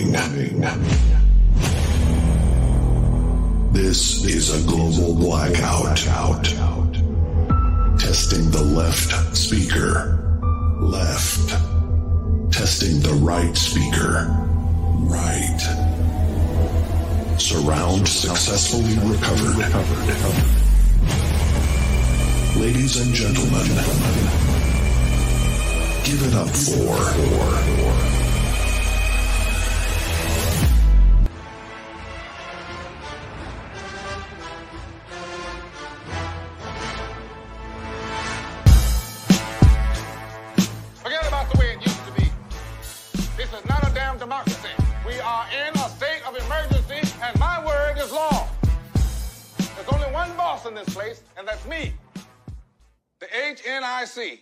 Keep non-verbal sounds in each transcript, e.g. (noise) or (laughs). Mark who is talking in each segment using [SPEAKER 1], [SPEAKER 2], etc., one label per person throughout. [SPEAKER 1] happening. This is a global blackout. Testing the left speaker. Left. Testing the right speaker. Right. Surround successfully recovered. Ladies and gentlemen, give it up for.
[SPEAKER 2] Forget about the way it used to be. This is not a damn democracy. We are in a state of emergency, and my word is law. There's only one boss in this place, and that's me. The HNIC.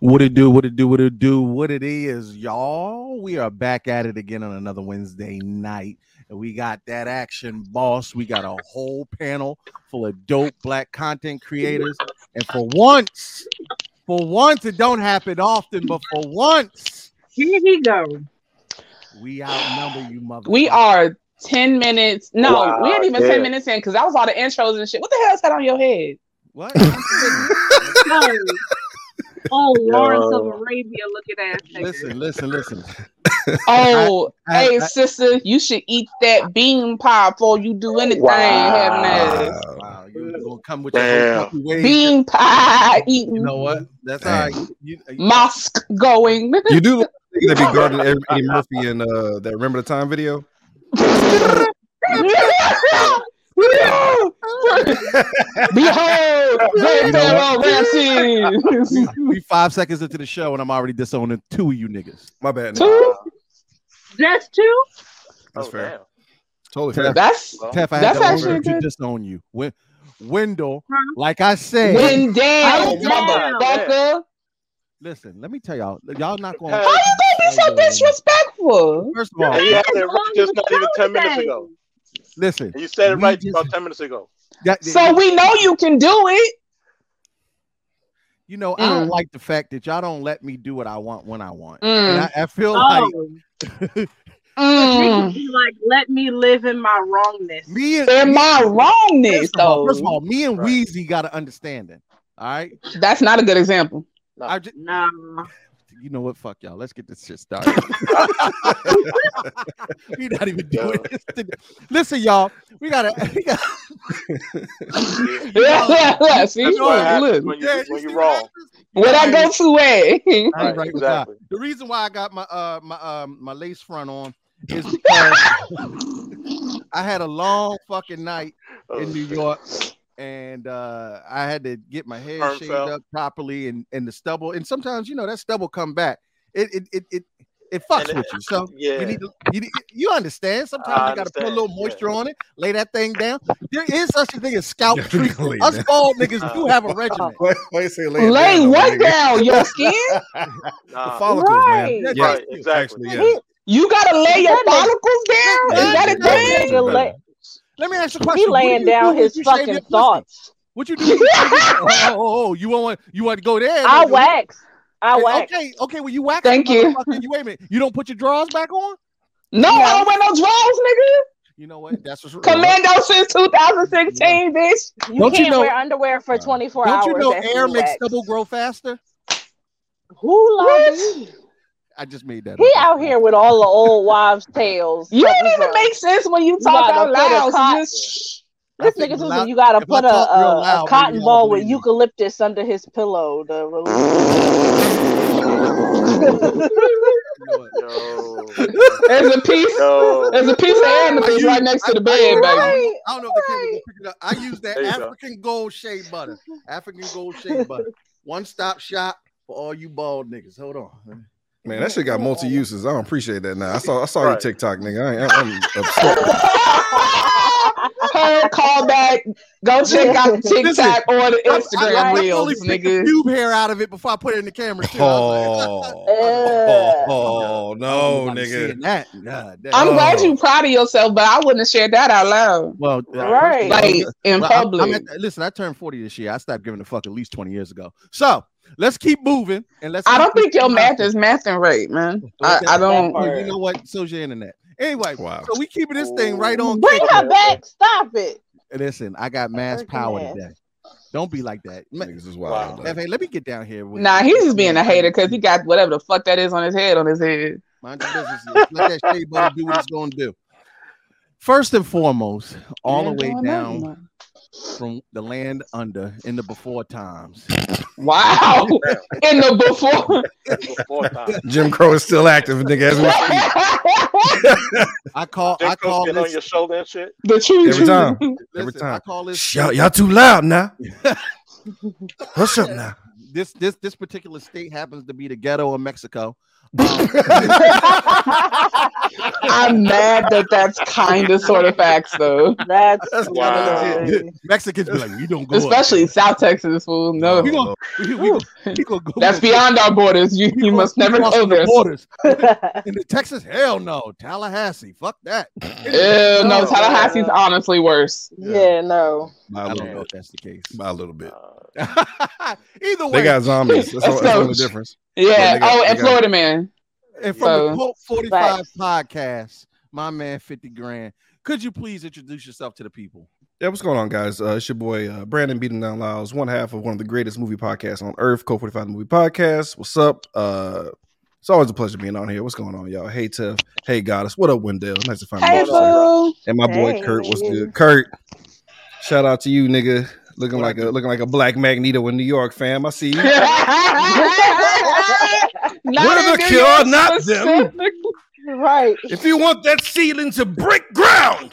[SPEAKER 3] What it do, what it do, what it do, what it is, y'all. We are back at it again on another Wednesday night. And we got that action boss. We got a whole panel full of dope black content creators. And for once, for once, it don't happen often, but for once,
[SPEAKER 4] Here he
[SPEAKER 3] (laughs)
[SPEAKER 4] go.
[SPEAKER 3] we outnumber you, mother.
[SPEAKER 5] We are 10 minutes. No,
[SPEAKER 6] Wow,
[SPEAKER 5] we ain't even
[SPEAKER 6] yeah.
[SPEAKER 5] 10 minutes in because that was all the intros and shit. What the hell is that on your head?
[SPEAKER 3] what?
[SPEAKER 4] No. Oh, Lawrence
[SPEAKER 6] Yo.
[SPEAKER 4] of Arabia looking ass nigga.
[SPEAKER 3] listen, listen, listen.
[SPEAKER 5] Oh,
[SPEAKER 3] (laughs) I-
[SPEAKER 5] hey,
[SPEAKER 3] I-
[SPEAKER 5] sister, you should eat that bean pie before you do anything.
[SPEAKER 6] Wow.
[SPEAKER 5] having that
[SPEAKER 3] Wow, you're gonna come with your
[SPEAKER 6] Damn.
[SPEAKER 3] whole fucking ways.
[SPEAKER 5] bean pie eating,
[SPEAKER 3] You know what? That's all right. You, you-
[SPEAKER 5] mosque going. (laughs)
[SPEAKER 3] (laughs)
[SPEAKER 7] You do look like that be guarding Eddie- Eddie Murphy in uh, that Remember the Time video.
[SPEAKER 5] Behold,
[SPEAKER 7] You know
[SPEAKER 5] Great Pharaoh
[SPEAKER 3] (laughs) we five seconds into the show and I'm already disowning two of you niggas.
[SPEAKER 7] My bad. Nick.
[SPEAKER 5] Ramsey.
[SPEAKER 4] Just two?
[SPEAKER 7] That's
[SPEAKER 6] Oh,
[SPEAKER 7] fair.
[SPEAKER 6] damn.
[SPEAKER 7] Totally
[SPEAKER 3] Yeah.
[SPEAKER 7] fair.
[SPEAKER 5] That's
[SPEAKER 6] Well,
[SPEAKER 3] Tef, I
[SPEAKER 5] Oh, That's
[SPEAKER 3] had
[SPEAKER 5] actually
[SPEAKER 3] to
[SPEAKER 5] good.
[SPEAKER 3] to disown you. Wen- Wendell,
[SPEAKER 4] Huh?
[SPEAKER 3] like I said,
[SPEAKER 5] when down,
[SPEAKER 4] Wind down.
[SPEAKER 5] motherfucker.
[SPEAKER 3] listen, let me tell y'all, y'all not going
[SPEAKER 5] Why you gonna be so disrespectful?
[SPEAKER 3] First of all,
[SPEAKER 6] Hey, you had it right just not even 10 minutes
[SPEAKER 4] Holiday.
[SPEAKER 6] ago.
[SPEAKER 3] listen.
[SPEAKER 6] And you said it
[SPEAKER 3] We
[SPEAKER 6] right
[SPEAKER 3] just-
[SPEAKER 6] about 10 minutes
[SPEAKER 3] (laughs)
[SPEAKER 6] ago.
[SPEAKER 3] that-
[SPEAKER 5] So we know you can do it.
[SPEAKER 3] you know, I don't
[SPEAKER 5] Mm.
[SPEAKER 3] like the fact that y'all don't let me do what I want when I want.
[SPEAKER 5] Mm.
[SPEAKER 3] And I, I
[SPEAKER 4] Oh.
[SPEAKER 3] feel like
[SPEAKER 4] Niggas
[SPEAKER 5] Mm.
[SPEAKER 4] be like, let me live in my wrongness.
[SPEAKER 3] me and
[SPEAKER 5] In my wrongness,
[SPEAKER 3] first of, all,
[SPEAKER 5] though.
[SPEAKER 3] first of all, me and
[SPEAKER 6] Right.
[SPEAKER 3] Wheezy got an understanding. All right.
[SPEAKER 5] That's not a
[SPEAKER 3] (laughs)
[SPEAKER 5] good example.
[SPEAKER 3] I just,
[SPEAKER 4] Nah.
[SPEAKER 3] you know what? Fuck y'all. Let's get this shit
[SPEAKER 6] (laughs)
[SPEAKER 3] started. (laughs) we not even doing this. Today. Listen, y'all. We gotta. (laughs) We gotta
[SPEAKER 5] Yeah, yeah, yeah. (laughs) See,
[SPEAKER 6] That's what happens
[SPEAKER 5] look,
[SPEAKER 6] when, you,
[SPEAKER 3] yeah,
[SPEAKER 6] when
[SPEAKER 3] you
[SPEAKER 6] you're
[SPEAKER 3] see what
[SPEAKER 6] wrong.
[SPEAKER 3] happens?
[SPEAKER 5] where I go
[SPEAKER 3] (laughs)
[SPEAKER 5] to at?
[SPEAKER 3] I ain't right with y'all.
[SPEAKER 6] exactly.
[SPEAKER 3] The reason why I got my uh my um my lace front on
[SPEAKER 6] (laughs)
[SPEAKER 3] is because I had a long fucking night
[SPEAKER 6] Oh,
[SPEAKER 3] in New
[SPEAKER 6] shit.
[SPEAKER 3] York and uh I had to get my hair
[SPEAKER 6] Perm
[SPEAKER 3] shaved
[SPEAKER 6] fell.
[SPEAKER 3] up properly and and the stubble and sometimes you know that stubble come back. It it it it, it fucks
[SPEAKER 6] And it-
[SPEAKER 3] with you. So
[SPEAKER 6] Yeah.
[SPEAKER 3] you need to you, need- you understand. Sometimes
[SPEAKER 6] I
[SPEAKER 3] you gotta put a
[SPEAKER 6] understand,
[SPEAKER 3] little
[SPEAKER 6] yeah.
[SPEAKER 3] moisture on it, lay that thing down. There is such a thing as
[SPEAKER 8] (laughs)
[SPEAKER 3] scalp
[SPEAKER 7] (laughs) Lay
[SPEAKER 3] treatment.
[SPEAKER 7] it
[SPEAKER 3] Us
[SPEAKER 7] down.
[SPEAKER 3] bald niggas
[SPEAKER 6] (laughs)
[SPEAKER 3] do have a regimen.
[SPEAKER 7] Why, why you say lay it
[SPEAKER 5] Lay
[SPEAKER 7] down,
[SPEAKER 5] what
[SPEAKER 7] (laughs) though, nigga?
[SPEAKER 5] down? Your skin?
[SPEAKER 7] The
[SPEAKER 6] Nah.
[SPEAKER 7] follicles,
[SPEAKER 5] Right.
[SPEAKER 7] man. Yeah,
[SPEAKER 6] Right, exactly.
[SPEAKER 7] actually, yeah.
[SPEAKER 5] You gotta lay your
[SPEAKER 9] That nigga-
[SPEAKER 5] follicles down? Is that a
[SPEAKER 9] That
[SPEAKER 5] thing?
[SPEAKER 9] nigga lay,
[SPEAKER 3] Let me ask you a
[SPEAKER 9] he
[SPEAKER 3] question. What do
[SPEAKER 9] laying
[SPEAKER 3] you do
[SPEAKER 9] down
[SPEAKER 3] when
[SPEAKER 9] his
[SPEAKER 3] you shave your
[SPEAKER 9] fucking
[SPEAKER 3] pussy?
[SPEAKER 9] thoughts.
[SPEAKER 3] What you do? when you shave your-
[SPEAKER 9] (laughs)
[SPEAKER 3] oh, oh, oh, you want you want to go there?
[SPEAKER 9] I
[SPEAKER 3] don't you?
[SPEAKER 9] wax. I
[SPEAKER 3] Okay,
[SPEAKER 9] wax.
[SPEAKER 3] Okay, okay. Well, you wax.
[SPEAKER 5] Thank you.
[SPEAKER 3] motherfucker, You wait a minute. You don't put your drawers back on.
[SPEAKER 5] No, I don't wear no drawers, nigga.
[SPEAKER 3] You know what? That's what's
[SPEAKER 5] Commando since 2016, bitch.
[SPEAKER 3] Don't
[SPEAKER 9] You
[SPEAKER 3] you
[SPEAKER 9] can't
[SPEAKER 3] know-
[SPEAKER 9] wear underwear for 24
[SPEAKER 3] Don't
[SPEAKER 9] hours.
[SPEAKER 3] you know
[SPEAKER 9] after
[SPEAKER 3] air
[SPEAKER 9] you
[SPEAKER 3] makes
[SPEAKER 9] wax.
[SPEAKER 3] stubble grow faster?
[SPEAKER 9] Who lied? to you?
[SPEAKER 3] I just made that.
[SPEAKER 9] He
[SPEAKER 3] up.
[SPEAKER 9] out here with all the old wives' tales.
[SPEAKER 5] You
[SPEAKER 9] Like,
[SPEAKER 5] don't
[SPEAKER 9] he's
[SPEAKER 5] even
[SPEAKER 9] a-
[SPEAKER 5] make sense when you
[SPEAKER 9] You
[SPEAKER 5] talk
[SPEAKER 9] gotta
[SPEAKER 5] out
[SPEAKER 9] put a
[SPEAKER 5] loud. so
[SPEAKER 9] cotton-
[SPEAKER 5] just-
[SPEAKER 3] I
[SPEAKER 9] This
[SPEAKER 3] think
[SPEAKER 9] nigga says
[SPEAKER 3] loud-
[SPEAKER 9] you gotta
[SPEAKER 3] if I
[SPEAKER 9] put a,
[SPEAKER 3] talk real
[SPEAKER 9] a,
[SPEAKER 3] loud,
[SPEAKER 9] a cotton
[SPEAKER 3] maybe
[SPEAKER 9] ball
[SPEAKER 3] I'll
[SPEAKER 9] with
[SPEAKER 3] believe you.
[SPEAKER 9] eucalyptus under his pillow
[SPEAKER 7] (laughs)
[SPEAKER 9] to
[SPEAKER 3] You know what? (laughs)
[SPEAKER 6] Yo.
[SPEAKER 5] There's a piece.
[SPEAKER 6] Yo.
[SPEAKER 5] There's a piece of amethyst
[SPEAKER 3] you-
[SPEAKER 5] right next to the bed, baby.
[SPEAKER 9] Right.
[SPEAKER 3] I don't know if the camera will pick it up. I use that
[SPEAKER 6] There you go.
[SPEAKER 3] African gold shea butter. African gold shea butter. One stop shop for all you bald niggas. Hold on.
[SPEAKER 7] Man, that shit got
[SPEAKER 9] (laughs)
[SPEAKER 7] multi uses. I don't appreciate that now. I saw I saw your
[SPEAKER 6] Right.
[SPEAKER 7] TikTok, nigga. I ain't,
[SPEAKER 3] (laughs)
[SPEAKER 7] I'm upset.
[SPEAKER 5] Her call back. Go check out TikTok or the Instagram
[SPEAKER 3] I, I, I
[SPEAKER 5] reels,
[SPEAKER 3] totally picked the
[SPEAKER 5] nigga.
[SPEAKER 3] pube hair out of it before I put it in the camera. Too. I was like,
[SPEAKER 7] Oh, (laughs)
[SPEAKER 9] Ugh.
[SPEAKER 7] oh, no,
[SPEAKER 3] nobody
[SPEAKER 7] nigga.
[SPEAKER 3] seeing That. Nah, that-
[SPEAKER 5] I'm
[SPEAKER 7] Oh.
[SPEAKER 5] glad you proud of yourself, but I wouldn't have shared that out loud.
[SPEAKER 3] Well, uh,
[SPEAKER 9] Right.
[SPEAKER 5] Like in
[SPEAKER 3] Well, I'm- I'm
[SPEAKER 5] public.
[SPEAKER 3] at the- listen, I turned 40 this year. I stopped giving a fuck at least 20 years ago. So Let's keep moving and let's.
[SPEAKER 5] I
[SPEAKER 3] keep
[SPEAKER 5] don't think your
[SPEAKER 3] this-
[SPEAKER 5] math is mathing right, man. I,
[SPEAKER 3] Okay.
[SPEAKER 5] I don't.
[SPEAKER 3] Well, You know what? So's your internet. Anyway,
[SPEAKER 7] Wow.
[SPEAKER 3] so we keeping this thing right on.
[SPEAKER 9] Bring
[SPEAKER 3] kick.
[SPEAKER 9] her back. Stop it.
[SPEAKER 3] Listen, I got mass
[SPEAKER 9] Freaking
[SPEAKER 3] power
[SPEAKER 9] ass.
[SPEAKER 3] today. Don't be like that. Ma-
[SPEAKER 7] Niggas is wild.
[SPEAKER 6] Wow.
[SPEAKER 7] like,
[SPEAKER 3] Hey, let me get down here. with-
[SPEAKER 5] Nah, he's just being a hater because he got whatever the fuck that is on his head on his head.
[SPEAKER 3] Mind your business. Let that shade butter do what it's going to do. First and foremost, all the
[SPEAKER 5] Ain't
[SPEAKER 3] way
[SPEAKER 5] doing
[SPEAKER 3] down
[SPEAKER 5] nothing.
[SPEAKER 3] from the land under in the before times. (laughs)
[SPEAKER 5] Wow. In the before.
[SPEAKER 6] Before time.
[SPEAKER 7] Jim Crow is still active, nigga. As we speak.
[SPEAKER 3] I call. I call
[SPEAKER 6] Jim Crow get on
[SPEAKER 3] this.
[SPEAKER 6] your shoulder and shit.
[SPEAKER 5] (laughs) the tree.
[SPEAKER 7] Every time. every
[SPEAKER 3] listen, I
[SPEAKER 7] time.
[SPEAKER 3] call this.
[SPEAKER 7] Shh, y'all, y'all too loud now. Hush up now.
[SPEAKER 3] This this this particular state happens to be the ghetto of Mexico.
[SPEAKER 5] I'm mad that that's kind of sort of facts though.
[SPEAKER 9] That's
[SPEAKER 7] That's
[SPEAKER 6] Wow.
[SPEAKER 9] crazy.
[SPEAKER 3] Mexicans be like, we don't go. up
[SPEAKER 5] Especially South Texas fool. No.
[SPEAKER 3] We gonna- there. We, we, we, we gonna go
[SPEAKER 5] That's
[SPEAKER 3] we
[SPEAKER 5] beyond our borders. You, you
[SPEAKER 3] gonna-
[SPEAKER 5] must
[SPEAKER 3] we
[SPEAKER 5] never
[SPEAKER 3] crossing
[SPEAKER 5] go
[SPEAKER 3] the
[SPEAKER 5] there.
[SPEAKER 3] borders.
[SPEAKER 9] (laughs)
[SPEAKER 3] In the Texas, hell no. Tallahassee, fuck that.
[SPEAKER 5] Ew, no,
[SPEAKER 9] Oh,
[SPEAKER 5] Tallahassee's
[SPEAKER 9] uh,
[SPEAKER 5] honestly worse.
[SPEAKER 9] yeah, no.
[SPEAKER 7] By
[SPEAKER 3] I
[SPEAKER 7] a
[SPEAKER 3] don't know
[SPEAKER 7] little
[SPEAKER 3] if
[SPEAKER 7] bit.
[SPEAKER 3] that's the case.
[SPEAKER 7] By a little bit.
[SPEAKER 6] Uh,
[SPEAKER 3] (laughs) Either way,
[SPEAKER 7] They got zombies. That's, all, that's the only difference. Yeah,
[SPEAKER 5] Yeah.
[SPEAKER 7] they got-
[SPEAKER 5] oh,
[SPEAKER 7] they
[SPEAKER 5] and
[SPEAKER 7] got-
[SPEAKER 5] Florida man.
[SPEAKER 3] and from the
[SPEAKER 5] so-
[SPEAKER 3] quote 45
[SPEAKER 9] Facts.
[SPEAKER 3] podcast, my man 50 grand. Could you please introduce yourself to the people?
[SPEAKER 7] Yeah, what's going on, guys? Uh, it's your boy uh, Brandon Beating Down Lyles, one half of one of the greatest movie podcasts on earth, Code 45 Movie Podcast. What's up? Uh, it's always a pleasure being on here. What's going on, y'all? Hey, Tiff. Hey, Goddess. What up, Wendell? Nice to find
[SPEAKER 5] Hey,
[SPEAKER 7] you. guys.
[SPEAKER 5] fool.
[SPEAKER 7] And my boy
[SPEAKER 9] Hey,
[SPEAKER 7] Kurt was
[SPEAKER 9] yeah.
[SPEAKER 7] (laughs)
[SPEAKER 9] (laughs)
[SPEAKER 7] good. Kurt, shout out to you, nigga. Looking like a looking like a black Magneto in New York, fam. I see you. We're the cure, not them.
[SPEAKER 9] right.
[SPEAKER 7] If you want that ceiling to break ground,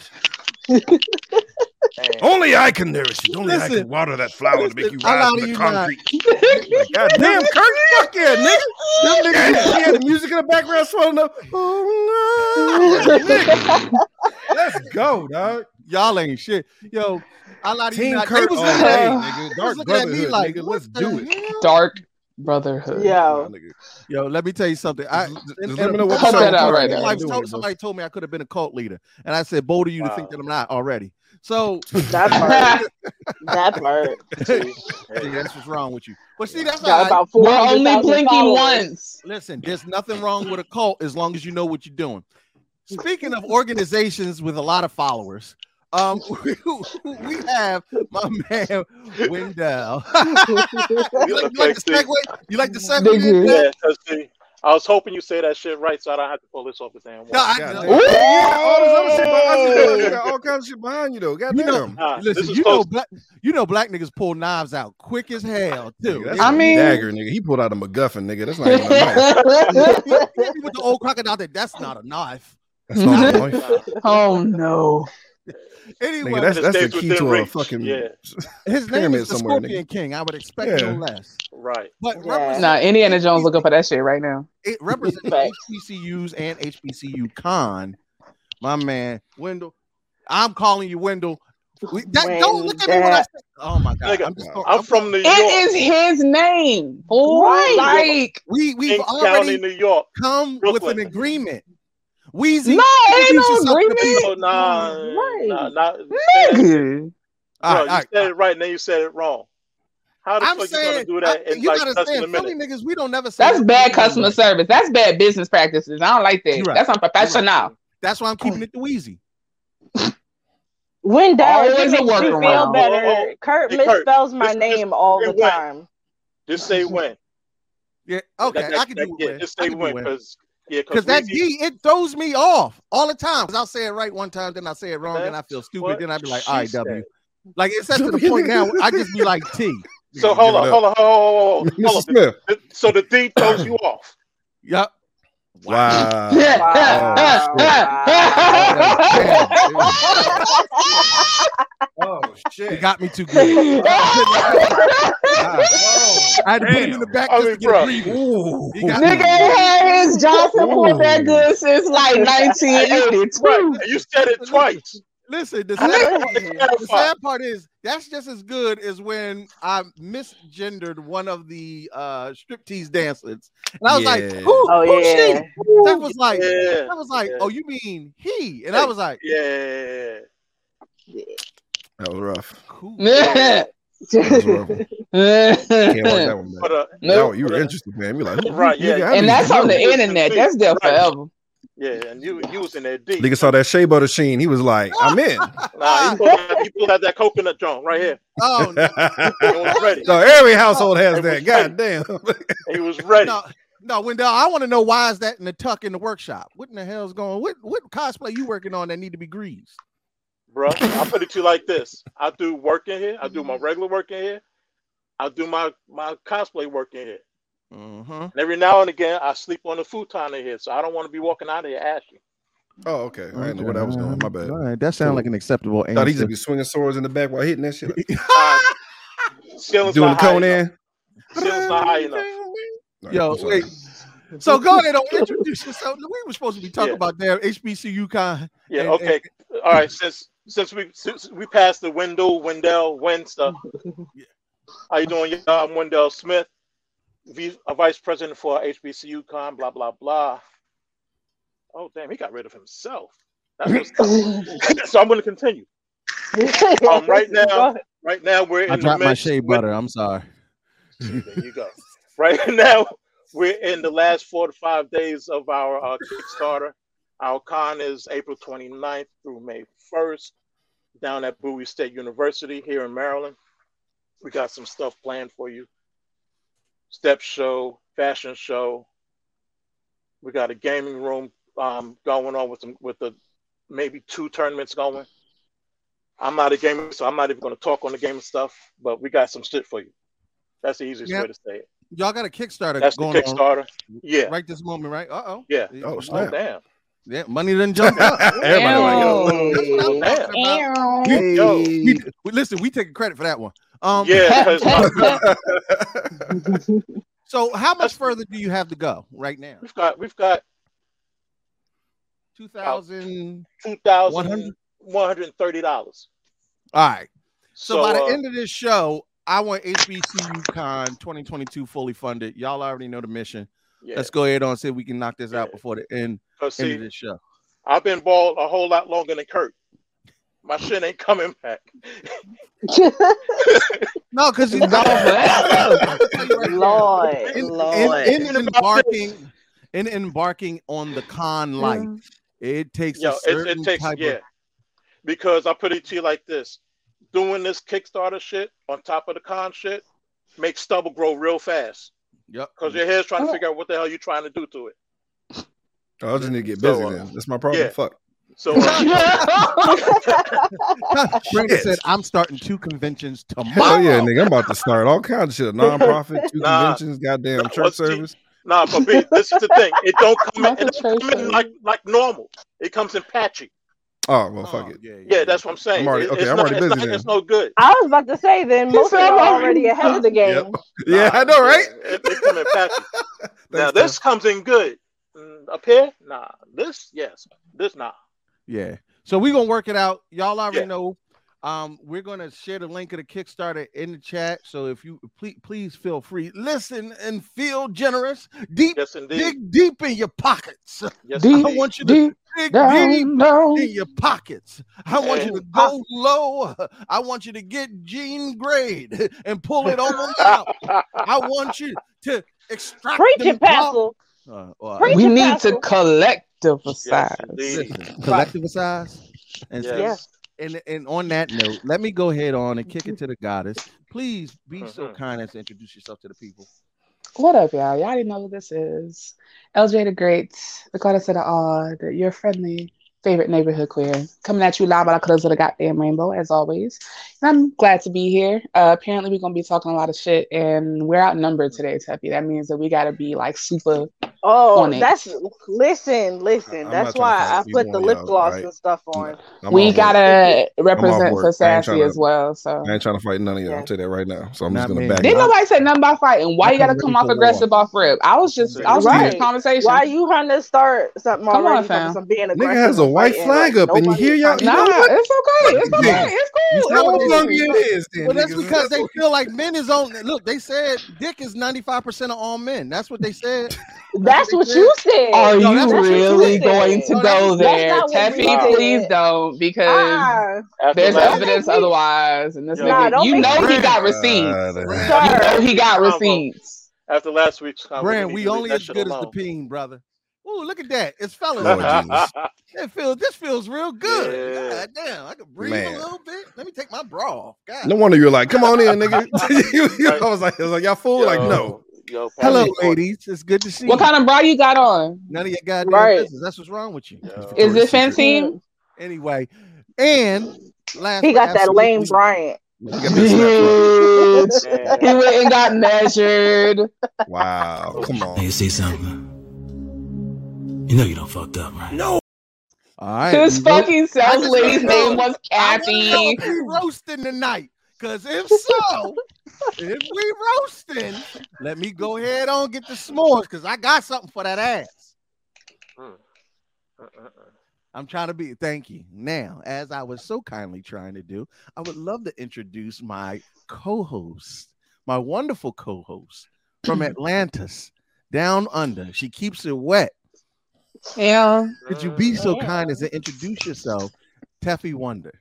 [SPEAKER 7] only I can nourish it. Only I
[SPEAKER 3] Listen.
[SPEAKER 7] can water that flower to make you
[SPEAKER 3] Listen, I
[SPEAKER 7] rise
[SPEAKER 3] lie to
[SPEAKER 7] from the
[SPEAKER 3] you
[SPEAKER 7] concrete. Like, Goddamn, Kurt, fuck yeah, nigga. Them niggas, he had the music in the background swelling up. Oh, no. Nigga, Let's go, dog.
[SPEAKER 3] Y'all ain't shit. Yo, I lied to you.
[SPEAKER 7] Team
[SPEAKER 3] Not, they
[SPEAKER 7] Kurt
[SPEAKER 3] was
[SPEAKER 7] all
[SPEAKER 3] looking
[SPEAKER 7] day,
[SPEAKER 3] at-
[SPEAKER 7] (laughs) nigga.
[SPEAKER 3] they was
[SPEAKER 7] Dark
[SPEAKER 3] looking at me
[SPEAKER 7] brotherhood,
[SPEAKER 3] like,
[SPEAKER 7] nigga.
[SPEAKER 3] what
[SPEAKER 7] Let's
[SPEAKER 3] the
[SPEAKER 7] do it.
[SPEAKER 3] hell?
[SPEAKER 5] Dark
[SPEAKER 9] (laughs)
[SPEAKER 5] brotherhood. (laughs)
[SPEAKER 9] Yo.
[SPEAKER 3] Yo, let me tell you something. I
[SPEAKER 7] Just- just
[SPEAKER 3] and-
[SPEAKER 7] let
[SPEAKER 3] and
[SPEAKER 7] me know what
[SPEAKER 5] Cut
[SPEAKER 3] somebody-
[SPEAKER 5] that out right
[SPEAKER 3] somebody-
[SPEAKER 5] now.
[SPEAKER 3] like,
[SPEAKER 7] Doing
[SPEAKER 3] told-
[SPEAKER 7] it, bro.
[SPEAKER 3] somebody told me I could have been a cult leader, and I said, "Bold of you to think
[SPEAKER 6] Wow.
[SPEAKER 3] that I'm not already." So
[SPEAKER 9] That part. That part.
[SPEAKER 3] see, that's what's wrong with you. But see,
[SPEAKER 9] (laughs)
[SPEAKER 3] that's
[SPEAKER 9] Got
[SPEAKER 3] all right.
[SPEAKER 9] about four.
[SPEAKER 5] We're only blinking once.
[SPEAKER 3] Listen, there's nothing wrong with a cult as long as you know what you're doing. Speaking of organizations with a lot of followers, um, (laughs) we, have my man Wendell. (laughs) you, like, you like the segue? You like the segue?
[SPEAKER 5] Nigga.
[SPEAKER 3] Wendell?
[SPEAKER 6] yeah, 'cause see, I was hoping you say that shit right, so I don't have to pull this off the damn
[SPEAKER 3] No,
[SPEAKER 6] wall.
[SPEAKER 3] I,
[SPEAKER 7] God
[SPEAKER 3] know.
[SPEAKER 7] damn. All this other shit behind you. You got all kinds of shit behind you, though. Goddamn.
[SPEAKER 3] You know-
[SPEAKER 6] Nah,
[SPEAKER 3] Listen,
[SPEAKER 6] this is
[SPEAKER 3] you know, (laughs)
[SPEAKER 6] close.
[SPEAKER 3] black, you know, black niggas pull knives out quick as hell too.
[SPEAKER 7] Nigga, that's
[SPEAKER 5] I
[SPEAKER 7] a
[SPEAKER 5] mean-
[SPEAKER 7] dagger, nigga. He pulled out a MacGuffin, nigga. That's not even a knife.
[SPEAKER 3] Hit me with the old crocodile, that that's not a knife.
[SPEAKER 7] That's not a knife.
[SPEAKER 5] (laughs) oh no.
[SPEAKER 3] Anyway,
[SPEAKER 7] Nigga, that's,
[SPEAKER 6] It
[SPEAKER 7] that's the
[SPEAKER 6] stays
[SPEAKER 7] key
[SPEAKER 6] within
[SPEAKER 7] to a
[SPEAKER 6] reach.
[SPEAKER 7] fucking.
[SPEAKER 6] Yeah.
[SPEAKER 3] his name
[SPEAKER 7] pyramid
[SPEAKER 3] is the
[SPEAKER 7] somewhere,
[SPEAKER 3] Scorpion King. I would expect
[SPEAKER 7] Yeah.
[SPEAKER 3] no less.
[SPEAKER 6] right.
[SPEAKER 3] But
[SPEAKER 9] Yeah.
[SPEAKER 3] represent-
[SPEAKER 5] Nah, Indiana Jones looking for that shit right now.
[SPEAKER 6] (laughs)
[SPEAKER 3] it represents
[SPEAKER 9] Facts.
[SPEAKER 3] HBCUs and HBCU con. My man, Wendell. I'm calling you Wendell. We- that- don't look at me when I say. Oh my god!
[SPEAKER 6] Nigga,
[SPEAKER 3] I'm just.
[SPEAKER 6] I'm from New York.
[SPEAKER 5] It is his name. fool.
[SPEAKER 9] Right.
[SPEAKER 5] Like
[SPEAKER 3] We we've
[SPEAKER 6] King County,
[SPEAKER 3] already (laughs)
[SPEAKER 6] New York.
[SPEAKER 3] come with an
[SPEAKER 6] Brooklyn.
[SPEAKER 3] agreement. Weezy.
[SPEAKER 5] no, it
[SPEAKER 3] introduce
[SPEAKER 5] ain't no
[SPEAKER 3] yourself to the
[SPEAKER 5] agreement.
[SPEAKER 3] people.
[SPEAKER 6] Oh, nah,
[SPEAKER 9] Right.
[SPEAKER 6] nah, nah. You said, it-
[SPEAKER 3] All
[SPEAKER 5] Nigga.
[SPEAKER 6] bro,
[SPEAKER 3] right, all
[SPEAKER 6] you
[SPEAKER 3] right.
[SPEAKER 6] said it right, and then you said it wrong. How the
[SPEAKER 3] I'm
[SPEAKER 6] fuck
[SPEAKER 3] saying
[SPEAKER 6] you gonna do that
[SPEAKER 3] I-
[SPEAKER 6] in
[SPEAKER 3] you
[SPEAKER 6] like
[SPEAKER 3] gotta
[SPEAKER 6] less than a
[SPEAKER 3] understand, Philly
[SPEAKER 6] minute?
[SPEAKER 3] niggas, we don't never say
[SPEAKER 5] That's
[SPEAKER 3] that.
[SPEAKER 5] bad customer service. That's bad business practices. I don't like that.
[SPEAKER 3] You're right.
[SPEAKER 5] That's unprofessional.
[SPEAKER 3] That's why I'm keeping it to Wheezy.
[SPEAKER 9] When does
[SPEAKER 5] Always
[SPEAKER 9] it
[SPEAKER 5] a
[SPEAKER 9] makes me feel
[SPEAKER 5] workaround.
[SPEAKER 9] better?
[SPEAKER 6] Oh, oh, oh.
[SPEAKER 9] Kurt
[SPEAKER 6] Hey, Kurt,
[SPEAKER 9] misspells my
[SPEAKER 6] this- this-
[SPEAKER 9] name all the
[SPEAKER 6] this way.
[SPEAKER 9] time.
[SPEAKER 3] (laughs)
[SPEAKER 6] Just say when.
[SPEAKER 3] Yeah, okay,
[SPEAKER 6] That- that-
[SPEAKER 3] I can
[SPEAKER 6] that-
[SPEAKER 3] do
[SPEAKER 6] yeah,
[SPEAKER 3] it.
[SPEAKER 6] Just say when, because yeah,
[SPEAKER 3] because that D it throws me off all the time. Because I'll say it right one time, then I say it wrong, then I feel stupid,
[SPEAKER 6] what
[SPEAKER 3] then I'd be like,
[SPEAKER 6] she
[SPEAKER 3] all right, W. Like it's at the point now where I just be like T.
[SPEAKER 6] So hold
[SPEAKER 7] Give
[SPEAKER 6] on,
[SPEAKER 7] it
[SPEAKER 6] hold on, hold on, hold on,
[SPEAKER 7] (laughs) Mr.
[SPEAKER 6] hold on.
[SPEAKER 7] Smith.
[SPEAKER 6] So the D throws
[SPEAKER 3] (laughs)
[SPEAKER 6] you off.
[SPEAKER 3] Yep.
[SPEAKER 7] Wow. Oh,
[SPEAKER 3] It
[SPEAKER 7] shit.
[SPEAKER 3] got me too good.
[SPEAKER 7] God. Oh,
[SPEAKER 3] I had to put him in
[SPEAKER 7] damn.
[SPEAKER 3] the back
[SPEAKER 6] I
[SPEAKER 3] just
[SPEAKER 6] mean,
[SPEAKER 3] to get
[SPEAKER 6] bruh.
[SPEAKER 3] a breather.
[SPEAKER 7] Ooh.
[SPEAKER 3] He got-
[SPEAKER 5] (laughs) Nigga ain't had his Johnson
[SPEAKER 7] Ooh.
[SPEAKER 5] point that good
[SPEAKER 3] (laughs)
[SPEAKER 5] since like
[SPEAKER 6] Right.
[SPEAKER 5] 1982.
[SPEAKER 6] and You said it twice.
[SPEAKER 3] Listen, the
[SPEAKER 5] I
[SPEAKER 3] sad,
[SPEAKER 6] think-
[SPEAKER 3] part, the sad part is that's just as good as when I misgendered one of the uh striptease dancers, and I was like,
[SPEAKER 7] Yeah.
[SPEAKER 3] "Who?
[SPEAKER 9] Oh,
[SPEAKER 3] who
[SPEAKER 9] yeah.
[SPEAKER 3] she?" That was like,
[SPEAKER 6] Yeah.
[SPEAKER 3] that was like,
[SPEAKER 6] yeah.
[SPEAKER 3] "Oh, you mean he?" And I was like,
[SPEAKER 6] Yeah.
[SPEAKER 7] That was rough. (laughs)
[SPEAKER 3] "Cool."
[SPEAKER 5] Yeah.
[SPEAKER 7] That was
[SPEAKER 5] (laughs)
[SPEAKER 7] rough. Can't watch that one back.
[SPEAKER 6] But uh,
[SPEAKER 7] No,
[SPEAKER 9] Nope.
[SPEAKER 7] you were interested, man. You like,
[SPEAKER 6] Right, yeah.
[SPEAKER 7] nigga, I
[SPEAKER 9] and
[SPEAKER 7] need
[SPEAKER 9] that's
[SPEAKER 7] to
[SPEAKER 9] on the
[SPEAKER 7] know.
[SPEAKER 9] internet. That's there forever.
[SPEAKER 6] yeah, and you you was in there deep.
[SPEAKER 7] Nigga saw that Shea Butter Sheen. He was like, I'm in.
[SPEAKER 3] Ah.
[SPEAKER 6] Nah, you pulled, out, you pulled out that coconut joint right
[SPEAKER 3] (laughs)
[SPEAKER 6] here.
[SPEAKER 3] Oh no,
[SPEAKER 6] He was ready.
[SPEAKER 7] so every household has that. God damn.
[SPEAKER 6] He was ready.
[SPEAKER 3] no, no, Wendell. I want to know why is that in the tuck in the workshop? What in the hell's going? What what cosplay you working on that need to be greased?
[SPEAKER 6] bro. I put it to you like this: I do work in here. I do my regular work in here. I do my my cosplay work in here.
[SPEAKER 3] Mm-hmm.
[SPEAKER 6] And every now and again, I sleep on the futon in here, so I don't want to be walking out of here ashy.
[SPEAKER 7] (laughs) oh, okay. I didn't know where that was going. My bad.
[SPEAKER 3] All right, that sounds like an acceptable answer.
[SPEAKER 7] Thought he'd just be swinging swords in the back while hitting that shit.
[SPEAKER 6] Uh, ceiling's
[SPEAKER 7] Doing the
[SPEAKER 6] not high enough.
[SPEAKER 7] Conan.
[SPEAKER 6] Ceiling's not high enough.
[SPEAKER 7] Alright,
[SPEAKER 3] Yo,
[SPEAKER 7] I'm sorry.
[SPEAKER 3] wait. So go ahead and introduce yourself. We were supposed to be talking
[SPEAKER 6] Yeah.
[SPEAKER 3] about damn HBCU con.
[SPEAKER 6] Yeah.
[SPEAKER 3] And-
[SPEAKER 6] Okay. All right. Since since we since we passed the Wendell Wendell Wen stuff. How you doing? y'all? I'm Wendell Smith, v- a vice president for HBCU Con. Blah blah blah. Oh damn, he got rid of himself. That's what's so I'm going to continue. Um, right now, right now we're in
[SPEAKER 3] I dropped
[SPEAKER 6] the
[SPEAKER 3] my
[SPEAKER 6] midst-
[SPEAKER 3] shea butter. I'm sorry.
[SPEAKER 6] There you go. Right (laughs) now we're in the last four to five days of our uh, Kickstarter. Our con is April 29th through May 1st down at Bowie State University here in Maryland. We got some stuff planned for you. Step show, fashion show. We got a gaming room um, going on with some with the maybe two tournaments going. I'm not a gamer, so I'm not even going to talk on the gaming stuff. But we got some shit for you. That's the easiest
[SPEAKER 3] Yeah.
[SPEAKER 6] way to say it.
[SPEAKER 3] Y'all got a Kickstarter
[SPEAKER 6] That's the
[SPEAKER 3] going on
[SPEAKER 6] Kickstarter. Yeah.
[SPEAKER 3] right this moment, right? Uh oh.
[SPEAKER 6] Yeah.
[SPEAKER 7] Oh,
[SPEAKER 6] Oh
[SPEAKER 7] snap.
[SPEAKER 6] damn.
[SPEAKER 3] Yeah, money didn't jump
[SPEAKER 6] (laughs)
[SPEAKER 3] up.
[SPEAKER 7] Everybody like, yo.
[SPEAKER 3] I'm
[SPEAKER 6] Damn.
[SPEAKER 3] talking about.
[SPEAKER 7] Hey.
[SPEAKER 6] Yo.
[SPEAKER 3] We, we- listen, we taking credit for that one. Um,
[SPEAKER 6] Yeah, 'cause
[SPEAKER 3] So how much
[SPEAKER 6] That's-
[SPEAKER 3] further do you have to go right now?
[SPEAKER 6] we've got we've got
[SPEAKER 3] Two thousand.
[SPEAKER 6] two
[SPEAKER 3] 100?
[SPEAKER 6] thousand one hundred and thirty dollars.
[SPEAKER 3] All right. So, by the
[SPEAKER 6] uh,
[SPEAKER 3] end of this show, I want HBCU Con 2022 fully funded. Y'all already know the mission.
[SPEAKER 6] yeah,
[SPEAKER 3] Let's go ahead on and see if we can knock this out
[SPEAKER 6] Yeah.
[SPEAKER 3] before the end,
[SPEAKER 6] 'cause
[SPEAKER 3] end of
[SPEAKER 6] see,
[SPEAKER 3] this show.
[SPEAKER 6] I've been bald a whole lot longer than Kurt. My shit ain't coming back.
[SPEAKER 3] No, because
[SPEAKER 6] (laughs)
[SPEAKER 3] he's
[SPEAKER 9] Lord. Lord.
[SPEAKER 3] in,
[SPEAKER 9] Lord.
[SPEAKER 3] in, in embarking in embarking on the con life. It takes
[SPEAKER 6] Yo,
[SPEAKER 3] a
[SPEAKER 6] it,
[SPEAKER 3] certain
[SPEAKER 6] it takes
[SPEAKER 3] type
[SPEAKER 6] yeah.
[SPEAKER 3] of
[SPEAKER 6] Because I put it to you like this: doing this Kickstarter shit on top of the con shit makes stubble grow real fast.
[SPEAKER 3] Yep. (laughs)
[SPEAKER 6] Because your hair's
[SPEAKER 3] Oh.
[SPEAKER 6] trying to figure out what the hell you're trying to do to it.
[SPEAKER 7] Oh, I just need to get
[SPEAKER 6] So,
[SPEAKER 7] busy
[SPEAKER 6] uh,
[SPEAKER 7] then. That's my problem.
[SPEAKER 6] yeah.
[SPEAKER 7] Fuck.
[SPEAKER 3] (laughs)
[SPEAKER 6] So uh, (laughs)
[SPEAKER 3] Brandon
[SPEAKER 7] Shit.
[SPEAKER 3] said, I'm starting two conventions
[SPEAKER 7] Hell
[SPEAKER 3] tomorrow.
[SPEAKER 7] yeah, nigga. I'm about to start all kinds of shit. A nonprofit, two
[SPEAKER 6] Nah.
[SPEAKER 7] conventions, goddamn church
[SPEAKER 6] What's the-
[SPEAKER 7] service.
[SPEAKER 6] Nah, but B, this is the thing. It don't come in, it don't come in
[SPEAKER 9] Concentration.
[SPEAKER 6] like like normal. It comes in patchy.
[SPEAKER 7] Oh,
[SPEAKER 3] Oh,
[SPEAKER 7] well, fuck it.
[SPEAKER 3] Yeah,
[SPEAKER 6] Yeah, that's what I'm saying.
[SPEAKER 7] I'm already-
[SPEAKER 6] It-
[SPEAKER 7] okay,
[SPEAKER 6] it's
[SPEAKER 7] I'm
[SPEAKER 6] not- it's
[SPEAKER 7] already busy
[SPEAKER 6] not-
[SPEAKER 7] then.
[SPEAKER 6] It's no good.
[SPEAKER 10] I was about to say then most of
[SPEAKER 9] said
[SPEAKER 10] y'all
[SPEAKER 9] I'm
[SPEAKER 10] already ahead of the game.
[SPEAKER 7] Yep. Yeah, I know, right?
[SPEAKER 6] Yeah, it, it come in patchy. now
[SPEAKER 7] Thanks,
[SPEAKER 6] this comes in good. Mm, up here, nah. This, yes. This, nah.
[SPEAKER 3] Yeah. So we're gonna work it out. Y'all already
[SPEAKER 6] Yeah.
[SPEAKER 3] know. Um, we're gonna share the link of the Kickstarter in the chat. So if you please please feel free, listen and feel generous. Deep
[SPEAKER 6] Yes, indeed.
[SPEAKER 3] dig deep in your pockets. (laughs)
[SPEAKER 6] Yes,
[SPEAKER 3] I
[SPEAKER 5] Deep
[SPEAKER 6] indeed.
[SPEAKER 3] want you
[SPEAKER 5] (laughs)
[SPEAKER 3] to
[SPEAKER 5] Deep
[SPEAKER 3] dig deep
[SPEAKER 5] down, down.
[SPEAKER 3] in your pockets. I want you to go low. I want you to get Gene grade (laughs) and pull it all out. I want you to extract
[SPEAKER 10] Preach
[SPEAKER 3] them
[SPEAKER 10] it, Pastor.
[SPEAKER 3] Uh, well,
[SPEAKER 10] Preach
[SPEAKER 5] We
[SPEAKER 10] it,
[SPEAKER 5] need
[SPEAKER 10] Pastor.
[SPEAKER 5] to collectivize.
[SPEAKER 6] Yes, indeed.
[SPEAKER 3] listen, collective size and
[SPEAKER 6] Yes.
[SPEAKER 10] Yes.
[SPEAKER 3] and and on that note, let me go ahead on and kick it to the goddess. Please be so
[SPEAKER 6] Mhm.
[SPEAKER 3] kind as to introduce yourself to the people.
[SPEAKER 5] What up, y'all? Y'all already know who this is. LJ the Great, the goddess of the odd, your friendly favorite neighborhood queer, coming at you live by the colors of the goddamn rainbow, as always. And I'm glad to be here. Uh, apparently, we're gonna be talking a lot of shit, and we're outnumbered today, Tuffy. That means that we gotta be like super.
[SPEAKER 10] Oh,
[SPEAKER 5] on it.
[SPEAKER 10] that's listen,
[SPEAKER 7] I-
[SPEAKER 10] listen.
[SPEAKER 7] I'm
[SPEAKER 10] that's
[SPEAKER 7] not
[SPEAKER 10] why
[SPEAKER 7] trying to
[SPEAKER 10] I
[SPEAKER 7] fight you
[SPEAKER 10] put the
[SPEAKER 7] on
[SPEAKER 10] lip
[SPEAKER 7] y'all,
[SPEAKER 10] gloss
[SPEAKER 7] right?
[SPEAKER 10] and stuff on.
[SPEAKER 7] I'm
[SPEAKER 5] we
[SPEAKER 7] off
[SPEAKER 5] gotta represent
[SPEAKER 7] board. I
[SPEAKER 5] for
[SPEAKER 7] ain't
[SPEAKER 5] sassy
[SPEAKER 7] tryna-
[SPEAKER 5] as well. So
[SPEAKER 7] work. I ain't trying to fight none of y'all.
[SPEAKER 10] Yeah.
[SPEAKER 7] I'll tell you that right now. So I'm
[SPEAKER 3] Not
[SPEAKER 7] just gonna
[SPEAKER 3] me.
[SPEAKER 7] back
[SPEAKER 5] didn't
[SPEAKER 7] up.
[SPEAKER 5] nobody say nothing about fighting. Why you
[SPEAKER 3] I'm
[SPEAKER 5] gotta come
[SPEAKER 3] ready
[SPEAKER 5] off
[SPEAKER 3] for
[SPEAKER 5] aggressive off rip? I was just, I was
[SPEAKER 10] Right.
[SPEAKER 5] having a conversation.
[SPEAKER 10] Why you trying to start something
[SPEAKER 5] Come on,
[SPEAKER 10] already?
[SPEAKER 5] fam.
[SPEAKER 10] from being aggressive
[SPEAKER 7] Nigga has a
[SPEAKER 10] and
[SPEAKER 7] white
[SPEAKER 10] fighting,
[SPEAKER 7] flag
[SPEAKER 10] like,
[SPEAKER 7] up, and you
[SPEAKER 10] nobody
[SPEAKER 7] hear
[SPEAKER 10] is
[SPEAKER 7] y'all.
[SPEAKER 10] trying
[SPEAKER 7] You know
[SPEAKER 5] Nah,
[SPEAKER 7] what?
[SPEAKER 5] it's okay. It's
[SPEAKER 7] Fuck you.
[SPEAKER 5] okay. It's
[SPEAKER 7] You
[SPEAKER 5] cool.
[SPEAKER 7] see how
[SPEAKER 5] It's cool.
[SPEAKER 7] funky it is. then,
[SPEAKER 3] Well, that's
[SPEAKER 7] niggas.
[SPEAKER 3] because
[SPEAKER 7] (laughs)
[SPEAKER 3] they feel like men is on. Look, they said dick is ninety five percent of all men. That's what they said.
[SPEAKER 10] That's what you said.
[SPEAKER 5] Are
[SPEAKER 7] No, that's
[SPEAKER 5] you
[SPEAKER 7] what you
[SPEAKER 5] really
[SPEAKER 10] said.
[SPEAKER 5] going to
[SPEAKER 10] No,
[SPEAKER 5] go
[SPEAKER 10] that's- that's not what we
[SPEAKER 5] there? Teffy,
[SPEAKER 10] said.
[SPEAKER 5] please uh, don't, because
[SPEAKER 10] Ah,
[SPEAKER 6] After
[SPEAKER 5] there's
[SPEAKER 6] last-
[SPEAKER 5] evidence
[SPEAKER 10] Nah,
[SPEAKER 5] otherwise. And this
[SPEAKER 6] Nah,
[SPEAKER 5] nigga,
[SPEAKER 10] don't
[SPEAKER 5] you
[SPEAKER 10] make
[SPEAKER 5] know
[SPEAKER 10] me-
[SPEAKER 5] he got receipts.
[SPEAKER 7] Uh,
[SPEAKER 5] You know
[SPEAKER 10] sir.
[SPEAKER 5] he got
[SPEAKER 6] Bravo.
[SPEAKER 5] receipts.
[SPEAKER 6] after last week's conversation,
[SPEAKER 3] Brand, we
[SPEAKER 6] leave
[SPEAKER 3] only
[SPEAKER 6] that
[SPEAKER 3] as
[SPEAKER 6] shit
[SPEAKER 3] good as the
[SPEAKER 6] alone.
[SPEAKER 3] peen, brother. Ooh, look at that. It's fellas.
[SPEAKER 6] (laughs)
[SPEAKER 7] Lord Jesus.
[SPEAKER 3] (laughs) It feels this feels real good.
[SPEAKER 6] Yeah.
[SPEAKER 3] God damn, I could breathe
[SPEAKER 7] Man.
[SPEAKER 3] a little bit. Let me take my bra off. God.
[SPEAKER 7] No wonder you're like, come on in, nigga. (laughs) You- you- I was like, I was like, y'all fool? Like, no.
[SPEAKER 6] Yo, yo,
[SPEAKER 3] Hello,
[SPEAKER 6] Patty,
[SPEAKER 3] ladies. It's good to see
[SPEAKER 5] What
[SPEAKER 3] you.
[SPEAKER 5] kind of bra you got on?
[SPEAKER 3] None of your goddamn
[SPEAKER 10] Right.
[SPEAKER 3] business. That's what's wrong with you.
[SPEAKER 6] Yo.
[SPEAKER 5] Is it
[SPEAKER 7] Victoria's Secret.
[SPEAKER 5] fencing?
[SPEAKER 3] Anyway, and last
[SPEAKER 10] he
[SPEAKER 3] but
[SPEAKER 10] got that
[SPEAKER 3] absolutely
[SPEAKER 10] lame Bryant.
[SPEAKER 7] You got that snap
[SPEAKER 10] (laughs)
[SPEAKER 5] Bitch.
[SPEAKER 6] Man,
[SPEAKER 5] he went and got measured.
[SPEAKER 7] up. Wow. Come on.
[SPEAKER 11] Hey, you see something? You know you don't fucked up, right? No.
[SPEAKER 3] All right.
[SPEAKER 5] This
[SPEAKER 3] we go-
[SPEAKER 5] fucking sales
[SPEAKER 3] just
[SPEAKER 5] lady's
[SPEAKER 3] wanna know-
[SPEAKER 5] name was
[SPEAKER 3] I wanna know
[SPEAKER 5] Kathy.
[SPEAKER 3] if we roasting tonight. Cause
[SPEAKER 5] (laughs)
[SPEAKER 3] if so, if we roasting, let me go ahead on and get the s'mores. Cause I got something for that ass.
[SPEAKER 6] Mm,
[SPEAKER 3] I'm trying to be. Thank you. Now, as I was so kindly trying to do, I would love to introduce my co-host, my wonderful co-host
[SPEAKER 5] (clears throat)
[SPEAKER 3] from Atlantis, down under. She keeps it wet.
[SPEAKER 5] Yeah.
[SPEAKER 6] mm.
[SPEAKER 3] Could you be so
[SPEAKER 5] Oh.
[SPEAKER 10] Yeah.
[SPEAKER 3] kind as to introduce yourself, Teffy Wonder?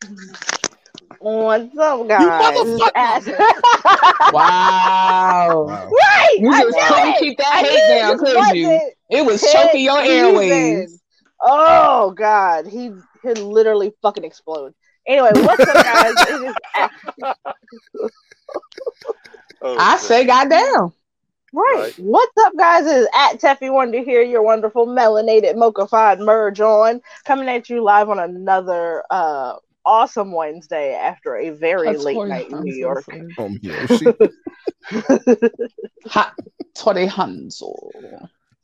[SPEAKER 10] What's up, guys?
[SPEAKER 3] motherfucker.
[SPEAKER 10] Ass- (laughs)
[SPEAKER 5] Wow.
[SPEAKER 7] Wow.
[SPEAKER 10] right.
[SPEAKER 5] You
[SPEAKER 10] I
[SPEAKER 5] just
[SPEAKER 10] knew
[SPEAKER 5] couldn't
[SPEAKER 10] it.
[SPEAKER 5] keep that
[SPEAKER 10] I knew
[SPEAKER 5] hate down,
[SPEAKER 10] it
[SPEAKER 5] could you?
[SPEAKER 10] wasn't
[SPEAKER 5] It was
[SPEAKER 10] his
[SPEAKER 5] choking your
[SPEAKER 10] season.
[SPEAKER 5] airways.
[SPEAKER 10] Oh God, he he literally fucking explode. Anyway, what's up, guys? It is Ass-
[SPEAKER 6] oh,
[SPEAKER 5] I
[SPEAKER 6] shit.
[SPEAKER 5] say goddamn.
[SPEAKER 10] Right.
[SPEAKER 6] Right.
[SPEAKER 10] What's up, guys? It is at Teffy Wonder here, your wonderful melanated mochafied merge on, coming at you live on another uh awesome Wednesday after a very
[SPEAKER 5] That's
[SPEAKER 10] late
[SPEAKER 5] why
[SPEAKER 10] night in
[SPEAKER 5] I'm
[SPEAKER 10] New
[SPEAKER 5] so
[SPEAKER 10] York.
[SPEAKER 5] sorry.
[SPEAKER 7] Oh,
[SPEAKER 6] (laughs)
[SPEAKER 7] yeah, she-
[SPEAKER 5] Hot Tori Hanzo.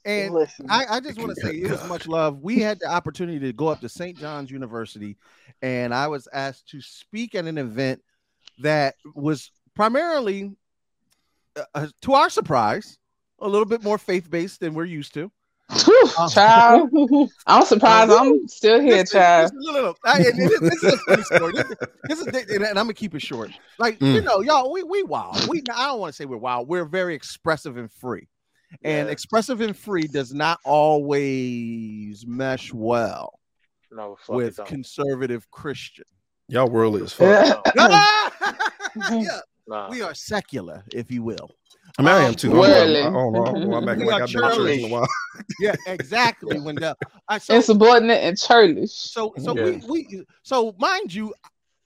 [SPEAKER 3] And
[SPEAKER 10] Listen,
[SPEAKER 3] I, I just want to say it was much love. We had the opportunity to go up to St. John's University, and I was asked to speak at an event that was primarily, uh, uh, to our surprise, a little bit more faith based than we're used to.
[SPEAKER 5] Whew,
[SPEAKER 10] (laughs)
[SPEAKER 5] Child, I'm surprised
[SPEAKER 3] Uh,
[SPEAKER 5] (laughs) I'm still here,
[SPEAKER 3] Listen,
[SPEAKER 5] child.
[SPEAKER 3] listen, look, look, look. I- and this, this is a funny story. This, this is, and, I'm gonna keep it short. Like you
[SPEAKER 7] Mm.
[SPEAKER 3] know, y'all, we we wild. We I don't want to say we're wild. We're very expressive and free, and
[SPEAKER 6] Yeah.
[SPEAKER 3] expressive and free does not always mesh well.
[SPEAKER 6] no, fuck
[SPEAKER 3] with
[SPEAKER 6] it, don't.
[SPEAKER 3] conservative Christian.
[SPEAKER 7] Y'all worldly as fuck.
[SPEAKER 3] (laughs) yeah,
[SPEAKER 6] Nah.
[SPEAKER 3] we are secular, if you will.
[SPEAKER 7] I mean, I am too. I'm,
[SPEAKER 5] Worldly.
[SPEAKER 7] I'm, I'm, I'm, I'm acting
[SPEAKER 3] We
[SPEAKER 7] like
[SPEAKER 3] are
[SPEAKER 7] I've been to church in a
[SPEAKER 3] churlish.
[SPEAKER 7] while.
[SPEAKER 3] Yeah, exactly. When the I so
[SPEAKER 5] (laughs) Insubordinate and churlish.
[SPEAKER 3] so so
[SPEAKER 6] Yeah.
[SPEAKER 3] we we so mind you,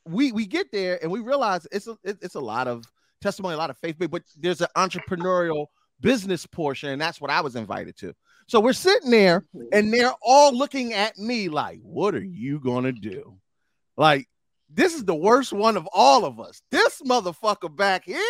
[SPEAKER 3] we we get there and we realize it's a it- it's a lot of testimony, a lot of faith, but but there's an entrepreneurial business portion, and that's what I was invited to. So we're sitting there, and they're all looking at me like, "What are you gonna do?" Like, this is the worst one of all of us. This motherfucker back here.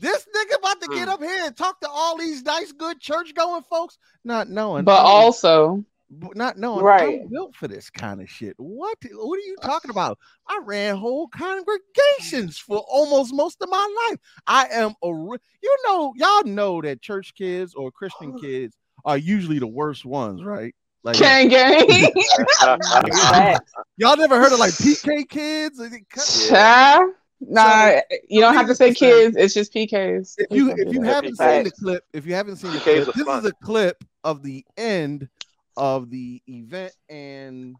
[SPEAKER 3] This nigga about to get
[SPEAKER 6] Mm.
[SPEAKER 3] up here and talk to all these nice, good church going folks, not knowing,
[SPEAKER 5] But
[SPEAKER 3] I'm
[SPEAKER 5] also,
[SPEAKER 3] b- not knowing
[SPEAKER 10] Right.
[SPEAKER 3] I'm built for this kind of shit. What what are you
[SPEAKER 6] Uh,
[SPEAKER 3] talking about? I ran whole congregations for almost most of my life. I am a re- you know y'all know that church kids or
[SPEAKER 6] Uh.
[SPEAKER 3] Christian kids are usually the worst ones, right? Like
[SPEAKER 5] gang gang.
[SPEAKER 6] (laughs)
[SPEAKER 10] facts.
[SPEAKER 3] y'all never heard of like PK kids? Is it cut-
[SPEAKER 5] (laughs) Child. Nah, you don't have to say
[SPEAKER 3] needless to say-
[SPEAKER 5] kids. It's just PKs.
[SPEAKER 3] If you if you
[SPEAKER 6] PK
[SPEAKER 3] haven't seen the
[SPEAKER 6] kids.
[SPEAKER 3] clip, if you haven't seen the
[SPEAKER 6] PKs
[SPEAKER 3] clip,
[SPEAKER 6] are
[SPEAKER 3] this
[SPEAKER 6] fun.
[SPEAKER 3] is a clip of the end of the event, and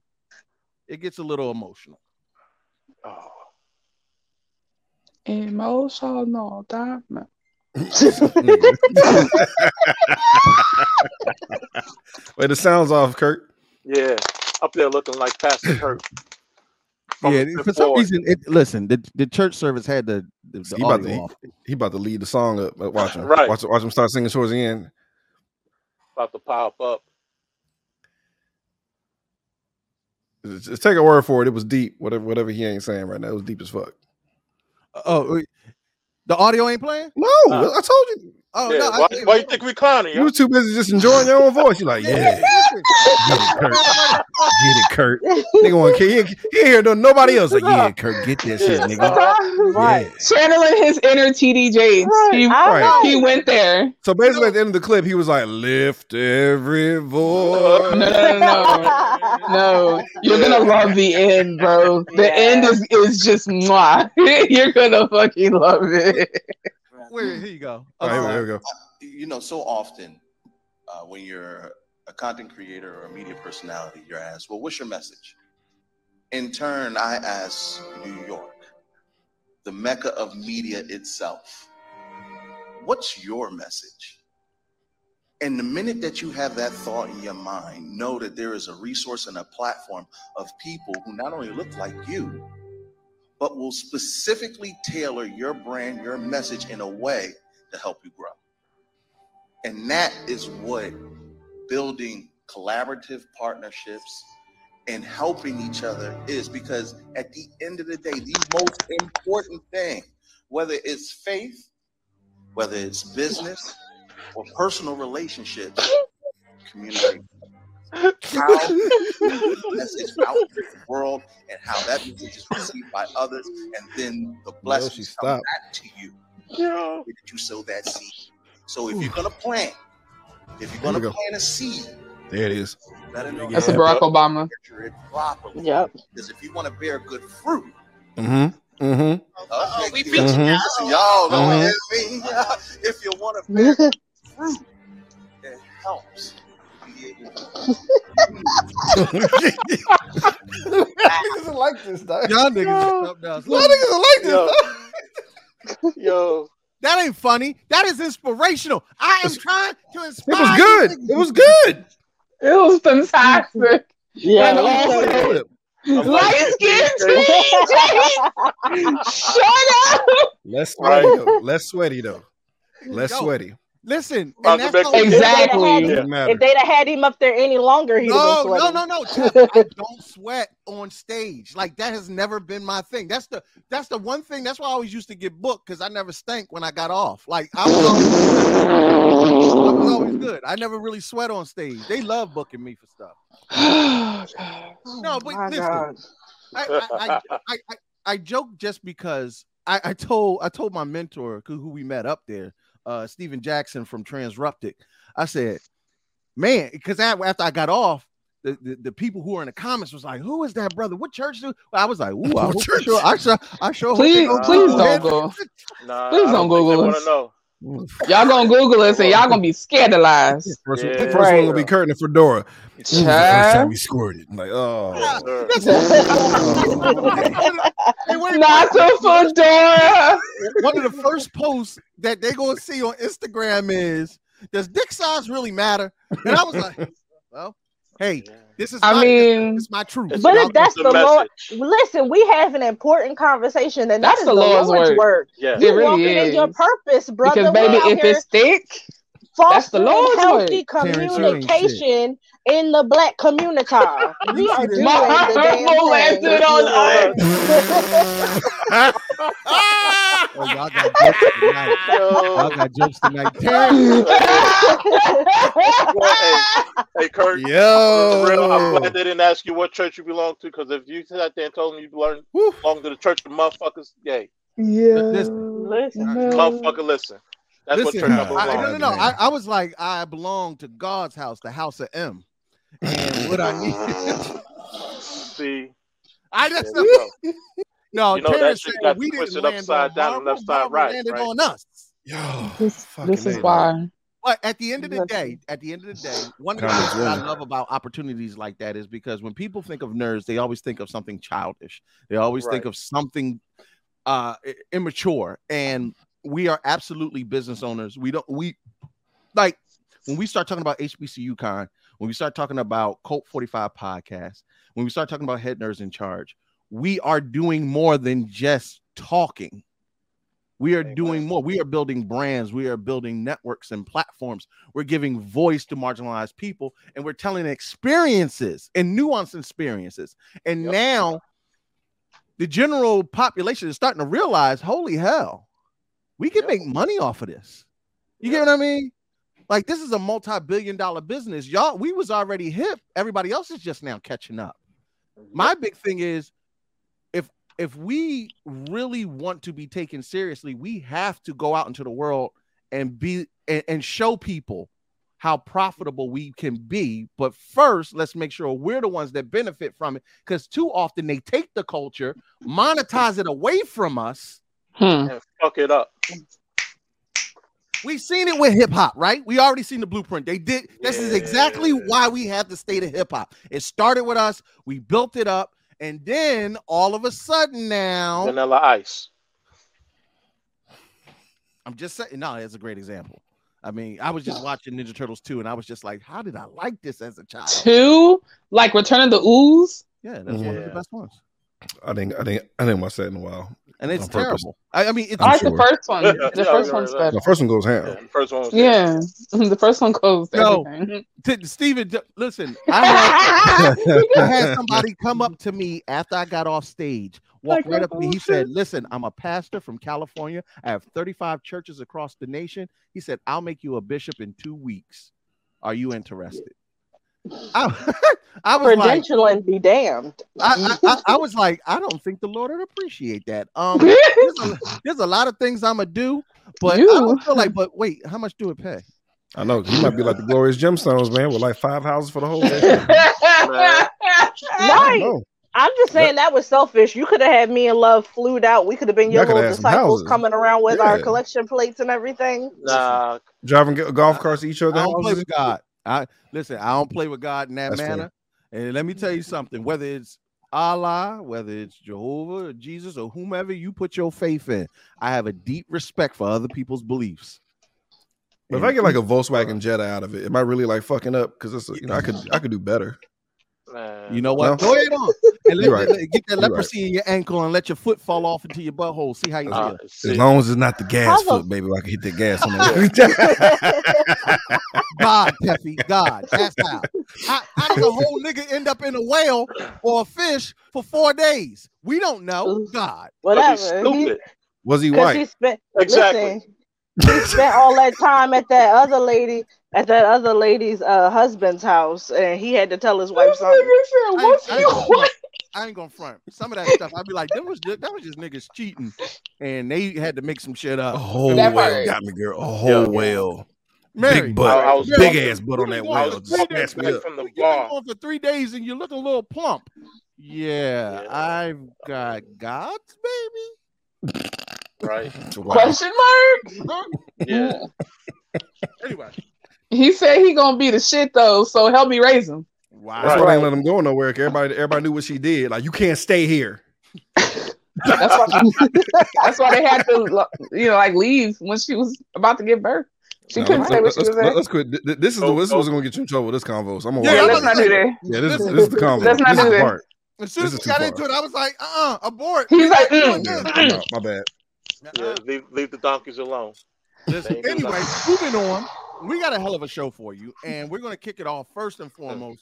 [SPEAKER 3] it gets a little emotional.
[SPEAKER 6] Oh,
[SPEAKER 5] Emotional diamond.
[SPEAKER 7] Wait, the sound's off, Kirk.
[SPEAKER 6] yeah, up there looking like Pastor Kirk. From
[SPEAKER 3] yeah,
[SPEAKER 6] the
[SPEAKER 3] for some
[SPEAKER 6] board.
[SPEAKER 3] reason, it, listen, the, the church service had the, the, the
[SPEAKER 7] He about
[SPEAKER 3] audio
[SPEAKER 7] to-
[SPEAKER 3] off.
[SPEAKER 7] He about to lead the song up. Uh, Watch him.
[SPEAKER 6] Right.
[SPEAKER 7] Watch, watch him start singing towards the end.
[SPEAKER 6] about to pop up.
[SPEAKER 7] Just just take a word for it. It was deep. Whatever, whatever he ain't saying right now, it was deep as fuck.
[SPEAKER 3] Oh, wait, the audio ain't playing.
[SPEAKER 7] No,
[SPEAKER 6] Uh,
[SPEAKER 7] I told you.
[SPEAKER 3] Oh
[SPEAKER 6] yeah,
[SPEAKER 3] no,
[SPEAKER 6] why,
[SPEAKER 3] I,
[SPEAKER 6] why you think we clowning?
[SPEAKER 7] You
[SPEAKER 6] yo?
[SPEAKER 7] were too busy just enjoying your own voice. You like,
[SPEAKER 3] Yeah,
[SPEAKER 6] (laughs)
[SPEAKER 7] yeah,
[SPEAKER 3] listen,
[SPEAKER 7] get it, Kurt. Get it, Kurt. Nigga want he ain't, he ain't hear no- nobody else. Like, yeah, Kurt, get that shit,
[SPEAKER 6] Yeah.
[SPEAKER 7] nigga.
[SPEAKER 10] (laughs) Right.
[SPEAKER 7] Yeah.
[SPEAKER 5] Channeling his inner TD Jakes. He,
[SPEAKER 10] I (laughs)
[SPEAKER 5] he
[SPEAKER 10] know.
[SPEAKER 5] went there.
[SPEAKER 7] So basically, at the end of the clip, he was like, "Lift every
[SPEAKER 5] No,
[SPEAKER 7] voice."
[SPEAKER 5] no, no, (laughs) no. No, you're gonna love the end, bro. The
[SPEAKER 10] Yeah.
[SPEAKER 5] end is, is just mwah. you're gonna fucking love it.
[SPEAKER 3] (laughs) wait, here you go. Uh,
[SPEAKER 7] All right, here we go.
[SPEAKER 11] You know, so often
[SPEAKER 8] uh, when you're a content creator or a media personality, you're asked, well, what's your message? In turn, I ask New York, the mecca of media itself, what's your message? And the minute that you have that thought in your mind, know that there is a resource and a platform of people who not only look like you, but will specifically tailor your brand, your message in a way to help you grow. And that is what building collaborative partnerships and helping each other is because at the end of the day, the most important thing, whether it's faith, whether it's business, or personal relationships, communication. How the message out to the world and how that message is received by others, and then the blessings
[SPEAKER 7] she
[SPEAKER 8] come
[SPEAKER 7] stopped.
[SPEAKER 8] back to you. Yeah. Did you sow that seed? So if you're gonna plant, if you're
[SPEAKER 7] There
[SPEAKER 8] gonna
[SPEAKER 7] we go.
[SPEAKER 8] plant a seed,
[SPEAKER 7] There it is.
[SPEAKER 8] better know
[SPEAKER 5] That's
[SPEAKER 8] how
[SPEAKER 5] a
[SPEAKER 8] to
[SPEAKER 5] Barack Obama.
[SPEAKER 8] nurture it properly.
[SPEAKER 9] Yep.
[SPEAKER 8] Because if you want to bear good fruit,
[SPEAKER 7] Mm-hmm. Mm-hmm.
[SPEAKER 8] uh,
[SPEAKER 10] we
[SPEAKER 8] you-
[SPEAKER 10] preaching
[SPEAKER 7] Mhm.
[SPEAKER 10] now.
[SPEAKER 8] Listen, y'all don't
[SPEAKER 7] Mhm.
[SPEAKER 8] hear me. (laughs) if you
[SPEAKER 10] (laughs)
[SPEAKER 8] want to bear good fruit, it helps. to be able (laughs) to-
[SPEAKER 7] niggas like this, dog.
[SPEAKER 3] Y'all niggas
[SPEAKER 6] No.
[SPEAKER 3] are up now.
[SPEAKER 7] Y'all niggas like this,
[SPEAKER 6] Yo.
[SPEAKER 7] dog.
[SPEAKER 3] (laughs)
[SPEAKER 6] Yo,
[SPEAKER 3] That ain't funny. That is inspirational. I am trying to
[SPEAKER 7] It
[SPEAKER 3] inspire.
[SPEAKER 7] was
[SPEAKER 3] you
[SPEAKER 7] good.
[SPEAKER 3] niggas.
[SPEAKER 7] It was good.
[SPEAKER 5] It was fantastic.
[SPEAKER 9] Yeah.
[SPEAKER 7] I
[SPEAKER 9] that's
[SPEAKER 7] fucking
[SPEAKER 9] it.
[SPEAKER 7] with it.
[SPEAKER 5] Light
[SPEAKER 6] (laughs)
[SPEAKER 5] skin Shut up.
[SPEAKER 7] Less sweaty though. Less sweaty though. Less
[SPEAKER 3] Yo.
[SPEAKER 7] sweaty.
[SPEAKER 3] Listen,
[SPEAKER 6] About
[SPEAKER 3] and
[SPEAKER 6] to
[SPEAKER 3] that's
[SPEAKER 6] make
[SPEAKER 3] how-
[SPEAKER 6] me-
[SPEAKER 9] Exactly.
[SPEAKER 7] Doesn't matter.
[SPEAKER 10] If they'd have had him up there any longer, he'd
[SPEAKER 3] no,
[SPEAKER 10] have been
[SPEAKER 3] no,
[SPEAKER 10] sweating.
[SPEAKER 3] no, no. Jeff, I don't sweat on stage. Like that has never been my thing. That's the that's the one thing. That's why I always used to get booked because I never stank when I got off. Like I was, always, I was always good. I never really sweat on stage. They love booking me for stuff. No, but
[SPEAKER 9] My
[SPEAKER 3] listen.
[SPEAKER 9] God.
[SPEAKER 3] I, I, I, I, I, I joke just because I, I told I told my mentor who who we met up there, uh, Stephen Jackson from Transruptic. I said, man, because after I got off, the, the, the people who were in the comments was like, who is that brother? What church do? I was like, ooh, I
[SPEAKER 7] (laughs) What
[SPEAKER 3] hope
[SPEAKER 7] church?
[SPEAKER 3] sure, I sure, I sure. hope they
[SPEAKER 5] Please,
[SPEAKER 3] don't
[SPEAKER 5] please
[SPEAKER 3] do that."
[SPEAKER 5] don't go.
[SPEAKER 6] nah,
[SPEAKER 5] Please
[SPEAKER 6] I
[SPEAKER 5] don't
[SPEAKER 6] think they
[SPEAKER 5] Google
[SPEAKER 6] wanna
[SPEAKER 5] us.
[SPEAKER 6] know.
[SPEAKER 5] Y'all gonna Google us and y'all gonna be scandalized.
[SPEAKER 7] First,
[SPEAKER 6] Yeah.
[SPEAKER 7] first one
[SPEAKER 9] Right.
[SPEAKER 7] gonna be Curtin and Fedora. This is the first time
[SPEAKER 5] Child.
[SPEAKER 7] we squirted. I'm like, oh,
[SPEAKER 6] Yes, sir.
[SPEAKER 3] (laughs)
[SPEAKER 7] (laughs)
[SPEAKER 3] Hey, wait,
[SPEAKER 5] Not a fedora.
[SPEAKER 3] one of the first posts that they gonna see on Instagram is, does dick size really matter? And I was like, well, hey, this is
[SPEAKER 5] I
[SPEAKER 3] my,
[SPEAKER 5] mean-
[SPEAKER 3] this is my truth.
[SPEAKER 6] It's
[SPEAKER 10] But
[SPEAKER 6] about
[SPEAKER 10] if that's
[SPEAKER 6] the
[SPEAKER 10] the Lord,
[SPEAKER 6] message.
[SPEAKER 10] listen, we have an important conversation, and that's the Lord's, word.
[SPEAKER 6] Yeah.
[SPEAKER 5] It
[SPEAKER 10] You
[SPEAKER 5] really
[SPEAKER 10] walking in
[SPEAKER 5] is.
[SPEAKER 10] your purpose, brother.
[SPEAKER 5] Because
[SPEAKER 10] We
[SPEAKER 5] baby,
[SPEAKER 10] out
[SPEAKER 5] if
[SPEAKER 10] here
[SPEAKER 5] it's thick, that's the
[SPEAKER 10] fostering
[SPEAKER 5] Lord's
[SPEAKER 10] healthy
[SPEAKER 3] Terrence, you ain't
[SPEAKER 10] communication in the black community. we
[SPEAKER 3] see
[SPEAKER 10] are
[SPEAKER 3] this-
[SPEAKER 10] doing
[SPEAKER 5] My
[SPEAKER 10] the
[SPEAKER 5] herbal
[SPEAKER 10] damn
[SPEAKER 5] landed
[SPEAKER 10] thing.
[SPEAKER 5] on
[SPEAKER 3] Oh, y'all got jokes tonight. Y'all
[SPEAKER 6] Yo.
[SPEAKER 3] got jokes tonight. Terrence,
[SPEAKER 10] (laughs)
[SPEAKER 6] Well, hey, hey, Kurt. For real, I'm
[SPEAKER 7] yo,
[SPEAKER 6] glad they didn't ask you what church you belong to because if you sat there and told them you belong,
[SPEAKER 7] Woo.
[SPEAKER 6] belong to the church of motherfuckers, yay.
[SPEAKER 5] Yeah.
[SPEAKER 3] Listen.
[SPEAKER 5] No.
[SPEAKER 6] Motherfucker, listen. That's
[SPEAKER 3] listen,
[SPEAKER 6] what church I
[SPEAKER 7] Nah.
[SPEAKER 6] belong
[SPEAKER 3] I,
[SPEAKER 6] to.
[SPEAKER 3] no, no, no. I, I was like, I belong to God's house, the house of M. And what I need,
[SPEAKER 6] See,
[SPEAKER 3] I
[SPEAKER 6] there
[SPEAKER 3] just
[SPEAKER 6] you go.
[SPEAKER 3] (laughs) no.
[SPEAKER 6] You know, that
[SPEAKER 3] Terrence
[SPEAKER 6] shit
[SPEAKER 3] said
[SPEAKER 6] got
[SPEAKER 3] we didn't
[SPEAKER 6] twisted
[SPEAKER 3] land
[SPEAKER 6] upside
[SPEAKER 3] on
[SPEAKER 6] down
[SPEAKER 3] Marvel,
[SPEAKER 6] and left side
[SPEAKER 3] Marvel
[SPEAKER 6] right,
[SPEAKER 3] landed
[SPEAKER 6] right?
[SPEAKER 3] on us.
[SPEAKER 7] yo,
[SPEAKER 5] This,
[SPEAKER 7] fucking
[SPEAKER 5] this is
[SPEAKER 7] A,
[SPEAKER 5] why.
[SPEAKER 3] But at the end of the
[SPEAKER 5] Exactly.
[SPEAKER 3] day, at the end of the day, one of the
[SPEAKER 7] God,
[SPEAKER 3] things that I
[SPEAKER 7] yeah.
[SPEAKER 3] love about opportunities like that is because when people think of nerds, they always think of something childish. They always think
[SPEAKER 6] Right.
[SPEAKER 3] of something uh i- immature. And we are absolutely business owners. We don't we like when we start talking about HBCU con, when we start talking about Colt 45 podcast, when we start talking about head nerds in charge, we are doing more than just talking. We are
[SPEAKER 6] Amen.
[SPEAKER 3] doing more. We are building brands. We are building networks and platforms. We're giving voice to marginalized people and we're telling experiences and nuanced experiences. And
[SPEAKER 6] Yep.
[SPEAKER 3] now the general population is starting to realize holy hell, we can
[SPEAKER 6] Yep.
[SPEAKER 3] make money off of this. You
[SPEAKER 6] Yep.
[SPEAKER 3] get what I mean? Like this is a multi-billion dollar business. Y'all, we was already hip. Everybody else is just now catching up. My big thing is if if we really want to be taken seriously, we have to go out into the world and be and, and show people how profitable we can be. But first, let's make sure we're the ones that benefit from it. Because too often they take the culture, monetize it away from us,
[SPEAKER 5] Hmm.
[SPEAKER 6] and fuck it up.
[SPEAKER 3] We've seen it with hip hop, right? We already seen the blueprint. They did. This is exactly why we have the state of hip hop. It started with us. We built it up, and then all of a sudden now,
[SPEAKER 6] Vanilla Ice.
[SPEAKER 3] I'm just saying. No, that's a great example. I mean, I was just watching Ninja Turtles two, and I was just like, how did I like this as a child?
[SPEAKER 5] (laughs) Two, like Return of the Ooze.
[SPEAKER 3] Yeah, that's one of the
[SPEAKER 7] Yeah.
[SPEAKER 3] best ones.
[SPEAKER 7] I didn't, I didn't, I didn't watch that in a while.
[SPEAKER 3] And it's
[SPEAKER 7] On purpose.
[SPEAKER 3] terrible. I, I mean, it's
[SPEAKER 5] I like the
[SPEAKER 7] sure.
[SPEAKER 5] first one. The
[SPEAKER 6] Yeah,
[SPEAKER 5] first
[SPEAKER 6] yeah,
[SPEAKER 5] one's
[SPEAKER 6] yeah.
[SPEAKER 5] better.
[SPEAKER 7] The first one
[SPEAKER 6] (laughs)
[SPEAKER 7] goes ham.
[SPEAKER 6] Yeah, the first one was
[SPEAKER 5] Yeah, (laughs) the first one closed
[SPEAKER 3] No.
[SPEAKER 5] everything.
[SPEAKER 3] T- Steven, d-
[SPEAKER 7] (laughs)
[SPEAKER 3] listen, I had, I had somebody come up to me after I got off stage, walk right up to me. He said, Listen, I'm a pastor from California. I have 35 churches across the nation. He said, I'll make you a bishop in two weeks. Are you interested? I, (laughs) I was like,
[SPEAKER 10] Credential and be damned.
[SPEAKER 3] I, I, I- I was like, I don't think the Lord would appreciate that. Um, there's a, there's a lot of things I'm gonna do, but I don't feel like. But wait, how much do it pay?
[SPEAKER 7] I know you might be like the glorious gemstones, man, with like five houses for the whole. Day.
[SPEAKER 6] Man,
[SPEAKER 10] right. I'm just saying that was selfish. You could have had me and Love flued out. We could have been your
[SPEAKER 7] Y'all coulda
[SPEAKER 10] little
[SPEAKER 7] had some
[SPEAKER 10] disciples
[SPEAKER 7] houses.
[SPEAKER 10] coming around with our
[SPEAKER 7] Yeah.
[SPEAKER 10] collection plates and
[SPEAKER 7] (laughs)
[SPEAKER 10] everything.
[SPEAKER 6] nah,
[SPEAKER 7] Driving go- golf carts to each other.
[SPEAKER 3] I don't play
[SPEAKER 7] houses.
[SPEAKER 3] with God. I listen. I don't play with God in that
[SPEAKER 7] That's fair.
[SPEAKER 3] manner. And let me tell you something. Whether it's Allah, whether it's Jehovah or Jesus or whomever you put your faith in, I have a deep respect for other people's beliefs.
[SPEAKER 7] But if I get like a Volkswagen Jetta out of it, am I really like fucking up? Because it's you know I could I could do better.
[SPEAKER 6] man.
[SPEAKER 3] You know what?
[SPEAKER 7] No.
[SPEAKER 3] Go ahead
[SPEAKER 7] (laughs)
[SPEAKER 3] on and let,
[SPEAKER 7] You're right.
[SPEAKER 3] let- get that
[SPEAKER 7] You're right.
[SPEAKER 3] leprosy in your ankle and let your foot fall off into your butthole. See how you
[SPEAKER 6] Uh,
[SPEAKER 3] feel.
[SPEAKER 7] As
[SPEAKER 6] see,
[SPEAKER 7] long as it's not the gas
[SPEAKER 10] How the-
[SPEAKER 7] foot, baby, I can hit the gas on that.
[SPEAKER 3] God, Peffy, God. That's how. how. How does a whole nigga end up in a whale or a fish for four days? We don't know. God.
[SPEAKER 6] that'd be
[SPEAKER 10] Whatever. He-
[SPEAKER 6] stupid.
[SPEAKER 7] Was he
[SPEAKER 10] 'cause
[SPEAKER 7] white?
[SPEAKER 10] he spent
[SPEAKER 6] Exactly.
[SPEAKER 10] listen, he spent all that time at that other lady at that other lady's uh, husband's house and he had to tell his wife something.
[SPEAKER 3] I ain't, I ain't gonna front. I ain't gonna front. Some of that stuff, I'd be like, that was just, that was just niggas cheating, and they had to make some shit
[SPEAKER 7] A
[SPEAKER 3] up.
[SPEAKER 7] whole
[SPEAKER 5] That
[SPEAKER 7] whale
[SPEAKER 5] part.
[SPEAKER 7] got me, girl. A whole
[SPEAKER 6] Yeah.
[SPEAKER 7] whale.
[SPEAKER 3] Mary,
[SPEAKER 7] Oh, Big butt.
[SPEAKER 6] I- I was-
[SPEAKER 7] big ass butt
[SPEAKER 3] you
[SPEAKER 7] on
[SPEAKER 3] been
[SPEAKER 7] that
[SPEAKER 3] going
[SPEAKER 7] whale.
[SPEAKER 3] for
[SPEAKER 7] Just
[SPEAKER 3] three days,
[SPEAKER 7] snatched me
[SPEAKER 6] Back
[SPEAKER 7] up.
[SPEAKER 6] from the
[SPEAKER 3] you've been
[SPEAKER 6] bar.
[SPEAKER 3] going for three days, and you look a little plump. Yeah,
[SPEAKER 6] Yeah.
[SPEAKER 3] I've got God's baby.
[SPEAKER 6] Right.
[SPEAKER 7] Wow.
[SPEAKER 5] Question mark.
[SPEAKER 6] Yeah.
[SPEAKER 3] Anyway,
[SPEAKER 5] He said he gonna be the shit though, so help me raise him.
[SPEAKER 3] wow.
[SPEAKER 7] That's why they
[SPEAKER 6] Right.
[SPEAKER 7] ain't let him go nowhere. 'cause Everybody, everybody knew what she did. Like you can't stay here.
[SPEAKER 5] That's why. that's why they had to, you know, like leave when she was about to give birth. She
[SPEAKER 7] Nah,
[SPEAKER 5] couldn't
[SPEAKER 7] let's-
[SPEAKER 5] say what
[SPEAKER 7] let's-
[SPEAKER 5] she was
[SPEAKER 7] let's-
[SPEAKER 5] at.
[SPEAKER 7] Let's quit. Th- th- This is the,
[SPEAKER 6] Nope,
[SPEAKER 7] this is what's
[SPEAKER 6] nope.
[SPEAKER 7] gonna get you in trouble. This convo. So I'm gonna.
[SPEAKER 3] Yeah,
[SPEAKER 5] Yeah,
[SPEAKER 7] walk
[SPEAKER 5] let's
[SPEAKER 7] out.
[SPEAKER 5] not do that.
[SPEAKER 7] Yeah, this, is
[SPEAKER 3] Listen.
[SPEAKER 7] this is the convo.
[SPEAKER 5] Let's not
[SPEAKER 7] this is
[SPEAKER 5] do
[SPEAKER 7] the
[SPEAKER 5] that.
[SPEAKER 7] part.
[SPEAKER 3] As soon as
[SPEAKER 7] This
[SPEAKER 3] we
[SPEAKER 7] is too
[SPEAKER 3] got
[SPEAKER 7] far.
[SPEAKER 3] into it, I was like, uh, uh abort.
[SPEAKER 5] He's
[SPEAKER 3] We not
[SPEAKER 5] like,
[SPEAKER 3] doing
[SPEAKER 5] mm.
[SPEAKER 7] Yeah,
[SPEAKER 3] this.
[SPEAKER 7] (clears throat) I'm out. My bad.
[SPEAKER 6] Yeah,
[SPEAKER 3] Uh-uh.
[SPEAKER 6] leave, leave the donkeys alone.
[SPEAKER 3] Listen,
[SPEAKER 6] Thank you,
[SPEAKER 3] anyway,
[SPEAKER 6] Doc.
[SPEAKER 3] moving on. We got a hell of a show for you, and we're going to kick it off first and foremost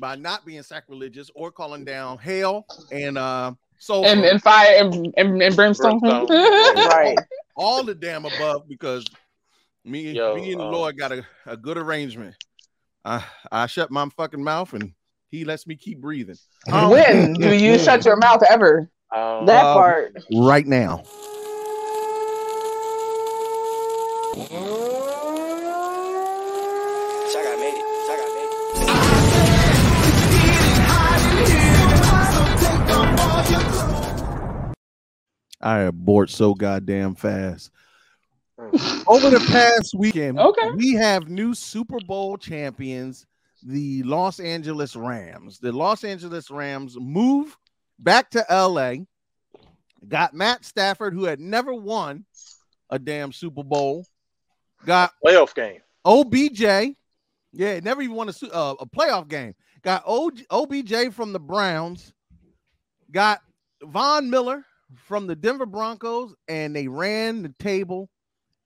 [SPEAKER 3] by not being sacrilegious or calling down hell and uh, soul,
[SPEAKER 5] And, and fire and, and, and brimstone.
[SPEAKER 6] Brimstone.
[SPEAKER 10] Right.
[SPEAKER 3] all the damn above, because me,
[SPEAKER 6] Yo,
[SPEAKER 3] me and the
[SPEAKER 6] um,
[SPEAKER 3] Lord got a, a good arrangement. I, I shut my fucking mouth, and He lets me keep breathing. Um,
[SPEAKER 5] (laughs) when do you shut your mouth ever?
[SPEAKER 6] Um,
[SPEAKER 10] That
[SPEAKER 3] Um,
[SPEAKER 10] part.
[SPEAKER 3] Right now. I abort so goddamn fast. Over the past weekend,
[SPEAKER 5] Okay.
[SPEAKER 3] we have new Super Bowl champions, the Los Angeles Rams. The Los Angeles Rams move back to LA, got Matt Stafford, who had never won a damn Super Bowl, got
[SPEAKER 6] playoff game.
[SPEAKER 3] OBJ. Yeah, never even won a, su- uh, a playoff game. Got OG, OBJ from the Browns. Got Von Miller from the Denver Broncos, and they ran the table,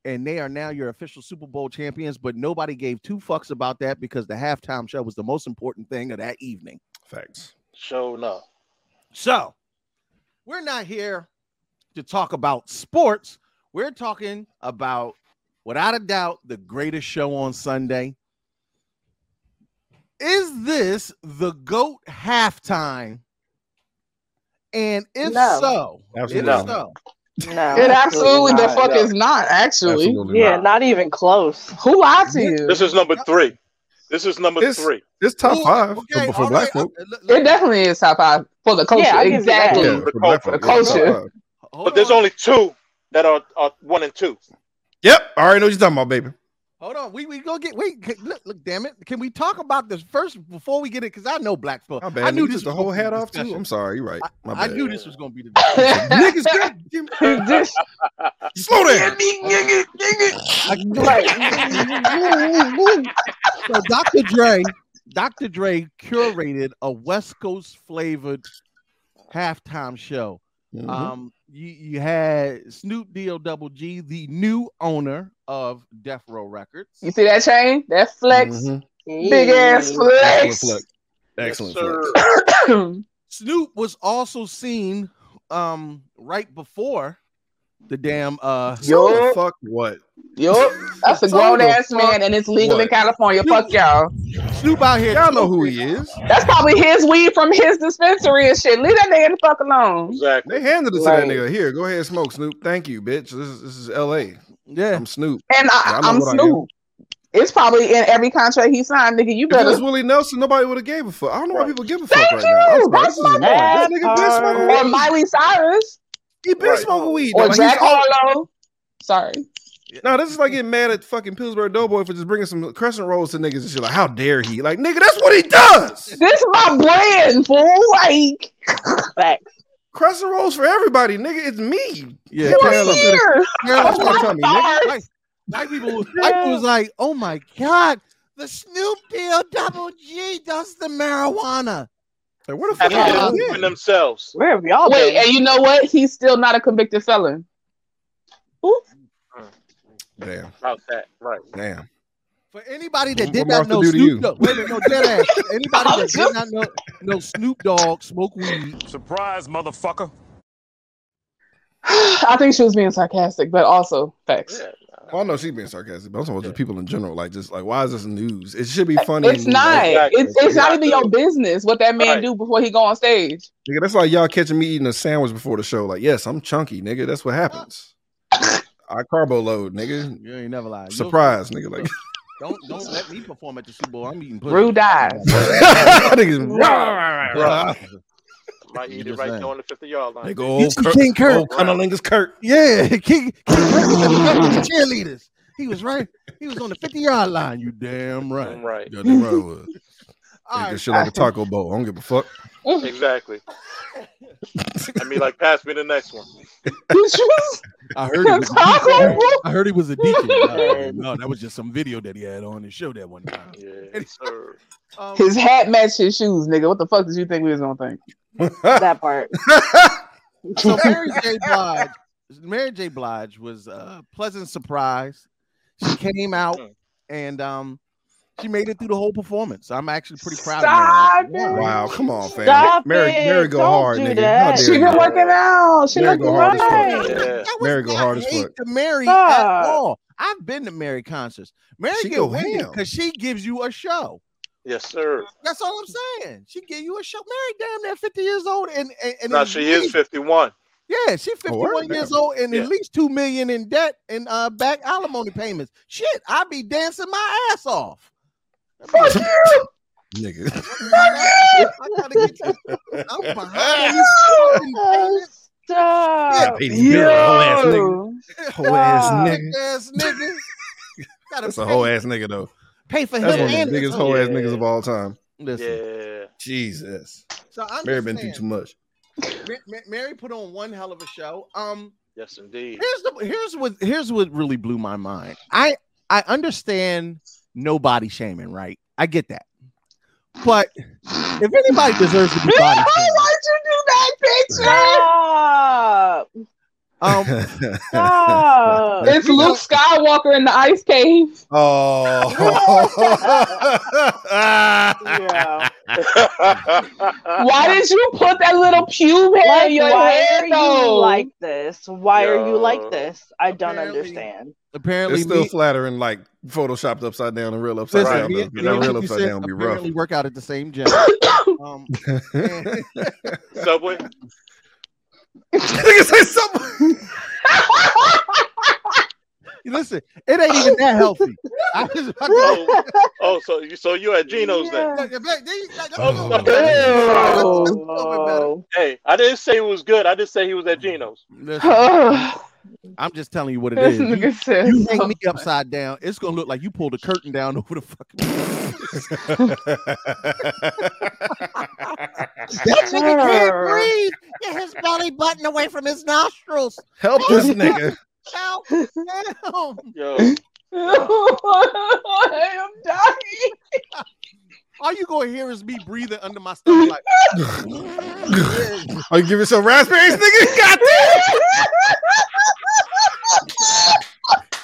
[SPEAKER 3] and they are now your official Super Bowl champions. But nobody gave two fucks about that because the halftime show was the most important thing of that evening.
[SPEAKER 7] Facts.
[SPEAKER 6] Show no.
[SPEAKER 3] So we're not here to talk about sports. We're talking about, without a doubt, the greatest show on Sunday. Is this the GOAT halftime? And if
[SPEAKER 10] No.
[SPEAKER 3] so,
[SPEAKER 7] Absolutely
[SPEAKER 3] if
[SPEAKER 7] not.
[SPEAKER 3] so,
[SPEAKER 10] No.
[SPEAKER 5] It absolutely the
[SPEAKER 10] not.
[SPEAKER 5] fuck is not, actually.
[SPEAKER 7] Absolutely.
[SPEAKER 10] Yeah,
[SPEAKER 7] not.
[SPEAKER 10] not even close.
[SPEAKER 5] Who lied to you?
[SPEAKER 6] This is number three. This is number
[SPEAKER 7] It's-
[SPEAKER 6] three.
[SPEAKER 7] It's top
[SPEAKER 3] Ooh,
[SPEAKER 7] five for-
[SPEAKER 3] okay,
[SPEAKER 7] for,
[SPEAKER 3] all
[SPEAKER 7] black
[SPEAKER 3] right,
[SPEAKER 7] folk.
[SPEAKER 3] I- look, look,
[SPEAKER 5] It definitely is top five for the culture.
[SPEAKER 10] Yeah, I'll give you that.
[SPEAKER 5] exactly.
[SPEAKER 7] Yeah, for black folk.
[SPEAKER 5] The
[SPEAKER 7] yeah, top
[SPEAKER 5] culture.
[SPEAKER 7] five.
[SPEAKER 3] hold
[SPEAKER 6] But there's
[SPEAKER 3] on.
[SPEAKER 6] only two that are, are one and two.
[SPEAKER 7] Yep, I already know what you're talking about, baby.
[SPEAKER 3] Hold on, we we go get wait. c- Look, look, damn it! Can we talk about this first before we get it? Because I know black folk.
[SPEAKER 7] My bad.
[SPEAKER 3] I knew
[SPEAKER 7] you
[SPEAKER 3] this
[SPEAKER 7] took the
[SPEAKER 3] was
[SPEAKER 7] whole
[SPEAKER 3] gonna be
[SPEAKER 7] hat
[SPEAKER 3] the
[SPEAKER 7] off too.
[SPEAKER 3] discussion.
[SPEAKER 7] I'm sorry. You're right. Oh, My
[SPEAKER 3] I
[SPEAKER 7] bad.
[SPEAKER 3] knew this was gonna be the (laughs)
[SPEAKER 7] Niggas, goddamn- slow down.
[SPEAKER 3] so Dr. Dre, Dr. Dre curated a West Coast flavored halftime show.
[SPEAKER 7] Mhm.
[SPEAKER 3] Um, you, you had Snoop D-O Double G, the new owner of Death Row Records.
[SPEAKER 5] (laughs) You see that chain? That flex.
[SPEAKER 7] Mhm.
[SPEAKER 5] Big ass
[SPEAKER 7] Excellent
[SPEAKER 5] flex.
[SPEAKER 7] flex. Excellent
[SPEAKER 6] sir.
[SPEAKER 7] flex.
[SPEAKER 3] Snoop was also seen um right before the damn uh
[SPEAKER 7] So
[SPEAKER 5] Yo.
[SPEAKER 7] the fuck what?
[SPEAKER 5] (coughs) Yup. That's a
[SPEAKER 3] So
[SPEAKER 5] grown
[SPEAKER 3] the
[SPEAKER 5] ass man and it's legal in
[SPEAKER 7] What?
[SPEAKER 5] California. Fuck y'all.
[SPEAKER 3] Snoop out here.
[SPEAKER 7] Y'all know who he is.
[SPEAKER 5] That's probably his weed from his dispensary and shit. Leave that nigga the fuck alone.
[SPEAKER 6] (laughs)
[SPEAKER 7] They
[SPEAKER 6] Exactly.
[SPEAKER 7] handed it to
[SPEAKER 5] Right.
[SPEAKER 7] that nigga. Here, go ahead, smoke, Snoop. Thank you, bitch. This is this
[SPEAKER 5] (laughs)
[SPEAKER 7] is L.A.
[SPEAKER 3] Yeah.
[SPEAKER 7] I'm Snoop.
[SPEAKER 5] And
[SPEAKER 7] Yeah, I
[SPEAKER 5] I,
[SPEAKER 7] know
[SPEAKER 5] I'm
[SPEAKER 7] what I am.
[SPEAKER 5] Snoop. It's probably in every contract he signed, nigga. You
[SPEAKER 7] If it was
[SPEAKER 5] better.
[SPEAKER 7] Willie Nelson, nobody would have gave a fuck. I don't know why
[SPEAKER 6] Right.
[SPEAKER 7] people give a fuck
[SPEAKER 5] Thank
[SPEAKER 7] right
[SPEAKER 5] you.
[SPEAKER 7] now.
[SPEAKER 5] That's
[SPEAKER 7] I'm sorry, this is
[SPEAKER 5] my
[SPEAKER 7] annoying. That nigga been
[SPEAKER 9] part.
[SPEAKER 7] smoking
[SPEAKER 5] Or
[SPEAKER 7] weed.
[SPEAKER 5] Miley Cyrus
[SPEAKER 7] He been
[SPEAKER 6] Right.
[SPEAKER 7] smoking weed.
[SPEAKER 5] or
[SPEAKER 7] Like, he's
[SPEAKER 5] Jack
[SPEAKER 7] all-
[SPEAKER 5] Harlow. Sorry.
[SPEAKER 7] No, this is like getting mad at fucking Pillsbury Doughboy for just bringing some crescent rolls to niggas and shit. Like, how dare he? Like, nigga, that's what he does.
[SPEAKER 5] This is my brand, fool. Like,
[SPEAKER 9] Facts.
[SPEAKER 7] Crescent rolls for everybody, nigga. It's me.
[SPEAKER 3] Yeah.
[SPEAKER 7] Hit my
[SPEAKER 5] we're
[SPEAKER 7] ass up to the-
[SPEAKER 5] here.
[SPEAKER 7] hit my ass up to the tummy, nigga.
[SPEAKER 3] White, white people was, white people was like, oh my god, the Snoop Deal Double G does the marijuana.
[SPEAKER 7] Like, where the fuck?
[SPEAKER 6] Happy
[SPEAKER 7] are
[SPEAKER 6] yeah.
[SPEAKER 7] y'all
[SPEAKER 5] Yeah.
[SPEAKER 7] at?
[SPEAKER 6] themselves.
[SPEAKER 9] Where have y'all
[SPEAKER 5] Wait,
[SPEAKER 9] been?
[SPEAKER 5] and you know what? He's still not a convicted felon. (sighs)
[SPEAKER 7] Damn,
[SPEAKER 6] About that. Right.
[SPEAKER 7] damn.
[SPEAKER 3] For anybody that
[SPEAKER 7] What
[SPEAKER 3] did
[SPEAKER 7] Martha
[SPEAKER 3] not know
[SPEAKER 7] do to you?
[SPEAKER 3] Snoop Dogg, wait a minute, no dead ass. Anybody that did not know, know Snoop Dogg smoke weed,
[SPEAKER 11] Surprise, motherfucker.
[SPEAKER 5] I think she was being sarcastic, but also facts.
[SPEAKER 6] Yeah.
[SPEAKER 7] Well, I know she's being sarcastic, but I'm talking about just people in general. Like, just like, why is this news? It should be funny.
[SPEAKER 5] It's
[SPEAKER 7] and,
[SPEAKER 5] not.
[SPEAKER 7] like,
[SPEAKER 6] Exactly.
[SPEAKER 5] It's, it's not even
[SPEAKER 6] Exactly.
[SPEAKER 5] your business what that man
[SPEAKER 6] Right.
[SPEAKER 5] do before he go on stage.
[SPEAKER 7] nigga, that's like y'all catching me eating a sandwich before the show. Like, yes, I'm chunky, nigga. That's what happens. I carbo load, nigga.
[SPEAKER 3] you ain't never lied.
[SPEAKER 7] Surprise, nigga. (laughs) Like,
[SPEAKER 3] Don't don't let me perform at the Super Bowl. I'm eating pussy.
[SPEAKER 5] Rue
[SPEAKER 6] (laughs)
[SPEAKER 5] dies. (laughs)
[SPEAKER 7] niggas. Bruh.
[SPEAKER 6] Might
[SPEAKER 3] You
[SPEAKER 6] eat it
[SPEAKER 3] just
[SPEAKER 6] right
[SPEAKER 3] saying.
[SPEAKER 6] there on the 50 yard line.
[SPEAKER 7] They
[SPEAKER 6] Big
[SPEAKER 7] go
[SPEAKER 3] You
[SPEAKER 7] old
[SPEAKER 3] see
[SPEAKER 7] Kurt,
[SPEAKER 3] King Kurt.
[SPEAKER 7] old Cunnilingus Kurt.
[SPEAKER 3] Yeah, King, King Kurt was in the front with the cheerleaders. He was right. He was on the 50 yard line. You damn right.
[SPEAKER 7] (laughs)
[SPEAKER 6] Right.
[SPEAKER 7] Yeah, they run with it.
[SPEAKER 3] All
[SPEAKER 7] Eat
[SPEAKER 3] right.
[SPEAKER 7] this shit like a taco bowl. I don't give a (laughs) fuck.
[SPEAKER 6] Exactly. I mean, like, pass me the next one.
[SPEAKER 3] I heard he was a
[SPEAKER 5] Taco
[SPEAKER 3] deacon.
[SPEAKER 5] Bell?
[SPEAKER 3] I heard he was a
[SPEAKER 5] (laughs)
[SPEAKER 3] deacon. Oh,
[SPEAKER 6] Yeah.
[SPEAKER 3] No, that was just some video that he had on his show that one time.
[SPEAKER 6] Yeah, sir.
[SPEAKER 3] Um,
[SPEAKER 5] His hat matched his shoes, nigga. What the fuck did you think we was gonna think?
[SPEAKER 9] That part.
[SPEAKER 5] (laughs)
[SPEAKER 3] so Mary J. Blige, Mary J. Blige was a pleasant surprise. She came out
[SPEAKER 6] Mm.
[SPEAKER 3] and um, she made it through the whole performance. I'm actually pretty proud
[SPEAKER 5] Stop
[SPEAKER 3] of her.
[SPEAKER 5] it.
[SPEAKER 7] wow, come on, fam.
[SPEAKER 9] Stop
[SPEAKER 7] Mary,
[SPEAKER 9] it.
[SPEAKER 7] Mary go
[SPEAKER 9] Don't
[SPEAKER 7] hard,
[SPEAKER 9] do
[SPEAKER 7] nigga.
[SPEAKER 9] that.
[SPEAKER 7] How dare
[SPEAKER 5] She
[SPEAKER 7] you.
[SPEAKER 5] been working out. She
[SPEAKER 7] Mary
[SPEAKER 5] looked
[SPEAKER 7] go hard as fuck.
[SPEAKER 5] right.
[SPEAKER 6] Yeah.
[SPEAKER 3] That was
[SPEAKER 7] Mary go
[SPEAKER 3] not
[SPEAKER 7] hard as
[SPEAKER 3] hate
[SPEAKER 7] fuck.
[SPEAKER 3] to Mary
[SPEAKER 9] Fuck.
[SPEAKER 3] at all. I've been to Mary concerts. Mary
[SPEAKER 7] She
[SPEAKER 3] get
[SPEAKER 7] go
[SPEAKER 3] winded
[SPEAKER 7] ham.
[SPEAKER 3] because she gives you a show.
[SPEAKER 6] Yes, sir.
[SPEAKER 3] That's all I'm saying. She give you a show. Mary, damn near 50 years old, and and, and
[SPEAKER 6] Now,
[SPEAKER 3] at
[SPEAKER 6] she is
[SPEAKER 3] least-
[SPEAKER 6] 51.
[SPEAKER 3] Yeah, she's 51
[SPEAKER 7] Oh, word?
[SPEAKER 3] years old and
[SPEAKER 6] Yeah.
[SPEAKER 3] at least two million in debt and uh back alimony payments. Shit, I be dancing my ass
[SPEAKER 6] (laughs)
[SPEAKER 3] off. Fuck
[SPEAKER 7] (laughs) Nigga.
[SPEAKER 3] I gotta get you.
[SPEAKER 7] (laughs)
[SPEAKER 3] I'm behind these fucking payments,
[SPEAKER 7] (laughs)
[SPEAKER 9] Stop.
[SPEAKER 7] Baby, you're a whole ass
[SPEAKER 5] (laughs)
[SPEAKER 7] nigga.
[SPEAKER 9] Oh, Yo.
[SPEAKER 7] Whole ass
[SPEAKER 9] Stop.
[SPEAKER 7] nigga.
[SPEAKER 3] ass nigga. Gotta
[SPEAKER 7] That's
[SPEAKER 3] pay,
[SPEAKER 7] a whole ass nigga though.
[SPEAKER 3] pay for him
[SPEAKER 7] That's one of
[SPEAKER 3] and
[SPEAKER 7] the biggest
[SPEAKER 3] his
[SPEAKER 7] whole ass
[SPEAKER 6] Yeah.
[SPEAKER 7] niggas of all time.
[SPEAKER 3] Listen,
[SPEAKER 6] Yeah.
[SPEAKER 7] Jesus.
[SPEAKER 3] so I'm
[SPEAKER 7] Mary
[SPEAKER 3] just
[SPEAKER 7] been through
[SPEAKER 3] saying,
[SPEAKER 7] too much.
[SPEAKER 3] Ma- Ma- Mary put on one hell of a show. Um, (laughs)
[SPEAKER 6] Yes, indeed. (laughs)
[SPEAKER 3] here's the here's what here's what really blew my mind. I I understand no body shaming, right? I get that, but if anybody deserves to be body shamed,
[SPEAKER 9] Stop.
[SPEAKER 3] um,
[SPEAKER 9] Oh,
[SPEAKER 3] (laughs)
[SPEAKER 9] Stop.
[SPEAKER 5] It's Luke Skywalker in the ice cave.
[SPEAKER 7] oh.
[SPEAKER 9] Yeah.
[SPEAKER 5] Why did you put that little pube hair
[SPEAKER 9] Like,
[SPEAKER 5] in your
[SPEAKER 9] why
[SPEAKER 5] hair
[SPEAKER 9] are you
[SPEAKER 5] though? (sighs)
[SPEAKER 9] like this? Why are you
[SPEAKER 6] Yo.
[SPEAKER 9] like this? I don't
[SPEAKER 3] Apparently-
[SPEAKER 9] understand.
[SPEAKER 3] apparently
[SPEAKER 7] It's still
[SPEAKER 3] me,
[SPEAKER 7] flattering, like photoshopped upside down and real upside
[SPEAKER 3] listen,
[SPEAKER 7] down.
[SPEAKER 3] me-
[SPEAKER 7] Though,
[SPEAKER 3] me
[SPEAKER 7] you know,
[SPEAKER 3] and
[SPEAKER 7] real
[SPEAKER 3] 50
[SPEAKER 7] upside
[SPEAKER 3] Cent
[SPEAKER 7] down be rough.
[SPEAKER 3] apparently work out at the same gym. um,
[SPEAKER 7] (laughs)
[SPEAKER 3] and-
[SPEAKER 6] Subway?
[SPEAKER 7] Nigga say something.
[SPEAKER 3] listen, it ain't even that healthy. I was about to-
[SPEAKER 6] Oh, oh, so you so you at Geno's then?
[SPEAKER 3] Like, if that- they- like, that's-
[SPEAKER 11] Oh.
[SPEAKER 3] that's- that's a little bit better.
[SPEAKER 9] Oh.
[SPEAKER 7] Oh
[SPEAKER 6] Hey, I didn't say it was good. I just say he was at Geno's.
[SPEAKER 3] Listen,
[SPEAKER 5] Ugh.
[SPEAKER 3] I'm just telling you what it
[SPEAKER 5] This (laughs)
[SPEAKER 3] is.
[SPEAKER 5] nigga
[SPEAKER 3] You,
[SPEAKER 5] says
[SPEAKER 3] you hang
[SPEAKER 5] (laughs)
[SPEAKER 3] me
[SPEAKER 5] something.
[SPEAKER 3] upside down, it's gonna look like you pulled a curtain down (laughs) over the fucking.
[SPEAKER 12] That nigga
[SPEAKER 3] Sure.
[SPEAKER 12] can't breathe. Get his belly button away from his nostrils.
[SPEAKER 3] (laughs)
[SPEAKER 7] Help this nigga.
[SPEAKER 12] Help! Help!
[SPEAKER 6] Yo.
[SPEAKER 12] I'm dying.
[SPEAKER 3] All you gonna hear is me breathing under my stomach.
[SPEAKER 12] (laughs)
[SPEAKER 3] Like,
[SPEAKER 7] Are Oh, you giving some raspberries, nigga? (laughs) God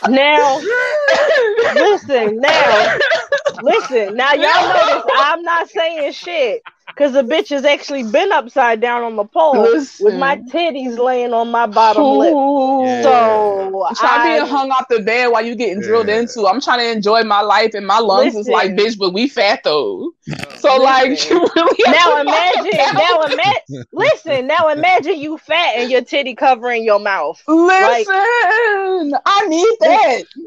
[SPEAKER 9] Now, listen, now, listen, now, y'all notice I'm not saying shit because the bitch has actually been upside down on the pole with my titties laying on my bottom
[SPEAKER 5] Ooh.
[SPEAKER 9] lip. So,
[SPEAKER 5] Try being
[SPEAKER 9] I-
[SPEAKER 5] hung off the bed while you getting drilled into. I'm trying to enjoy my life, and my lungs is like, bitch, but we fat though. So like, (laughs) you really have
[SPEAKER 9] now
[SPEAKER 5] to
[SPEAKER 9] imagine,
[SPEAKER 5] fuck
[SPEAKER 9] now
[SPEAKER 5] out.
[SPEAKER 9] imagine, listen, now imagine you fat and your titty covering your mouth. Like-
[SPEAKER 5] Listen, I need that.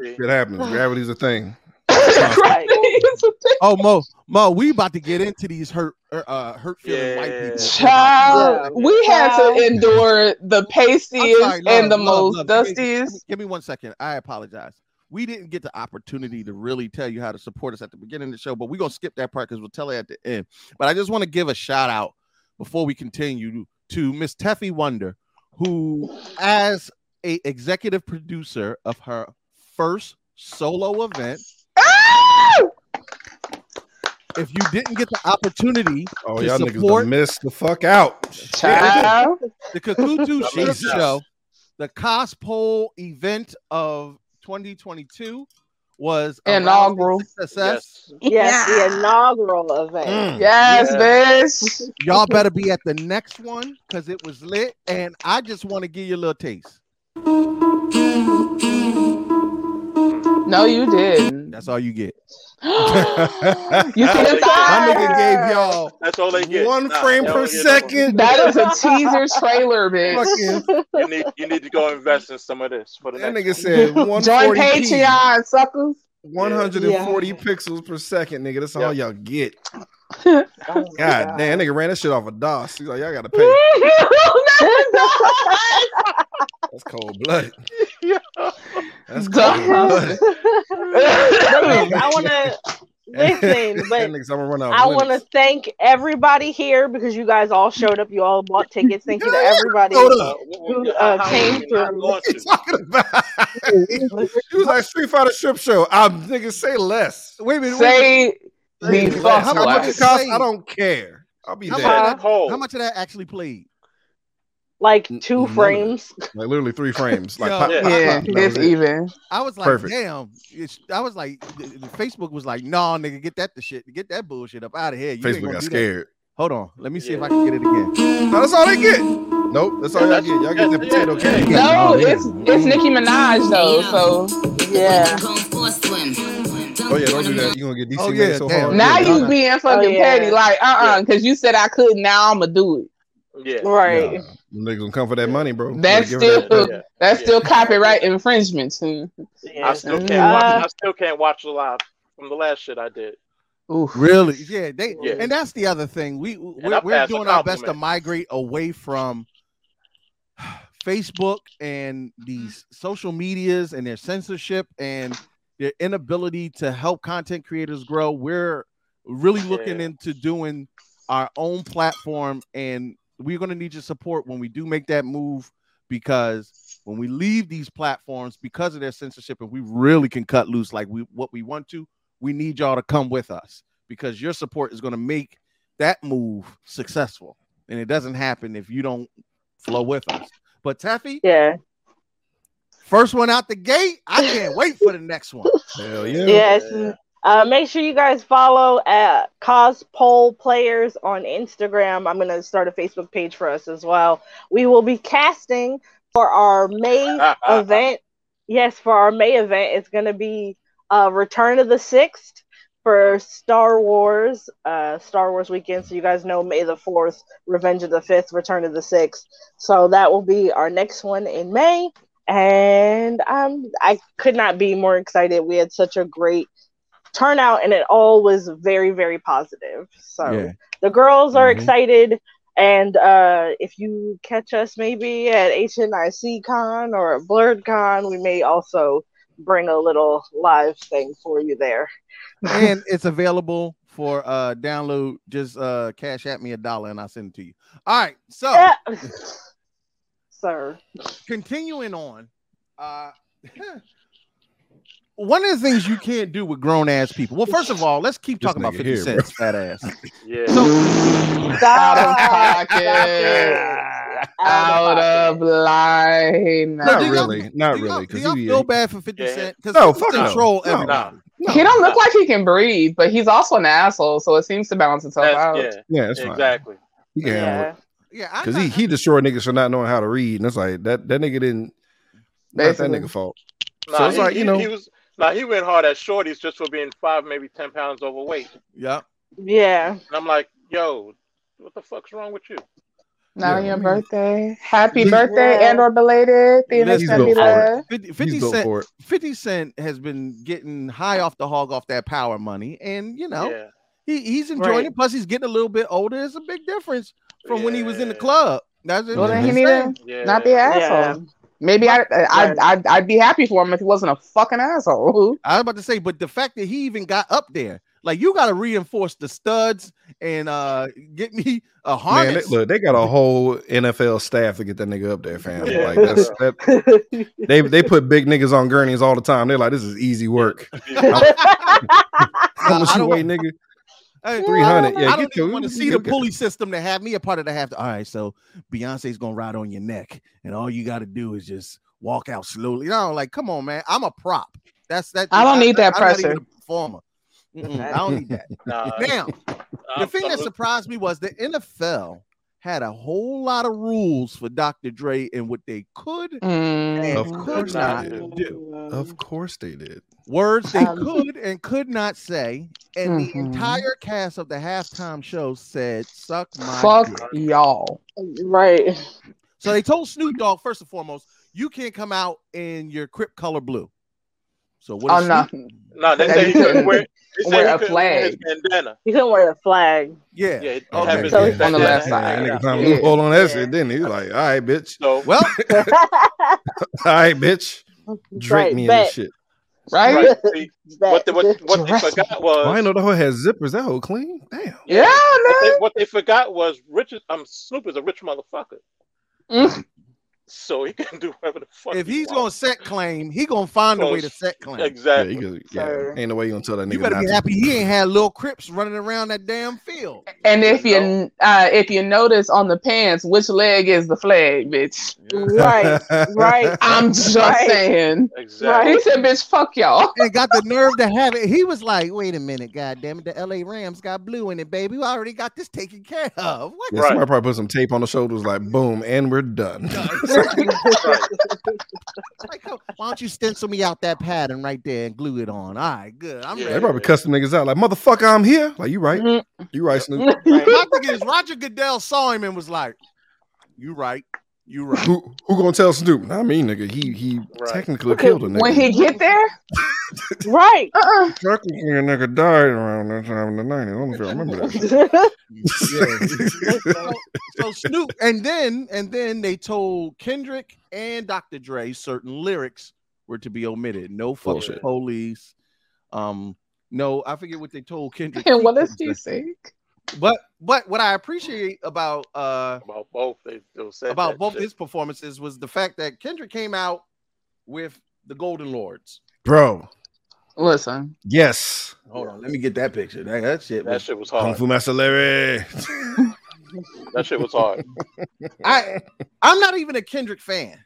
[SPEAKER 7] damn. It happens. Gravity's a thing.
[SPEAKER 5] (laughs)
[SPEAKER 3] oh Mo, Mo, we about to get into these hurt, uh, hurt feeling white people.
[SPEAKER 5] Child, we had to endure the pastiest
[SPEAKER 3] sorry, love,
[SPEAKER 5] and the
[SPEAKER 3] love,
[SPEAKER 5] most
[SPEAKER 3] love. Give me-
[SPEAKER 5] dustiest.
[SPEAKER 3] Give me one second. I apologize. We didn't get the opportunity to really tell you how to support us at the beginning of the show, but we're gonna skip that part because we'll tell it at the end. But I just want to give a shout out before we continue to Miss Teffy Wonder, who, as a executive producer of her first solo event, if you didn't get the opportunity
[SPEAKER 7] Oh,
[SPEAKER 3] to
[SPEAKER 7] y'all niggas
[SPEAKER 3] support
[SPEAKER 7] done missed the fuck out.
[SPEAKER 5] Child.
[SPEAKER 3] the Kakutu Strip
[SPEAKER 7] Jesus.
[SPEAKER 3] Show, the cosplay event of 2022 was a
[SPEAKER 5] Inaugural.
[SPEAKER 3] rousing Success.
[SPEAKER 9] Yes, the inaugural event.
[SPEAKER 3] Mm.
[SPEAKER 5] (laughs) Yes, bitch.
[SPEAKER 3] Y'all better be at the next one because it was lit. And I just want to give you a little taste.
[SPEAKER 5] No,
[SPEAKER 9] (laughs)
[SPEAKER 5] you
[SPEAKER 3] (laughs)
[SPEAKER 5] didn't.
[SPEAKER 3] That's all you get.
[SPEAKER 5] You
[SPEAKER 3] My
[SPEAKER 5] can
[SPEAKER 7] My
[SPEAKER 5] fire.
[SPEAKER 7] nigga gave y'all
[SPEAKER 6] That's all they get.
[SPEAKER 7] one
[SPEAKER 6] Nah,
[SPEAKER 7] frame
[SPEAKER 6] y'all
[SPEAKER 7] per
[SPEAKER 6] don't get
[SPEAKER 7] second.
[SPEAKER 5] That is a teaser trailer, bitch.
[SPEAKER 7] Fucking-
[SPEAKER 6] no- You need, you need to go invest in some of this for the
[SPEAKER 7] that
[SPEAKER 6] next.
[SPEAKER 3] (laughs)
[SPEAKER 7] nigga said
[SPEAKER 5] Join
[SPEAKER 7] 140
[SPEAKER 5] Patreon, suckers.
[SPEAKER 7] 140 pixels per second, nigga. That's all y'all get. God damn, that nigga ran that shit off a of DOS. He's like, y'all gotta pay. That's cold blooded. That's cold blooded.
[SPEAKER 9] But listen, I want to listen, but
[SPEAKER 7] nigga's, I'm gonna run out.
[SPEAKER 9] I want to thank everybody here because you guys all showed up. You all bought tickets. Thank you to everybody
[SPEAKER 7] Showed up.
[SPEAKER 9] who uh, came through.
[SPEAKER 7] She was like Street Fighter strip show. I'm nigga, say less.
[SPEAKER 3] Wait a minute.
[SPEAKER 5] Say the
[SPEAKER 7] Say less.
[SPEAKER 5] fuck
[SPEAKER 7] How much
[SPEAKER 5] word.
[SPEAKER 7] it costs? I don't care. I'll be
[SPEAKER 3] How
[SPEAKER 7] there.
[SPEAKER 3] much, of that,
[SPEAKER 7] Oh.
[SPEAKER 6] Cold.
[SPEAKER 3] how much of that actually played?
[SPEAKER 9] Like
[SPEAKER 7] none
[SPEAKER 9] two
[SPEAKER 7] of it.
[SPEAKER 9] frames.
[SPEAKER 7] Like literally three frames. Like
[SPEAKER 3] Yo.
[SPEAKER 7] pop, pop, pop.
[SPEAKER 5] Yeah,
[SPEAKER 7] That
[SPEAKER 5] it's
[SPEAKER 7] was it.
[SPEAKER 5] even.
[SPEAKER 3] I was like,
[SPEAKER 7] Perfect.
[SPEAKER 3] damn. It's, I was like, th- th- Facebook was like, nah, nigga, get that the shit, get that bullshit up out of here. You ain't
[SPEAKER 7] Facebook
[SPEAKER 3] gonna
[SPEAKER 7] got
[SPEAKER 3] do that.
[SPEAKER 7] scared.
[SPEAKER 3] Hold on, let me see if I can get it again.
[SPEAKER 7] No, that's all they get. Nope, that's all y'all get. Y'all get the potato cake.
[SPEAKER 5] No, it's it's Nicki Minaj though. So
[SPEAKER 9] Yeah.
[SPEAKER 7] Oh yeah, don't do that. You are gonna get DC
[SPEAKER 3] Oh,
[SPEAKER 7] made
[SPEAKER 3] yeah,
[SPEAKER 7] so
[SPEAKER 3] damn.
[SPEAKER 7] hard.
[SPEAKER 5] now
[SPEAKER 7] Yeah,
[SPEAKER 5] you
[SPEAKER 7] nah.
[SPEAKER 5] being fucking
[SPEAKER 9] Oh, yeah.
[SPEAKER 5] petty, like uh uh because you said I could. Now I'm gonna do it.
[SPEAKER 6] Yeah.
[SPEAKER 9] (laughs) Right.
[SPEAKER 7] Nah, them niggas gonna come for that money, bro.
[SPEAKER 5] That's
[SPEAKER 7] Give her that-
[SPEAKER 5] still
[SPEAKER 6] yeah.
[SPEAKER 5] that's
[SPEAKER 6] Yeah.
[SPEAKER 5] still copyright infringement. hmm.
[SPEAKER 6] I
[SPEAKER 9] Yes.
[SPEAKER 6] still can't
[SPEAKER 9] Uh,
[SPEAKER 6] watch. I still can't watch the live from the last shit I did.
[SPEAKER 5] Oof.
[SPEAKER 3] Really? Yeah, they
[SPEAKER 6] Yeah.
[SPEAKER 3] and that's the other thing. We we're,
[SPEAKER 6] I
[SPEAKER 3] we're
[SPEAKER 6] passed a
[SPEAKER 3] doing our best to
[SPEAKER 6] compliment.
[SPEAKER 3] migrate away from Facebook and these social medias and their censorship and their inability to help content creators grow. We're really looking
[SPEAKER 6] Yeah.
[SPEAKER 3] into doing our own platform and we're going to need your support when we do make that move because when we leave these platforms because of their censorship and we really can cut loose like we what we want to, we need y'all to come with us because your support is going to make that move successful. And it doesn't happen if you don't flow with us. But Taffy,
[SPEAKER 9] yeah.
[SPEAKER 3] first one out the gate. I can't wait for the next one.
[SPEAKER 7] Hell yeah.
[SPEAKER 9] Yes. Uh, make sure you guys follow at Cospole Players on Instagram. I'm going to start a Facebook page for us as well. We will be casting for our
[SPEAKER 6] Ah,
[SPEAKER 9] May (laughs) event. Yes, for our May event, it's going to be uh, Return of the Sixth for Star Wars, uh, Star Wars weekend. So you guys know May the 4th, Revenge of the 5th, Return of the 6th. So that will be our next one in May and um, I could not be more excited. We had such a great turnout, and it all was very, very positive. So
[SPEAKER 3] Yeah.
[SPEAKER 9] the girls are
[SPEAKER 5] Mm-hmm.
[SPEAKER 3] Mhm.
[SPEAKER 9] excited. And uh, if you catch us maybe at HNIC Con or Blurred Con, we may also bring a little live thing for you there.
[SPEAKER 3] and it's available for uh download. Just uh cash at me a dollar and I'll send it to you. All right, so
[SPEAKER 5] Oh.
[SPEAKER 9] Yeah. (laughs) Sir.
[SPEAKER 3] continuing on, uh (laughs) one of the things you can't do with grown ass people. Well, first of all, let's keep
[SPEAKER 7] This
[SPEAKER 3] talking about
[SPEAKER 7] nigga
[SPEAKER 3] 50
[SPEAKER 7] here,
[SPEAKER 3] cents, fat ass.
[SPEAKER 6] Yeah.
[SPEAKER 5] Out of
[SPEAKER 9] Stop.
[SPEAKER 5] pocket. Out of line.
[SPEAKER 3] Look,
[SPEAKER 7] Not
[SPEAKER 3] do y'all-
[SPEAKER 7] really, not
[SPEAKER 3] do y'all, do
[SPEAKER 7] really. Because
[SPEAKER 3] y'all feel bad for 50
[SPEAKER 6] Yeah.
[SPEAKER 3] cent? Because
[SPEAKER 7] No,
[SPEAKER 3] he
[SPEAKER 7] fuck no.
[SPEAKER 3] control
[SPEAKER 7] No.
[SPEAKER 3] everything.
[SPEAKER 6] Nah.
[SPEAKER 5] He don't look like he can breathe, but he's also an asshole, so it seems to balance itself out.
[SPEAKER 6] That's, yeah.
[SPEAKER 7] yeah, that's fine.
[SPEAKER 6] exactly.
[SPEAKER 7] He can handle it.
[SPEAKER 9] Yeah.
[SPEAKER 3] Yeah, I'm
[SPEAKER 7] Because he
[SPEAKER 3] not-
[SPEAKER 7] he destroyed niggas for not knowing how to read, and it's like that that nigga didn't. Not
[SPEAKER 5] Basically.
[SPEAKER 7] that nigga fault.
[SPEAKER 6] Nah,
[SPEAKER 7] So it's
[SPEAKER 6] he,
[SPEAKER 7] like, you
[SPEAKER 6] he-
[SPEAKER 7] know-
[SPEAKER 6] he was. Now he went hard at shorties just for being five, maybe ten pounds overweight, and
[SPEAKER 3] Yep.
[SPEAKER 9] Yeah.
[SPEAKER 6] I'm like, yo, what the fuck's wrong with you?
[SPEAKER 5] Not on
[SPEAKER 7] Yeah,
[SPEAKER 5] your
[SPEAKER 7] I mean-
[SPEAKER 5] birthday. Happy
[SPEAKER 7] He's-
[SPEAKER 5] birthday
[SPEAKER 9] Yeah.
[SPEAKER 5] and or belated. The
[SPEAKER 3] Let's
[SPEAKER 5] event's gonna
[SPEAKER 7] go
[SPEAKER 5] be
[SPEAKER 7] for
[SPEAKER 5] there.
[SPEAKER 3] 50,
[SPEAKER 7] He's
[SPEAKER 3] 50
[SPEAKER 7] built
[SPEAKER 3] cent
[SPEAKER 7] for it.
[SPEAKER 3] 50 Cent has been getting high off the hog off that power money, and you know,
[SPEAKER 6] Yeah.
[SPEAKER 3] he, he's enjoying
[SPEAKER 9] Right.
[SPEAKER 3] it. Plus, he's getting a little bit older. It's a big difference from when he was in the
[SPEAKER 6] Yeah.
[SPEAKER 3] club. That's
[SPEAKER 5] Well,
[SPEAKER 3] that's
[SPEAKER 5] then he
[SPEAKER 3] what
[SPEAKER 5] need
[SPEAKER 3] I'm
[SPEAKER 5] to
[SPEAKER 3] saying.
[SPEAKER 6] Yeah.
[SPEAKER 5] not be an asshole. Maybe I, I,
[SPEAKER 9] Right.
[SPEAKER 5] I, would I'd be happy for him if he wasn't a fucking asshole.
[SPEAKER 3] I was about to say, but the fact that he even got up there, like you got to reinforce the studs and uh get me a
[SPEAKER 7] Man, they,
[SPEAKER 3] harness.
[SPEAKER 7] look, they got a whole NFL staff to get that nigga up there, fam.
[SPEAKER 6] Yeah. (laughs)
[SPEAKER 7] Like that's that they they put big niggas on gurneys all the time. They're like, this is easy work. (laughs) How much
[SPEAKER 3] I
[SPEAKER 7] you
[SPEAKER 3] don't-
[SPEAKER 7] weigh, nigga?
[SPEAKER 3] Hey,
[SPEAKER 7] Three hundred. Yeah,
[SPEAKER 3] I don't
[SPEAKER 7] get
[SPEAKER 3] even
[SPEAKER 7] your-
[SPEAKER 3] want to see
[SPEAKER 7] you
[SPEAKER 3] the
[SPEAKER 7] get-
[SPEAKER 3] pulley system to have me a part of the half. All right, so Beyonce's gonna ride on your neck, and all you got to do is just walk out slowly. No, like, come on, man, I'm a prop. That's that.
[SPEAKER 5] I don't need that
[SPEAKER 3] I'm not even
[SPEAKER 5] pressure.
[SPEAKER 3] a performer. Mm-mm, I don't need that.
[SPEAKER 6] Nah,
[SPEAKER 3] Now,
[SPEAKER 5] (laughs)
[SPEAKER 3] the
[SPEAKER 6] I'm-
[SPEAKER 3] thing
[SPEAKER 6] I'm-
[SPEAKER 3] that surprised me was the NFL had a whole lot of rules for Dr. Dre and what they could and
[SPEAKER 5] Mhm.
[SPEAKER 7] Of
[SPEAKER 3] could
[SPEAKER 7] course Oh they
[SPEAKER 3] not
[SPEAKER 7] did.
[SPEAKER 3] do.
[SPEAKER 9] Oh
[SPEAKER 7] Of course they did.
[SPEAKER 3] Words they
[SPEAKER 5] Um,
[SPEAKER 3] could and could not say. And
[SPEAKER 5] Mhm.
[SPEAKER 3] the entire cast of the halftime show said, Suck my
[SPEAKER 5] Fuck
[SPEAKER 3] dick."
[SPEAKER 5] y'all.
[SPEAKER 9] Right.
[SPEAKER 3] So they told Snoop Dogg, first and foremost, you can't come out in your Crip color blue. So what
[SPEAKER 5] Oh
[SPEAKER 3] is
[SPEAKER 5] no.
[SPEAKER 3] Snoop-
[SPEAKER 6] No, they
[SPEAKER 5] That
[SPEAKER 6] say
[SPEAKER 5] he
[SPEAKER 6] he couldn't
[SPEAKER 5] couldn't
[SPEAKER 6] wear. They say
[SPEAKER 5] wear
[SPEAKER 6] he
[SPEAKER 5] a
[SPEAKER 6] couldn't wear his
[SPEAKER 5] flag.
[SPEAKER 6] bandana.
[SPEAKER 9] You couldn't wear the
[SPEAKER 5] (laughs)
[SPEAKER 9] flag. (laughs)
[SPEAKER 3] Yeah.
[SPEAKER 6] Yeah,
[SPEAKER 3] Okay.
[SPEAKER 6] have his
[SPEAKER 9] So-
[SPEAKER 6] bandana
[SPEAKER 5] On the left
[SPEAKER 6] hanging
[SPEAKER 5] side.
[SPEAKER 7] Yeah, that
[SPEAKER 6] out.
[SPEAKER 7] nigga found a
[SPEAKER 6] Yeah.
[SPEAKER 7] loophole on that
[SPEAKER 9] Yeah.
[SPEAKER 7] shit, didn't he? He's like, all right, bitch.
[SPEAKER 6] So
[SPEAKER 3] Well,
[SPEAKER 7] All right, bitch. Drink
[SPEAKER 9] Right,
[SPEAKER 7] me in
[SPEAKER 9] bet.
[SPEAKER 7] this shit.
[SPEAKER 5] Right?
[SPEAKER 6] right. See, what the, what, what they
[SPEAKER 5] Dress me.
[SPEAKER 6] forgot was
[SPEAKER 7] Oh, I didn't know the hoe has zippers. That hoe clean. Damn.
[SPEAKER 5] Yeah,
[SPEAKER 6] what they,
[SPEAKER 5] man.
[SPEAKER 6] what they forgot was rich. Um, Snoop is a rich motherfucker,
[SPEAKER 5] Mm.
[SPEAKER 6] so he can do whatever the fuck.
[SPEAKER 3] if
[SPEAKER 6] he
[SPEAKER 3] he's gonna
[SPEAKER 6] wants.
[SPEAKER 3] set claim, he gonna find a way to set claim.
[SPEAKER 7] Yeah,
[SPEAKER 6] exactly.
[SPEAKER 7] you could, yeah.
[SPEAKER 9] Sir.
[SPEAKER 7] Ain't no way you gonna tell that nigga.
[SPEAKER 3] You better
[SPEAKER 7] not
[SPEAKER 3] be
[SPEAKER 7] to-
[SPEAKER 3] happy he
[SPEAKER 7] (laughs)
[SPEAKER 3] ain't had little Crips running around that damn field.
[SPEAKER 5] And if
[SPEAKER 6] Yeah,
[SPEAKER 5] you uh, if you notice on the pants, which leg is the flag, bitch?
[SPEAKER 9] (laughs) Right.
[SPEAKER 5] (laughs)
[SPEAKER 9] Right.
[SPEAKER 5] I'm just
[SPEAKER 9] Right.
[SPEAKER 5] saying.
[SPEAKER 6] exactly.
[SPEAKER 5] He said, "Bitch, fuck y'all."
[SPEAKER 3] and got the nerve to have it. He was like, wait a minute, god damn it, the LA Rams got blue in it, baby. We already got this taken care of. What
[SPEAKER 7] Yeah,
[SPEAKER 6] Right.
[SPEAKER 7] somebody probably put some tape on the shoulders, like boom, and we're done.
[SPEAKER 6] Right.
[SPEAKER 3] like, come- why don't you stencil me out that pattern right there and glue it on? All right, good. I'm
[SPEAKER 6] Yeah.
[SPEAKER 7] They
[SPEAKER 3] ready.
[SPEAKER 7] probably custom niggas out, like motherfucker, I'm here. Like you right,
[SPEAKER 5] Mhm.
[SPEAKER 9] Mm-hmm.
[SPEAKER 7] you right, Snoop.
[SPEAKER 9] (laughs)
[SPEAKER 3] My thing is Roger Goodell saw him and was like, You right, you
[SPEAKER 7] (laughs)
[SPEAKER 3] right.
[SPEAKER 7] Who who gonna tell Snoop? Nah, I mean, nigga, he he
[SPEAKER 6] Right.
[SPEAKER 7] technically
[SPEAKER 9] Okay,
[SPEAKER 7] killed a nigga.
[SPEAKER 5] When he get there,
[SPEAKER 9] Right.
[SPEAKER 5] uh-uh.
[SPEAKER 7] technically a nigga died around that time in the nineties. I don't know if you remember that. shit.
[SPEAKER 3] so,
[SPEAKER 9] (laughs)
[SPEAKER 3] so Snoop, and then and then they told Kendrick and Dr. Dre certain lyrics were to be omitted. No fuck the
[SPEAKER 7] Bullshit.
[SPEAKER 3] police. Um, no, I forget what they told Kendrick.
[SPEAKER 5] and (laughs) what does
[SPEAKER 7] (laughs)
[SPEAKER 5] she say?
[SPEAKER 3] But but what I appreciate about uh
[SPEAKER 6] About both, they, they said
[SPEAKER 3] about
[SPEAKER 6] that
[SPEAKER 3] both
[SPEAKER 6] shit.
[SPEAKER 3] his performances was the fact that Kendrick came out with the Golden Lords.
[SPEAKER 7] (laughs) Bro, (laughs)
[SPEAKER 5] Listen,
[SPEAKER 7] yes,
[SPEAKER 3] Hold on, let me get that picture. That, that shit
[SPEAKER 6] That
[SPEAKER 3] was
[SPEAKER 6] shit was
[SPEAKER 7] Kung
[SPEAKER 6] hard.
[SPEAKER 7] Fu Master Larry.
[SPEAKER 6] That shit was hard.
[SPEAKER 3] I I'm not even a Kendrick fan.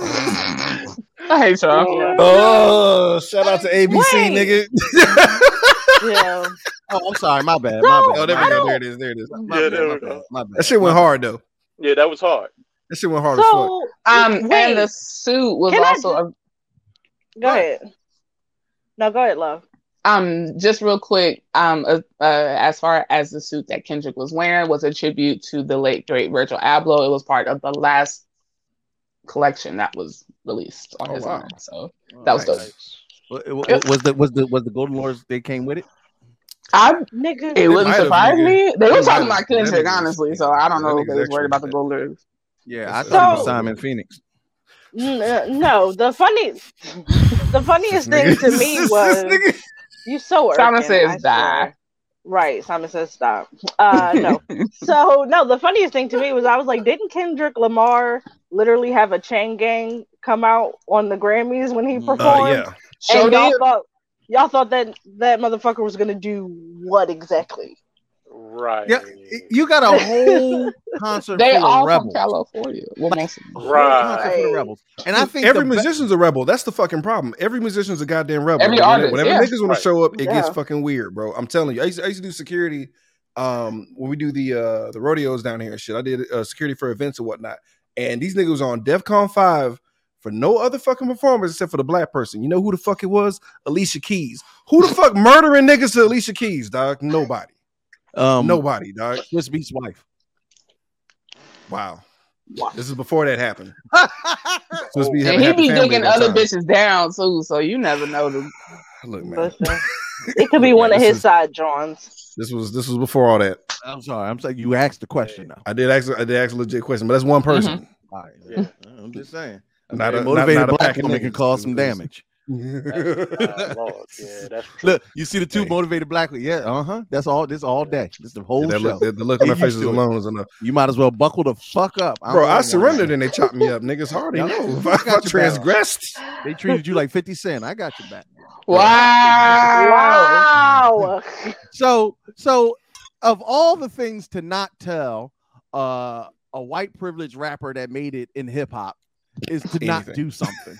[SPEAKER 5] I hate y'all.
[SPEAKER 9] Yeah.
[SPEAKER 7] oh, shout out to ABC,
[SPEAKER 9] Wait.
[SPEAKER 7] nigga.
[SPEAKER 9] (laughs) Yeah.
[SPEAKER 3] Oh, I'm sorry, my bad.
[SPEAKER 9] No,
[SPEAKER 3] My
[SPEAKER 7] oh,
[SPEAKER 3] bad.
[SPEAKER 7] there
[SPEAKER 3] My
[SPEAKER 7] we
[SPEAKER 3] bad.
[SPEAKER 7] go. There it is. There it is.
[SPEAKER 3] My
[SPEAKER 6] Yeah,
[SPEAKER 3] bad,
[SPEAKER 6] there
[SPEAKER 3] my
[SPEAKER 6] we
[SPEAKER 3] bad,
[SPEAKER 6] go.
[SPEAKER 3] my bad.
[SPEAKER 7] That shit went hard though.
[SPEAKER 6] Yeah, that was hard.
[SPEAKER 7] That shit
[SPEAKER 5] Oh.
[SPEAKER 7] went hard as fuck.
[SPEAKER 9] So
[SPEAKER 5] Um,
[SPEAKER 9] Wait.
[SPEAKER 5] and the suit was
[SPEAKER 9] Can I
[SPEAKER 5] also a
[SPEAKER 9] go ahead. No, go ahead, love.
[SPEAKER 5] Um, just real quick, um, uh, uh, as far as the suit that Kendrick was wearing was a tribute to the late great Virgil Abloh. It was part of the last collection that was released on
[SPEAKER 7] Oh,
[SPEAKER 5] his
[SPEAKER 7] wow.
[SPEAKER 5] own. So that was dope.
[SPEAKER 3] Wa- wa- wa- Was the was the was the Golden Lords they came with it?
[SPEAKER 5] I
[SPEAKER 9] Nigga.
[SPEAKER 5] it
[SPEAKER 7] might
[SPEAKER 5] wouldn't
[SPEAKER 7] have,
[SPEAKER 5] surprise
[SPEAKER 7] nigga.
[SPEAKER 5] me. They
[SPEAKER 7] They
[SPEAKER 5] were
[SPEAKER 7] might
[SPEAKER 5] talking
[SPEAKER 7] have.
[SPEAKER 5] about
[SPEAKER 7] That
[SPEAKER 5] Kendrick,
[SPEAKER 7] nigga's-
[SPEAKER 5] honestly. So I don't
[SPEAKER 7] that
[SPEAKER 5] know if
[SPEAKER 7] nigga's
[SPEAKER 5] they was
[SPEAKER 7] actually
[SPEAKER 5] worried about the
[SPEAKER 7] bad.
[SPEAKER 5] gold lyrics.
[SPEAKER 3] Yeah, I
[SPEAKER 7] That's-
[SPEAKER 3] thought it was
[SPEAKER 9] So-
[SPEAKER 3] Simon Phoenix.
[SPEAKER 9] N- uh, No, the funny, the funniest thing
[SPEAKER 7] This
[SPEAKER 9] to
[SPEAKER 7] nigga-
[SPEAKER 9] me
[SPEAKER 7] (laughs) this
[SPEAKER 9] was
[SPEAKER 7] nigga-
[SPEAKER 9] you so irking,
[SPEAKER 5] Simon says
[SPEAKER 9] I
[SPEAKER 5] die.
[SPEAKER 9] swear. Right, Simon says stop. Uh, no.
[SPEAKER 7] (laughs)
[SPEAKER 9] so no, the funniest thing to me was I was like, didn't Kendrick Lamar literally have a chain gang come out on the Grammys when he
[SPEAKER 3] Mm. Uh,
[SPEAKER 9] performed?
[SPEAKER 7] Uh, yeah.
[SPEAKER 5] Show
[SPEAKER 9] and y'all
[SPEAKER 5] did.
[SPEAKER 9] thought y'all thought that that motherfucker was gonna do what exactly?
[SPEAKER 6] Right.
[SPEAKER 3] Yeah, (laughs) you
[SPEAKER 9] (laughs)
[SPEAKER 3] got a whole concert
[SPEAKER 5] They
[SPEAKER 3] full of
[SPEAKER 5] all from
[SPEAKER 3] rebels.
[SPEAKER 5] California. Well, most of them.
[SPEAKER 3] A whole concert
[SPEAKER 9] Right.
[SPEAKER 3] full of rebels. And I think
[SPEAKER 7] every
[SPEAKER 3] the be-
[SPEAKER 7] musician's a rebel. That's the fucking problem. Every musician's a goddamn rebel.
[SPEAKER 5] Every
[SPEAKER 7] When-
[SPEAKER 5] artist,
[SPEAKER 7] whenever
[SPEAKER 5] yeah.
[SPEAKER 7] niggas want
[SPEAKER 6] Right.
[SPEAKER 7] to show up, it gets
[SPEAKER 9] Yeah.
[SPEAKER 7] fucking weird, bro. I'm telling you. I used, to, I used to do security um, when we do the uh, the rodeos down here and shit. I did uh, security for events and whatnot. And these niggas was on DEFCON five for no other fucking performance except for the black person. You know who the fuck it was? Alicia Keys. Who the
[SPEAKER 3] (laughs)
[SPEAKER 7] fuck murdering niggas to Alicia Keys, dog? Nobody.
[SPEAKER 3] um
[SPEAKER 7] Nobody, dog.
[SPEAKER 3] Swiss Beats (laughs) wife.
[SPEAKER 7] Wow.
[SPEAKER 5] Wow.
[SPEAKER 7] This is before that happened. So it's
[SPEAKER 5] And
[SPEAKER 7] having
[SPEAKER 5] he
[SPEAKER 7] happy
[SPEAKER 5] be
[SPEAKER 7] family
[SPEAKER 5] digging
[SPEAKER 7] that
[SPEAKER 5] other
[SPEAKER 7] time.
[SPEAKER 5] bitches down too, so you never know. Them.
[SPEAKER 7] Look, man. (laughs)
[SPEAKER 9] Listen, it could be
[SPEAKER 7] Look,
[SPEAKER 9] one
[SPEAKER 7] man,
[SPEAKER 9] of
[SPEAKER 7] this
[SPEAKER 9] his
[SPEAKER 7] is-
[SPEAKER 9] side Johns.
[SPEAKER 7] This was this was before all that.
[SPEAKER 3] I'm sorry. I'm saying you asked the question though.
[SPEAKER 7] I did ask. I did ask a legit question, but that's one
[SPEAKER 9] Mm-hmm.
[SPEAKER 7] person.
[SPEAKER 3] All right.
[SPEAKER 6] Yeah.
[SPEAKER 3] I'm just saying.
[SPEAKER 7] (laughs) Not
[SPEAKER 3] Hey,
[SPEAKER 7] a-
[SPEAKER 3] motivated
[SPEAKER 7] not- not a
[SPEAKER 3] black
[SPEAKER 7] pack of
[SPEAKER 3] woman can
[SPEAKER 7] niggas.
[SPEAKER 3] cause some
[SPEAKER 7] It was-
[SPEAKER 3] damage.
[SPEAKER 6] That's, uh, Lord, yeah, that's true.
[SPEAKER 3] Look, you see the two
[SPEAKER 7] Hey.
[SPEAKER 3] motivated black. Yeah, uh huh. That's all. This all day. This the whole
[SPEAKER 7] Yeah, that
[SPEAKER 3] show.
[SPEAKER 7] look, the, the look on
[SPEAKER 3] They
[SPEAKER 7] their faces
[SPEAKER 3] used to it.
[SPEAKER 7] alone is enough.
[SPEAKER 3] You might as well buckle the fuck up. I don't
[SPEAKER 7] Bro,
[SPEAKER 3] really
[SPEAKER 7] I
[SPEAKER 3] wanna
[SPEAKER 7] surrendered
[SPEAKER 3] hear
[SPEAKER 7] and they chopped me up. Niggas already
[SPEAKER 3] Yeah.
[SPEAKER 7] know. (laughs) If
[SPEAKER 3] I
[SPEAKER 7] I,
[SPEAKER 3] got your back.
[SPEAKER 7] transgressed,
[SPEAKER 3] it. They treated you like Fifty Cent. I got your back.
[SPEAKER 5] Wow.
[SPEAKER 9] Wow.
[SPEAKER 3] So, so of all the things to not tell, uh, a white privileged rapper that made it in hip hop is to not
[SPEAKER 7] Anything.
[SPEAKER 3] do
[SPEAKER 7] (laughs)
[SPEAKER 3] something.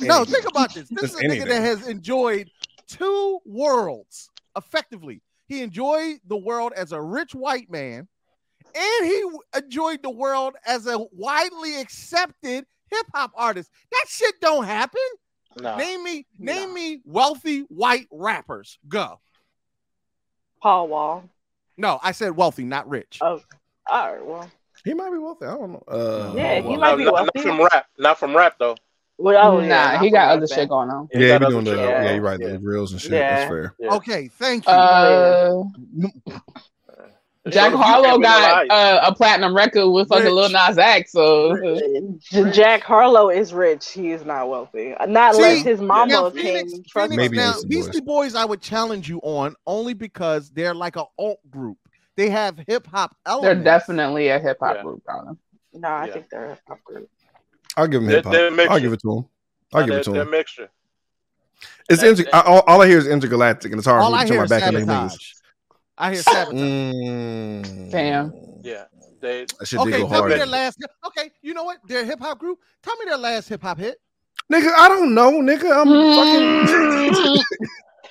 [SPEAKER 3] no,
[SPEAKER 7] Anything.
[SPEAKER 3] think about this. This
[SPEAKER 7] Just
[SPEAKER 3] is a nigga that
[SPEAKER 7] anything.
[SPEAKER 3] has enjoyed two worlds effectively. He enjoyed the world as a rich white man, and he w- enjoyed the world as a widely accepted hip hop artist. That shit don't happen.
[SPEAKER 6] Nah.
[SPEAKER 3] Name me, name me wealthy white rappers. Go.
[SPEAKER 9] Paul Wall.
[SPEAKER 3] No, I said wealthy, not rich.
[SPEAKER 9] Oh, all right. Well,
[SPEAKER 7] he might be wealthy. I don't know. Uh,
[SPEAKER 9] Yeah,
[SPEAKER 7] well,
[SPEAKER 9] he might
[SPEAKER 6] No,
[SPEAKER 9] be
[SPEAKER 6] not, not
[SPEAKER 9] wealthy.
[SPEAKER 6] from rap. Not from rap though.
[SPEAKER 9] well oh,
[SPEAKER 5] nah,
[SPEAKER 9] yeah,
[SPEAKER 5] he
[SPEAKER 9] I
[SPEAKER 5] got
[SPEAKER 9] forgot
[SPEAKER 5] other
[SPEAKER 9] that.
[SPEAKER 5] shit going on.
[SPEAKER 7] yeah, he be
[SPEAKER 6] got
[SPEAKER 7] doing
[SPEAKER 6] other
[SPEAKER 7] the
[SPEAKER 6] shit
[SPEAKER 7] yeah,
[SPEAKER 6] going
[SPEAKER 7] you're
[SPEAKER 6] on.
[SPEAKER 7] right.
[SPEAKER 6] Yeah.
[SPEAKER 7] The reels and shit. That's
[SPEAKER 9] Yeah.
[SPEAKER 7] fair.
[SPEAKER 6] Yeah.
[SPEAKER 3] Okay, thank you.
[SPEAKER 5] Uh, Jack
[SPEAKER 6] Shorty, you can't
[SPEAKER 5] Harlow
[SPEAKER 6] be
[SPEAKER 5] got
[SPEAKER 6] lying.
[SPEAKER 5] uh, a platinum record with fucking
[SPEAKER 3] Rich.
[SPEAKER 5] Lil Nas X. So
[SPEAKER 9] J- Jack Harlow is rich. He is not wealthy. Not
[SPEAKER 3] See,
[SPEAKER 9] unless his mama
[SPEAKER 3] now,
[SPEAKER 9] can
[SPEAKER 3] Phoenix,
[SPEAKER 9] trust
[SPEAKER 3] Phoenix,
[SPEAKER 7] Maybe
[SPEAKER 3] now
[SPEAKER 7] Beastie Boys.
[SPEAKER 3] Beastie Boys, I would challenge you on only because they're like a alt group. They have hip hop
[SPEAKER 5] (laughs) they're
[SPEAKER 3] elements.
[SPEAKER 5] definitely a hip hop
[SPEAKER 6] Yeah.
[SPEAKER 5] group. Donna.
[SPEAKER 9] No, I
[SPEAKER 6] Yeah.
[SPEAKER 9] think they're a pop group.
[SPEAKER 7] I'll give him
[SPEAKER 6] They're-
[SPEAKER 7] hip hop.
[SPEAKER 6] they're mixture.
[SPEAKER 7] I'll give it to him. I'll give it to
[SPEAKER 6] They're
[SPEAKER 7] him.
[SPEAKER 6] mixture.
[SPEAKER 7] It's
[SPEAKER 6] that-
[SPEAKER 7] inter- I, all, all I hear is intergalactic, and it's hard
[SPEAKER 3] All
[SPEAKER 7] for me
[SPEAKER 3] I
[SPEAKER 7] to turn
[SPEAKER 3] hear
[SPEAKER 7] my
[SPEAKER 3] is
[SPEAKER 7] back on these
[SPEAKER 3] sabotage.
[SPEAKER 7] niggas.
[SPEAKER 3] I hear
[SPEAKER 7] (laughs)
[SPEAKER 3] sabotage.
[SPEAKER 7] Mm.
[SPEAKER 5] Damn.
[SPEAKER 6] Yeah. They
[SPEAKER 7] That shit
[SPEAKER 3] Okay,
[SPEAKER 7] did
[SPEAKER 3] tell
[SPEAKER 7] go hard.
[SPEAKER 3] me their last. Okay, you know what? Their hip hop group. Tell me their last hip hop hit.
[SPEAKER 7] Nigga, I don't know, nigga. I'm
[SPEAKER 9] Mm.
[SPEAKER 7] fucking.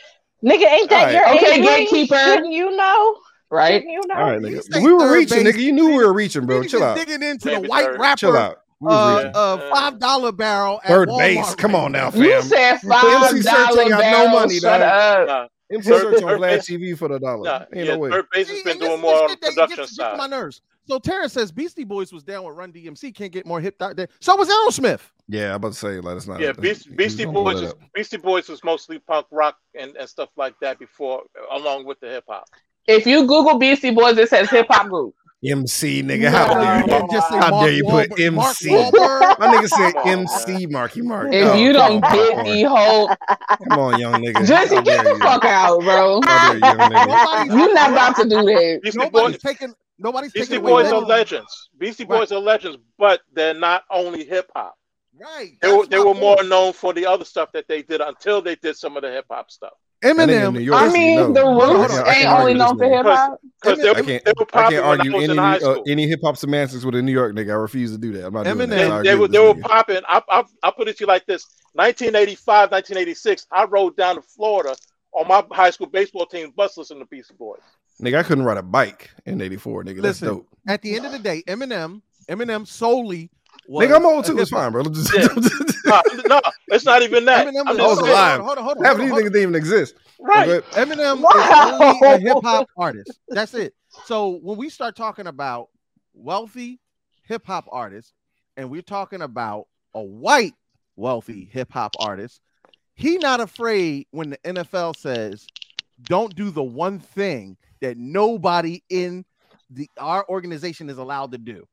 [SPEAKER 7] (laughs)
[SPEAKER 9] Nigga, ain't that
[SPEAKER 7] Alright.
[SPEAKER 9] your
[SPEAKER 5] Okay,
[SPEAKER 9] age range?
[SPEAKER 5] gatekeeper.
[SPEAKER 9] Shouldn't you know?
[SPEAKER 5] (laughs) Right?
[SPEAKER 9] Shouldn't you know?
[SPEAKER 7] All right,
[SPEAKER 3] You
[SPEAKER 7] nigga.
[SPEAKER 3] say
[SPEAKER 7] We were
[SPEAKER 3] third
[SPEAKER 7] reaching,
[SPEAKER 3] base,
[SPEAKER 7] nigga. You knew we
[SPEAKER 3] Phoenix-
[SPEAKER 7] were reaching, bro.
[SPEAKER 3] Niggas
[SPEAKER 7] Chill
[SPEAKER 3] is
[SPEAKER 7] out.
[SPEAKER 3] digging into
[SPEAKER 6] Maybe
[SPEAKER 3] the white
[SPEAKER 6] third.
[SPEAKER 3] rapper.
[SPEAKER 7] Chill out. We
[SPEAKER 3] Uh,
[SPEAKER 7] was reaching.
[SPEAKER 3] uh, five dollar barrel. At
[SPEAKER 7] Third
[SPEAKER 3] Walmart
[SPEAKER 7] base. Come
[SPEAKER 3] right
[SPEAKER 7] on now, fam.
[SPEAKER 5] You said five
[SPEAKER 7] MC Search ain't
[SPEAKER 5] dollar
[SPEAKER 7] got no
[SPEAKER 5] barrel.
[SPEAKER 7] money,
[SPEAKER 5] Shut
[SPEAKER 7] dog.
[SPEAKER 5] up.
[SPEAKER 6] nah,
[SPEAKER 7] MC
[SPEAKER 6] Third-
[SPEAKER 7] Search on
[SPEAKER 6] third
[SPEAKER 7] Flash
[SPEAKER 6] base-
[SPEAKER 7] TV for the dollar.
[SPEAKER 6] nah,
[SPEAKER 7] ain't
[SPEAKER 6] yeah,
[SPEAKER 7] no way.
[SPEAKER 6] third base
[SPEAKER 3] See,
[SPEAKER 6] has been
[SPEAKER 3] and this
[SPEAKER 6] doing
[SPEAKER 3] is the
[SPEAKER 6] more on the
[SPEAKER 3] shit that
[SPEAKER 6] production
[SPEAKER 3] gets, gets on my
[SPEAKER 6] side.
[SPEAKER 3] nerves. So Terrence says Beastie Boys was down with Run DMC, can't get more hip hop. than- So was Aerosmith.
[SPEAKER 7] Yeah, I'm about to say, like, it's not.
[SPEAKER 6] Yeah, Beast, Beastie
[SPEAKER 7] don't blow
[SPEAKER 6] Boys
[SPEAKER 7] that
[SPEAKER 6] is
[SPEAKER 7] up.
[SPEAKER 6] Beastie Boys was mostly punk rock and, and stuff like that before, along with the hip hop.
[SPEAKER 5] If you Google Beastie Boys, it says hip hop
[SPEAKER 7] (laughs)
[SPEAKER 5] group.
[SPEAKER 7] MC, nigga. How dare
[SPEAKER 3] You
[SPEAKER 7] you?
[SPEAKER 3] can't just say
[SPEAKER 7] How
[SPEAKER 3] Mark
[SPEAKER 7] dare you put
[SPEAKER 3] Wahlberg- Mark
[SPEAKER 5] (laughs)
[SPEAKER 7] MC?
[SPEAKER 3] Wahlberg.
[SPEAKER 7] My nigga said
[SPEAKER 6] Come on,
[SPEAKER 7] MC Marky Mark.
[SPEAKER 5] If
[SPEAKER 7] Oh,
[SPEAKER 5] you
[SPEAKER 7] come
[SPEAKER 5] don't
[SPEAKER 7] on,
[SPEAKER 5] get
[SPEAKER 7] Mark.
[SPEAKER 5] the
[SPEAKER 7] (laughs)
[SPEAKER 5] whole
[SPEAKER 7] Come on, young nigga. How
[SPEAKER 5] Jesse, get
[SPEAKER 7] dare
[SPEAKER 5] the
[SPEAKER 7] you?
[SPEAKER 5] fuck out, bro.
[SPEAKER 7] How dare (laughs) you, young nigga?
[SPEAKER 3] Nobody's,
[SPEAKER 5] You're not about to do that.
[SPEAKER 6] Beastie
[SPEAKER 3] nobody's
[SPEAKER 6] Boys,
[SPEAKER 3] taking nobody's
[SPEAKER 6] Beastie
[SPEAKER 3] taking away
[SPEAKER 6] Boys are
[SPEAKER 3] Letty.
[SPEAKER 6] legends. Beastie Boys are legends, but they're not only hip hop.
[SPEAKER 3] Right.
[SPEAKER 6] They were,
[SPEAKER 3] that's
[SPEAKER 6] they
[SPEAKER 3] my
[SPEAKER 6] were
[SPEAKER 3] point.
[SPEAKER 6] more known for the other stuff that they did until they did some of the hip hop stuff.
[SPEAKER 7] That nigga in
[SPEAKER 3] Eminem.
[SPEAKER 7] New
[SPEAKER 5] I
[SPEAKER 7] York, so you
[SPEAKER 5] mean,
[SPEAKER 7] know.
[SPEAKER 5] the
[SPEAKER 7] Hold on,
[SPEAKER 5] roots
[SPEAKER 7] hold on, I
[SPEAKER 5] ain't
[SPEAKER 7] can't
[SPEAKER 5] only
[SPEAKER 7] argue with
[SPEAKER 5] known
[SPEAKER 7] this
[SPEAKER 5] for
[SPEAKER 7] nigga.
[SPEAKER 5] hip hop.
[SPEAKER 6] Because they,
[SPEAKER 7] I
[SPEAKER 6] were-
[SPEAKER 7] can't.
[SPEAKER 6] they were
[SPEAKER 7] I can't
[SPEAKER 6] popping when I
[SPEAKER 7] argue
[SPEAKER 6] was
[SPEAKER 7] any
[SPEAKER 6] in high
[SPEAKER 7] uh,
[SPEAKER 6] school.
[SPEAKER 7] any hip hop semantics with a New York nigga. I refuse to do that. I'm not doing that.
[SPEAKER 3] Eminem.
[SPEAKER 7] So I
[SPEAKER 6] they,
[SPEAKER 7] agree
[SPEAKER 6] they were
[SPEAKER 7] with
[SPEAKER 6] they
[SPEAKER 7] this
[SPEAKER 6] were
[SPEAKER 7] nigga.
[SPEAKER 6] popping. I, I I put it to you like this: 1985, 1986. I rode down to Florida on my high school baseball team bus, listening to Beastie Boys.
[SPEAKER 7] Nigga, I couldn't ride a bike in '84. Nigga, that's
[SPEAKER 3] Listen,
[SPEAKER 7] dope.
[SPEAKER 3] At the end of the day, Eminem, Eminem solely was
[SPEAKER 7] Nigga, I'm old too.
[SPEAKER 3] a
[SPEAKER 7] It's
[SPEAKER 3] hip-hop-
[SPEAKER 7] fine, bro. Just,
[SPEAKER 6] Yeah.
[SPEAKER 3] (laughs)
[SPEAKER 7] (laughs)
[SPEAKER 6] No, no, it's not even that.
[SPEAKER 3] Eminem
[SPEAKER 6] I'm
[SPEAKER 3] was,
[SPEAKER 7] I was
[SPEAKER 6] just saying,
[SPEAKER 7] alive.
[SPEAKER 3] Hold on, hold on,
[SPEAKER 7] half
[SPEAKER 3] hold on,
[SPEAKER 7] of these
[SPEAKER 3] hold
[SPEAKER 7] niggas didn't even exist.
[SPEAKER 6] right?
[SPEAKER 7] Okay.
[SPEAKER 3] Eminem
[SPEAKER 9] Wow.
[SPEAKER 3] is only a hip hop artist. That's it. So when we start talking about wealthy hip hop artists, and we're talking about a white wealthy hip hop artist, he not afraid when the NFL says, "Don't do the one thing that nobody in the our organization is allowed to do,"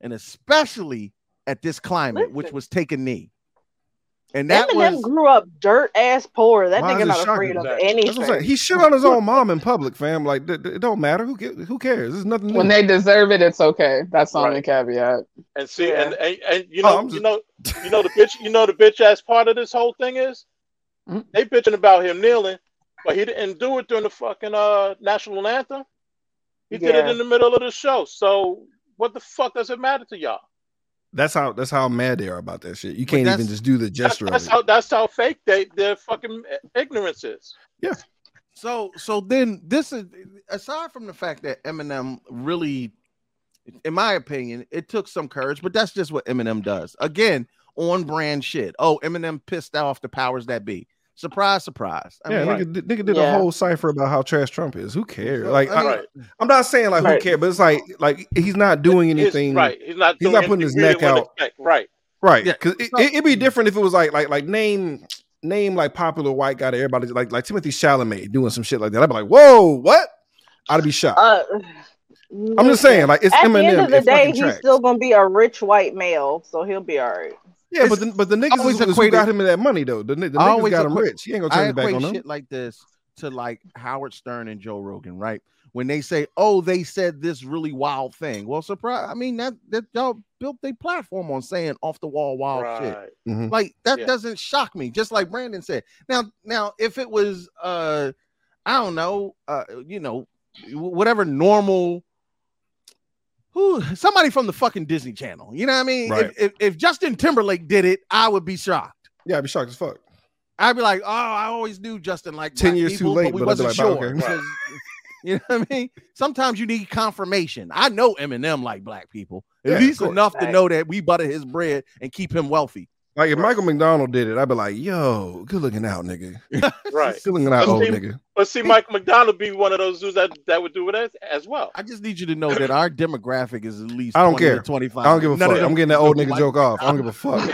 [SPEAKER 3] and especially at this climate, which was take a knee. And that
[SPEAKER 9] Eminem
[SPEAKER 3] was
[SPEAKER 9] grew up dirt ass poor. That
[SPEAKER 7] Why is
[SPEAKER 9] nigga
[SPEAKER 7] it
[SPEAKER 9] not
[SPEAKER 7] shocking?
[SPEAKER 9] afraid of
[SPEAKER 7] That's what I'm
[SPEAKER 9] anything.
[SPEAKER 7] saying. He shit on his own mom in public, fam. Like th- th- it don't matter. Who ca- who cares? There's nothing. New.
[SPEAKER 5] When they deserve it, it's okay. That's the only
[SPEAKER 6] Right.
[SPEAKER 5] caveat.
[SPEAKER 6] And see,
[SPEAKER 9] Yeah.
[SPEAKER 6] and, and and you
[SPEAKER 7] Oh,
[SPEAKER 6] know,
[SPEAKER 7] I'm
[SPEAKER 6] you
[SPEAKER 7] just-
[SPEAKER 6] know, you know the bitch, you know the bitch ass part of this whole thing is
[SPEAKER 5] Mm.
[SPEAKER 6] they bitching about him kneeling, but he didn't do it during the fucking uh national anthem. He did it
[SPEAKER 5] Yeah.
[SPEAKER 6] in the middle of the show. So what the fuck does it matter to y'all?
[SPEAKER 7] That's how that's how mad they are about that shit. You
[SPEAKER 3] But
[SPEAKER 7] can't
[SPEAKER 3] that's-
[SPEAKER 7] even just do the
[SPEAKER 6] That's,
[SPEAKER 7] gesture
[SPEAKER 6] that's
[SPEAKER 7] of it.
[SPEAKER 6] how that's how fake they their fucking ignorance is.
[SPEAKER 3] So so then this is aside from the fact that Eminem really in my opinion, it took some courage, but that's just what Eminem does. Again, on brand shit. Oh, Eminem pissed off the powers that be. Surprise, surprise. I
[SPEAKER 7] yeah,
[SPEAKER 3] mean,
[SPEAKER 7] nigga, di- nigga did
[SPEAKER 9] Yeah.
[SPEAKER 7] a whole cipher about how trash Trump is. Who cares?
[SPEAKER 3] Well,
[SPEAKER 7] Like,
[SPEAKER 3] I mean-
[SPEAKER 7] I,
[SPEAKER 6] right.
[SPEAKER 7] am not saying like
[SPEAKER 9] Right.
[SPEAKER 7] who cares, but it's like like he's not doing anything
[SPEAKER 6] He's, right. He's not
[SPEAKER 7] he's
[SPEAKER 6] doing
[SPEAKER 7] not putting
[SPEAKER 6] anything
[SPEAKER 7] his
[SPEAKER 6] we
[SPEAKER 7] neck
[SPEAKER 6] didn't want to
[SPEAKER 7] out.
[SPEAKER 6] expect. Right.
[SPEAKER 7] Right.
[SPEAKER 3] Yeah,
[SPEAKER 7] Because it,
[SPEAKER 3] not-
[SPEAKER 7] it, would be different if it was like like like name name like popular white guy that everybody like like Timothy Chalamet doing some shit like that. I'd be like, whoa, what? I'd be shocked.
[SPEAKER 9] Uh,
[SPEAKER 7] I'm just saying, like it's
[SPEAKER 9] At
[SPEAKER 7] Eminem.
[SPEAKER 9] the end of the
[SPEAKER 7] it fucking
[SPEAKER 9] day, he's
[SPEAKER 7] tracks.
[SPEAKER 9] still gonna be a rich white male, so he'll be all right.
[SPEAKER 7] yeah, but the, but the niggas
[SPEAKER 3] always
[SPEAKER 7] is, is who
[SPEAKER 3] equated-
[SPEAKER 7] got him in that money though. The, ni- the
[SPEAKER 3] I
[SPEAKER 7] niggas
[SPEAKER 3] always
[SPEAKER 7] got him
[SPEAKER 3] equate-
[SPEAKER 7] rich. He ain't gonna
[SPEAKER 3] I
[SPEAKER 7] turn his back
[SPEAKER 3] equate
[SPEAKER 7] on them.
[SPEAKER 3] shit like this to like Howard Stern and Joe Rogan, right? When they say, "Oh, they said this really wild thing," well, surprise. I mean, that that y'all built their platform on saying off the wall wild Oh, shit.
[SPEAKER 6] Right.
[SPEAKER 7] Mhm.
[SPEAKER 3] Like that
[SPEAKER 6] Yeah.
[SPEAKER 3] doesn't shock me. Just like Brandon said. Now, now if it was uh I don't know, uh you know, wh- whatever normal who somebody from the fucking Disney Channel. You know what I mean?
[SPEAKER 7] Right.
[SPEAKER 3] If, if if Justin Timberlake did it, I would be shocked.
[SPEAKER 7] Yeah, I'd be shocked as fuck.
[SPEAKER 3] I'd be like, "Oh, I always knew Justin like
[SPEAKER 7] 10
[SPEAKER 3] black
[SPEAKER 7] years too
[SPEAKER 3] people,
[SPEAKER 7] late,
[SPEAKER 3] but we
[SPEAKER 7] but I'd be
[SPEAKER 3] wasn't
[SPEAKER 7] like,
[SPEAKER 3] sure."
[SPEAKER 7] "Okay."
[SPEAKER 3] because- (laughs) You know what I mean? Sometimes you need confirmation. I know Eminem like black people. At
[SPEAKER 7] Yeah, of
[SPEAKER 3] least
[SPEAKER 7] course.
[SPEAKER 3] enough to
[SPEAKER 9] Right.
[SPEAKER 3] know that we butter his bread and keep him wealthy.
[SPEAKER 7] Like if Michael McDonald did it, I'd be like, yo, good looking out, nigga.
[SPEAKER 6] Right.
[SPEAKER 7] Good looking out,
[SPEAKER 6] But
[SPEAKER 7] old
[SPEAKER 6] see-
[SPEAKER 7] nigga.
[SPEAKER 6] But see, Mike McDonald be one of those dudes that, that would do it as, as well.
[SPEAKER 3] I just need you to know that our demographic is at least
[SPEAKER 7] I don't
[SPEAKER 3] 20 to
[SPEAKER 7] care.
[SPEAKER 3] 25.
[SPEAKER 7] I don't give a
[SPEAKER 3] None of
[SPEAKER 7] fuck.
[SPEAKER 3] them-
[SPEAKER 7] I'm getting that old nigga
[SPEAKER 3] Mike-
[SPEAKER 7] joke off. I don't give a fuck. I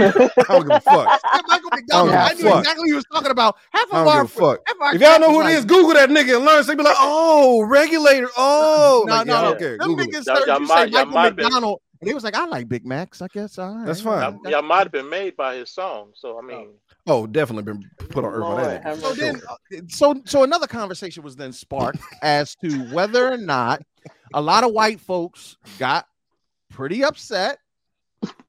[SPEAKER 7] don't give a fuck.
[SPEAKER 3] Yeah, Michael McDonald.
[SPEAKER 5] give a
[SPEAKER 3] I knew
[SPEAKER 7] fuck.
[SPEAKER 3] exactly what he was talking about. Half
[SPEAKER 7] I
[SPEAKER 3] of
[SPEAKER 7] don't
[SPEAKER 3] our,
[SPEAKER 7] give a fuck.
[SPEAKER 3] half of our
[SPEAKER 7] If y'all know who it
[SPEAKER 3] crack
[SPEAKER 7] is, Google that nigga and learn. So they be like, oh, regulator. Oh,
[SPEAKER 3] No,
[SPEAKER 7] Like,
[SPEAKER 3] no,
[SPEAKER 7] yeah, I
[SPEAKER 3] no.
[SPEAKER 7] don't care.
[SPEAKER 3] Them
[SPEAKER 7] Google it.
[SPEAKER 3] niggas
[SPEAKER 6] Y'all-
[SPEAKER 3] heard
[SPEAKER 6] y'all
[SPEAKER 3] you
[SPEAKER 6] might-
[SPEAKER 3] say
[SPEAKER 6] y'all
[SPEAKER 3] Michael
[SPEAKER 6] might be-
[SPEAKER 3] McDonald, and he was like, "I like Big Macs. I guess all right.
[SPEAKER 7] That's fine.
[SPEAKER 6] Y'all, y'all might have been made by his song. So I mean,
[SPEAKER 7] Oh, definitely been put on earth by
[SPEAKER 9] Lord,
[SPEAKER 7] that
[SPEAKER 9] have
[SPEAKER 7] nigga.
[SPEAKER 3] So
[SPEAKER 7] for
[SPEAKER 3] then, uh,
[SPEAKER 7] sure.
[SPEAKER 3] so so another conversation was then sparked
[SPEAKER 7] (laughs)
[SPEAKER 3] as to whether or not a lot of white folks got pretty upset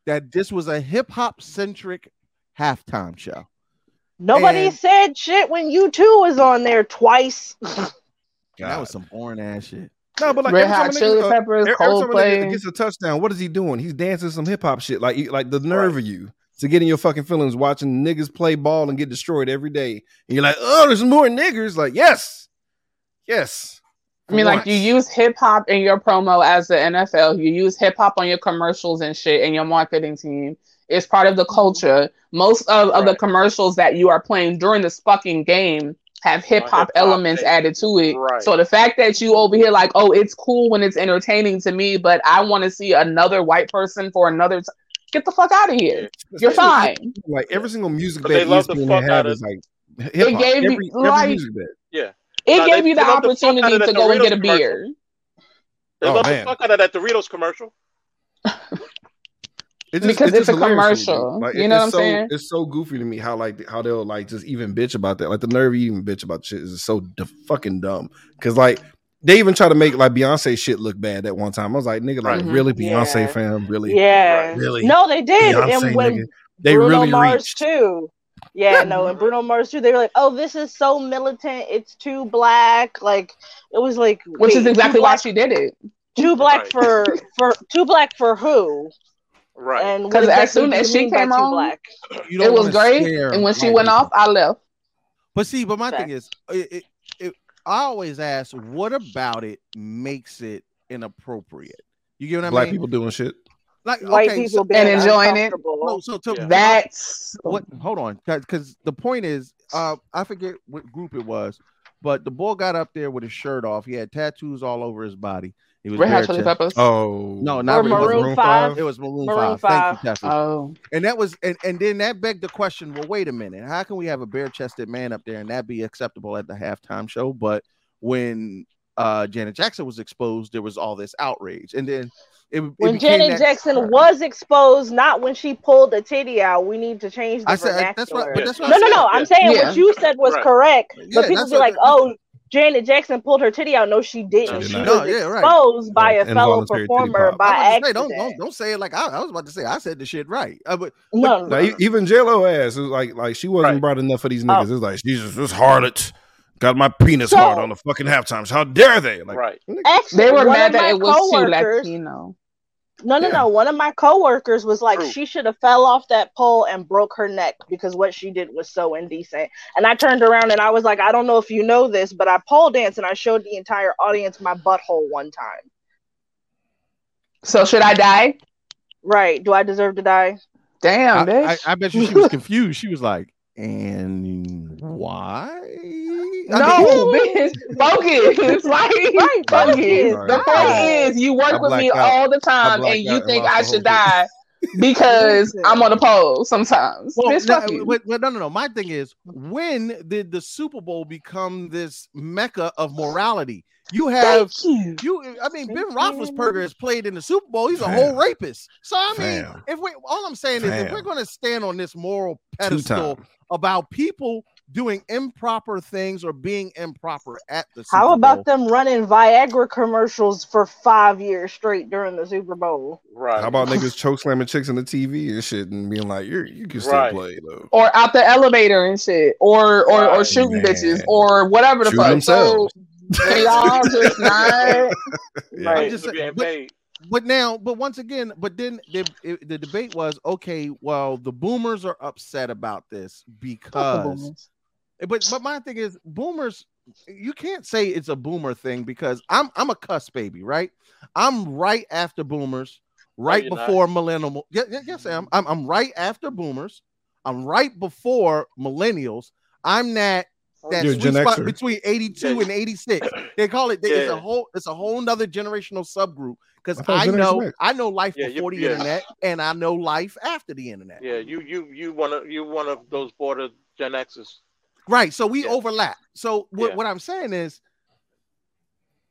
[SPEAKER 3] that this was a hip hop centric halftime show.
[SPEAKER 9] Nobody
[SPEAKER 3] And-
[SPEAKER 9] said shit when you two was on there twice.
[SPEAKER 3] And that was some boring ass shit.
[SPEAKER 7] No, but like
[SPEAKER 5] Red
[SPEAKER 7] every time
[SPEAKER 5] Hot
[SPEAKER 7] a nigga-
[SPEAKER 5] Chili
[SPEAKER 7] uh,
[SPEAKER 5] Peppers,
[SPEAKER 7] every, every time a nigga
[SPEAKER 5] Coldplay.
[SPEAKER 7] gets a touchdown, what is he doing? He's dancing some hip hop shit. Like, you- like the nerve of you to get in your fucking feelings watching niggas play ball and get destroyed every day. And you're like, oh, there's more niggers. Like, yes, yes.
[SPEAKER 5] I mean, like
[SPEAKER 7] Once.
[SPEAKER 5] you use hip hop in your promo as the NFL. You use hip hop on your commercials and shit and your marketing team. It's part of the culture. Most of, of the
[SPEAKER 6] Mm-hmm. Right.
[SPEAKER 5] commercials that you are playing during this fucking game have hip hop
[SPEAKER 6] hip-hop
[SPEAKER 5] elements
[SPEAKER 6] thing.
[SPEAKER 5] added to it.
[SPEAKER 6] Right.
[SPEAKER 5] So the fact that you over here like, oh, it's cool when it's entertaining to me, but I want to see another white person for another. T- Get the fuck out of here. You're fine.
[SPEAKER 7] Like every single music E
[SPEAKER 6] But
[SPEAKER 7] bed
[SPEAKER 6] they love the
[SPEAKER 7] ESPN
[SPEAKER 6] fuck
[SPEAKER 7] have
[SPEAKER 6] outta-
[SPEAKER 7] is like hip hop.
[SPEAKER 5] gave you
[SPEAKER 7] Every,
[SPEAKER 5] life.
[SPEAKER 7] every music bed.
[SPEAKER 5] It
[SPEAKER 6] Nah,
[SPEAKER 5] gave
[SPEAKER 6] they-
[SPEAKER 5] you
[SPEAKER 6] they
[SPEAKER 5] the
[SPEAKER 6] love the fuck
[SPEAKER 5] opportunity
[SPEAKER 6] outta
[SPEAKER 5] to
[SPEAKER 6] that
[SPEAKER 5] go and
[SPEAKER 6] Doritos
[SPEAKER 5] get a
[SPEAKER 6] commercial.
[SPEAKER 5] beer.
[SPEAKER 6] they
[SPEAKER 7] Oh,
[SPEAKER 6] love
[SPEAKER 7] man.
[SPEAKER 6] the fuck out of that Doritos commercial.
[SPEAKER 7] It's
[SPEAKER 5] Because it's a
[SPEAKER 7] hilarious to me, dude.
[SPEAKER 5] commercial.
[SPEAKER 7] Like,
[SPEAKER 5] You
[SPEAKER 7] it-
[SPEAKER 5] know
[SPEAKER 7] it's
[SPEAKER 5] what I'm
[SPEAKER 7] so,
[SPEAKER 5] saying?
[SPEAKER 7] It's so goofy to me how like how they'll like just even bitch about that. Like the nerve you even bitch about shit is just so d- fucking dumb. Because like they even try to make like Beyonce shit look bad at one time. I was like, nigga, like
[SPEAKER 5] Right. Mhm.
[SPEAKER 7] really Beyonce
[SPEAKER 9] Yeah.
[SPEAKER 7] fam, really,
[SPEAKER 9] Yeah.
[SPEAKER 7] really.
[SPEAKER 9] No, they did.
[SPEAKER 7] Beyonce,
[SPEAKER 9] and when
[SPEAKER 7] nigga. They
[SPEAKER 9] Bruno
[SPEAKER 7] really
[SPEAKER 9] Mars
[SPEAKER 7] reached.
[SPEAKER 9] too. Yeah, no, and Bruno Mars too. They were like, "Oh, this is so militant. It's too black." Like it was like,
[SPEAKER 5] Which is
[SPEAKER 9] wait,
[SPEAKER 5] exactly
[SPEAKER 9] too
[SPEAKER 5] why
[SPEAKER 9] black,
[SPEAKER 5] she did it.
[SPEAKER 9] too black
[SPEAKER 6] Right.
[SPEAKER 9] for for too black for who?
[SPEAKER 6] Right.
[SPEAKER 9] And what
[SPEAKER 5] 'Cause as
[SPEAKER 9] exactly
[SPEAKER 5] soon
[SPEAKER 9] do you
[SPEAKER 5] as she
[SPEAKER 9] mean by
[SPEAKER 5] came
[SPEAKER 9] too
[SPEAKER 5] on-
[SPEAKER 9] black?
[SPEAKER 3] You
[SPEAKER 5] It was
[SPEAKER 3] wanna
[SPEAKER 5] great.
[SPEAKER 3] scare
[SPEAKER 5] And when she
[SPEAKER 3] white
[SPEAKER 5] went
[SPEAKER 3] people.
[SPEAKER 5] off, I left.
[SPEAKER 3] But see, but my
[SPEAKER 9] Okay.
[SPEAKER 3] thing is, it, it, it, I always ask, what about it makes it inappropriate? You get what I
[SPEAKER 7] Black
[SPEAKER 3] mean?
[SPEAKER 7] people doing shit.
[SPEAKER 3] Like
[SPEAKER 9] White
[SPEAKER 3] okay,
[SPEAKER 9] people
[SPEAKER 3] so,
[SPEAKER 9] being
[SPEAKER 5] And enjoying it.
[SPEAKER 9] uncomfortable.
[SPEAKER 3] no, so to
[SPEAKER 6] Yeah.
[SPEAKER 5] That's
[SPEAKER 3] what? Hold on, because the point is, uh, I forget what group it was, but the boy got up there with his shirt off. He had tattoos all over his body, He was
[SPEAKER 5] Red Hot
[SPEAKER 3] bare
[SPEAKER 5] Chili
[SPEAKER 3] chested.
[SPEAKER 5] Peppers.
[SPEAKER 7] Oh
[SPEAKER 3] No, not
[SPEAKER 9] Or
[SPEAKER 3] Red Hot Chili Peppers.
[SPEAKER 9] Maroon five.
[SPEAKER 3] It was Maroon,
[SPEAKER 9] Maroon
[SPEAKER 3] 5.
[SPEAKER 9] five.
[SPEAKER 3] Thank you, Tessa.
[SPEAKER 5] Oh,
[SPEAKER 3] And that was and, and then that begged the question, well, wait a minute, how can we have a bare chested man up there and that be acceptable at the halftime show? But when uh Janet Jackson was exposed, there was all this outrage. And then it, it
[SPEAKER 9] When
[SPEAKER 3] became
[SPEAKER 9] Janet
[SPEAKER 3] that-
[SPEAKER 9] Jackson was exposed, not when she pulled the titty out. We need to change the
[SPEAKER 3] I said I-
[SPEAKER 9] vernacular.
[SPEAKER 3] that's what but that's what
[SPEAKER 9] no,
[SPEAKER 3] I'm
[SPEAKER 9] no,
[SPEAKER 3] saying.
[SPEAKER 9] no. I'm saying
[SPEAKER 5] Yeah.
[SPEAKER 9] what you said was
[SPEAKER 6] Right.
[SPEAKER 9] correct.
[SPEAKER 3] Yeah,
[SPEAKER 9] but people
[SPEAKER 3] that's
[SPEAKER 9] be
[SPEAKER 3] what-
[SPEAKER 9] like, "Oh, Janet Jackson pulled her titty out." No, she didn't.
[SPEAKER 7] did
[SPEAKER 9] She
[SPEAKER 7] not.
[SPEAKER 9] was
[SPEAKER 3] No, yeah, right.
[SPEAKER 9] exposed by
[SPEAKER 7] Right.
[SPEAKER 9] a fellow
[SPEAKER 7] Involuntary titty
[SPEAKER 9] performer
[SPEAKER 7] pop.
[SPEAKER 9] by
[SPEAKER 3] I'm about to say,
[SPEAKER 9] accident.
[SPEAKER 3] don't, don't don't say it like I, I was about to say. I said the shit right. Uh, but
[SPEAKER 9] no,
[SPEAKER 7] Now, e- even J Lo ass is like like she wasn't
[SPEAKER 6] Right.
[SPEAKER 7] bright enough for these niggas. It's like Jesus, this harlot got my penis
[SPEAKER 9] So-
[SPEAKER 7] hard on the fucking halftime. How dare they? Like
[SPEAKER 6] right.
[SPEAKER 9] actually,
[SPEAKER 5] they were
[SPEAKER 9] one
[SPEAKER 5] mad
[SPEAKER 9] of my
[SPEAKER 5] that it was too
[SPEAKER 9] coworkers-
[SPEAKER 5] Latino.
[SPEAKER 9] No, no,
[SPEAKER 7] Yeah.
[SPEAKER 9] no. One of my coworkers was like,
[SPEAKER 6] True.
[SPEAKER 9] she should have fell off that pole and broke her neck because what she did was so indecent. And I turned around and I was like, I don't know if you know this, but I pole dance and I showed the entire audience my butthole one time.
[SPEAKER 5] So should I die?
[SPEAKER 9] Right? Do I deserve to die?
[SPEAKER 5] Damn, bitch.
[SPEAKER 3] I, I, I bet you she was confused. She was like, and why? I mean,
[SPEAKER 5] no, bitch. Focus. (laughs) Like,
[SPEAKER 9] Right?
[SPEAKER 5] focus.
[SPEAKER 9] Focus.
[SPEAKER 7] Sorry.
[SPEAKER 5] The point
[SPEAKER 9] God.
[SPEAKER 5] is, you work
[SPEAKER 7] I
[SPEAKER 5] with me
[SPEAKER 7] blacked out.
[SPEAKER 5] all the
[SPEAKER 7] I
[SPEAKER 5] time,
[SPEAKER 7] blacked
[SPEAKER 5] and you
[SPEAKER 7] out and
[SPEAKER 5] think
[SPEAKER 7] lost
[SPEAKER 5] I
[SPEAKER 7] the whole
[SPEAKER 5] should die because
[SPEAKER 9] Listen.
[SPEAKER 5] I'm on a pole sometimes.
[SPEAKER 3] well,
[SPEAKER 5] bitch,
[SPEAKER 3] no,
[SPEAKER 5] fuck you.
[SPEAKER 3] but- but no, no, no. My thing is, when did the Super Bowl become this mecca of morality? You have
[SPEAKER 5] Thank you.
[SPEAKER 3] you. I mean, Ben
[SPEAKER 9] Thank
[SPEAKER 3] Roethlisberger has played in the Super Bowl. He's a
[SPEAKER 7] Fam.
[SPEAKER 3] whole rapist. So I mean,
[SPEAKER 7] Fam.
[SPEAKER 3] if we, all I'm saying is, if
[SPEAKER 7] Fam.
[SPEAKER 3] we're going to stand on this moral
[SPEAKER 7] two
[SPEAKER 3] pedestal
[SPEAKER 7] time.
[SPEAKER 3] about people doing improper things or being improper at the Super
[SPEAKER 9] How
[SPEAKER 3] Bowl,
[SPEAKER 9] about them running Viagra commercials for five years straight during the Super Bowl?
[SPEAKER 6] Right.
[SPEAKER 7] How about niggas choke slamming chicks on the TV and shit and being like, you you can still
[SPEAKER 6] Right.
[SPEAKER 7] play
[SPEAKER 5] (laughs)
[SPEAKER 7] though. (laughs)
[SPEAKER 5] Or out the elevator and shit, or or, or
[SPEAKER 6] Right,
[SPEAKER 5] shooting
[SPEAKER 7] man.
[SPEAKER 5] bitches, or whatever the
[SPEAKER 7] Shooting
[SPEAKER 5] fuck.
[SPEAKER 7] themselves.
[SPEAKER 5] So can y'all just not.
[SPEAKER 7] Yeah.
[SPEAKER 6] Right.
[SPEAKER 3] just saying,
[SPEAKER 6] Just being
[SPEAKER 3] but-
[SPEAKER 6] paid.
[SPEAKER 3] but now, but once again, but then the, it- the debate was okay. Well, the boomers are upset about this because, but but my thing is, boomers, you can't say it's a boomer thing because I'm I'm a cuss baby, right? I'm right after boomers, right
[SPEAKER 6] you're not.
[SPEAKER 3] before millennial. Yes, yes, I am. I'm I'm right after boomers. I'm right before millennials. I'm that that
[SPEAKER 7] You're a
[SPEAKER 3] sweet
[SPEAKER 7] Gen
[SPEAKER 3] spot
[SPEAKER 7] Xer.
[SPEAKER 3] between 82
[SPEAKER 6] Yeah.
[SPEAKER 3] and 86. They call it it's a
[SPEAKER 6] Yeah.
[SPEAKER 3] whole it's a whole nother generational subgroup because
[SPEAKER 7] I thought
[SPEAKER 3] I,
[SPEAKER 7] Generation
[SPEAKER 3] know
[SPEAKER 7] X.
[SPEAKER 3] I know life
[SPEAKER 6] Yeah, you-
[SPEAKER 3] before the
[SPEAKER 6] yeah.
[SPEAKER 3] internet and I know life after the internet.
[SPEAKER 6] Yeah, you you you one of you one of those border Gen Xs.
[SPEAKER 3] Right. So we
[SPEAKER 6] Yeah.
[SPEAKER 3] overlap. So what,
[SPEAKER 6] Yeah.
[SPEAKER 3] what I'm saying is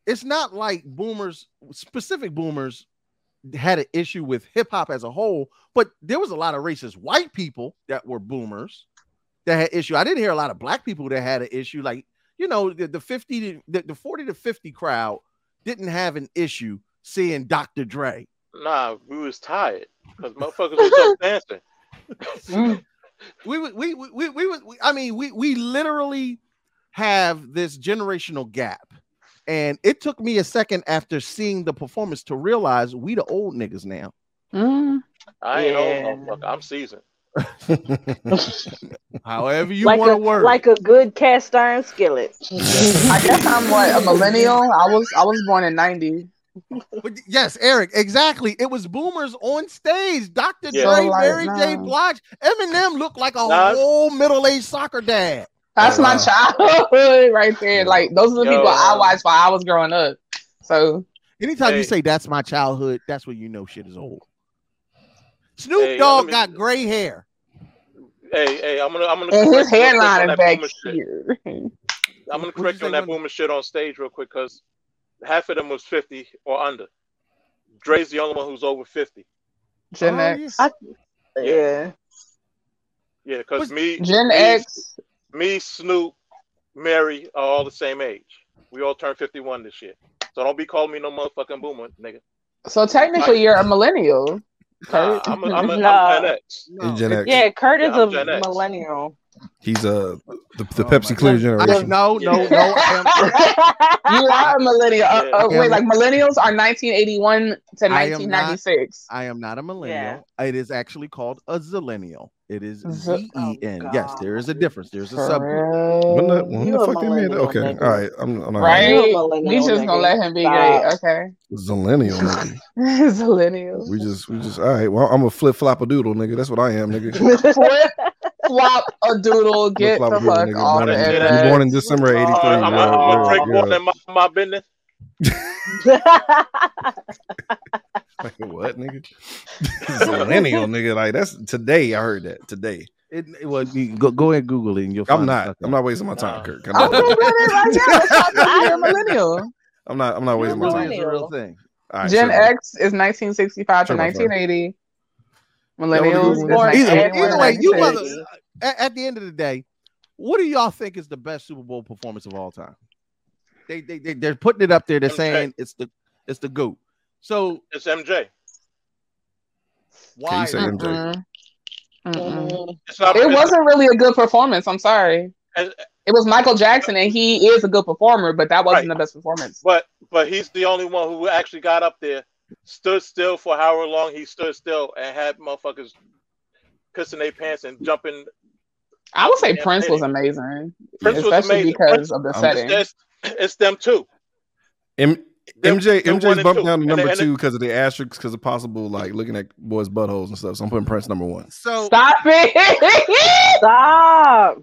[SPEAKER 3] it's not like boomers, specific boomers had an issue with hip hop as a whole, but there was a lot of racist white people that were boomers that had issue. I didn't hear a lot of black people that had an issue. Like, you know, the, the 50 to, the, the 40 to 50 crowd didn't have an issue seeing Dr. Dre.
[SPEAKER 6] Nah, we was tired because motherfuckers was
[SPEAKER 3] (laughs)
[SPEAKER 6] up dancing.
[SPEAKER 5] Mm,
[SPEAKER 3] we would- we we we, we, would- we I mean we we literally have this generational gap. And it took me a second after seeing the performance to realize we the old niggas now. (laughs)
[SPEAKER 5] Mm.
[SPEAKER 6] I ain't
[SPEAKER 9] Yeah.
[SPEAKER 6] old motherfucker. I'm seasoned.
[SPEAKER 3] However you
[SPEAKER 9] like
[SPEAKER 3] want
[SPEAKER 9] a
[SPEAKER 3] to word.
[SPEAKER 9] like a good cast iron skillet.
[SPEAKER 5] I guess I'm what a millennial. I was I was born in ninety.
[SPEAKER 3] But yes, Eric, exactly. It was boomers on stage. Dr. Dre,
[SPEAKER 6] Yeah.
[SPEAKER 5] So, like,
[SPEAKER 3] Mary J.
[SPEAKER 5] nah.
[SPEAKER 3] Blige, Eminem looked like a
[SPEAKER 6] Nah.
[SPEAKER 3] whole middle-aged soccer dad.
[SPEAKER 5] That's
[SPEAKER 7] Oh,
[SPEAKER 5] my
[SPEAKER 7] wow.
[SPEAKER 5] childhood (laughs) right there. Like those are the
[SPEAKER 6] Yo.
[SPEAKER 5] people I watched while I was growing up. So
[SPEAKER 3] Anytime you
[SPEAKER 6] Hey.
[SPEAKER 3] say that's my childhood, that's when you know shit is old. Snoop
[SPEAKER 6] Hey,
[SPEAKER 3] Dogg
[SPEAKER 6] let me-
[SPEAKER 3] got gray hair.
[SPEAKER 6] Hey, hey, I'm gonna I'm gonna
[SPEAKER 5] and his
[SPEAKER 6] correct you real quick on
[SPEAKER 5] hairline is
[SPEAKER 6] that
[SPEAKER 5] back
[SPEAKER 6] boomer shit.
[SPEAKER 5] here.
[SPEAKER 6] I'm gonna
[SPEAKER 3] What'd you
[SPEAKER 6] correct you on
[SPEAKER 3] say,
[SPEAKER 6] that
[SPEAKER 3] Wendell?
[SPEAKER 6] boomer shit on stage real quick because half of them was 50 or under. Dre's the only one who's over 50.
[SPEAKER 5] (laughs) Gen
[SPEAKER 3] Oh,
[SPEAKER 5] X.
[SPEAKER 3] yeah.
[SPEAKER 9] Yeah.
[SPEAKER 6] Yeah, because
[SPEAKER 3] What's-
[SPEAKER 6] me,
[SPEAKER 5] Gen
[SPEAKER 6] me,
[SPEAKER 5] X.
[SPEAKER 6] me, Snoop, Mary are all the same age. We all turned 51 this year. So don't be calling me no motherfucking boomer, nigga.
[SPEAKER 5] So technically, you're a millennial.
[SPEAKER 6] Nah, I'm a, I'm
[SPEAKER 5] (laughs)
[SPEAKER 6] a,
[SPEAKER 9] Nah.
[SPEAKER 6] I'm Gen X.
[SPEAKER 7] He's Gen X.
[SPEAKER 9] Yeah, Kurt is
[SPEAKER 6] Yeah, I'm
[SPEAKER 9] a
[SPEAKER 6] Gen X.
[SPEAKER 9] millennial.
[SPEAKER 7] He's uh the, the
[SPEAKER 3] Oh, my
[SPEAKER 7] Pepsi Clear
[SPEAKER 3] God. I-
[SPEAKER 7] generation.
[SPEAKER 3] no, no, no. I
[SPEAKER 5] (laughs)
[SPEAKER 3] am,
[SPEAKER 5] You are a millennial. Uh, uh,
[SPEAKER 3] Yeah.
[SPEAKER 5] wait, like millennials are 1981 to
[SPEAKER 3] I am not-
[SPEAKER 5] 1996.
[SPEAKER 3] I am not a millennial. It is actually called a zillennial. It is
[SPEAKER 5] Z-
[SPEAKER 3] Z E
[SPEAKER 5] Oh,
[SPEAKER 3] N. Yes, there is a difference. There's a subgroup.
[SPEAKER 7] When the,
[SPEAKER 5] For real?
[SPEAKER 7] when
[SPEAKER 9] You
[SPEAKER 7] the
[SPEAKER 9] a
[SPEAKER 7] fuck they made that?
[SPEAKER 9] millennial,
[SPEAKER 7] Okay,
[SPEAKER 9] nigga.
[SPEAKER 7] all right. I'm, I'm not
[SPEAKER 5] Right?
[SPEAKER 9] You a millennial,
[SPEAKER 5] We just gonna
[SPEAKER 9] nigga.
[SPEAKER 5] let him be
[SPEAKER 9] Stop.
[SPEAKER 5] great, okay? (laughs)
[SPEAKER 7] Zillennial, nigga.
[SPEAKER 5] Millennial.
[SPEAKER 7] We just, we just, all right. Well, I'm a flip flop a doodle, nigga. That's what I am, nigga.
[SPEAKER 5] (laughs) Flip, flop a doodle, get the
[SPEAKER 7] Flip-flop doodle,
[SPEAKER 5] fuck
[SPEAKER 7] nigga.
[SPEAKER 5] off
[SPEAKER 7] Born
[SPEAKER 5] the
[SPEAKER 7] in-
[SPEAKER 6] That's
[SPEAKER 5] internet.
[SPEAKER 6] it.
[SPEAKER 7] you born in December of '83.
[SPEAKER 6] Uh, I'm a,
[SPEAKER 7] you're a-
[SPEAKER 6] uh,
[SPEAKER 7] you're a-
[SPEAKER 6] Drake
[SPEAKER 7] you're a-
[SPEAKER 6] born in my, my business.
[SPEAKER 9] (laughs)
[SPEAKER 7] like
[SPEAKER 6] (laughs)
[SPEAKER 7] what, nigga? Millennial, nigga. Like that's today. I heard that today.
[SPEAKER 3] It, it was you go, go ahead Google it and you'll. Find
[SPEAKER 7] I'm not.
[SPEAKER 3] something.
[SPEAKER 7] I'm not wasting my time, Kirk.
[SPEAKER 5] (laughs)
[SPEAKER 7] I'm
[SPEAKER 5] I'm
[SPEAKER 7] not,
[SPEAKER 5] Googling it right now. (laughs) It's not gonna be a millennial.
[SPEAKER 7] I'm not. I'm not wasting my
[SPEAKER 3] It's
[SPEAKER 7] time.
[SPEAKER 3] a real thing.
[SPEAKER 7] All right,
[SPEAKER 5] Gen
[SPEAKER 7] sure.
[SPEAKER 5] X is 1965 to
[SPEAKER 7] Sure, my friend.
[SPEAKER 5] 1980. Millennials is
[SPEAKER 7] Either-
[SPEAKER 3] Either,
[SPEAKER 5] 1981
[SPEAKER 3] either way, you
[SPEAKER 5] 1996.
[SPEAKER 3] mother. At, at the end of the day, what do y'all think is the best Super Bowl performance of all time? They they, they they're putting it up there. They're
[SPEAKER 6] Okay.
[SPEAKER 3] saying it's the it's the goat. So
[SPEAKER 6] It's MJ.
[SPEAKER 3] why?
[SPEAKER 7] say MJ?
[SPEAKER 5] Mm-mm. Mm-mm.
[SPEAKER 6] It's not.
[SPEAKER 5] It
[SPEAKER 6] it's-
[SPEAKER 5] wasn't really a good performance. I'm sorry.
[SPEAKER 6] And-
[SPEAKER 5] It was Michael Jackson, and he is a good performer, but that wasn't
[SPEAKER 6] Right.
[SPEAKER 5] the best performance.
[SPEAKER 6] But but he's the only one who actually got up there, stood still for however long he stood still, and had motherfuckers pissing their pants and jumping.
[SPEAKER 5] I would say
[SPEAKER 6] Yeah,
[SPEAKER 5] Prince was
[SPEAKER 6] it-
[SPEAKER 5] amazing,
[SPEAKER 6] Prince was
[SPEAKER 5] especially
[SPEAKER 6] amazing.
[SPEAKER 5] because
[SPEAKER 6] Prince-
[SPEAKER 5] of the
[SPEAKER 7] I'm-
[SPEAKER 5] setting.
[SPEAKER 6] It's, it's, it's them too.
[SPEAKER 7] M-
[SPEAKER 6] They're-
[SPEAKER 7] MJ
[SPEAKER 6] they're one
[SPEAKER 7] MJ's
[SPEAKER 6] and
[SPEAKER 7] bumped
[SPEAKER 6] two.
[SPEAKER 7] down
[SPEAKER 6] And
[SPEAKER 7] to
[SPEAKER 6] they-
[SPEAKER 7] number
[SPEAKER 6] and they- (laughs)
[SPEAKER 7] two because of the asterisks because of possible like looking at boys' buttholes and stuff. So I'm putting Prince number one.
[SPEAKER 3] So
[SPEAKER 5] Stop it! (laughs)
[SPEAKER 10] Stop.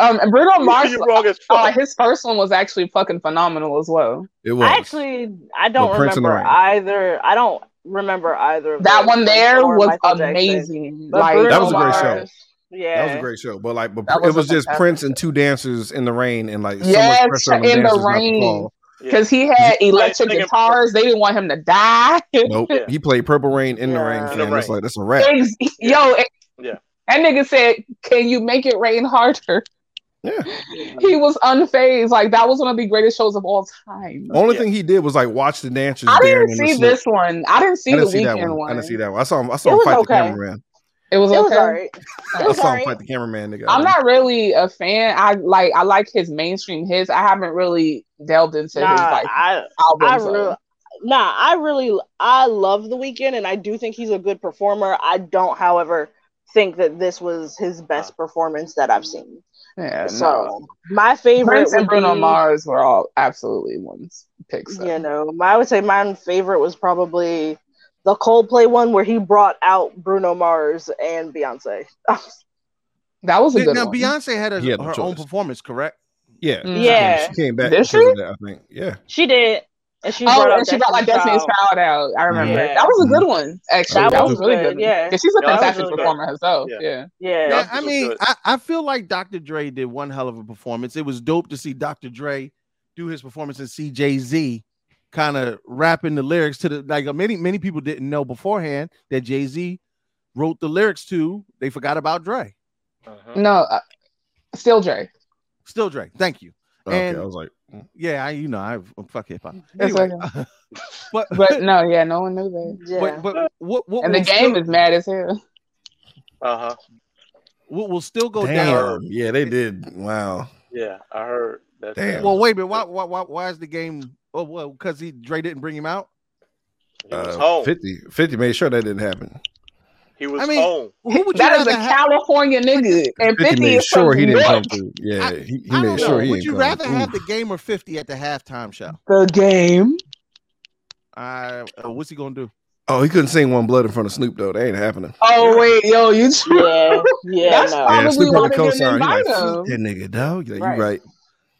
[SPEAKER 5] um, and Bruno Mars,
[SPEAKER 6] You're wrong as
[SPEAKER 10] Oh.
[SPEAKER 5] uh,
[SPEAKER 6] fuck.
[SPEAKER 5] his first one was actually fucking phenomenal as well.
[SPEAKER 7] It was
[SPEAKER 10] I actually I don't
[SPEAKER 7] Well, Prince and
[SPEAKER 10] remember
[SPEAKER 7] Iron.
[SPEAKER 10] either. I don't remember either. Of
[SPEAKER 5] That
[SPEAKER 10] those,
[SPEAKER 5] one
[SPEAKER 10] Prince
[SPEAKER 5] there
[SPEAKER 10] or
[SPEAKER 5] was
[SPEAKER 10] Michael Jackson.
[SPEAKER 5] amazing.
[SPEAKER 10] But
[SPEAKER 5] Like
[SPEAKER 10] Bruno
[SPEAKER 7] That was a great show.
[SPEAKER 10] Mars, Yeah.
[SPEAKER 7] that was a great show, but like, but
[SPEAKER 5] That
[SPEAKER 7] it
[SPEAKER 5] was a
[SPEAKER 7] was just
[SPEAKER 5] fantastic
[SPEAKER 7] Prince and two dancers in the rain and like so
[SPEAKER 5] Yes,
[SPEAKER 7] much pressure on the
[SPEAKER 5] in the
[SPEAKER 7] dancers not to
[SPEAKER 5] rain.
[SPEAKER 7] fall.
[SPEAKER 5] Because he had electric
[SPEAKER 6] Singing-
[SPEAKER 5] guitars, they didn't want him to die. (laughs)
[SPEAKER 7] Nope,
[SPEAKER 6] Yeah.
[SPEAKER 7] he played Purple Rain in the
[SPEAKER 10] Yeah.
[SPEAKER 7] rain.
[SPEAKER 10] In
[SPEAKER 7] Fam.
[SPEAKER 6] the
[SPEAKER 7] It's
[SPEAKER 6] rain.
[SPEAKER 7] like that's a wrap.
[SPEAKER 5] Ex- Yo, it-
[SPEAKER 6] Yeah.
[SPEAKER 5] that nigga said, "Can you make it rain harder?"
[SPEAKER 7] Yeah.
[SPEAKER 5] (laughs) He was unfazed. Like that was one of the greatest shows of all time.
[SPEAKER 7] Only
[SPEAKER 6] Yeah.
[SPEAKER 7] thing he did was like watch the dancers.
[SPEAKER 5] I
[SPEAKER 7] daring
[SPEAKER 5] didn't
[SPEAKER 7] in
[SPEAKER 5] see
[SPEAKER 7] the snow.
[SPEAKER 5] this one. I didn't see
[SPEAKER 7] I didn't
[SPEAKER 5] the
[SPEAKER 7] see that
[SPEAKER 5] weekend
[SPEAKER 7] one.
[SPEAKER 5] one.
[SPEAKER 7] I didn't see that one. I saw him. I saw
[SPEAKER 10] It
[SPEAKER 7] him
[SPEAKER 10] was
[SPEAKER 7] fight
[SPEAKER 10] okay.
[SPEAKER 7] the cameraman.
[SPEAKER 5] It was
[SPEAKER 10] It was
[SPEAKER 5] okay.
[SPEAKER 10] alright.
[SPEAKER 7] I
[SPEAKER 10] was
[SPEAKER 7] saw him
[SPEAKER 10] alright.
[SPEAKER 7] fight the cameraman, nigga.
[SPEAKER 5] I'm not really a fan. I like I like his mainstream hits. I haven't really delved into
[SPEAKER 10] Nah,
[SPEAKER 5] his like
[SPEAKER 10] I I
[SPEAKER 5] albums. so-
[SPEAKER 10] really, nah, I really, I love The Weeknd, and I do think he's a good performer. I don't, however, think that this was his best performance that I've seen.
[SPEAKER 5] yeah, no.
[SPEAKER 10] So my favorite
[SPEAKER 5] Prince and
[SPEAKER 10] would
[SPEAKER 5] Bruno
[SPEAKER 10] be-
[SPEAKER 5] Mars were all absolutely ones picks.
[SPEAKER 10] You know, my- I would say my favorite was probably the Coldplay one where he brought out Bruno Mars and Beyonce.
[SPEAKER 5] That was a good
[SPEAKER 3] now
[SPEAKER 5] one.
[SPEAKER 3] Beyonce had, a,
[SPEAKER 7] He had no
[SPEAKER 3] her own
[SPEAKER 7] choice.
[SPEAKER 3] performance, correct?
[SPEAKER 7] Yeah,
[SPEAKER 5] Mm.
[SPEAKER 10] Yeah.
[SPEAKER 7] She came back
[SPEAKER 5] Did
[SPEAKER 7] because
[SPEAKER 5] she?
[SPEAKER 7] of that. I think. Yeah.
[SPEAKER 10] she did, and she brought
[SPEAKER 5] oh,
[SPEAKER 10] out
[SPEAKER 5] and she brought like Destiny's Child out. I remember
[SPEAKER 10] Yeah.
[SPEAKER 5] that was a good one. Actually,
[SPEAKER 10] Mm-hmm. That
[SPEAKER 5] that,
[SPEAKER 10] was
[SPEAKER 5] was, really
[SPEAKER 10] good,
[SPEAKER 5] good.
[SPEAKER 10] yeah.
[SPEAKER 5] because she's a
[SPEAKER 6] Yeah, that was
[SPEAKER 5] fantastic
[SPEAKER 10] really good.
[SPEAKER 5] performer herself.
[SPEAKER 6] Yeah.
[SPEAKER 5] Yeah.
[SPEAKER 10] Yeah,
[SPEAKER 3] Yeah,
[SPEAKER 6] Yeah,
[SPEAKER 3] I
[SPEAKER 6] this was
[SPEAKER 3] mean,
[SPEAKER 6] good.
[SPEAKER 3] I, I feel like Dr. Dre did one hell of a performance. It was dope to see Dr. Dre do his performance and see Jay Z kind of rapping the lyrics to the like uh, many many people didn't know beforehand that Jay Z wrote the lyrics to. They forgot about Dre.
[SPEAKER 6] Uh-huh.
[SPEAKER 5] No, uh, still Dre.
[SPEAKER 3] Still Dre. Thank you.
[SPEAKER 7] Okay.
[SPEAKER 3] And-
[SPEAKER 7] I was like, mm.
[SPEAKER 3] Yeah, I you know I I'm fuck hip hop.
[SPEAKER 5] That's
[SPEAKER 3] Anyway, but
[SPEAKER 5] But no, yeah, no one knew that.
[SPEAKER 10] yeah.
[SPEAKER 3] but but what what
[SPEAKER 5] And the
[SPEAKER 3] will
[SPEAKER 5] game
[SPEAKER 3] still-
[SPEAKER 5] is mad as hell.
[SPEAKER 6] Uh-huh.
[SPEAKER 3] what will still go
[SPEAKER 7] damn.
[SPEAKER 3] down.
[SPEAKER 7] Yeah, they did. Wow.
[SPEAKER 6] Yeah, I heard that.
[SPEAKER 7] Damn.
[SPEAKER 3] Well, wait a minute. Why why why, why is the game? Oh well, because he Dre didn't bring him out.
[SPEAKER 6] He was
[SPEAKER 7] Uh,
[SPEAKER 6] home.
[SPEAKER 7] 50, 50 made sure that didn't happen.
[SPEAKER 6] He was
[SPEAKER 3] I mean-
[SPEAKER 6] home.
[SPEAKER 3] Who would you
[SPEAKER 5] That is
[SPEAKER 3] rather
[SPEAKER 5] a
[SPEAKER 3] have?
[SPEAKER 5] California nigga, and
[SPEAKER 7] 50
[SPEAKER 5] Fifty
[SPEAKER 7] made
[SPEAKER 5] is
[SPEAKER 7] sure
[SPEAKER 5] from
[SPEAKER 7] he didn't
[SPEAKER 5] New
[SPEAKER 7] come
[SPEAKER 5] York.
[SPEAKER 7] through. Yeah, he, he
[SPEAKER 3] I don't
[SPEAKER 7] made
[SPEAKER 3] know.
[SPEAKER 7] sure he
[SPEAKER 3] Would
[SPEAKER 7] ain't
[SPEAKER 3] you
[SPEAKER 7] come.
[SPEAKER 3] rather have
[SPEAKER 7] Ooh.
[SPEAKER 3] the game or 50 at the halftime show?
[SPEAKER 5] The game.
[SPEAKER 3] I uh, what's he gonna do?
[SPEAKER 7] Oh, he couldn't sing One Blood in front of Snoop, though. That ain't happening.
[SPEAKER 5] Oh wait, yo, you true.
[SPEAKER 10] yeah, yeah,
[SPEAKER 5] (laughs) That's
[SPEAKER 10] no.
[SPEAKER 5] fine.
[SPEAKER 7] Yeah,
[SPEAKER 5] Probably
[SPEAKER 7] Snoop
[SPEAKER 5] why
[SPEAKER 7] had a
[SPEAKER 5] they didn't
[SPEAKER 7] co-sign. He like,
[SPEAKER 5] invite
[SPEAKER 7] fuck
[SPEAKER 5] him.
[SPEAKER 7] that nigga, dog. Yeah, you
[SPEAKER 10] Right.
[SPEAKER 7] right.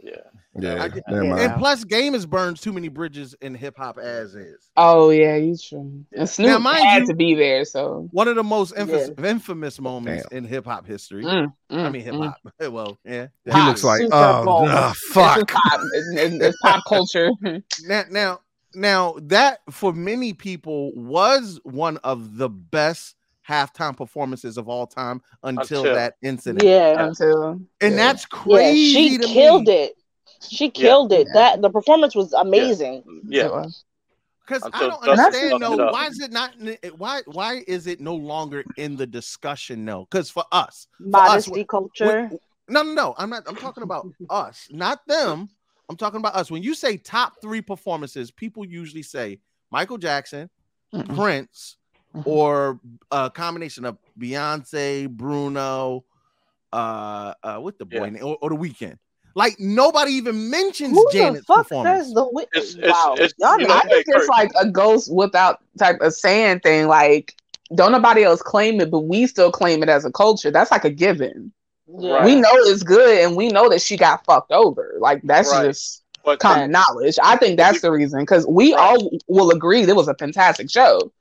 [SPEAKER 6] Yeah.
[SPEAKER 7] Yeah,
[SPEAKER 3] I get-
[SPEAKER 7] never
[SPEAKER 10] yeah.
[SPEAKER 7] mind.
[SPEAKER 3] And plus, game has burned too many bridges in hip hop as is.
[SPEAKER 5] Oh yeah, you true. And Snoop
[SPEAKER 3] Now, mind
[SPEAKER 5] had
[SPEAKER 3] you-
[SPEAKER 5] to be there, so
[SPEAKER 3] One of the most infamous, infamous moments in hip hop history.
[SPEAKER 5] Mm,
[SPEAKER 3] I
[SPEAKER 5] mm,
[SPEAKER 3] mean, hip
[SPEAKER 5] mm.
[SPEAKER 3] hop. (laughs) well, yeah.
[SPEAKER 7] Mm-hmm. He
[SPEAKER 5] Pop
[SPEAKER 7] looks like,
[SPEAKER 5] super
[SPEAKER 7] oh,
[SPEAKER 5] bowl.
[SPEAKER 7] nah,
[SPEAKER 5] This is (laughs)
[SPEAKER 7] fuck.
[SPEAKER 5] pop. It's, it's pop culture. (laughs)
[SPEAKER 3] now, now, now that for many people was one of the best halftime performances of all time until,
[SPEAKER 6] Until-
[SPEAKER 3] that incident.
[SPEAKER 10] Yeah,
[SPEAKER 5] Until
[SPEAKER 3] And
[SPEAKER 5] yeah.
[SPEAKER 3] that's
[SPEAKER 10] yeah.
[SPEAKER 3] crazy.
[SPEAKER 10] She
[SPEAKER 3] to me.
[SPEAKER 10] killed it. She killed it.
[SPEAKER 5] Yeah.
[SPEAKER 10] That the performance was amazing.
[SPEAKER 6] Yeah.
[SPEAKER 5] So, uh,
[SPEAKER 3] Because I
[SPEAKER 6] Until
[SPEAKER 3] don't
[SPEAKER 6] Dustin
[SPEAKER 3] understand
[SPEAKER 6] fucked it
[SPEAKER 3] though,
[SPEAKER 6] up.
[SPEAKER 3] why is it not? in it- Why why is it no longer in the discussion though? Because for us,
[SPEAKER 10] Modesty
[SPEAKER 3] when-
[SPEAKER 10] culture.
[SPEAKER 3] no, no, no, I'm not. I'm talking about us, not them. I'm talking about us. When you say top three performances, people usually say Michael Jackson,
[SPEAKER 5] mm-mm.
[SPEAKER 3] Prince, or a combination of Beyonce, Bruno, uh, uh with the boy
[SPEAKER 6] Yeah.
[SPEAKER 3] name, or, or the Weekend. Like nobody even mentions
[SPEAKER 10] Who the
[SPEAKER 3] Janet's
[SPEAKER 10] fuck
[SPEAKER 3] performance.
[SPEAKER 10] says the wit?
[SPEAKER 6] It's- it's-
[SPEAKER 10] Wow,
[SPEAKER 6] it's-
[SPEAKER 10] y'all
[SPEAKER 6] you
[SPEAKER 10] know,
[SPEAKER 5] I
[SPEAKER 6] Hey,
[SPEAKER 5] think it's
[SPEAKER 6] Kurt.
[SPEAKER 5] like a ghost without type of saying thing. Like, don't nobody else claim it, but we still claim it as a culture. That's like a given.
[SPEAKER 10] yeah.
[SPEAKER 5] We know it's good, and we know that she got fucked over. Like that's
[SPEAKER 6] Right.
[SPEAKER 5] just
[SPEAKER 6] But
[SPEAKER 5] kind of knowledge. I think that's the reason because we all will agree it was a fantastic show.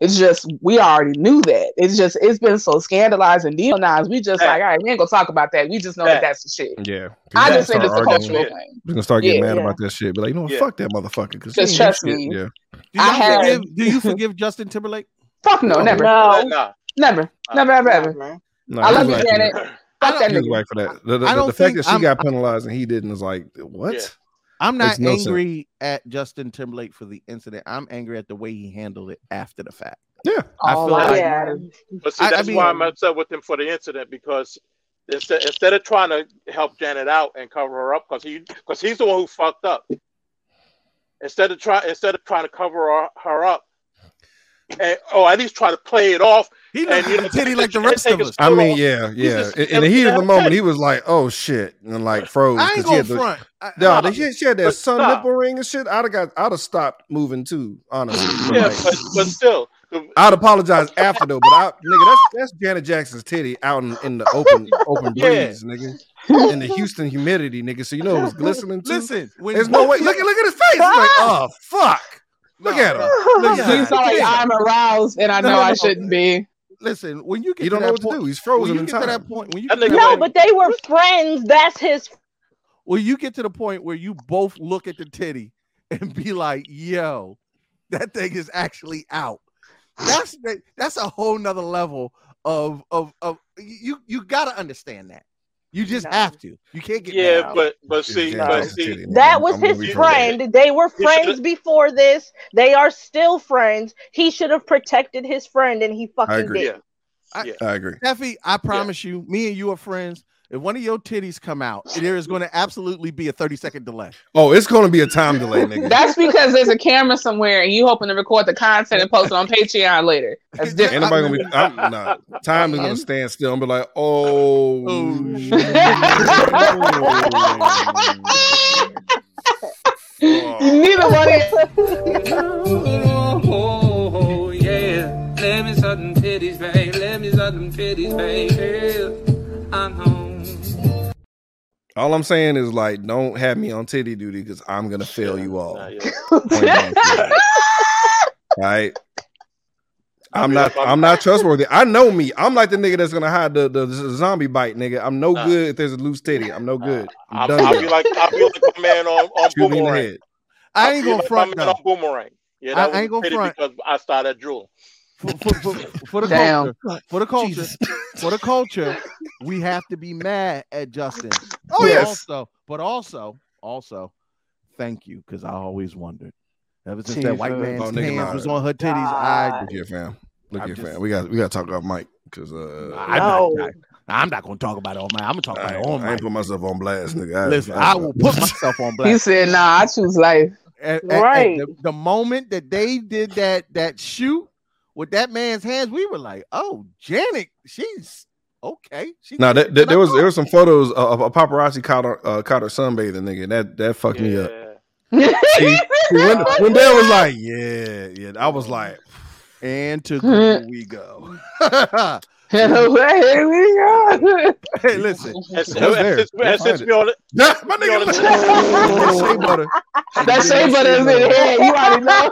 [SPEAKER 5] It's just we already knew that. It's just it's been so scandalized and demonized. We just
[SPEAKER 6] Yeah.
[SPEAKER 5] like all right, we ain't gonna talk about that. We just know that that's the shit.
[SPEAKER 7] Yeah.
[SPEAKER 5] I
[SPEAKER 7] People
[SPEAKER 5] just think
[SPEAKER 7] start
[SPEAKER 5] it's a
[SPEAKER 7] arguing.
[SPEAKER 5] cultural thing.
[SPEAKER 7] We're gonna start getting
[SPEAKER 5] Yeah.
[SPEAKER 7] mad about that shit. Be like, you know what?
[SPEAKER 6] Yeah.
[SPEAKER 7] Fuck that motherfucker. Cause he
[SPEAKER 5] Just
[SPEAKER 7] ain't do
[SPEAKER 5] trust
[SPEAKER 7] shit.
[SPEAKER 5] me.
[SPEAKER 7] Yeah.
[SPEAKER 3] Do,
[SPEAKER 5] I
[SPEAKER 3] y'all
[SPEAKER 5] had-
[SPEAKER 3] forgive, do you forgive Justin Timberlake?
[SPEAKER 5] Fuck no, never,
[SPEAKER 6] Nah,
[SPEAKER 9] No.
[SPEAKER 6] nah.
[SPEAKER 5] never, never, ever, ever.
[SPEAKER 7] No,
[SPEAKER 5] I
[SPEAKER 7] he
[SPEAKER 5] love
[SPEAKER 7] was
[SPEAKER 5] you,
[SPEAKER 7] right for
[SPEAKER 5] Janet.
[SPEAKER 7] that.
[SPEAKER 5] Fuck that
[SPEAKER 7] He was
[SPEAKER 5] nigga.
[SPEAKER 7] right for that. The, the-
[SPEAKER 3] I
[SPEAKER 7] the
[SPEAKER 3] don't
[SPEAKER 7] fact
[SPEAKER 3] think
[SPEAKER 7] that she
[SPEAKER 3] I'm-
[SPEAKER 7] got penalized and he didn't is like, what?
[SPEAKER 6] Yeah.
[SPEAKER 3] I'm
[SPEAKER 7] Makes
[SPEAKER 3] not
[SPEAKER 7] no sense.
[SPEAKER 3] angry at Justin Timberlake for the incident. I'm angry at the way he handled it after the fact.
[SPEAKER 7] Yeah.
[SPEAKER 3] I feel
[SPEAKER 5] All
[SPEAKER 3] like-
[SPEAKER 5] lives
[SPEAKER 9] Yeah.
[SPEAKER 5] matter.
[SPEAKER 6] But see,
[SPEAKER 3] I- I
[SPEAKER 6] that's
[SPEAKER 3] mean-
[SPEAKER 6] why I'm upset with him for the incident because instead instead of trying to help Janet out and cover her up because he because he's the one who fucked up. Instead of try instead of trying to cover her, her up, and, or at least try to play it off.
[SPEAKER 3] He
[SPEAKER 6] And
[SPEAKER 3] looked
[SPEAKER 6] you
[SPEAKER 3] at the
[SPEAKER 6] know,
[SPEAKER 3] titty like the
[SPEAKER 6] take-
[SPEAKER 3] rest
[SPEAKER 6] take
[SPEAKER 3] of
[SPEAKER 6] his-
[SPEAKER 3] us.
[SPEAKER 7] I mean, yeah, yeah.
[SPEAKER 6] just-
[SPEAKER 7] In, in the heat of the moment, he was like, "Oh shit," and like froze.
[SPEAKER 3] I ain't
[SPEAKER 7] 'cause he
[SPEAKER 3] gonna
[SPEAKER 7] had the-
[SPEAKER 3] front. I-
[SPEAKER 7] No,
[SPEAKER 3] I-
[SPEAKER 7] they she, she had that
[SPEAKER 6] But
[SPEAKER 7] sun
[SPEAKER 6] stop.
[SPEAKER 7] nipple ring and shit. I'd have got, I'd have stopped moving too. Honestly, But,
[SPEAKER 6] Yeah,
[SPEAKER 7] like,
[SPEAKER 6] but, but still, the,
[SPEAKER 3] (laughs)
[SPEAKER 7] I'd apologize after though. But I, nigga, that's that's Janet Jackson's titty out in, in the
[SPEAKER 3] (laughs)
[SPEAKER 7] open open
[SPEAKER 6] Yeah.
[SPEAKER 7] breeze, nigga, in the Houston humidity, nigga. So you know it was glistening too.
[SPEAKER 3] listen, when
[SPEAKER 7] There's no way. Look at look at his face.
[SPEAKER 3] (laughs)
[SPEAKER 7] He's like, oh fuck.
[SPEAKER 3] No,
[SPEAKER 7] Look at him.
[SPEAKER 3] no,
[SPEAKER 7] Look
[SPEAKER 3] no,
[SPEAKER 7] at him.
[SPEAKER 5] He's like I'm aroused and I
[SPEAKER 3] No,
[SPEAKER 5] know
[SPEAKER 3] no,
[SPEAKER 5] I
[SPEAKER 3] no.
[SPEAKER 5] shouldn't be.
[SPEAKER 3] Listen, when you get
[SPEAKER 7] He don't
[SPEAKER 3] to that
[SPEAKER 7] know what to
[SPEAKER 3] point,
[SPEAKER 7] do. He's
[SPEAKER 3] when
[SPEAKER 7] frozen
[SPEAKER 3] you
[SPEAKER 7] in
[SPEAKER 3] get to
[SPEAKER 7] time.
[SPEAKER 3] that point, when you
[SPEAKER 6] That
[SPEAKER 3] get to that
[SPEAKER 6] nigga like-
[SPEAKER 9] No,
[SPEAKER 3] point-
[SPEAKER 9] but they were friends. That's his.
[SPEAKER 3] when you get to the point where you both look at the titty (laughs) and be like, yo, that thing is actually out. That's that- that's a whole nother level of of of you you gotta understand that. You just
[SPEAKER 9] No.
[SPEAKER 3] have to. You can't get mad
[SPEAKER 6] yeah,
[SPEAKER 3] at
[SPEAKER 6] but but
[SPEAKER 7] It's
[SPEAKER 6] see,
[SPEAKER 7] Janet
[SPEAKER 6] but
[SPEAKER 7] Jackson's
[SPEAKER 6] see,
[SPEAKER 7] titty, nigga.
[SPEAKER 9] That
[SPEAKER 7] I'm-
[SPEAKER 9] was
[SPEAKER 7] I'm
[SPEAKER 9] his
[SPEAKER 7] gonna be
[SPEAKER 6] from there.
[SPEAKER 9] friend. They were
[SPEAKER 6] You should've-
[SPEAKER 9] friends before this. They are still friends. He should have protected his friend, and he fucking
[SPEAKER 7] agree.
[SPEAKER 9] did.
[SPEAKER 6] yeah,
[SPEAKER 9] not
[SPEAKER 7] I agree.
[SPEAKER 3] Steffi, I promise you, me and you are friends. If one of your titties come out, there is going to absolutely be a 30 second delay.
[SPEAKER 7] Oh, it's gonna be a time delay, nigga.
[SPEAKER 5] That's because there's a camera somewhere and you hoping to record the content and post it on Patreon later. That's
[SPEAKER 7] Ain't
[SPEAKER 5] different.
[SPEAKER 3] (laughs)
[SPEAKER 7] nobody gonna be. I'm not. Time is gonna stand still and be like, oh,
[SPEAKER 3] Oh,
[SPEAKER 7] shit. Oh,
[SPEAKER 3] (laughs)
[SPEAKER 5] Neither one of you.
[SPEAKER 11] Oh, yeah. Let me suck them titties, babe. Let me suck them titties, babe. I
[SPEAKER 7] (laughs)
[SPEAKER 11] know.
[SPEAKER 7] All I'm saying is like, don't have me on titty duty because I'm gonna fail you all.
[SPEAKER 6] nah,
[SPEAKER 7] Point
[SPEAKER 6] yeah.
[SPEAKER 7] blank
[SPEAKER 5] (laughs)
[SPEAKER 7] period.
[SPEAKER 3] (laughs)
[SPEAKER 7] right? I'm
[SPEAKER 6] mean,
[SPEAKER 7] not.
[SPEAKER 6] I'm-
[SPEAKER 7] I'm not trustworthy. I know me. I'm like the nigga that's gonna hide the, the, z- zombie bite, nigga. I'm no
[SPEAKER 6] Nah.
[SPEAKER 7] good if there's a loose titty. I'm no good. I'm
[SPEAKER 6] I'll,
[SPEAKER 7] done.
[SPEAKER 6] I'll
[SPEAKER 7] with
[SPEAKER 6] be
[SPEAKER 7] it.
[SPEAKER 6] like I'll be like my man on on
[SPEAKER 7] Shoot me in the
[SPEAKER 6] boomerang.
[SPEAKER 7] head.
[SPEAKER 3] I ain't
[SPEAKER 6] feel
[SPEAKER 3] gonna
[SPEAKER 6] like
[SPEAKER 3] front
[SPEAKER 6] my man
[SPEAKER 3] though.
[SPEAKER 6] on boomerang. Yeah,
[SPEAKER 3] I-
[SPEAKER 6] that
[SPEAKER 3] I
[SPEAKER 6] was
[SPEAKER 3] ain't gonna
[SPEAKER 6] pity
[SPEAKER 3] front.
[SPEAKER 6] because I started drooling.
[SPEAKER 3] For, for, for, for the
[SPEAKER 5] Damn.
[SPEAKER 3] culture, for the culture,
[SPEAKER 7] Jesus.
[SPEAKER 3] for the culture, we have to be mad at Justin.
[SPEAKER 7] (laughs) Oh
[SPEAKER 3] But
[SPEAKER 7] yes.
[SPEAKER 3] Also, but also, also, thank you because I always wondered. Ever since that white
[SPEAKER 5] Jesus.
[SPEAKER 3] man's
[SPEAKER 7] Oh, nigga, nah.
[SPEAKER 3] hands was on her titties, I
[SPEAKER 7] Look here, fam. Look
[SPEAKER 3] I'm
[SPEAKER 7] here,
[SPEAKER 3] just-
[SPEAKER 7] fam. We got we got to talk about Mike because uh,
[SPEAKER 3] I'm
[SPEAKER 9] No.
[SPEAKER 3] not, I'm not gonna talk about it on my. I'm gonna talk about
[SPEAKER 7] I,
[SPEAKER 3] it
[SPEAKER 7] ain't-
[SPEAKER 3] on
[SPEAKER 7] I
[SPEAKER 3] my.
[SPEAKER 7] ain't put myself on blast, nigga.
[SPEAKER 3] Listen, I
[SPEAKER 7] (laughs)
[SPEAKER 3] will put myself on blast.
[SPEAKER 5] He said, "Nah, I choose life." (laughs)
[SPEAKER 3] At- at- at
[SPEAKER 9] Right.
[SPEAKER 3] the, the moment that they did that that shoot with that man's hands, we were like, "Oh, Janet, she's okay." She
[SPEAKER 7] Now
[SPEAKER 3] did what
[SPEAKER 7] that, that,
[SPEAKER 3] I
[SPEAKER 7] there was
[SPEAKER 3] thought."
[SPEAKER 7] there was some photos of a paparazzi caught her uh, caught her sunbathing, nigga. and That that fucked me up. See, when Wendell was like, yeah, yeah. I was like,
[SPEAKER 3] and to Google we (laughs) go.
[SPEAKER 5] Here
[SPEAKER 3] hey, (laughs) listen,
[SPEAKER 6] And,
[SPEAKER 7] It
[SPEAKER 6] and
[SPEAKER 7] was there.
[SPEAKER 6] since, and since
[SPEAKER 7] You'll find
[SPEAKER 6] we on it,
[SPEAKER 7] nah, (laughs) my nigga.
[SPEAKER 6] That's
[SPEAKER 7] That shea butter.
[SPEAKER 5] That shea butter is in here. You (laughs) already know.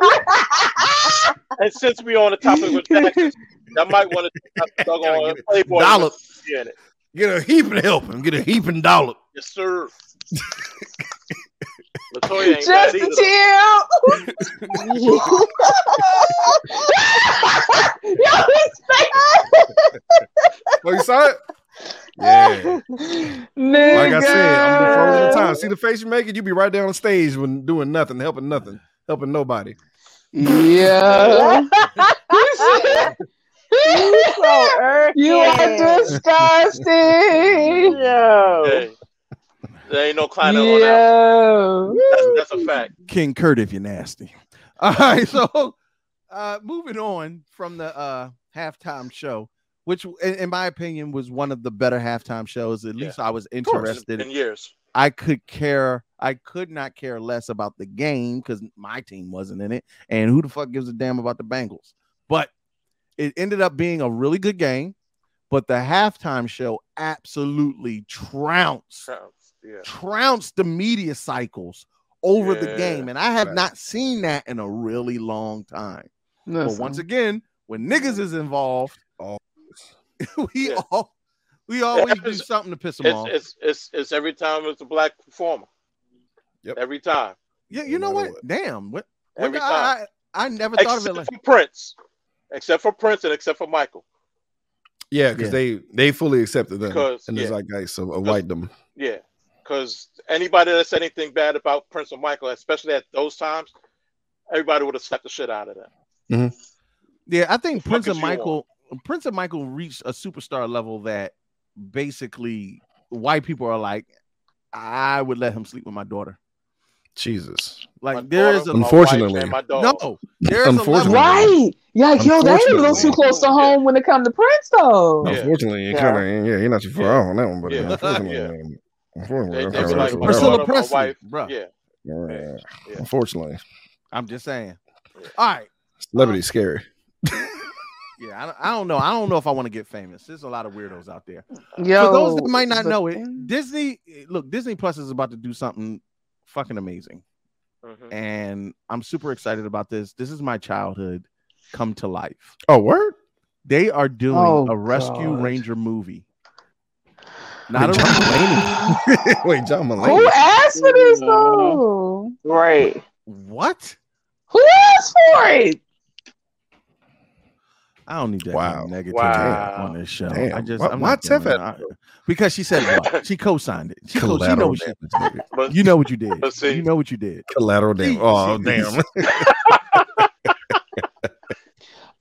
[SPEAKER 6] (laughs) and since we on the topic (laughs) with taxes, I might want to dug
[SPEAKER 7] Gotta
[SPEAKER 6] on
[SPEAKER 7] get
[SPEAKER 6] Playboy.
[SPEAKER 7] dollop.
[SPEAKER 6] Yeah, it.
[SPEAKER 7] Get a heaping helping. Get a heaping dollop.
[SPEAKER 6] Yes, sir. (laughs) Latoya ain't
[SPEAKER 5] Just
[SPEAKER 6] bad
[SPEAKER 5] to
[SPEAKER 6] either. though.
[SPEAKER 5] chill. (laughs) Yo,
[SPEAKER 7] Oh, you saw
[SPEAKER 3] (laughs)
[SPEAKER 7] it? Yeah.
[SPEAKER 5] nigga.
[SPEAKER 7] Like I said, I'm frozen in time. See the face you making? You be right there on stage when doing nothing, helping nothing, helping nobody.
[SPEAKER 5] Yeah. (laughs)
[SPEAKER 9] You (laughs) so irking.
[SPEAKER 5] you are disgusting.
[SPEAKER 9] Yo.
[SPEAKER 6] Hey, there ain't no climbing on that.
[SPEAKER 5] Yo.
[SPEAKER 6] one. That's, that's a fact.
[SPEAKER 3] King Kurt, if you're nasty. (laughs) All right, so uh, moving on from the uh, halftime show, which, in, in my opinion, was one of the better halftime shows. At
[SPEAKER 6] Yeah.
[SPEAKER 3] least I was
[SPEAKER 7] course.
[SPEAKER 3] interested.
[SPEAKER 6] In years.
[SPEAKER 3] I could care. I could not care less about the game because my team wasn't in it, and who the fuck gives a damn about the Bengals? But it ended up being a really good game. But the halftime show absolutely trounced
[SPEAKER 6] Yeah.
[SPEAKER 3] trounced the media cycles over the
[SPEAKER 6] Yeah,
[SPEAKER 3] game, and I have
[SPEAKER 7] facts.
[SPEAKER 3] not seen that in a really long time. But
[SPEAKER 5] Listen.
[SPEAKER 3] once again, when niggas is involved,
[SPEAKER 7] Oh,
[SPEAKER 3] (laughs) we
[SPEAKER 6] Yeah.
[SPEAKER 3] all we always do
[SPEAKER 6] happens-
[SPEAKER 3] something to piss them off.
[SPEAKER 6] It's, it's it's it's every time it's a black performer.
[SPEAKER 7] Yep.
[SPEAKER 6] Every time.
[SPEAKER 3] yeah, you
[SPEAKER 7] no
[SPEAKER 3] know what?
[SPEAKER 7] matter
[SPEAKER 3] Damn, what? what
[SPEAKER 6] Every
[SPEAKER 3] the-
[SPEAKER 6] time.
[SPEAKER 3] I, I, I never thought of
[SPEAKER 6] Except
[SPEAKER 3] it like
[SPEAKER 6] for Prince. Except for Prince and except for Michael.
[SPEAKER 7] Yeah, because
[SPEAKER 3] Yeah.
[SPEAKER 7] they they fully accepted them
[SPEAKER 6] Because-
[SPEAKER 7] and
[SPEAKER 6] yeah.
[SPEAKER 7] it's like guys of, of whitedom.
[SPEAKER 6] Yeah. Because anybody that said anything bad about Prince or Michael, especially at those times, everybody would have slapped the shit out of them.
[SPEAKER 3] Yeah, I think
[SPEAKER 6] The
[SPEAKER 3] Prince
[SPEAKER 6] fuck
[SPEAKER 3] and
[SPEAKER 6] is you on?
[SPEAKER 3] Michael Prince and Michael reached a superstar level that basically white people are like, I would let him sleep with my daughter.
[SPEAKER 7] Jesus.
[SPEAKER 3] Like
[SPEAKER 6] My
[SPEAKER 3] there is
[SPEAKER 6] daughter,
[SPEAKER 3] a
[SPEAKER 6] my wife,
[SPEAKER 7] Unfortunately.
[SPEAKER 6] and my dog.
[SPEAKER 3] no, there is a level.
[SPEAKER 7] Unfortunately.
[SPEAKER 5] Right. Yeah, yo, they ain't a little too close to home when it comes to Prince though.
[SPEAKER 6] Yeah.
[SPEAKER 7] Unfortunately, you kind of yeah, you're not too far
[SPEAKER 6] Yeah.
[SPEAKER 7] off on that one, but uh,
[SPEAKER 6] Yeah.
[SPEAKER 7] unfortunately,
[SPEAKER 6] Yeah.
[SPEAKER 7] um, unfortunately,
[SPEAKER 6] They-
[SPEAKER 7] okay,
[SPEAKER 6] they were
[SPEAKER 7] that's
[SPEAKER 6] like,
[SPEAKER 7] what
[SPEAKER 6] my
[SPEAKER 7] happened.
[SPEAKER 3] Priscilla
[SPEAKER 6] daughter, my
[SPEAKER 3] Presley,
[SPEAKER 6] wife.
[SPEAKER 3] bruh.
[SPEAKER 6] Yeah.
[SPEAKER 7] Yeah.
[SPEAKER 6] Yeah.
[SPEAKER 7] uh, Unfortunately,
[SPEAKER 3] I'm just saying.
[SPEAKER 6] Yeah.
[SPEAKER 3] (laughs) All right.
[SPEAKER 7] celebrity's scary.
[SPEAKER 3] Yeah, I don't, I don't know. I don't know if I want to get famous. There's a lot of weirdos out there.
[SPEAKER 5] Yo,
[SPEAKER 3] For those that might not
[SPEAKER 5] but-
[SPEAKER 3] know it, Disney look, Disney Plus is about to do something fucking amazing. Mm-hmm.
[SPEAKER 6] Mhm.
[SPEAKER 3] And I'm super excited about this. This is my childhood come to life.
[SPEAKER 7] Oh, word.
[SPEAKER 3] They are doing
[SPEAKER 5] Oh,
[SPEAKER 3] a Rescue
[SPEAKER 5] God.
[SPEAKER 3] Ranger movie. Not
[SPEAKER 7] Wait,
[SPEAKER 3] a
[SPEAKER 7] (laughs) John Mulaney. (laughs) Wait, John
[SPEAKER 5] Who
[SPEAKER 7] Mulaney.
[SPEAKER 5] asked for this though?
[SPEAKER 10] Right.
[SPEAKER 3] what?
[SPEAKER 5] Who asked for it?
[SPEAKER 3] I don't need that
[SPEAKER 7] Wow.
[SPEAKER 3] negative
[SPEAKER 6] Wow.
[SPEAKER 3] on this show.
[SPEAKER 7] Damn.
[SPEAKER 3] I just
[SPEAKER 7] Why-
[SPEAKER 3] I'm
[SPEAKER 7] why
[SPEAKER 3] not
[SPEAKER 7] Tiff
[SPEAKER 3] doing
[SPEAKER 7] had-
[SPEAKER 3] it. because she said
[SPEAKER 6] (laughs)
[SPEAKER 3] what? she co-signed it. She, co- she know
[SPEAKER 7] Collateral
[SPEAKER 3] what she,
[SPEAKER 7] damage. nigga.
[SPEAKER 6] But
[SPEAKER 3] you know what you did.
[SPEAKER 6] But (laughs) see-
[SPEAKER 3] you know what you did.
[SPEAKER 7] Collateral damage. Oh, damn.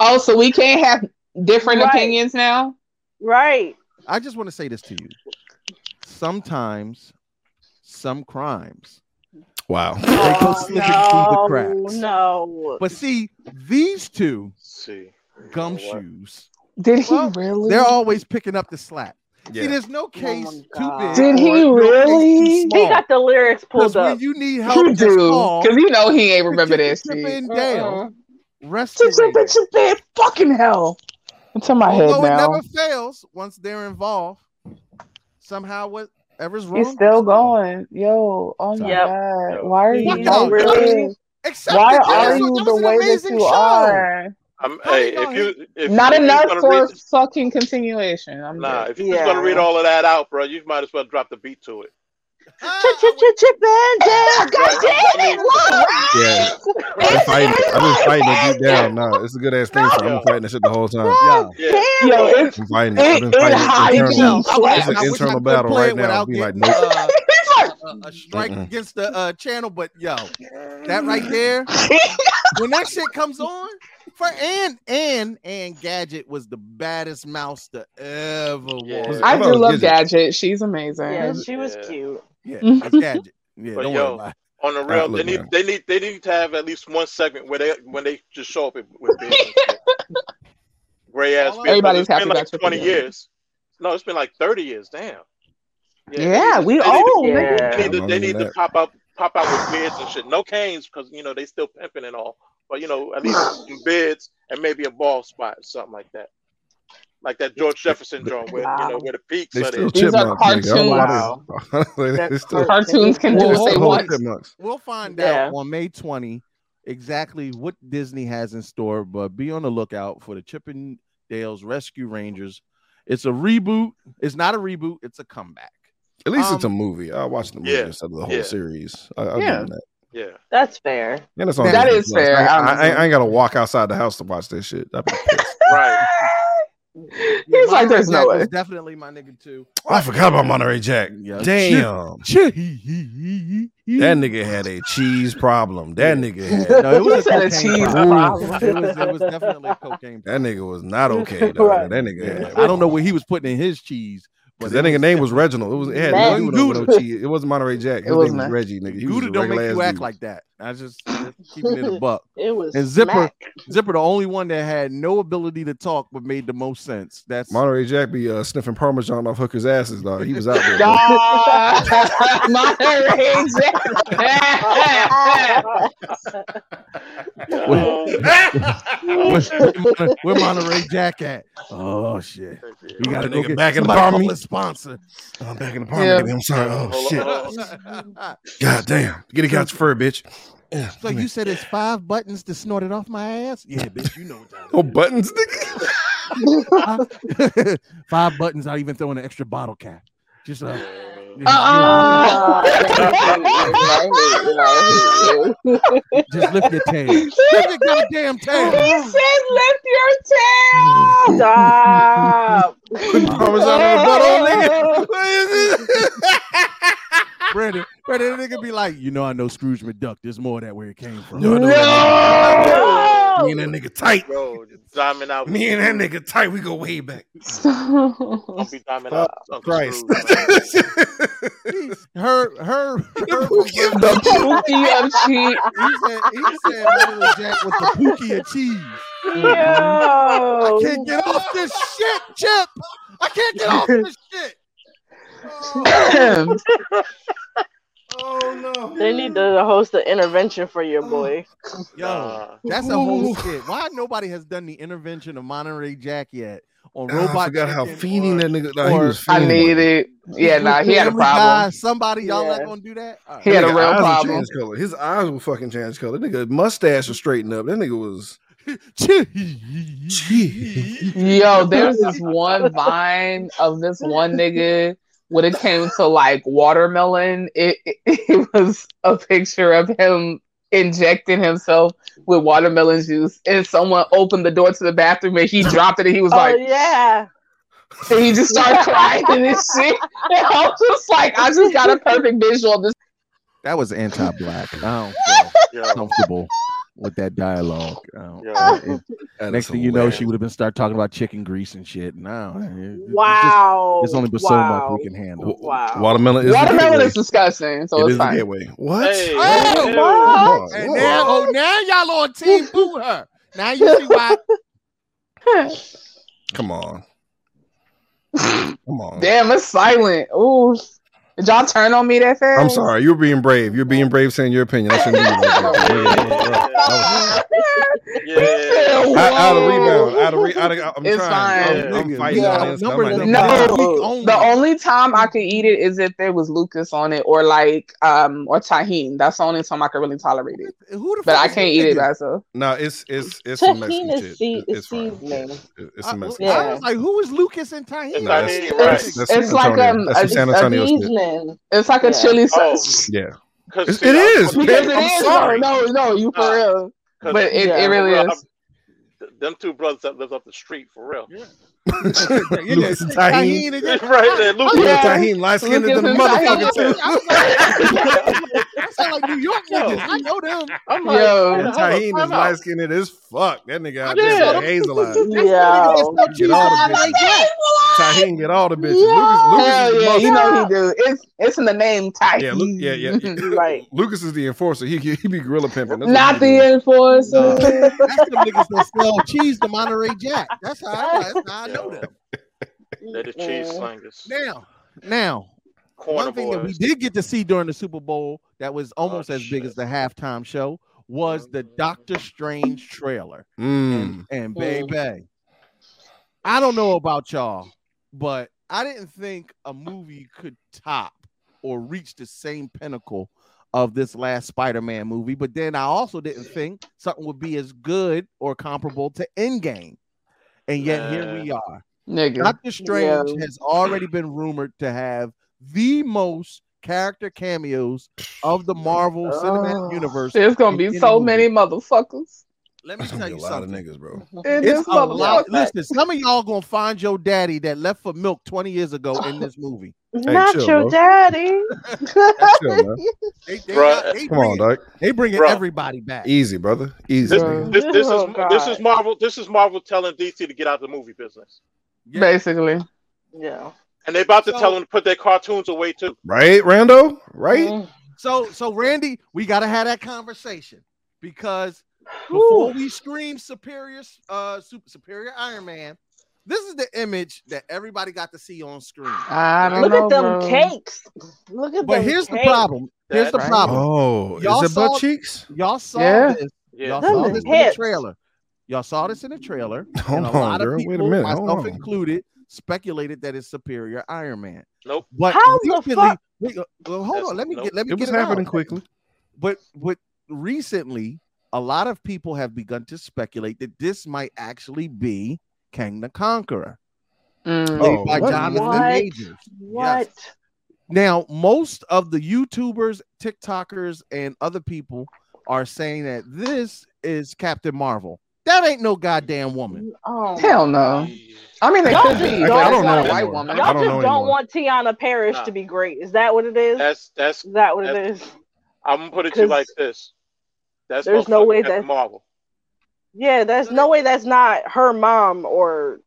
[SPEAKER 5] Oh, so we can't have different
[SPEAKER 10] Right.
[SPEAKER 5] opinions now?
[SPEAKER 10] Right.
[SPEAKER 3] I just want to say this to you. Sometimes some crimes
[SPEAKER 7] Wow.
[SPEAKER 3] they go
[SPEAKER 10] Oh,
[SPEAKER 3] slipping through the
[SPEAKER 10] no,
[SPEAKER 3] cracks.
[SPEAKER 10] no.
[SPEAKER 3] But see, these two
[SPEAKER 6] see.
[SPEAKER 3] gumshoes,
[SPEAKER 5] Did he
[SPEAKER 3] Well,
[SPEAKER 5] really?
[SPEAKER 3] they're always picking up the slack. See,
[SPEAKER 7] Yeah.
[SPEAKER 3] there's no case too
[SPEAKER 10] God.
[SPEAKER 3] big.
[SPEAKER 5] Oh Did he
[SPEAKER 3] or no case
[SPEAKER 5] really?
[SPEAKER 3] too
[SPEAKER 5] He
[SPEAKER 10] he
[SPEAKER 3] small.
[SPEAKER 10] got the lyrics pulled
[SPEAKER 3] 'Cause when
[SPEAKER 10] up.
[SPEAKER 3] you need help,
[SPEAKER 5] you
[SPEAKER 3] just
[SPEAKER 5] do,
[SPEAKER 3] call.
[SPEAKER 5] because you know he ain't
[SPEAKER 3] Chip,
[SPEAKER 5] remember
[SPEAKER 3] chip,
[SPEAKER 5] that
[SPEAKER 3] chip,
[SPEAKER 5] shit. Uh-uh.
[SPEAKER 3] and Dale. Rescue
[SPEAKER 5] Chip, chip,
[SPEAKER 3] Ranger.
[SPEAKER 5] chip, chip, chip, fucking hell! It's in my head
[SPEAKER 3] Although it
[SPEAKER 5] now.
[SPEAKER 3] never fails, once they're involved, somehow whatever's wrong,
[SPEAKER 5] He's
[SPEAKER 3] is
[SPEAKER 5] still
[SPEAKER 3] solved.
[SPEAKER 5] going. Yo, oh my
[SPEAKER 10] Yep.
[SPEAKER 5] god,
[SPEAKER 6] Yo.
[SPEAKER 5] why are
[SPEAKER 3] Fuck
[SPEAKER 5] you
[SPEAKER 3] y'all,
[SPEAKER 5] so weird?
[SPEAKER 3] Except
[SPEAKER 5] Why
[SPEAKER 3] that
[SPEAKER 5] are
[SPEAKER 3] was-
[SPEAKER 5] you
[SPEAKER 3] that
[SPEAKER 5] the
[SPEAKER 3] was an
[SPEAKER 5] way that
[SPEAKER 3] amazing
[SPEAKER 5] you
[SPEAKER 3] show.
[SPEAKER 5] are?
[SPEAKER 6] I'm,
[SPEAKER 3] How
[SPEAKER 6] hey,
[SPEAKER 3] you gonna
[SPEAKER 6] if you if
[SPEAKER 5] Not
[SPEAKER 6] if you
[SPEAKER 5] enough
[SPEAKER 6] gonna
[SPEAKER 5] for
[SPEAKER 6] read
[SPEAKER 5] a fucking continuation. I'm
[SPEAKER 6] Nah,
[SPEAKER 5] dead.
[SPEAKER 6] if you're gonna read
[SPEAKER 10] Yeah.
[SPEAKER 6] all of that out, bro, you might as well drop the beat to it.
[SPEAKER 3] Ah,
[SPEAKER 10] Chip, chip, chip, chip, and down.
[SPEAKER 6] Right.
[SPEAKER 5] it, look,
[SPEAKER 7] Yeah.
[SPEAKER 6] (laughs)
[SPEAKER 7] I've been fighting. I've been fighting it deep down. Nah, it's a good ass thing. So I've been fighting that shit the whole time.
[SPEAKER 3] yeah.
[SPEAKER 6] Yeah,
[SPEAKER 5] Yo, it's,
[SPEAKER 7] I'm fighting.
[SPEAKER 5] It-
[SPEAKER 7] I've been
[SPEAKER 5] it
[SPEAKER 7] fighting
[SPEAKER 5] high
[SPEAKER 7] internal.
[SPEAKER 5] beat.
[SPEAKER 3] I wish-
[SPEAKER 7] It's an
[SPEAKER 3] I wish I
[SPEAKER 7] internal
[SPEAKER 3] could
[SPEAKER 7] battle
[SPEAKER 3] play
[SPEAKER 7] right
[SPEAKER 3] it
[SPEAKER 7] now.
[SPEAKER 3] without
[SPEAKER 7] Be like,
[SPEAKER 3] getting, uh,
[SPEAKER 5] it's like,
[SPEAKER 3] a, a strike
[SPEAKER 7] Mm-mm.
[SPEAKER 3] against the uh, channel, but yo, that right
[SPEAKER 5] (laughs)
[SPEAKER 3] there, when that shit comes on, for and and and Gadget was the baddest mouse to ever
[SPEAKER 6] Yeah.
[SPEAKER 3] walk.
[SPEAKER 5] I
[SPEAKER 7] How
[SPEAKER 5] do
[SPEAKER 7] about
[SPEAKER 5] love
[SPEAKER 7] Gidget?
[SPEAKER 5] Gadget. She's amazing.
[SPEAKER 10] Yeah, she was
[SPEAKER 6] Yeah.
[SPEAKER 10] cute.
[SPEAKER 3] Yeah,
[SPEAKER 5] (laughs)
[SPEAKER 3] it's Gadget. Yeah,
[SPEAKER 6] But
[SPEAKER 3] don't worry
[SPEAKER 6] yo,
[SPEAKER 3] about it.
[SPEAKER 6] on the
[SPEAKER 7] Alright,
[SPEAKER 6] real,
[SPEAKER 7] look,
[SPEAKER 6] they need
[SPEAKER 7] man.
[SPEAKER 6] they need they need to have at least one segment where they when they just show up with,
[SPEAKER 5] (laughs)
[SPEAKER 6] with beards. Gray ass
[SPEAKER 3] All
[SPEAKER 6] beard.
[SPEAKER 5] Everybody's
[SPEAKER 6] It's been
[SPEAKER 5] happy
[SPEAKER 6] like
[SPEAKER 5] about your
[SPEAKER 6] twenty
[SPEAKER 5] beard.
[SPEAKER 6] years. No, it's been like thirty years. Damn.
[SPEAKER 5] Yeah,
[SPEAKER 6] they
[SPEAKER 5] we
[SPEAKER 6] need to-
[SPEAKER 5] old,
[SPEAKER 10] Yeah.
[SPEAKER 5] nigga.
[SPEAKER 6] They need to,
[SPEAKER 7] Longer
[SPEAKER 6] they
[SPEAKER 7] than
[SPEAKER 6] need to
[SPEAKER 7] that.
[SPEAKER 6] pop up pop out with beards and shit. No canes because you know they still pimping and all. But you know
[SPEAKER 5] (sighs)
[SPEAKER 6] at least some beards and maybe a ball spot or something like that. Like that George Jefferson drawing where you know where the peaks
[SPEAKER 7] They
[SPEAKER 6] are there.
[SPEAKER 7] still
[SPEAKER 5] These are
[SPEAKER 7] chipmunks. nigga. I don't know why (laughs) they-
[SPEAKER 10] They're
[SPEAKER 7] They still
[SPEAKER 5] Cartoons can do
[SPEAKER 3] Well,
[SPEAKER 5] what
[SPEAKER 7] still
[SPEAKER 5] they
[SPEAKER 3] hold
[SPEAKER 7] hold
[SPEAKER 5] want.
[SPEAKER 7] chipmunks.
[SPEAKER 3] We'll find
[SPEAKER 10] Yeah.
[SPEAKER 3] out on May 20 exactly what Disney has in store, but be on the lookout for the Chippendales Rescue Rangers. It's a reboot. It's not a reboot, it's a comeback.
[SPEAKER 7] At least
[SPEAKER 3] Um,
[SPEAKER 7] it's a movie. I watched the movie
[SPEAKER 6] yeah,
[SPEAKER 7] instead of the whole
[SPEAKER 6] yeah.
[SPEAKER 7] series. I, I'll
[SPEAKER 5] Yeah.
[SPEAKER 7] give them that.
[SPEAKER 6] Yeah.
[SPEAKER 10] That's fair.
[SPEAKER 7] And it's on
[SPEAKER 5] That
[SPEAKER 7] Disney
[SPEAKER 5] is
[SPEAKER 7] Plus.
[SPEAKER 5] fair,
[SPEAKER 7] I, I- I- I
[SPEAKER 5] honestly.
[SPEAKER 7] ain't gotta walk outside the house to watch this shit. I'd be
[SPEAKER 5] (laughs)
[SPEAKER 7] pissed. (laughs)
[SPEAKER 6] Right.
[SPEAKER 5] He's like,
[SPEAKER 3] Monterey
[SPEAKER 5] there's no
[SPEAKER 3] Jack
[SPEAKER 5] way.
[SPEAKER 3] was definitely my nigga, too.
[SPEAKER 7] I forgot about Monterey Jack.
[SPEAKER 3] Yeah.
[SPEAKER 7] Damn. (laughs) That
[SPEAKER 3] that
[SPEAKER 7] nigga had a cheese problem. That nigga had
[SPEAKER 3] No, it was
[SPEAKER 5] He
[SPEAKER 3] a
[SPEAKER 5] said a
[SPEAKER 3] cocaine
[SPEAKER 5] cheese
[SPEAKER 3] problem.
[SPEAKER 5] problem.
[SPEAKER 3] (laughs) It was, it was definitely a cocaine
[SPEAKER 7] that nigga
[SPEAKER 5] (laughs)
[SPEAKER 7] was not okay. dog.
[SPEAKER 10] Right.
[SPEAKER 7] That nigga
[SPEAKER 3] problem.
[SPEAKER 7] had
[SPEAKER 3] I don't know what he was putting in his cheese.
[SPEAKER 7] Because
[SPEAKER 3] but it
[SPEAKER 7] that nigga
[SPEAKER 3] was
[SPEAKER 7] name was Reginald. It was it had
[SPEAKER 10] Man.
[SPEAKER 7] nothing to do with no
[SPEAKER 3] Gouda.
[SPEAKER 7] cheese. It wasn't Monterey Jack.
[SPEAKER 5] It
[SPEAKER 7] His name
[SPEAKER 5] wasn't
[SPEAKER 7] was
[SPEAKER 5] that.
[SPEAKER 7] Reggie, nigga. He was
[SPEAKER 3] Gouda
[SPEAKER 7] a
[SPEAKER 3] don't make
[SPEAKER 7] regular ass
[SPEAKER 3] you act
[SPEAKER 7] dude.
[SPEAKER 3] like that. I just just keeping
[SPEAKER 5] (laughs)
[SPEAKER 3] it a buck.
[SPEAKER 10] It was
[SPEAKER 3] And Zipper-
[SPEAKER 10] smack.
[SPEAKER 3] Zipper, the only one that had no ability to talk but made the most sense. That's
[SPEAKER 7] Monterey Jack be uh, sniffing Parmesan off hookers' asses, dog. He was out there.
[SPEAKER 5] (laughs)
[SPEAKER 7] dog.
[SPEAKER 5] God. Monterey Jack.
[SPEAKER 3] Where, (laughs)
[SPEAKER 7] (laughs)
[SPEAKER 6] (laughs)
[SPEAKER 3] where, where Monterey Jack at? Oh shit, we gotta go
[SPEAKER 7] Nigga,
[SPEAKER 3] get
[SPEAKER 7] back in the
[SPEAKER 3] somebody
[SPEAKER 7] apartment.
[SPEAKER 3] call a sponsor.
[SPEAKER 7] Oh, I'm back in the apartment. baby. I'm sorry. Oh
[SPEAKER 3] Hold on,
[SPEAKER 7] shit.
[SPEAKER 3] hold on.
[SPEAKER 7] God damn. Get it out your fur, bitch. Yeah.
[SPEAKER 12] So
[SPEAKER 7] come
[SPEAKER 12] you
[SPEAKER 7] here.
[SPEAKER 12] said it's five buttons to snort it off my ass?
[SPEAKER 3] Yeah, bitch, you know what time.
[SPEAKER 7] oh buttons.
[SPEAKER 5] (laughs)
[SPEAKER 3] Huh? (laughs) Five buttons. I even throw in an extra bottle cap. Just uh,
[SPEAKER 5] Uh-uh.
[SPEAKER 3] just lift your tail. Lift your goddamn tail.
[SPEAKER 9] He said, "Lift your tail."
[SPEAKER 7] (laughs)
[SPEAKER 9] Stop.
[SPEAKER 7] Parmesan on the butt on nigga. What is this?
[SPEAKER 3] Brandon, Brandon, the nigga be like, you know, I know Scrooge McDuck. There's more of that where it came from.
[SPEAKER 7] No, I know that nigga. Me and that nigga tight.
[SPEAKER 6] Yo, diamond out.
[SPEAKER 7] Me and that nigga tight. We go way back.
[SPEAKER 6] Don't be diamond
[SPEAKER 7] Oh,
[SPEAKER 6] out. Uncle
[SPEAKER 7] Christ.
[SPEAKER 6] Scrooge, man.
[SPEAKER 3] Her, her, her
[SPEAKER 7] Give the
[SPEAKER 5] Pookie of
[SPEAKER 7] (laughs)
[SPEAKER 5] cheat.
[SPEAKER 3] He said, he said Monterey Jack was the pookie of cheese. I
[SPEAKER 5] Oh.
[SPEAKER 9] Yo.
[SPEAKER 3] can't get off this shit, Chip. I can't get off this shit.
[SPEAKER 5] (laughs)
[SPEAKER 3] Oh, oh, no.
[SPEAKER 9] They need to host an intervention for your boy.
[SPEAKER 3] Yo,
[SPEAKER 6] Nah.
[SPEAKER 3] that's a whole skit. Why nobody has done the intervention of Monterey Jack yet on Robot
[SPEAKER 7] I forgot how
[SPEAKER 3] Chicken
[SPEAKER 7] fiending that nigga. Nah, he
[SPEAKER 3] or-
[SPEAKER 7] was
[SPEAKER 5] I
[SPEAKER 7] fiending.
[SPEAKER 5] need it. Yeah,
[SPEAKER 3] with
[SPEAKER 5] nah, he had a
[SPEAKER 3] Family Guy,
[SPEAKER 5] problem.
[SPEAKER 3] somebody, y'all
[SPEAKER 9] Yeah.
[SPEAKER 3] not gonna do that? All right.
[SPEAKER 5] He had a
[SPEAKER 7] That nigga
[SPEAKER 5] real
[SPEAKER 7] eyes would
[SPEAKER 5] problem.
[SPEAKER 7] change color. His eyes will fucking change color. That nigga mustache was straightened up. That nigga was.
[SPEAKER 9] (laughs)
[SPEAKER 5] Yo, there was this one vine of this one nigga when it came to like watermelon. It, it, it was a picture of him injecting himself with watermelon juice, and someone opened the door to the bathroom and he dropped it, and he was
[SPEAKER 9] Oh
[SPEAKER 5] like,
[SPEAKER 9] yeah.
[SPEAKER 5] and he just
[SPEAKER 9] (laughs)
[SPEAKER 5] started crying and this shit. And I was just like, I just got a perfect visual of this.
[SPEAKER 3] That was anti-black. I don't
[SPEAKER 5] (laughs)
[SPEAKER 3] feel
[SPEAKER 6] Yo,
[SPEAKER 3] comfortable with that dialogue. I don't-
[SPEAKER 6] yo.
[SPEAKER 3] uh, it-
[SPEAKER 7] That
[SPEAKER 3] next
[SPEAKER 7] is
[SPEAKER 3] thing you know,
[SPEAKER 7] hilarious.
[SPEAKER 3] she would have been start talking about chicken grease and shit. Now,
[SPEAKER 9] Wow.
[SPEAKER 3] It's only but
[SPEAKER 9] wow.
[SPEAKER 3] so much we can handle.
[SPEAKER 7] W-
[SPEAKER 9] Wow.
[SPEAKER 7] Watermelon is
[SPEAKER 5] Watermelon
[SPEAKER 7] the
[SPEAKER 5] is disgusting, so it's
[SPEAKER 7] gateway. It is the
[SPEAKER 5] fine.
[SPEAKER 7] gateway. What?
[SPEAKER 6] Hey,
[SPEAKER 3] Oh,
[SPEAKER 6] hey,
[SPEAKER 9] what?
[SPEAKER 7] Whoa,
[SPEAKER 3] And
[SPEAKER 7] whoa.
[SPEAKER 3] now, oh, now y'all on team boo her. Now you see
[SPEAKER 7] (laughs)
[SPEAKER 3] why.
[SPEAKER 7] Come on. Come
[SPEAKER 5] (laughs)
[SPEAKER 7] on.
[SPEAKER 5] Damn, it's silent. Ooh, did y'all turn on me that fast?
[SPEAKER 7] I'm sorry. You're being brave. You're being brave saying your opinion.
[SPEAKER 5] (laughs)
[SPEAKER 7] I shouldn't do that.
[SPEAKER 6] Yeah.
[SPEAKER 5] (laughs)
[SPEAKER 7] I, out of rebound. Out of re- out of, I'm
[SPEAKER 5] It's
[SPEAKER 7] trying.
[SPEAKER 6] fine.
[SPEAKER 7] I'm, I'm fighting.
[SPEAKER 5] Yeah.
[SPEAKER 7] against it. I'm
[SPEAKER 3] Numbers
[SPEAKER 7] like,
[SPEAKER 3] are
[SPEAKER 7] no.
[SPEAKER 5] No,
[SPEAKER 3] Week only.
[SPEAKER 5] the only time I could eat it is if there was Lucas on it or like um or tahine. That's the only time I could really tolerate it.
[SPEAKER 3] Who the
[SPEAKER 5] But
[SPEAKER 3] fuck
[SPEAKER 5] I
[SPEAKER 3] is
[SPEAKER 5] can't
[SPEAKER 3] this
[SPEAKER 5] eat it
[SPEAKER 3] nigga?
[SPEAKER 5] by itself.
[SPEAKER 7] No, it's it's it's some Mexican
[SPEAKER 9] Tahini is
[SPEAKER 7] shit.
[SPEAKER 9] sea-
[SPEAKER 7] It's
[SPEAKER 9] is
[SPEAKER 7] fine.
[SPEAKER 9] seasoning.
[SPEAKER 7] It- It's
[SPEAKER 3] I,
[SPEAKER 7] some Mexican.
[SPEAKER 9] Yeah.
[SPEAKER 3] I
[SPEAKER 7] shit. (laughs)
[SPEAKER 3] (laughs) was like, who is Lucas and
[SPEAKER 6] It's
[SPEAKER 3] Tahini?
[SPEAKER 6] not
[SPEAKER 7] That's-
[SPEAKER 6] eating
[SPEAKER 5] It's,
[SPEAKER 6] right.
[SPEAKER 7] That's
[SPEAKER 5] it's
[SPEAKER 7] San
[SPEAKER 5] like
[SPEAKER 7] Antonio.
[SPEAKER 5] um
[SPEAKER 7] That's some San
[SPEAKER 5] a-
[SPEAKER 7] Antonio shit.
[SPEAKER 9] Seasoning.
[SPEAKER 5] it's like a
[SPEAKER 9] Yeah.
[SPEAKER 5] chili
[SPEAKER 6] Oh.
[SPEAKER 5] sauce.
[SPEAKER 7] Yeah,
[SPEAKER 6] 'Cause
[SPEAKER 7] It's-
[SPEAKER 6] see,
[SPEAKER 7] it
[SPEAKER 6] I'm-
[SPEAKER 7] is.
[SPEAKER 5] (laughs) Because it
[SPEAKER 7] I'm
[SPEAKER 5] is
[SPEAKER 7] sorry.
[SPEAKER 5] no, no, no, you for
[SPEAKER 6] Uh,
[SPEAKER 5] real.
[SPEAKER 6] 'cause
[SPEAKER 5] But it,
[SPEAKER 9] Yeah.
[SPEAKER 5] it really
[SPEAKER 6] I'm-
[SPEAKER 5] is.
[SPEAKER 6] them two brothers that live up the street for real.
[SPEAKER 7] Lucas and Tahine.
[SPEAKER 3] Tahini
[SPEAKER 7] (laughs)
[SPEAKER 3] again.
[SPEAKER 6] (laughs) right there, Lucas.
[SPEAKER 7] Little
[SPEAKER 5] Yeah.
[SPEAKER 7] Tahine, light skinned
[SPEAKER 5] Lucas
[SPEAKER 7] than the
[SPEAKER 5] and Tahine.
[SPEAKER 7] motherfucker too.
[SPEAKER 3] I was like, I sound like New York niggas. I know
[SPEAKER 5] (laughs)
[SPEAKER 3] them.
[SPEAKER 6] I'm like,
[SPEAKER 5] Yo.
[SPEAKER 6] hold
[SPEAKER 7] And
[SPEAKER 6] up,
[SPEAKER 7] Tahine is
[SPEAKER 6] time out.
[SPEAKER 7] light skinned as fuck. That nigga out
[SPEAKER 6] Yeah.
[SPEAKER 7] there with hazel
[SPEAKER 5] (laughs)
[SPEAKER 7] eyes.
[SPEAKER 9] Yo.
[SPEAKER 3] No
[SPEAKER 7] Get
[SPEAKER 3] cheese
[SPEAKER 7] all
[SPEAKER 3] on
[SPEAKER 7] the
[SPEAKER 3] it.
[SPEAKER 7] bitches. Tahine get all the bitches. Lucas,
[SPEAKER 5] Hell
[SPEAKER 7] Lucas is
[SPEAKER 5] yeah,
[SPEAKER 7] the
[SPEAKER 5] you
[SPEAKER 7] most.
[SPEAKER 5] know Mm-hmm. he do. It's it's in the name Tahine.
[SPEAKER 7] Yeah, Lu-
[SPEAKER 5] (laughs)
[SPEAKER 7] yeah, yeah, yeah.
[SPEAKER 9] Right.
[SPEAKER 7] Lucas is the enforcer. He he be gorilla pimping. That's what
[SPEAKER 5] Not
[SPEAKER 7] he be doing.
[SPEAKER 5] the enforcer.
[SPEAKER 3] No. That's the niggas that sell cheese to Monterey Jack. That's how I, that's how I know them.
[SPEAKER 5] (laughs)
[SPEAKER 6] They're the cheese
[SPEAKER 9] Mm-hmm.
[SPEAKER 6] slingers.
[SPEAKER 3] Now, now,
[SPEAKER 6] Corner
[SPEAKER 3] one thing that we
[SPEAKER 6] boys.
[SPEAKER 3] did get to see during the Super Bowl that was almost as big
[SPEAKER 6] shit.
[SPEAKER 3] as the halftime show was the Doctor Strange trailer.
[SPEAKER 7] Mm.
[SPEAKER 3] And, and
[SPEAKER 5] Mm.
[SPEAKER 3] baby, I don't know about y'all, but I didn't think a movie could top or reach the same pinnacle of this last Spider-Man movie. But then I also didn't think something would be as good or comparable to Endgame. And yet here we are.
[SPEAKER 5] Nigga.
[SPEAKER 3] Doctor Strange
[SPEAKER 5] Yeah.
[SPEAKER 3] has already been rumored to have the most character cameos of the Marvel Cinematic
[SPEAKER 5] Oh,
[SPEAKER 3] Universe.
[SPEAKER 5] There's gonna
[SPEAKER 3] in
[SPEAKER 5] be
[SPEAKER 3] any
[SPEAKER 5] so
[SPEAKER 3] movie.
[SPEAKER 5] many motherfuckers.
[SPEAKER 3] Let me
[SPEAKER 7] That's
[SPEAKER 3] tell
[SPEAKER 7] gonna
[SPEAKER 3] you
[SPEAKER 7] be a lot of
[SPEAKER 3] something.
[SPEAKER 7] niggas, bro.
[SPEAKER 5] In
[SPEAKER 3] It's
[SPEAKER 5] this
[SPEAKER 3] a lot.
[SPEAKER 5] motherfucker.
[SPEAKER 3] Listen, some of y'all gonna find your daddy that left for milk 20 years ago in this movie.
[SPEAKER 9] Not
[SPEAKER 7] chill,
[SPEAKER 9] your
[SPEAKER 7] bro.
[SPEAKER 9] daddy.
[SPEAKER 7] That's (laughs) chill,
[SPEAKER 3] (laughs)
[SPEAKER 7] man.
[SPEAKER 3] They, they,
[SPEAKER 6] Bruh.
[SPEAKER 3] got- they
[SPEAKER 7] Come on,
[SPEAKER 3] bringing,
[SPEAKER 7] Doc.
[SPEAKER 3] they bringing
[SPEAKER 6] Bruh.
[SPEAKER 3] everybody back.
[SPEAKER 7] Easy, brother. Easy.
[SPEAKER 5] Bruh.
[SPEAKER 7] nigga.
[SPEAKER 6] This, this
[SPEAKER 9] Oh,
[SPEAKER 6] is this is
[SPEAKER 9] God.
[SPEAKER 6] Marvel. This is Marvel telling DC to get out of the movie business,
[SPEAKER 5] Basically.
[SPEAKER 9] Yeah.
[SPEAKER 6] and they're about to
[SPEAKER 3] So-
[SPEAKER 6] tell them to put their cartoons away too.
[SPEAKER 7] Right, Rando? Right?
[SPEAKER 5] Mm.
[SPEAKER 3] So, so Randy, we gotta have that conversation because before we stream Superior, uh, Sup- Superior Iron Man, this is the image that everybody got to see on screen.
[SPEAKER 5] I don't
[SPEAKER 9] Look
[SPEAKER 5] know.
[SPEAKER 9] at them
[SPEAKER 5] bro.
[SPEAKER 9] cakes. Look at them.
[SPEAKER 3] But here's the
[SPEAKER 9] cakes.
[SPEAKER 3] problem. Here's the
[SPEAKER 6] That-
[SPEAKER 3] problem.
[SPEAKER 7] Oh,
[SPEAKER 3] Y'all
[SPEAKER 7] is it
[SPEAKER 3] saw-
[SPEAKER 7] butt cheeks? (laughs)
[SPEAKER 3] Y'all saw
[SPEAKER 5] Yeah.
[SPEAKER 3] this Yeah. Y'all saw this in the trailer. Y'all saw this in the trailer.
[SPEAKER 7] Hold
[SPEAKER 3] and a
[SPEAKER 7] on,
[SPEAKER 3] lot
[SPEAKER 7] girl.
[SPEAKER 3] of
[SPEAKER 7] Wait a
[SPEAKER 3] people,
[SPEAKER 7] minute. Hold
[SPEAKER 3] myself
[SPEAKER 7] on.
[SPEAKER 3] included, speculated that it's superior Iron Man.
[SPEAKER 6] Nope.
[SPEAKER 3] But
[SPEAKER 7] How the
[SPEAKER 3] recently,
[SPEAKER 7] fuck-
[SPEAKER 3] wait, uh, well, hold on. Let me get let me
[SPEAKER 7] It
[SPEAKER 3] get
[SPEAKER 7] was happening
[SPEAKER 3] out.
[SPEAKER 7] quickly.
[SPEAKER 3] But but recently, a lot of people have begun to speculate that this might actually be Kang the Conqueror,
[SPEAKER 5] Mm.
[SPEAKER 3] played by
[SPEAKER 7] what?
[SPEAKER 3] Jonathan Majors. What? Now, most of the YouTubers, TikTokers, and other people are saying that this is Captain Marvel. That ain't no goddamn woman.
[SPEAKER 9] Oh,
[SPEAKER 5] Hell no. I mean, they
[SPEAKER 9] Y'all
[SPEAKER 5] could
[SPEAKER 9] just
[SPEAKER 5] be.
[SPEAKER 9] don't
[SPEAKER 5] but I don't
[SPEAKER 9] want-
[SPEAKER 5] know a white woman.
[SPEAKER 9] Y'all just don't want Tiana Parrish
[SPEAKER 6] Nah.
[SPEAKER 9] to be great. Is that what it is?
[SPEAKER 6] That's that's
[SPEAKER 9] is that what it is?
[SPEAKER 6] I'm gonna put it to you
[SPEAKER 9] 'Cause
[SPEAKER 6] like this. That's
[SPEAKER 9] there's no
[SPEAKER 6] motherfucking
[SPEAKER 9] way
[SPEAKER 6] Captain
[SPEAKER 9] that-
[SPEAKER 6] Marvel.
[SPEAKER 9] Yeah, that's no way. That's not her mom or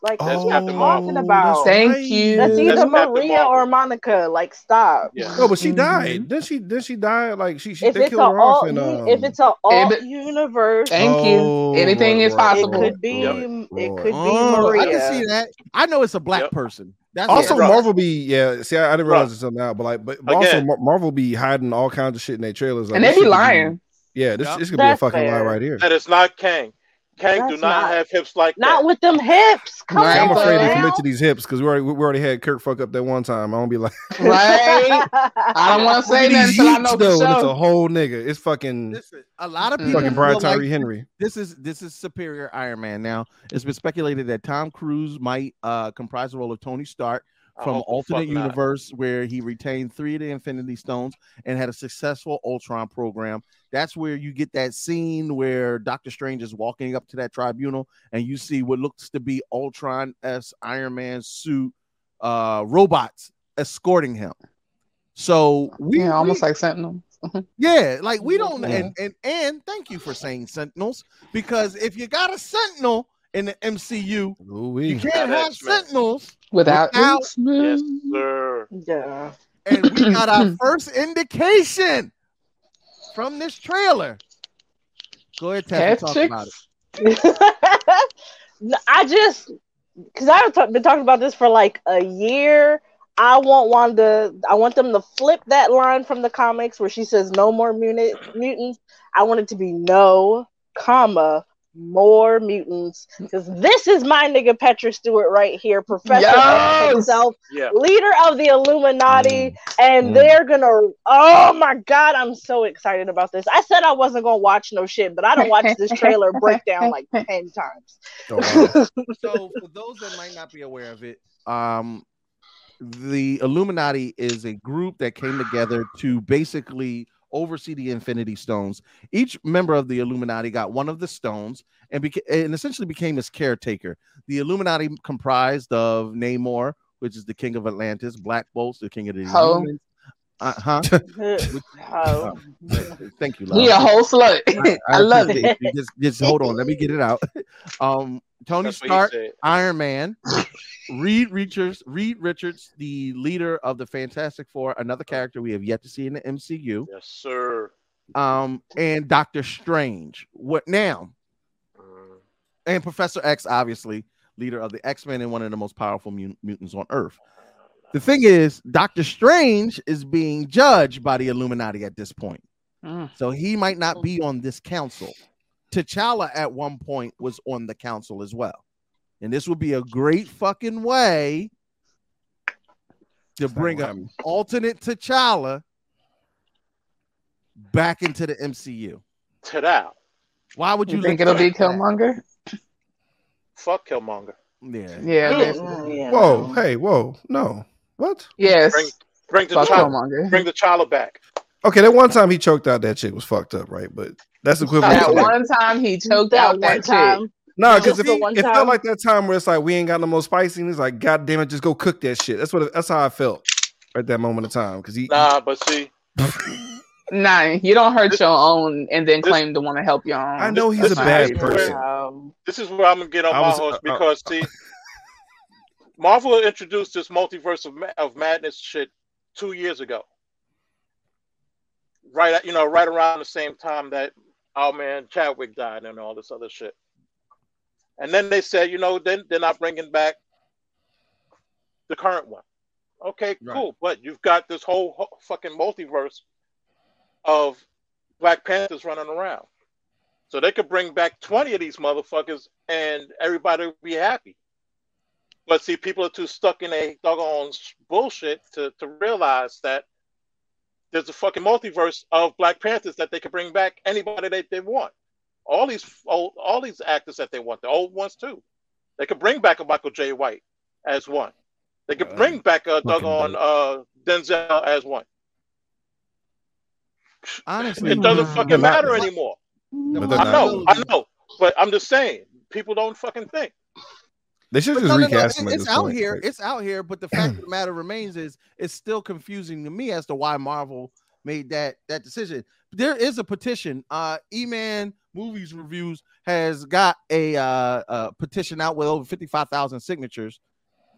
[SPEAKER 9] like
[SPEAKER 6] That's
[SPEAKER 9] what
[SPEAKER 6] Captain
[SPEAKER 9] y'all
[SPEAKER 6] Marvel.
[SPEAKER 9] talking about.
[SPEAKER 5] Thank you.
[SPEAKER 9] That's (laughs) either
[SPEAKER 6] That's Captain
[SPEAKER 9] Maria or Monica. Like, stop.
[SPEAKER 7] No, but she
[SPEAKER 5] Mm-hmm.
[SPEAKER 7] died. Then she then she died. Like she, she
[SPEAKER 9] If
[SPEAKER 7] they
[SPEAKER 9] it's a
[SPEAKER 7] killed her off
[SPEAKER 9] all,
[SPEAKER 7] and um,
[SPEAKER 9] if it's a
[SPEAKER 5] Eh,
[SPEAKER 9] all
[SPEAKER 5] but-
[SPEAKER 9] universe,
[SPEAKER 5] Thank
[SPEAKER 7] Oh,
[SPEAKER 5] you. Anything
[SPEAKER 7] right,
[SPEAKER 5] is
[SPEAKER 7] right,
[SPEAKER 5] possible.
[SPEAKER 7] right,
[SPEAKER 9] could be,
[SPEAKER 7] right.
[SPEAKER 9] it
[SPEAKER 7] right.
[SPEAKER 9] could be
[SPEAKER 3] Oh,
[SPEAKER 9] Maria.
[SPEAKER 3] I can see that. I know it's a black person. That's
[SPEAKER 7] Also,
[SPEAKER 3] it.
[SPEAKER 6] Bruh.
[SPEAKER 7] Marvel be yeah. See, I, I didn't realize
[SPEAKER 6] Bruh.
[SPEAKER 7] this until now, but like, but, but also
[SPEAKER 6] Again.
[SPEAKER 7] Mar- Marvel be hiding all kinds of shit in their trailers, like
[SPEAKER 5] And
[SPEAKER 7] this
[SPEAKER 5] they be
[SPEAKER 7] shit could
[SPEAKER 5] lying.
[SPEAKER 7] yeah, this,
[SPEAKER 3] Yup.
[SPEAKER 7] this could
[SPEAKER 9] That's
[SPEAKER 7] be a fucking
[SPEAKER 9] fair.
[SPEAKER 7] lie right here.
[SPEAKER 6] That is not Kang. Kang do
[SPEAKER 9] That's
[SPEAKER 6] not,
[SPEAKER 9] not-
[SPEAKER 6] have hips like
[SPEAKER 9] Not
[SPEAKER 6] that.
[SPEAKER 9] with them hips. Come
[SPEAKER 5] Right.
[SPEAKER 7] I'm
[SPEAKER 9] on,
[SPEAKER 7] afraid to
[SPEAKER 9] now.
[SPEAKER 7] commit to these hips because we already we already had Kirk fuck up that one time. I don't be like (laughs)
[SPEAKER 9] (laughs)
[SPEAKER 5] Right? I don't want to say
[SPEAKER 7] Look
[SPEAKER 5] nothing
[SPEAKER 7] at these
[SPEAKER 5] until I
[SPEAKER 7] yeets
[SPEAKER 5] know
[SPEAKER 7] though, and
[SPEAKER 5] for
[SPEAKER 7] it's a
[SPEAKER 5] sure.
[SPEAKER 7] whole nigga. It's fucking
[SPEAKER 3] Listen, a lot of people
[SPEAKER 7] fucking Brian
[SPEAKER 3] feel like
[SPEAKER 7] Tyree Henry.
[SPEAKER 3] this is this is superior Iron Man. Now, it's been speculated that Tom Cruise might uh, comprise the role of Tony Stark
[SPEAKER 6] I
[SPEAKER 3] from
[SPEAKER 6] hope the
[SPEAKER 3] alternate
[SPEAKER 6] fuck not.
[SPEAKER 3] universe where he retained three of the Infinity Stones and had a successful Ultron program. That's where you get that scene where Doctor Strange is walking up to that tribunal and you see what looks to be Ultron s Iron Man suit uh, robots escorting him. So we
[SPEAKER 5] yeah,
[SPEAKER 3] we-
[SPEAKER 5] almost like Sentinel.
[SPEAKER 3] yeah, like we don't
[SPEAKER 5] Yeah.
[SPEAKER 3] and, and and thank you for saying sentinels because if you got a sentinel in the MCU,
[SPEAKER 7] Ooh,
[SPEAKER 3] you
[SPEAKER 7] we
[SPEAKER 3] can't
[SPEAKER 6] Not
[SPEAKER 3] have
[SPEAKER 6] X-Men.
[SPEAKER 3] sentinels.
[SPEAKER 5] Without,
[SPEAKER 3] Without-
[SPEAKER 5] X-Men.
[SPEAKER 6] Yes, sir.
[SPEAKER 9] Yeah. (laughs)
[SPEAKER 3] And we got our first indication from this trailer. Go ahead, Taffy,
[SPEAKER 5] Half
[SPEAKER 3] talk
[SPEAKER 5] chicks.
[SPEAKER 3] about it.
[SPEAKER 9] No, I just because I've ta- been talking about this for like a year. I want Wanda. I want them to flip that line from the comics where she says "No more muni- mutants." I want it to be "No, comma more mutants" because this is my nigga Petra Stewart right here, Professor
[SPEAKER 5] Yes!
[SPEAKER 9] himself,
[SPEAKER 6] Yeah.
[SPEAKER 9] leader of the Illuminati, and
[SPEAKER 7] Mm.
[SPEAKER 9] they're gonna. Oh my god, I'm so excited about this. I said I wasn't gonna watch no shit, but I don't watch this trailer breakdown
[SPEAKER 7] (laughs)
[SPEAKER 9] like ten times.
[SPEAKER 7] Oh, wow.
[SPEAKER 3] so for those that might not be aware of it, um, the Illuminati is a group that came together to basically oversee the Infinity Stones. Each member of the Illuminati got one of the stones and beca- and essentially became his caretaker. The Illuminati comprised of Namor, which is the king of Atlantis, Black Bolt, the king of the
[SPEAKER 5] Ho.
[SPEAKER 3] humans. Uh huh.
[SPEAKER 9] Oh.
[SPEAKER 3] Thank you, love.
[SPEAKER 5] He a whole slut. (laughs) I, love
[SPEAKER 3] appreciate
[SPEAKER 5] it.
[SPEAKER 3] you. Just, just hold on. Let me get it out. (laughs) Um, Tony
[SPEAKER 6] That's
[SPEAKER 3] Stark,
[SPEAKER 6] what he said.
[SPEAKER 3] Iron Man, Reed Richards, Reed Richards, the leader of the Fantastic Four, another character we have yet to see in the MCU,
[SPEAKER 6] Yes, sir.
[SPEAKER 3] um, and Doctor Strange. What now?
[SPEAKER 6] Mm.
[SPEAKER 3] And Professor X, obviously, leader of the X Men and one of the most powerful mu- mutants on Earth. The thing is, Doctor Strange is being judged by the Illuminati at this point.
[SPEAKER 5] Mm.
[SPEAKER 3] So he might not be on this council. T'Challa at one point was on the council as well. And this would be a great fucking way to bring
[SPEAKER 7] gonna
[SPEAKER 3] an alternate T'Challa back into the MCU.
[SPEAKER 6] Ta-da.
[SPEAKER 3] Why would you,
[SPEAKER 5] You think
[SPEAKER 3] let
[SPEAKER 5] it'll be
[SPEAKER 3] that happen?
[SPEAKER 5] Killmonger?
[SPEAKER 6] Fuck Killmonger.
[SPEAKER 3] Yeah.
[SPEAKER 5] Yeah. basically.
[SPEAKER 9] Whoa.
[SPEAKER 7] whoa, hey, whoa, no, what?
[SPEAKER 5] Yes.
[SPEAKER 6] Bring, bring the
[SPEAKER 5] Fuck
[SPEAKER 6] child.
[SPEAKER 5] Killmonger.
[SPEAKER 6] Bring the child back.
[SPEAKER 7] Okay, that one time he choked out that chick was fucked up, right? But that's equivalent.
[SPEAKER 5] that
[SPEAKER 7] to like,
[SPEAKER 5] one time he choked
[SPEAKER 9] That one
[SPEAKER 5] out that
[SPEAKER 9] time.
[SPEAKER 5] chick.
[SPEAKER 7] No,
[SPEAKER 9] Just
[SPEAKER 7] because it,
[SPEAKER 9] the one
[SPEAKER 7] it felt
[SPEAKER 9] time?
[SPEAKER 7] like that time where it's like we ain't got no more spicy, and it's like, God damn it, just go cook that shit. That's what that's how I felt at that moment of time. Because he,
[SPEAKER 6] Nah, but see,
[SPEAKER 5] Nine. You don't hurt your own and then
[SPEAKER 6] This-
[SPEAKER 5] claim to want to help your own.
[SPEAKER 7] (laughs) I know he's a
[SPEAKER 6] This is crazy.
[SPEAKER 7] bad person.
[SPEAKER 9] Um,
[SPEAKER 6] this is where I'm gonna get on
[SPEAKER 7] I
[SPEAKER 6] my
[SPEAKER 7] was-
[SPEAKER 6] horse
[SPEAKER 7] uh, uh,
[SPEAKER 6] because
[SPEAKER 7] (laughs)
[SPEAKER 6] see, Marvel introduced this multiverse of, ma- of madness shit two years ago. Right, at- you know, right around the same time that our man Chadwick died and all this other shit. And then they said, you know, then they're not bringing back the current one. Okay,
[SPEAKER 3] Right.
[SPEAKER 6] cool, but you've got this whole ho- fucking multiverse of Black Panthers running around. So they could bring back 20 of these motherfuckers and everybody would be happy. But see, people are too stuck in a doggone bullshit to, to realize that there's a fucking multiverse of Black Panthers that they can bring back anybody they, they want. All these old, all these actors that they want, the old ones too. They could bring back a Michael J. White as one. They could bring back a doggone uh, Denzel as one.
[SPEAKER 3] Honestly,
[SPEAKER 6] it doesn't
[SPEAKER 3] nah.
[SPEAKER 6] fucking matter anymore.
[SPEAKER 7] But they're
[SPEAKER 6] I
[SPEAKER 7] not.
[SPEAKER 6] know, I know, but I'm just saying, people don't fucking think.
[SPEAKER 7] They should
[SPEAKER 3] But
[SPEAKER 7] just
[SPEAKER 3] no, no, no,
[SPEAKER 7] recast
[SPEAKER 3] it-
[SPEAKER 7] him. at
[SPEAKER 3] it's
[SPEAKER 7] this
[SPEAKER 3] out
[SPEAKER 7] point.
[SPEAKER 3] here.
[SPEAKER 7] Like,
[SPEAKER 3] It's out here. But the fact
[SPEAKER 7] (clears throat)
[SPEAKER 3] of the matter remains is it's still confusing to me as to why Marvel made that that decision. There is a petition. Uh, E-Man Movies Reviews has got a uh, uh petition out with over fifty five thousand signatures,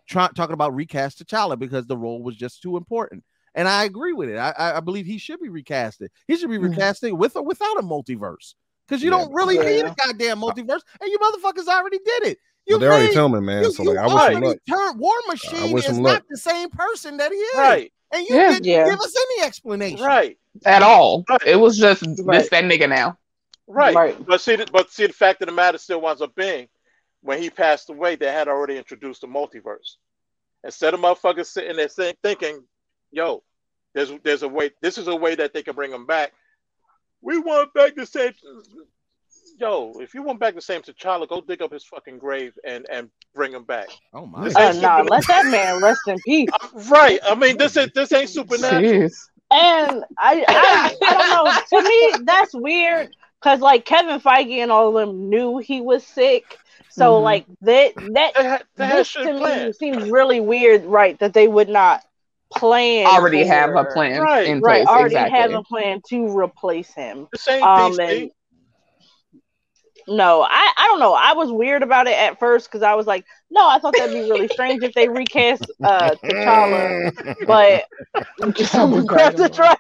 [SPEAKER 3] try, talking about recast T'Challa because the role was just too important. And I agree with it. I, I- I believe he should be recasted. He should be recasted with or without a multiverse because you
[SPEAKER 7] Mm. Yeah,
[SPEAKER 3] don't really
[SPEAKER 5] yeah.
[SPEAKER 3] need a goddamn multiverse, and you motherfuckers already did it. You
[SPEAKER 7] but they're already
[SPEAKER 3] made-
[SPEAKER 7] filming, man.
[SPEAKER 3] you,
[SPEAKER 7] so
[SPEAKER 3] you
[SPEAKER 7] like, I wish him
[SPEAKER 3] already
[SPEAKER 7] luck.
[SPEAKER 3] turned War Machine
[SPEAKER 7] wish
[SPEAKER 3] is
[SPEAKER 7] him
[SPEAKER 3] not
[SPEAKER 7] luck.
[SPEAKER 3] the same person that he is,
[SPEAKER 6] Right,
[SPEAKER 3] and you
[SPEAKER 5] Yeah.
[SPEAKER 3] didn't
[SPEAKER 5] Yeah.
[SPEAKER 3] give us any explanation.
[SPEAKER 6] right,
[SPEAKER 5] at all. It was just
[SPEAKER 9] Right.
[SPEAKER 5] this that nigga now.
[SPEAKER 6] right.
[SPEAKER 5] Right.
[SPEAKER 6] But see, the, but see, the fact of the matter still winds up being, when he passed away, they had already introduced the multiverse. Instead of motherfuckers sitting there saying, thinking, "Yo, there's there's a way. This is a way that they can bring him back." We want back the same. Yo, if you want back the same T'Challa, go dig up his fucking grave and and bring him back.
[SPEAKER 3] Oh my!
[SPEAKER 6] This
[SPEAKER 9] Uh,
[SPEAKER 6] ain't
[SPEAKER 9] nah,
[SPEAKER 6] super-
[SPEAKER 9] let that man rest in peace.
[SPEAKER 6] Right. I mean, this is this ain't supernatural.
[SPEAKER 5] Jeez.
[SPEAKER 9] And I, I, I don't know. To me, that's weird because like Kevin Feige and all of them knew he was sick. So
[SPEAKER 5] Mhm.
[SPEAKER 7] Mm-hmm.
[SPEAKER 9] like that that
[SPEAKER 6] They had, they had
[SPEAKER 9] this
[SPEAKER 6] shit
[SPEAKER 9] to me
[SPEAKER 6] planned.
[SPEAKER 9] seems really weird, right? That they would not plan
[SPEAKER 5] Already have
[SPEAKER 9] for-
[SPEAKER 5] a plan
[SPEAKER 6] Right,
[SPEAKER 5] in
[SPEAKER 9] right?
[SPEAKER 5] place.
[SPEAKER 9] Already
[SPEAKER 5] exactly.
[SPEAKER 9] have a
[SPEAKER 5] (laughs)
[SPEAKER 9] plan to replace him.
[SPEAKER 6] This ain't
[SPEAKER 9] Um,
[SPEAKER 6] DC.
[SPEAKER 9] and no, I, I don't know. I was weird about it at first because I was like, no, I thought that'd be really strange if they recast uh, T'Challa,
[SPEAKER 5] (laughs)
[SPEAKER 9] but (laughs)
[SPEAKER 5] Oh my God.
[SPEAKER 9] to try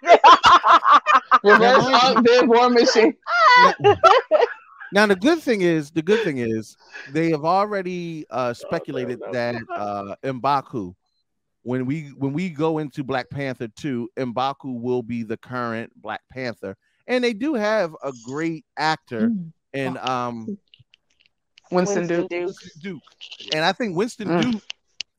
[SPEAKER 9] (laughs)
[SPEAKER 5] Reverse outbid war uh, machine.
[SPEAKER 3] Now the good thing is, the good thing is, they have already
[SPEAKER 6] Oh,
[SPEAKER 3] uh, speculated that uh, Mbaku, when we when we go into Black Panther two, Mbaku will be the current Black Panther, and they do have a great actor
[SPEAKER 5] Mm.
[SPEAKER 3] in um
[SPEAKER 5] Winston Duke.
[SPEAKER 9] Duke.
[SPEAKER 3] Duke, and I think Winston
[SPEAKER 5] Mm.
[SPEAKER 3] Duke,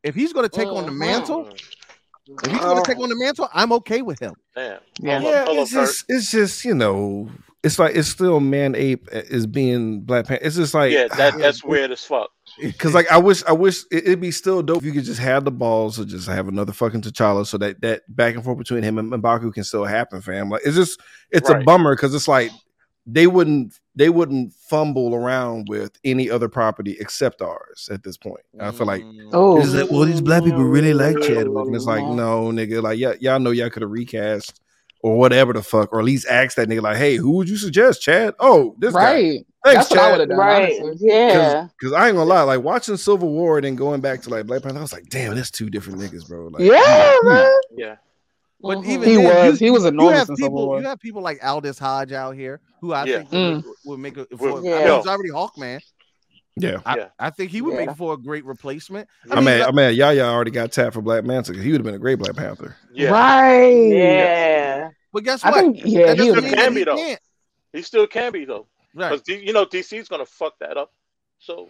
[SPEAKER 3] if he's going to take on the
[SPEAKER 6] Mm-hmm.
[SPEAKER 9] Mhm.
[SPEAKER 6] Mm.
[SPEAKER 3] mantle, if he's
[SPEAKER 6] Oh,
[SPEAKER 3] going to take on the mantle, I'm okay with him.
[SPEAKER 6] Damn.
[SPEAKER 5] Yeah.
[SPEAKER 6] Hold up,
[SPEAKER 7] Yeah,
[SPEAKER 6] hold
[SPEAKER 7] it's
[SPEAKER 6] up, Kurt.
[SPEAKER 7] just, it's just, you know, it's like it's still man ape uh, is being Black Panther. It's just like,
[SPEAKER 6] yeah, that that's weird as fuck.
[SPEAKER 7] Cause like I wish, I wish it, it'd be still dope if you could just have the balls to just have another fucking T'Challa, so that that back and forth between him and Mbaku can still happen, fam. Like it's just, it's a
[SPEAKER 6] Right.
[SPEAKER 7] bummer because it's like they wouldn't, they wouldn't fumble around with any other property except ours at this point. I feel like
[SPEAKER 5] Oh.
[SPEAKER 7] it's like, well, these black people really like Chadwick, and it's like,
[SPEAKER 5] Mhm.
[SPEAKER 7] no, nigga, like y'all, y'all know y'all could have recast or whatever the fuck, or at least ask that nigga, like, hey, who would you suggest, Chad? Oh, this guy.
[SPEAKER 5] Right.
[SPEAKER 7] Thanks,
[SPEAKER 5] That's what I
[SPEAKER 7] Chad.
[SPEAKER 5] would have done.
[SPEAKER 9] right?
[SPEAKER 5] honestly.
[SPEAKER 9] Yeah,
[SPEAKER 7] Because I ain't gonna lie, like watching Civil War and then going back to like Black Panther, I was like, damn, that's two different niggas, bro. Like,
[SPEAKER 5] Yeah,
[SPEAKER 7] (laughs)
[SPEAKER 5] man.
[SPEAKER 6] Yeah.
[SPEAKER 3] But
[SPEAKER 9] Mm-hmm.
[SPEAKER 5] Mhm.
[SPEAKER 3] even
[SPEAKER 5] he
[SPEAKER 3] then,
[SPEAKER 5] was,
[SPEAKER 3] you-
[SPEAKER 5] he was
[SPEAKER 3] you
[SPEAKER 5] enormous
[SPEAKER 3] have
[SPEAKER 5] in Civil
[SPEAKER 3] people.
[SPEAKER 5] War.
[SPEAKER 3] You have people like Aldous Hodge out here, who I
[SPEAKER 6] Yeah.
[SPEAKER 3] think would make, would make a. For, I mean,
[SPEAKER 9] Yeah.
[SPEAKER 3] he's already Hawkman.
[SPEAKER 7] yeah.
[SPEAKER 3] I,
[SPEAKER 6] Yeah.
[SPEAKER 3] I think he would
[SPEAKER 5] Yeah.
[SPEAKER 3] make for a great replacement.
[SPEAKER 7] I mean, I mean, Yaya already got tapped for Black Manta. 'cause He would have been a great Black Panther.
[SPEAKER 6] Yeah.
[SPEAKER 5] Right.
[SPEAKER 9] yeah.
[SPEAKER 3] but guess
[SPEAKER 5] I
[SPEAKER 3] what?
[SPEAKER 5] think yeah,
[SPEAKER 3] That
[SPEAKER 5] he
[SPEAKER 3] doesn't
[SPEAKER 5] would
[SPEAKER 3] mean
[SPEAKER 5] have
[SPEAKER 3] that
[SPEAKER 5] been.
[SPEAKER 6] Can't be,
[SPEAKER 3] he
[SPEAKER 6] though.
[SPEAKER 3] can't.
[SPEAKER 6] He still can be though.
[SPEAKER 3] Right.
[SPEAKER 6] Because you know DC's gonna fuck that up. So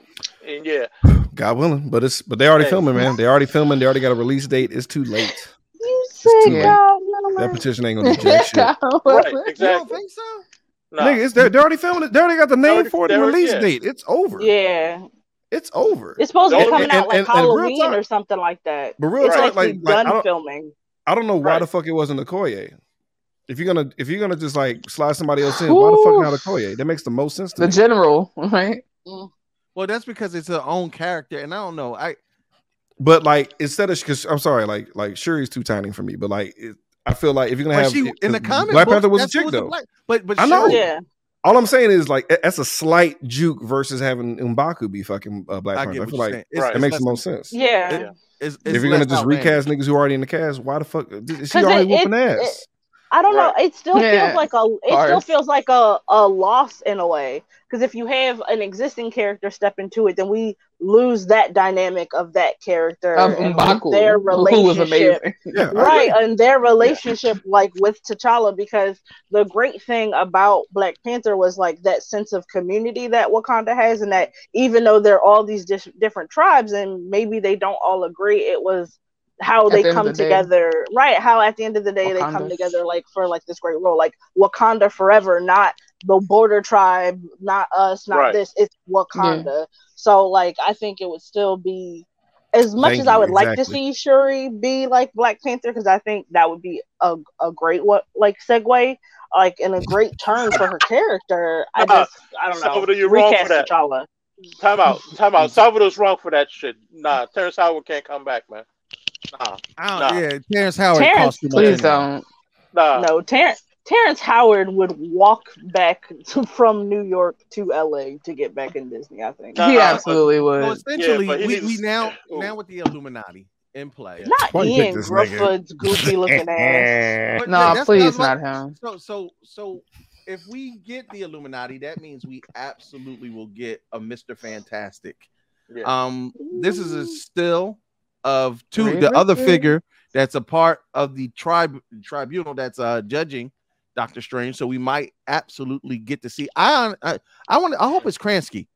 [SPEAKER 6] and yeah.
[SPEAKER 7] God willing, but it's but they already
[SPEAKER 6] Hey.
[SPEAKER 7] filming, man. They already filming. They already got a release date. It's too late.
[SPEAKER 9] You
[SPEAKER 7] too
[SPEAKER 9] said
[SPEAKER 7] late.
[SPEAKER 9] God
[SPEAKER 7] That
[SPEAKER 9] willing.
[SPEAKER 7] petition ain't
[SPEAKER 5] (laughs)
[SPEAKER 7] gonna do jack shit. (laughs)
[SPEAKER 6] Right,
[SPEAKER 3] You don't
[SPEAKER 6] exactly.
[SPEAKER 3] think so?
[SPEAKER 6] Nah.
[SPEAKER 7] Nigga, it's, they're, they're already filming it. They already got the name
[SPEAKER 6] already-
[SPEAKER 7] for it.
[SPEAKER 6] they
[SPEAKER 7] The
[SPEAKER 6] already-
[SPEAKER 7] release
[SPEAKER 6] yeah.
[SPEAKER 7] date. It's over.
[SPEAKER 9] Yeah,
[SPEAKER 7] It's over.
[SPEAKER 9] it's supposed to
[SPEAKER 6] And-
[SPEAKER 9] be coming out
[SPEAKER 7] and-
[SPEAKER 9] like
[SPEAKER 7] and- and real
[SPEAKER 9] Halloween
[SPEAKER 7] talk-
[SPEAKER 9] or something like that.
[SPEAKER 7] but real
[SPEAKER 9] It's
[SPEAKER 7] talk,
[SPEAKER 9] actually
[SPEAKER 7] like, like I
[SPEAKER 9] done
[SPEAKER 7] don't,
[SPEAKER 9] filming.
[SPEAKER 7] I don't know why
[SPEAKER 6] Right.
[SPEAKER 7] the fuck it wasn't Okoye. If you're gonna if you're gonna just like slide somebody else in, why the fuck
[SPEAKER 5] Ooh.
[SPEAKER 7] not Okoye? That makes the most sense to
[SPEAKER 5] The
[SPEAKER 7] me.
[SPEAKER 5] general, right?
[SPEAKER 3] Well, that's because it's her own character, and I don't know. I
[SPEAKER 7] But like instead of because I'm sorry, like like Shuri's too tiny for me. But like it, I feel like if you're gonna
[SPEAKER 3] but
[SPEAKER 7] have
[SPEAKER 3] she in the
[SPEAKER 7] 'cause
[SPEAKER 3] comic
[SPEAKER 7] Black
[SPEAKER 3] book,
[SPEAKER 7] Panther was a
[SPEAKER 3] that's who
[SPEAKER 7] chick
[SPEAKER 3] the
[SPEAKER 7] though.
[SPEAKER 3] black- but but
[SPEAKER 7] I know.
[SPEAKER 3] Shuri-
[SPEAKER 9] Yeah,
[SPEAKER 7] All I'm saying is like that- that's a slight juke versus having Mbaku be fucking uh, Black
[SPEAKER 3] I
[SPEAKER 7] Panther.
[SPEAKER 3] get
[SPEAKER 7] I
[SPEAKER 3] what
[SPEAKER 7] feel
[SPEAKER 3] you're
[SPEAKER 7] like
[SPEAKER 3] saying.
[SPEAKER 6] Right.
[SPEAKER 7] that
[SPEAKER 6] It's
[SPEAKER 7] makes the
[SPEAKER 3] less-
[SPEAKER 7] most sense.
[SPEAKER 9] yeah.
[SPEAKER 3] It, it's, it's
[SPEAKER 7] if you're gonna
[SPEAKER 3] less
[SPEAKER 7] just
[SPEAKER 3] outlandish.
[SPEAKER 7] recast niggas who already in the cast, why the fuck is she
[SPEAKER 9] 'Cause
[SPEAKER 7] already
[SPEAKER 9] it- it-
[SPEAKER 7] whooping
[SPEAKER 9] it-
[SPEAKER 7] ass?
[SPEAKER 9] I don't know. It still
[SPEAKER 10] Yeah.
[SPEAKER 9] feels like a it still
[SPEAKER 10] Bars.
[SPEAKER 9] feels like a, a loss in a way. Because if you have an existing character step into it, then we lose that dynamic of that character
[SPEAKER 5] Of
[SPEAKER 9] and
[SPEAKER 5] Um, M'Baku,
[SPEAKER 9] their
[SPEAKER 5] who was
[SPEAKER 9] relationship.
[SPEAKER 5] amazing.
[SPEAKER 9] right, and their relationship like with T'Challa because the great thing about Black Panther was like that sense of community that Wakanda has and that even though they're all these dis- different tribes and maybe they don't all agree, it was how
[SPEAKER 10] At
[SPEAKER 9] they
[SPEAKER 10] the end of
[SPEAKER 9] come
[SPEAKER 10] the day.
[SPEAKER 9] together, right? How at the end of the day they come
[SPEAKER 10] Wakanda.
[SPEAKER 9] together like for like this great role, like Wakanda forever, not the border tribe, not us, not
[SPEAKER 10] Right.
[SPEAKER 9] this. It's Wakanda. So like I think it would still be as much
[SPEAKER 10] Thank
[SPEAKER 9] as I
[SPEAKER 10] you,
[SPEAKER 9] would like to
[SPEAKER 10] exactly.
[SPEAKER 9] see Shuri be like Black Panther, because I think that would be a, a great what like segue, like and a great turn for her character. I
[SPEAKER 6] Nah,
[SPEAKER 9] just I don't know.
[SPEAKER 6] Salvador, you're wrong
[SPEAKER 9] Recast
[SPEAKER 6] for that.
[SPEAKER 9] T'Challa.
[SPEAKER 6] Time out. Time out. Salvador's wrong for that shit. Nah, Terrence Howard can't come back, man. Nah. nah.
[SPEAKER 3] Yeah, Terrence Howard
[SPEAKER 9] Terrence,
[SPEAKER 3] cost too much.
[SPEAKER 9] please
[SPEAKER 3] anyway.
[SPEAKER 6] Nah.
[SPEAKER 9] No, Terrence Terrence Howard would walk back (laughs) to, from New York to L.A. to get back in Disney. I think
[SPEAKER 6] Uh,
[SPEAKER 3] He absolutely
[SPEAKER 9] would.
[SPEAKER 3] So essentially, we, we now now with the Illuminati in play.
[SPEAKER 9] Not Why you pick Ian this nigga? Gruffudd's (laughs) goofy
[SPEAKER 7] (laughs)
[SPEAKER 9] looking ass.
[SPEAKER 3] But
[SPEAKER 5] No,
[SPEAKER 3] that's- that's
[SPEAKER 5] please
[SPEAKER 3] my-
[SPEAKER 5] not him.
[SPEAKER 3] So so so if we get the Illuminati, that means we absolutely will get a Mr. Fantastic.
[SPEAKER 7] Uh,
[SPEAKER 3] Um, this is a still of two
[SPEAKER 7] Ray
[SPEAKER 3] the other
[SPEAKER 7] Richards.
[SPEAKER 3] figure that's a part of the tribe tribunal that's uh judging Doctor Strange. So we might absolutely get to see. I I, I want. I hope it's Kransky.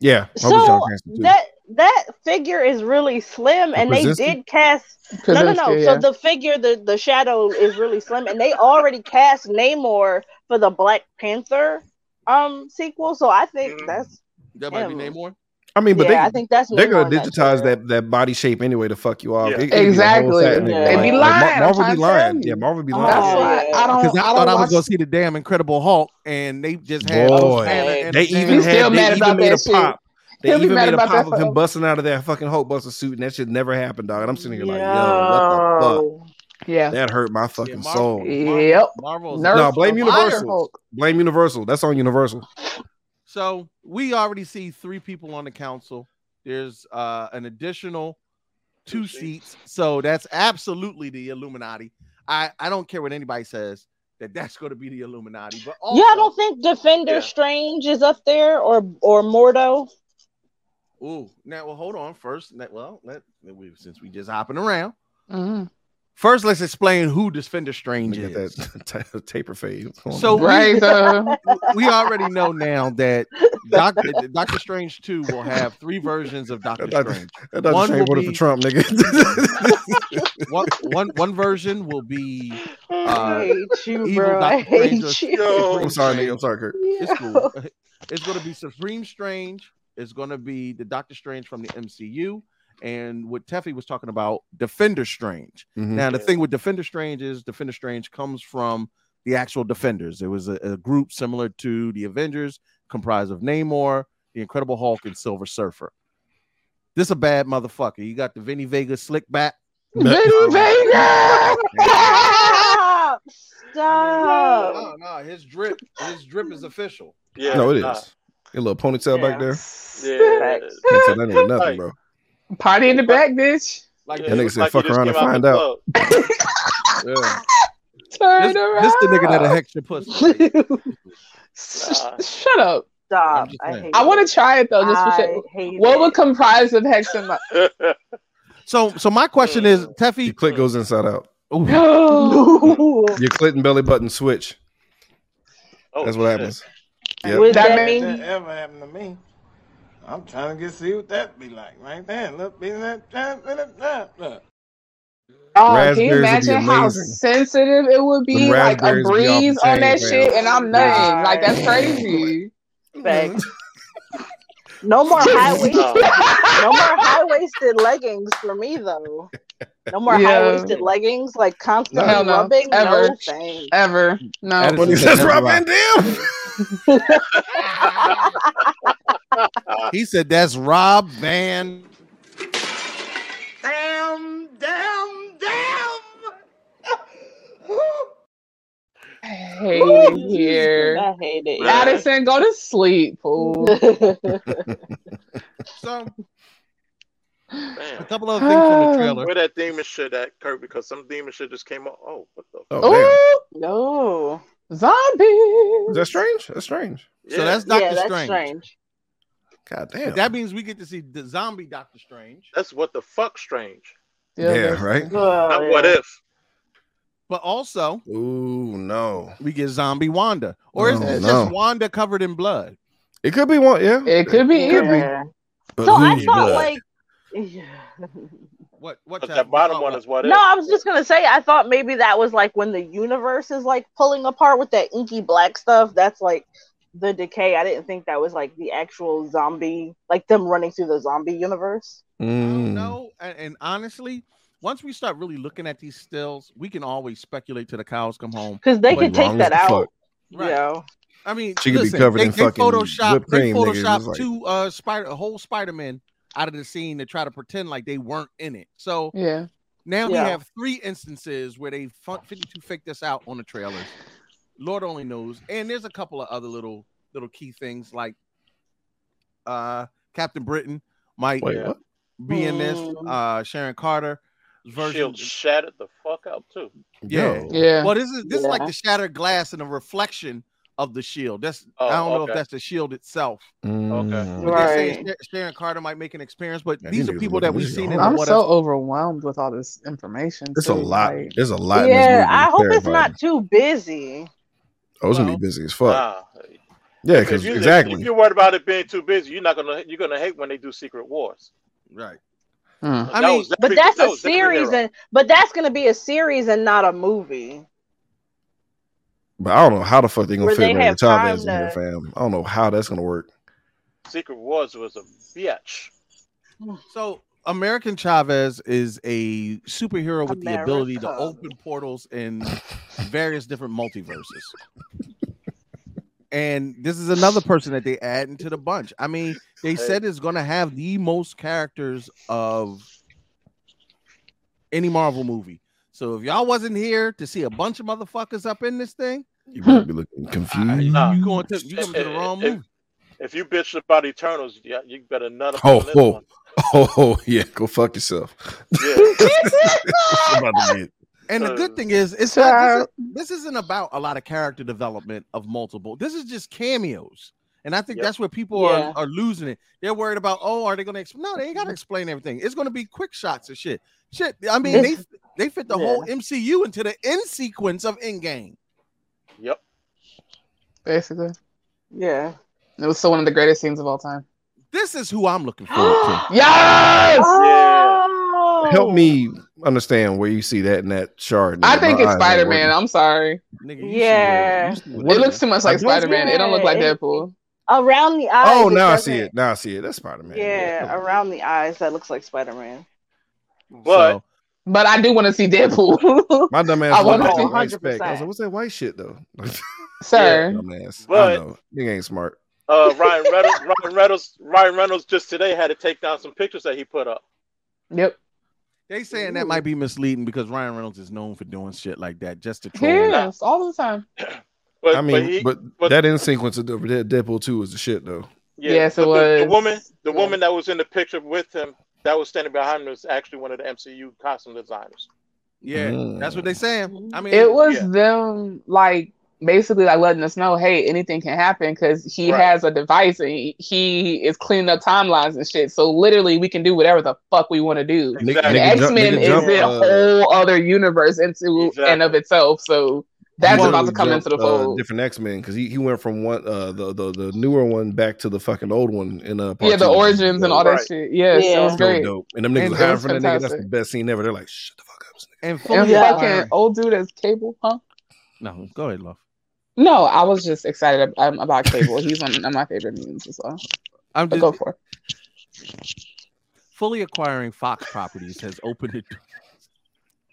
[SPEAKER 7] Yeah.
[SPEAKER 9] So that that figure is really slim, and they
[SPEAKER 3] Krasinski?
[SPEAKER 9] did cast. No, no, no.
[SPEAKER 3] Krasinski,
[SPEAKER 9] So
[SPEAKER 3] yeah.
[SPEAKER 9] the figure, the the shadow, is really slim, and they already cast Namor for the Black Panther um sequel. So I
[SPEAKER 3] Mm.
[SPEAKER 9] think that's
[SPEAKER 3] that
[SPEAKER 9] might
[SPEAKER 3] be Namor.
[SPEAKER 7] I mean,
[SPEAKER 9] Yeah,
[SPEAKER 7] but they,
[SPEAKER 9] I think that's
[SPEAKER 7] they're
[SPEAKER 9] Namor
[SPEAKER 7] gonna
[SPEAKER 9] in that
[SPEAKER 7] digitize that, that, body shape anyway to fuck you off.
[SPEAKER 5] Yeah.
[SPEAKER 7] It- it be a whole
[SPEAKER 5] Exactly.
[SPEAKER 7] sad nigga.
[SPEAKER 5] Yeah. They be lying,
[SPEAKER 7] Like- like,
[SPEAKER 5] I'm
[SPEAKER 7] Mar- Marvel
[SPEAKER 5] trying
[SPEAKER 7] be
[SPEAKER 5] to tell
[SPEAKER 7] lying.
[SPEAKER 5] you. Oh,
[SPEAKER 7] Oh, Yeah, Marvel be
[SPEAKER 5] That's
[SPEAKER 7] lying.
[SPEAKER 5] why I don't-
[SPEAKER 3] Because I,
[SPEAKER 5] I don't
[SPEAKER 3] thought I was
[SPEAKER 5] watch-
[SPEAKER 3] gonna see the damn Incredible Hulk, and they just had
[SPEAKER 7] Boy, they even
[SPEAKER 5] He's
[SPEAKER 7] had,
[SPEAKER 5] still
[SPEAKER 7] they
[SPEAKER 5] mad
[SPEAKER 7] even
[SPEAKER 5] about that
[SPEAKER 7] made a
[SPEAKER 5] shit.
[SPEAKER 7] pop. They
[SPEAKER 5] He'll be
[SPEAKER 7] even
[SPEAKER 5] mad
[SPEAKER 7] made a
[SPEAKER 5] about that
[SPEAKER 7] pop of him
[SPEAKER 5] forever.
[SPEAKER 7] busting out of that fucking Hulk Buster suit, and that shit never happened, dog. And I'm sitting here like, yo, what the
[SPEAKER 5] Yo.
[SPEAKER 7] fuck?
[SPEAKER 5] Yeah.
[SPEAKER 7] That hurt my fucking soul.
[SPEAKER 5] Yep.
[SPEAKER 3] Marvel's
[SPEAKER 7] No, blame Universal.
[SPEAKER 5] Hulk.
[SPEAKER 7] Blame Universal. That's on Universal.
[SPEAKER 3] So we already see three people on the council. There's uh, an additional two seats. So that's absolutely the Illuminati. I, I don't care what anybody says that that's going to be the Illuminati. But also,
[SPEAKER 9] yeah, I don't think Defender
[SPEAKER 3] Yeah.
[SPEAKER 9] Strange is up there or
[SPEAKER 3] (laughs)
[SPEAKER 9] or Mordo.
[SPEAKER 3] ooh, now well, hold on. First, let- well, let we since we just hopping around.
[SPEAKER 5] Mm-hmm.
[SPEAKER 3] First, let's explain who Defender Strange is.
[SPEAKER 7] (laughs) That taper fade. What's going
[SPEAKER 3] So
[SPEAKER 7] on?
[SPEAKER 3] we- we already know now
[SPEAKER 9] (laughs)
[SPEAKER 3] that Doctor Doctor Strange Two will have three versions of Doctor
[SPEAKER 7] Doctor-
[SPEAKER 3] Strange.
[SPEAKER 7] that Doctor Strange voted for Trump, nigga. (laughs)
[SPEAKER 3] one, one, one version will be (laughs) uh,
[SPEAKER 7] I hate you,
[SPEAKER 3] evil
[SPEAKER 7] bro. I
[SPEAKER 3] Doctor Strange. or
[SPEAKER 7] hate you.
[SPEAKER 3] Supreme
[SPEAKER 7] I'm sorry, nigga.
[SPEAKER 3] Strange.
[SPEAKER 7] I'm sorry, Kurt.
[SPEAKER 3] It's cool. It's gonna be Supreme Strange. It's gonna be the Doctor Strange from the MCU. And what Teffy was talking about, Defender Strange.
[SPEAKER 7] Mhm.
[SPEAKER 3] Now, the thing with Defender Strange is Defender Strange comes from the actual Defenders. It was a, a group similar to the Avengers, comprised of Namor, the Incredible Hulk, and Silver Surfer. This a bad motherfucker. You got the Vinny Vega slick back.
[SPEAKER 5] Vinny Vega!
[SPEAKER 9] Stop! Stop!
[SPEAKER 3] No, no, his drip, his drip is official.
[SPEAKER 7] no, it is. Your little ponytail
[SPEAKER 5] (laughs)
[SPEAKER 7] back there.
[SPEAKER 6] Yeah.
[SPEAKER 7] Can't tell that nigga nothing, bro.
[SPEAKER 5] Party in the back, bitch.
[SPEAKER 3] Like
[SPEAKER 7] That nigga said, "Fuck around and find out." Yeah.
[SPEAKER 5] Turn
[SPEAKER 3] This,
[SPEAKER 5] around.
[SPEAKER 3] this the nigga that'll hex your
[SPEAKER 5] (laughs)
[SPEAKER 3] pussy.
[SPEAKER 5] Shut up.
[SPEAKER 9] Stop.
[SPEAKER 3] I hate
[SPEAKER 5] I want to try it though. Just for
[SPEAKER 9] I
[SPEAKER 5] shit.
[SPEAKER 9] hate (laughs)
[SPEAKER 5] What would comprise of Hex (gasps) and
[SPEAKER 6] (laughs)
[SPEAKER 5] Mo-
[SPEAKER 3] (laughs) So, so my question is,
[SPEAKER 6] Uh,
[SPEAKER 3] Teffy,
[SPEAKER 7] your clit goes inside out.
[SPEAKER 5] No.
[SPEAKER 7] Your clit and belly button switch.
[SPEAKER 6] Oh,
[SPEAKER 7] That's what happens. Yep. (laughs)
[SPEAKER 13] Would
[SPEAKER 5] That
[SPEAKER 13] that,
[SPEAKER 5] mean-
[SPEAKER 13] that ever happened to me? I'm trying to get see what that be like right there. Look, be that, that, that, that, look.
[SPEAKER 5] Oh, can you
[SPEAKER 13] Raspberries would be
[SPEAKER 5] imagine how
[SPEAKER 13] amazing.
[SPEAKER 5] sensitive it would be?
[SPEAKER 13] Them
[SPEAKER 5] Like a
[SPEAKER 13] raspberries would be off the
[SPEAKER 5] breeze on
[SPEAKER 13] chain,
[SPEAKER 5] that
[SPEAKER 13] fam.
[SPEAKER 5] shit, and I'm nothing. Like that's crazy.
[SPEAKER 7] (laughs)
[SPEAKER 9] No more high waisted. no more high waisted leggings for me though. No more
[SPEAKER 5] Yeah.
[SPEAKER 9] high waisted leggings, like constantly
[SPEAKER 5] Hell no.
[SPEAKER 9] rubbing.
[SPEAKER 5] Ever.
[SPEAKER 9] No thanks.
[SPEAKER 5] Ever. No.
[SPEAKER 7] That is When he says never Rob Van
[SPEAKER 3] he said that's Rob Van.
[SPEAKER 12] Damn, damn, damn.
[SPEAKER 5] hate
[SPEAKER 12] Woo!
[SPEAKER 5] it here.
[SPEAKER 12] I hate it, yeah.
[SPEAKER 5] Addison, go to sleep, fool.
[SPEAKER 3] So,
[SPEAKER 6] Damn.
[SPEAKER 3] a couple other things from the trailer.
[SPEAKER 6] Where that demon shit at, Kurt? Because some demon shit just came up. Oh, what the
[SPEAKER 7] Oh,
[SPEAKER 9] damn. (laughs) No.
[SPEAKER 5] Zombies.
[SPEAKER 7] Is that strange? That's strange.
[SPEAKER 3] So that's Doctor
[SPEAKER 9] yeah, that's
[SPEAKER 3] Strange.
[SPEAKER 9] strange.
[SPEAKER 7] God damn.
[SPEAKER 3] That means we get to see the zombie Doctor Strange.
[SPEAKER 6] That's what the fuck strange.
[SPEAKER 7] Yeah, Yeah, right?
[SPEAKER 3] Oh,
[SPEAKER 6] Not what if.
[SPEAKER 3] But also,
[SPEAKER 7] ooh no,
[SPEAKER 3] we get zombie Wanda, or is
[SPEAKER 7] No,
[SPEAKER 3] it
[SPEAKER 7] no.
[SPEAKER 3] just Wanda covered in blood?
[SPEAKER 7] It could be one. Yeah.
[SPEAKER 5] It could be either.
[SPEAKER 7] But
[SPEAKER 9] So I
[SPEAKER 7] who's
[SPEAKER 9] thought
[SPEAKER 7] blood?
[SPEAKER 9] like Yeah.
[SPEAKER 3] What? What?
[SPEAKER 6] But that bottom one is what
[SPEAKER 9] No,
[SPEAKER 6] if.
[SPEAKER 9] I was just gonna say I thought maybe that was like when the universe is like pulling apart with that inky black stuff. That's like the decay. I didn't think that was like the actual zombie, like them running through the zombie universe.
[SPEAKER 7] Mm.
[SPEAKER 3] No, and, and honestly, once we start really looking at these stills, we can always speculate till the cows come home.
[SPEAKER 9] Because they
[SPEAKER 7] Like,
[SPEAKER 9] could take
[SPEAKER 7] wrong
[SPEAKER 9] that out.
[SPEAKER 7] as fuck.
[SPEAKER 9] You know.
[SPEAKER 3] I mean,
[SPEAKER 7] She could be
[SPEAKER 3] listen,
[SPEAKER 7] covered
[SPEAKER 3] they,
[SPEAKER 7] in
[SPEAKER 3] they
[SPEAKER 7] fucking
[SPEAKER 3] Photoshop,
[SPEAKER 7] whipped
[SPEAKER 3] they
[SPEAKER 7] cream, nigga. It's
[SPEAKER 3] Photoshop
[SPEAKER 7] like-
[SPEAKER 3] two uh spider whole Spider Man out of the scene to try to pretend like they weren't in it. So
[SPEAKER 5] Yeah.
[SPEAKER 3] now we
[SPEAKER 9] Yeah.
[SPEAKER 3] have three instances where they fu- 52 faked us out on the trailers. Lord only knows. And there's a couple of other little little key things like uh Captain Britain might
[SPEAKER 7] Wait, what?
[SPEAKER 3] be in this,
[SPEAKER 9] Hmm.
[SPEAKER 3] uh Sharon Carter version.
[SPEAKER 6] She'll shatter the fuck up too.
[SPEAKER 3] Yeah.
[SPEAKER 7] Yo.
[SPEAKER 5] Yeah.
[SPEAKER 3] Well, this is this is like
[SPEAKER 9] Yeah.
[SPEAKER 3] the shattered glass and a reflection of the shield. That's I
[SPEAKER 6] Oh,
[SPEAKER 3] don't know
[SPEAKER 6] okay.
[SPEAKER 3] if that's the shield itself.
[SPEAKER 7] Mm.
[SPEAKER 3] But they're saying
[SPEAKER 9] Right.
[SPEAKER 3] Sha- Sharon Carter might make an experience, but
[SPEAKER 7] Yeah,
[SPEAKER 3] these
[SPEAKER 7] these
[SPEAKER 3] are
[SPEAKER 7] niggas
[SPEAKER 3] people that
[SPEAKER 7] looking-
[SPEAKER 3] we've
[SPEAKER 7] these
[SPEAKER 3] seen
[SPEAKER 7] niggas
[SPEAKER 3] in the
[SPEAKER 5] I'm
[SPEAKER 3] what
[SPEAKER 5] so
[SPEAKER 3] if-
[SPEAKER 5] overwhelmed with all this information.
[SPEAKER 7] It's a
[SPEAKER 5] too,
[SPEAKER 7] lot.
[SPEAKER 5] like-
[SPEAKER 7] There's a lot. in this movie
[SPEAKER 9] Yeah, I
[SPEAKER 7] to
[SPEAKER 9] hope it's
[SPEAKER 7] clarify.
[SPEAKER 9] not too busy.
[SPEAKER 7] Oh, it's gonna
[SPEAKER 3] Well,
[SPEAKER 7] be busy as fuck.
[SPEAKER 6] Nah.
[SPEAKER 7] yeah,
[SPEAKER 6] If
[SPEAKER 7] because
[SPEAKER 6] you
[SPEAKER 7] exactly.
[SPEAKER 6] if you're worried about it being too busy, you're not gonna you're gonna hate when they do Secret Wars.
[SPEAKER 3] right.
[SPEAKER 5] Hmm.
[SPEAKER 3] I
[SPEAKER 6] That
[SPEAKER 3] mean,
[SPEAKER 6] was that
[SPEAKER 9] But
[SPEAKER 6] prequel-
[SPEAKER 9] that's
[SPEAKER 6] that
[SPEAKER 9] a
[SPEAKER 6] was different
[SPEAKER 9] series
[SPEAKER 6] era.
[SPEAKER 9] and but that's gonna be a series and not a movie.
[SPEAKER 7] but I don't know how the fuck they gonna
[SPEAKER 9] Where
[SPEAKER 7] fit
[SPEAKER 9] they
[SPEAKER 7] Mary
[SPEAKER 9] have
[SPEAKER 7] Chavez in
[SPEAKER 9] time
[SPEAKER 7] here,
[SPEAKER 9] to-
[SPEAKER 7] fam. I don't know how that's gonna work.
[SPEAKER 6] Secret Wars was a bitch.
[SPEAKER 3] So American Chavez is a superhero with the ability to
[SPEAKER 9] America.
[SPEAKER 3] open portals in various different multiverses. and this is another person that they add into the bunch. I mean, they said it's going to have the most characters of any Marvel movie. So if y'all wasn't here to see a bunch of motherfuckers up in this thing,
[SPEAKER 9] (laughs)
[SPEAKER 7] You better be looking confused.
[SPEAKER 6] Nah.
[SPEAKER 3] you going to you going to the wrong movie.
[SPEAKER 6] If you bitch about Eternals, yeah, you better nut up
[SPEAKER 7] Oh,
[SPEAKER 6] on this
[SPEAKER 7] oh,
[SPEAKER 6] one.
[SPEAKER 7] (laughs) oh, yeah. Go fuck yourself.
[SPEAKER 3] (laughs)
[SPEAKER 6] Yeah.
[SPEAKER 7] It's about
[SPEAKER 9] (laughs)
[SPEAKER 7] to be it.
[SPEAKER 3] And the
[SPEAKER 6] Uh,
[SPEAKER 3] good thing is, it's not, this, is, this isn't about a lot of character development of multiple. This is just cameos, and I think
[SPEAKER 6] Yep.
[SPEAKER 3] that's where people
[SPEAKER 9] Yeah.
[SPEAKER 3] are, are losing it. They're worried about, oh, are they going to? Exp-? No, they ain't got to explain everything. It's going to be quick shots and shit. Shit, I mean, they
[SPEAKER 9] This-
[SPEAKER 3] they fit the
[SPEAKER 9] Yeah.
[SPEAKER 3] whole MCU into the end sequence of Endgame.
[SPEAKER 6] yep.
[SPEAKER 5] Basically,
[SPEAKER 7] (gasps)
[SPEAKER 9] Yeah.
[SPEAKER 5] it was still one of the greatest scenes of all time.
[SPEAKER 3] This is who I'm looking forward
[SPEAKER 9] (gasps)
[SPEAKER 3] to.
[SPEAKER 5] Yes.
[SPEAKER 9] Oh!
[SPEAKER 7] Oh, Help me understand where you see that in that shard.
[SPEAKER 5] I
[SPEAKER 7] nigga.
[SPEAKER 5] think it's
[SPEAKER 7] My eyes ain't
[SPEAKER 5] Spider Man.
[SPEAKER 7] working.
[SPEAKER 5] I'm sorry.
[SPEAKER 3] Nigga,
[SPEAKER 9] Yeah.
[SPEAKER 3] See
[SPEAKER 5] It looks too much
[SPEAKER 7] I
[SPEAKER 5] like
[SPEAKER 7] don't-
[SPEAKER 5] Spider Man. It don't look like
[SPEAKER 9] Yeah, it-
[SPEAKER 5] Deadpool.
[SPEAKER 9] Around the eyes.
[SPEAKER 7] Oh, now I see
[SPEAKER 9] doesn't-
[SPEAKER 7] it. Now I see it. That's Spider Man.
[SPEAKER 9] Yeah, around the eyes. That looks like Spider
[SPEAKER 7] (laughs)
[SPEAKER 9] Man.
[SPEAKER 6] But
[SPEAKER 5] But I do want to see (laughs) Deadpool,
[SPEAKER 7] My dumb ass
[SPEAKER 5] I
[SPEAKER 7] looked
[SPEAKER 5] want
[SPEAKER 7] at
[SPEAKER 5] to-
[SPEAKER 7] the white speck. I
[SPEAKER 9] 100%.
[SPEAKER 7] was like, "What's that white shit though?" (laughs)
[SPEAKER 5] sir.
[SPEAKER 7] dumb ass. I
[SPEAKER 6] But-
[SPEAKER 7] know. Nigga ain't smart.
[SPEAKER 6] uh, Ryan Reynolds, Ryan Reynolds, Ryan Reynolds just today had to take down some pictures that he put up.
[SPEAKER 5] Yep.
[SPEAKER 3] they saying that might be misleading because Ryan Reynolds is known for doing shit like that just to troll.
[SPEAKER 5] Here it is all the time.
[SPEAKER 6] But
[SPEAKER 7] I
[SPEAKER 6] but,
[SPEAKER 7] mean,
[SPEAKER 6] he,
[SPEAKER 7] but,
[SPEAKER 6] but-
[SPEAKER 7] that in sequence of the that Deadpool two is the shit though.
[SPEAKER 6] yeah,
[SPEAKER 5] Yes, it
[SPEAKER 6] but the, the
[SPEAKER 5] was.
[SPEAKER 6] woman, the
[SPEAKER 5] Yeah.
[SPEAKER 6] woman that was in the picture with him, that was standing behind him, was actually one of the MCU costume designers.
[SPEAKER 3] Yeah, that's what they saying. I mean,
[SPEAKER 5] It was
[SPEAKER 6] Yeah.
[SPEAKER 5] them like basically like letting us know, hey, anything can happen because he
[SPEAKER 6] Right.
[SPEAKER 5] has a device and he, he is cleaning up timelines and shit. So literally, we can do whatever the fuck we want to do.
[SPEAKER 7] Nigga-
[SPEAKER 5] And
[SPEAKER 6] Exactly.
[SPEAKER 7] nigga
[SPEAKER 5] X
[SPEAKER 7] jump-
[SPEAKER 5] Men
[SPEAKER 7] nigga
[SPEAKER 5] is
[SPEAKER 7] jump,
[SPEAKER 5] a
[SPEAKER 7] uh,
[SPEAKER 5] whole other universe into and of
[SPEAKER 6] Exactly.
[SPEAKER 5] itself. So that's
[SPEAKER 7] He
[SPEAKER 5] about to
[SPEAKER 7] literally
[SPEAKER 5] come
[SPEAKER 7] jumped,
[SPEAKER 5] into the
[SPEAKER 7] uh,
[SPEAKER 5] fold.
[SPEAKER 7] different X Men because he, he went from one uh the, the the newer one back to the fucking old one in uh part
[SPEAKER 5] yeah, the
[SPEAKER 7] two.
[SPEAKER 5] origins and all that
[SPEAKER 6] Right.
[SPEAKER 5] shit. Yes, it
[SPEAKER 9] Yeah.
[SPEAKER 5] was
[SPEAKER 7] So
[SPEAKER 5] great.
[SPEAKER 7] dope. And them niggas
[SPEAKER 3] And
[SPEAKER 7] were
[SPEAKER 3] it
[SPEAKER 7] hiding
[SPEAKER 5] was
[SPEAKER 7] from the nigga. That's the
[SPEAKER 5] fantastic.
[SPEAKER 7] best scene ever. They're like, shut the fuck up. this nigga."
[SPEAKER 3] and
[SPEAKER 5] And
[SPEAKER 3] fully
[SPEAKER 9] Yeah.
[SPEAKER 5] fucking old dude as Cable, huh?
[SPEAKER 3] No, go ahead, love.
[SPEAKER 5] No, I was just excited ab- um, about Cable. He's one of my favorite mutants as well.
[SPEAKER 3] I'm
[SPEAKER 5] But
[SPEAKER 3] just
[SPEAKER 5] go for it.
[SPEAKER 3] fully acquiring Fox properties has opened it.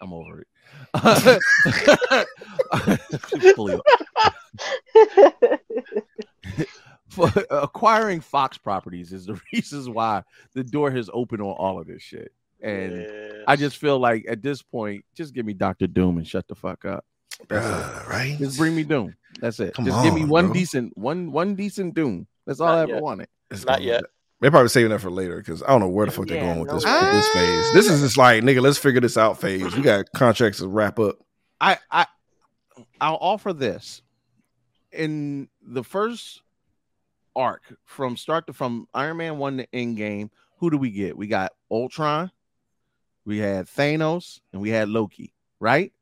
[SPEAKER 3] I'm over it. (laughs) fully, for, acquiring Fox properties is the (laughs) reasons why the door has opened on all of this shit. And
[SPEAKER 6] Yeah.
[SPEAKER 3] I just feel like at this point, just give me Doctor Doom and shut the fuck up. That's it.
[SPEAKER 7] Bruh, right?
[SPEAKER 3] Just bring me Doom. That's it.
[SPEAKER 7] Come
[SPEAKER 3] just give me
[SPEAKER 7] on,
[SPEAKER 3] one
[SPEAKER 7] bro.
[SPEAKER 3] decent, one one decent Doom. That's all
[SPEAKER 6] Not
[SPEAKER 3] I ever
[SPEAKER 6] yet.
[SPEAKER 3] wanted.
[SPEAKER 7] It's
[SPEAKER 6] Not
[SPEAKER 7] gonna-
[SPEAKER 6] yet.
[SPEAKER 7] They're probably saving that for later because I don't know where the fuck they're
[SPEAKER 9] Yeah,
[SPEAKER 7] going with
[SPEAKER 9] no
[SPEAKER 7] this
[SPEAKER 9] way.
[SPEAKER 7] with this phase. This is just like nigga, let's figure this out phase. We got contracts to wrap up.
[SPEAKER 3] I I I'll offer this. In the first arc from start to from Iron Man 1 to end game, who do we get? We got Ultron, we had Thanos, and we had Loki, right?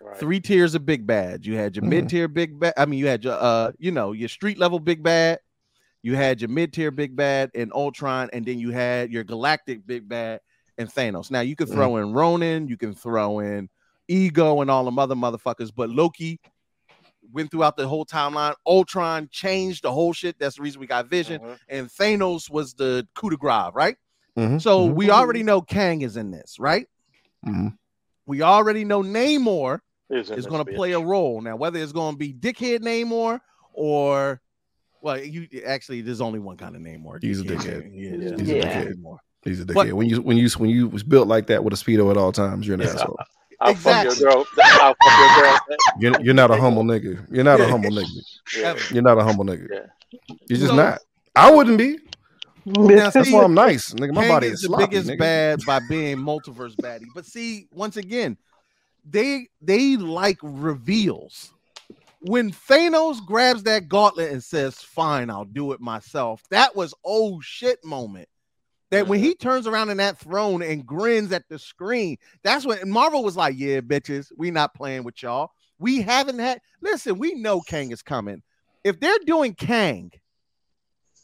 [SPEAKER 6] Right.
[SPEAKER 3] Three tiers of big bad. You had your
[SPEAKER 7] Mhm.
[SPEAKER 3] mid tier big bad. I mean, you had your uh, you know, your street level big bad. You had your mid tier big bad and Ultron, and then you had your galactic big bad and Thanos. Now you could throw in Ronan, you can throw in Ego and all them other motherfuckers, but Loki went throughout the whole timeline. Ultron changed the whole shit. That's the reason we got Vision,
[SPEAKER 6] Uh-huh.
[SPEAKER 3] and Thanos was the coup de grace, right?
[SPEAKER 7] Mm-hmm.
[SPEAKER 3] So we already know Kang is in this, right? We already know Namor
[SPEAKER 6] Is in
[SPEAKER 3] is
[SPEAKER 6] this
[SPEAKER 3] going to
[SPEAKER 6] bitch.
[SPEAKER 3] play a role now. Whether it's going to be dickhead Namor or, well, you actually there's only one kind of Namor.
[SPEAKER 7] He's a
[SPEAKER 3] You can't-
[SPEAKER 7] dickhead.
[SPEAKER 3] yeah, it's just
[SPEAKER 7] He's
[SPEAKER 3] dickhead
[SPEAKER 7] a dickhead.
[SPEAKER 3] Namor.
[SPEAKER 7] He's a
[SPEAKER 3] But-
[SPEAKER 7] dickhead. When you when you when you was built like that with a speedo at all times, you're an asshole.
[SPEAKER 6] I'll fuck
[SPEAKER 3] Exactly.
[SPEAKER 6] your girl. I'll fuck your
[SPEAKER 3] (laughs)
[SPEAKER 6] girl.
[SPEAKER 7] You're, you're not a humble nigga. You're not a
[SPEAKER 3] Yeah.
[SPEAKER 7] humble nigga.
[SPEAKER 6] Yeah.
[SPEAKER 7] You're not a humble nigga. You're just
[SPEAKER 3] So-
[SPEAKER 7] not. I wouldn't be.
[SPEAKER 3] Now,
[SPEAKER 7] That's
[SPEAKER 3] see,
[SPEAKER 7] why I'm nice, nigga. My
[SPEAKER 3] Kang
[SPEAKER 7] body
[SPEAKER 3] is
[SPEAKER 7] is
[SPEAKER 3] the
[SPEAKER 7] sloppy,
[SPEAKER 3] biggest
[SPEAKER 7] nigga.
[SPEAKER 3] bad by being multiverse baddie. But see, once again, they they like reveals. When Thanos grabs that gauntlet and says, "Fine, I'll do it myself," that was oh shit moment. That when he turns around in that throne and grins at the screen, that's when and Marvel was like, "Yeah, bitches, we not playing with y'all. We haven't had. Listen, we know Kang is coming. If they're doing Kang,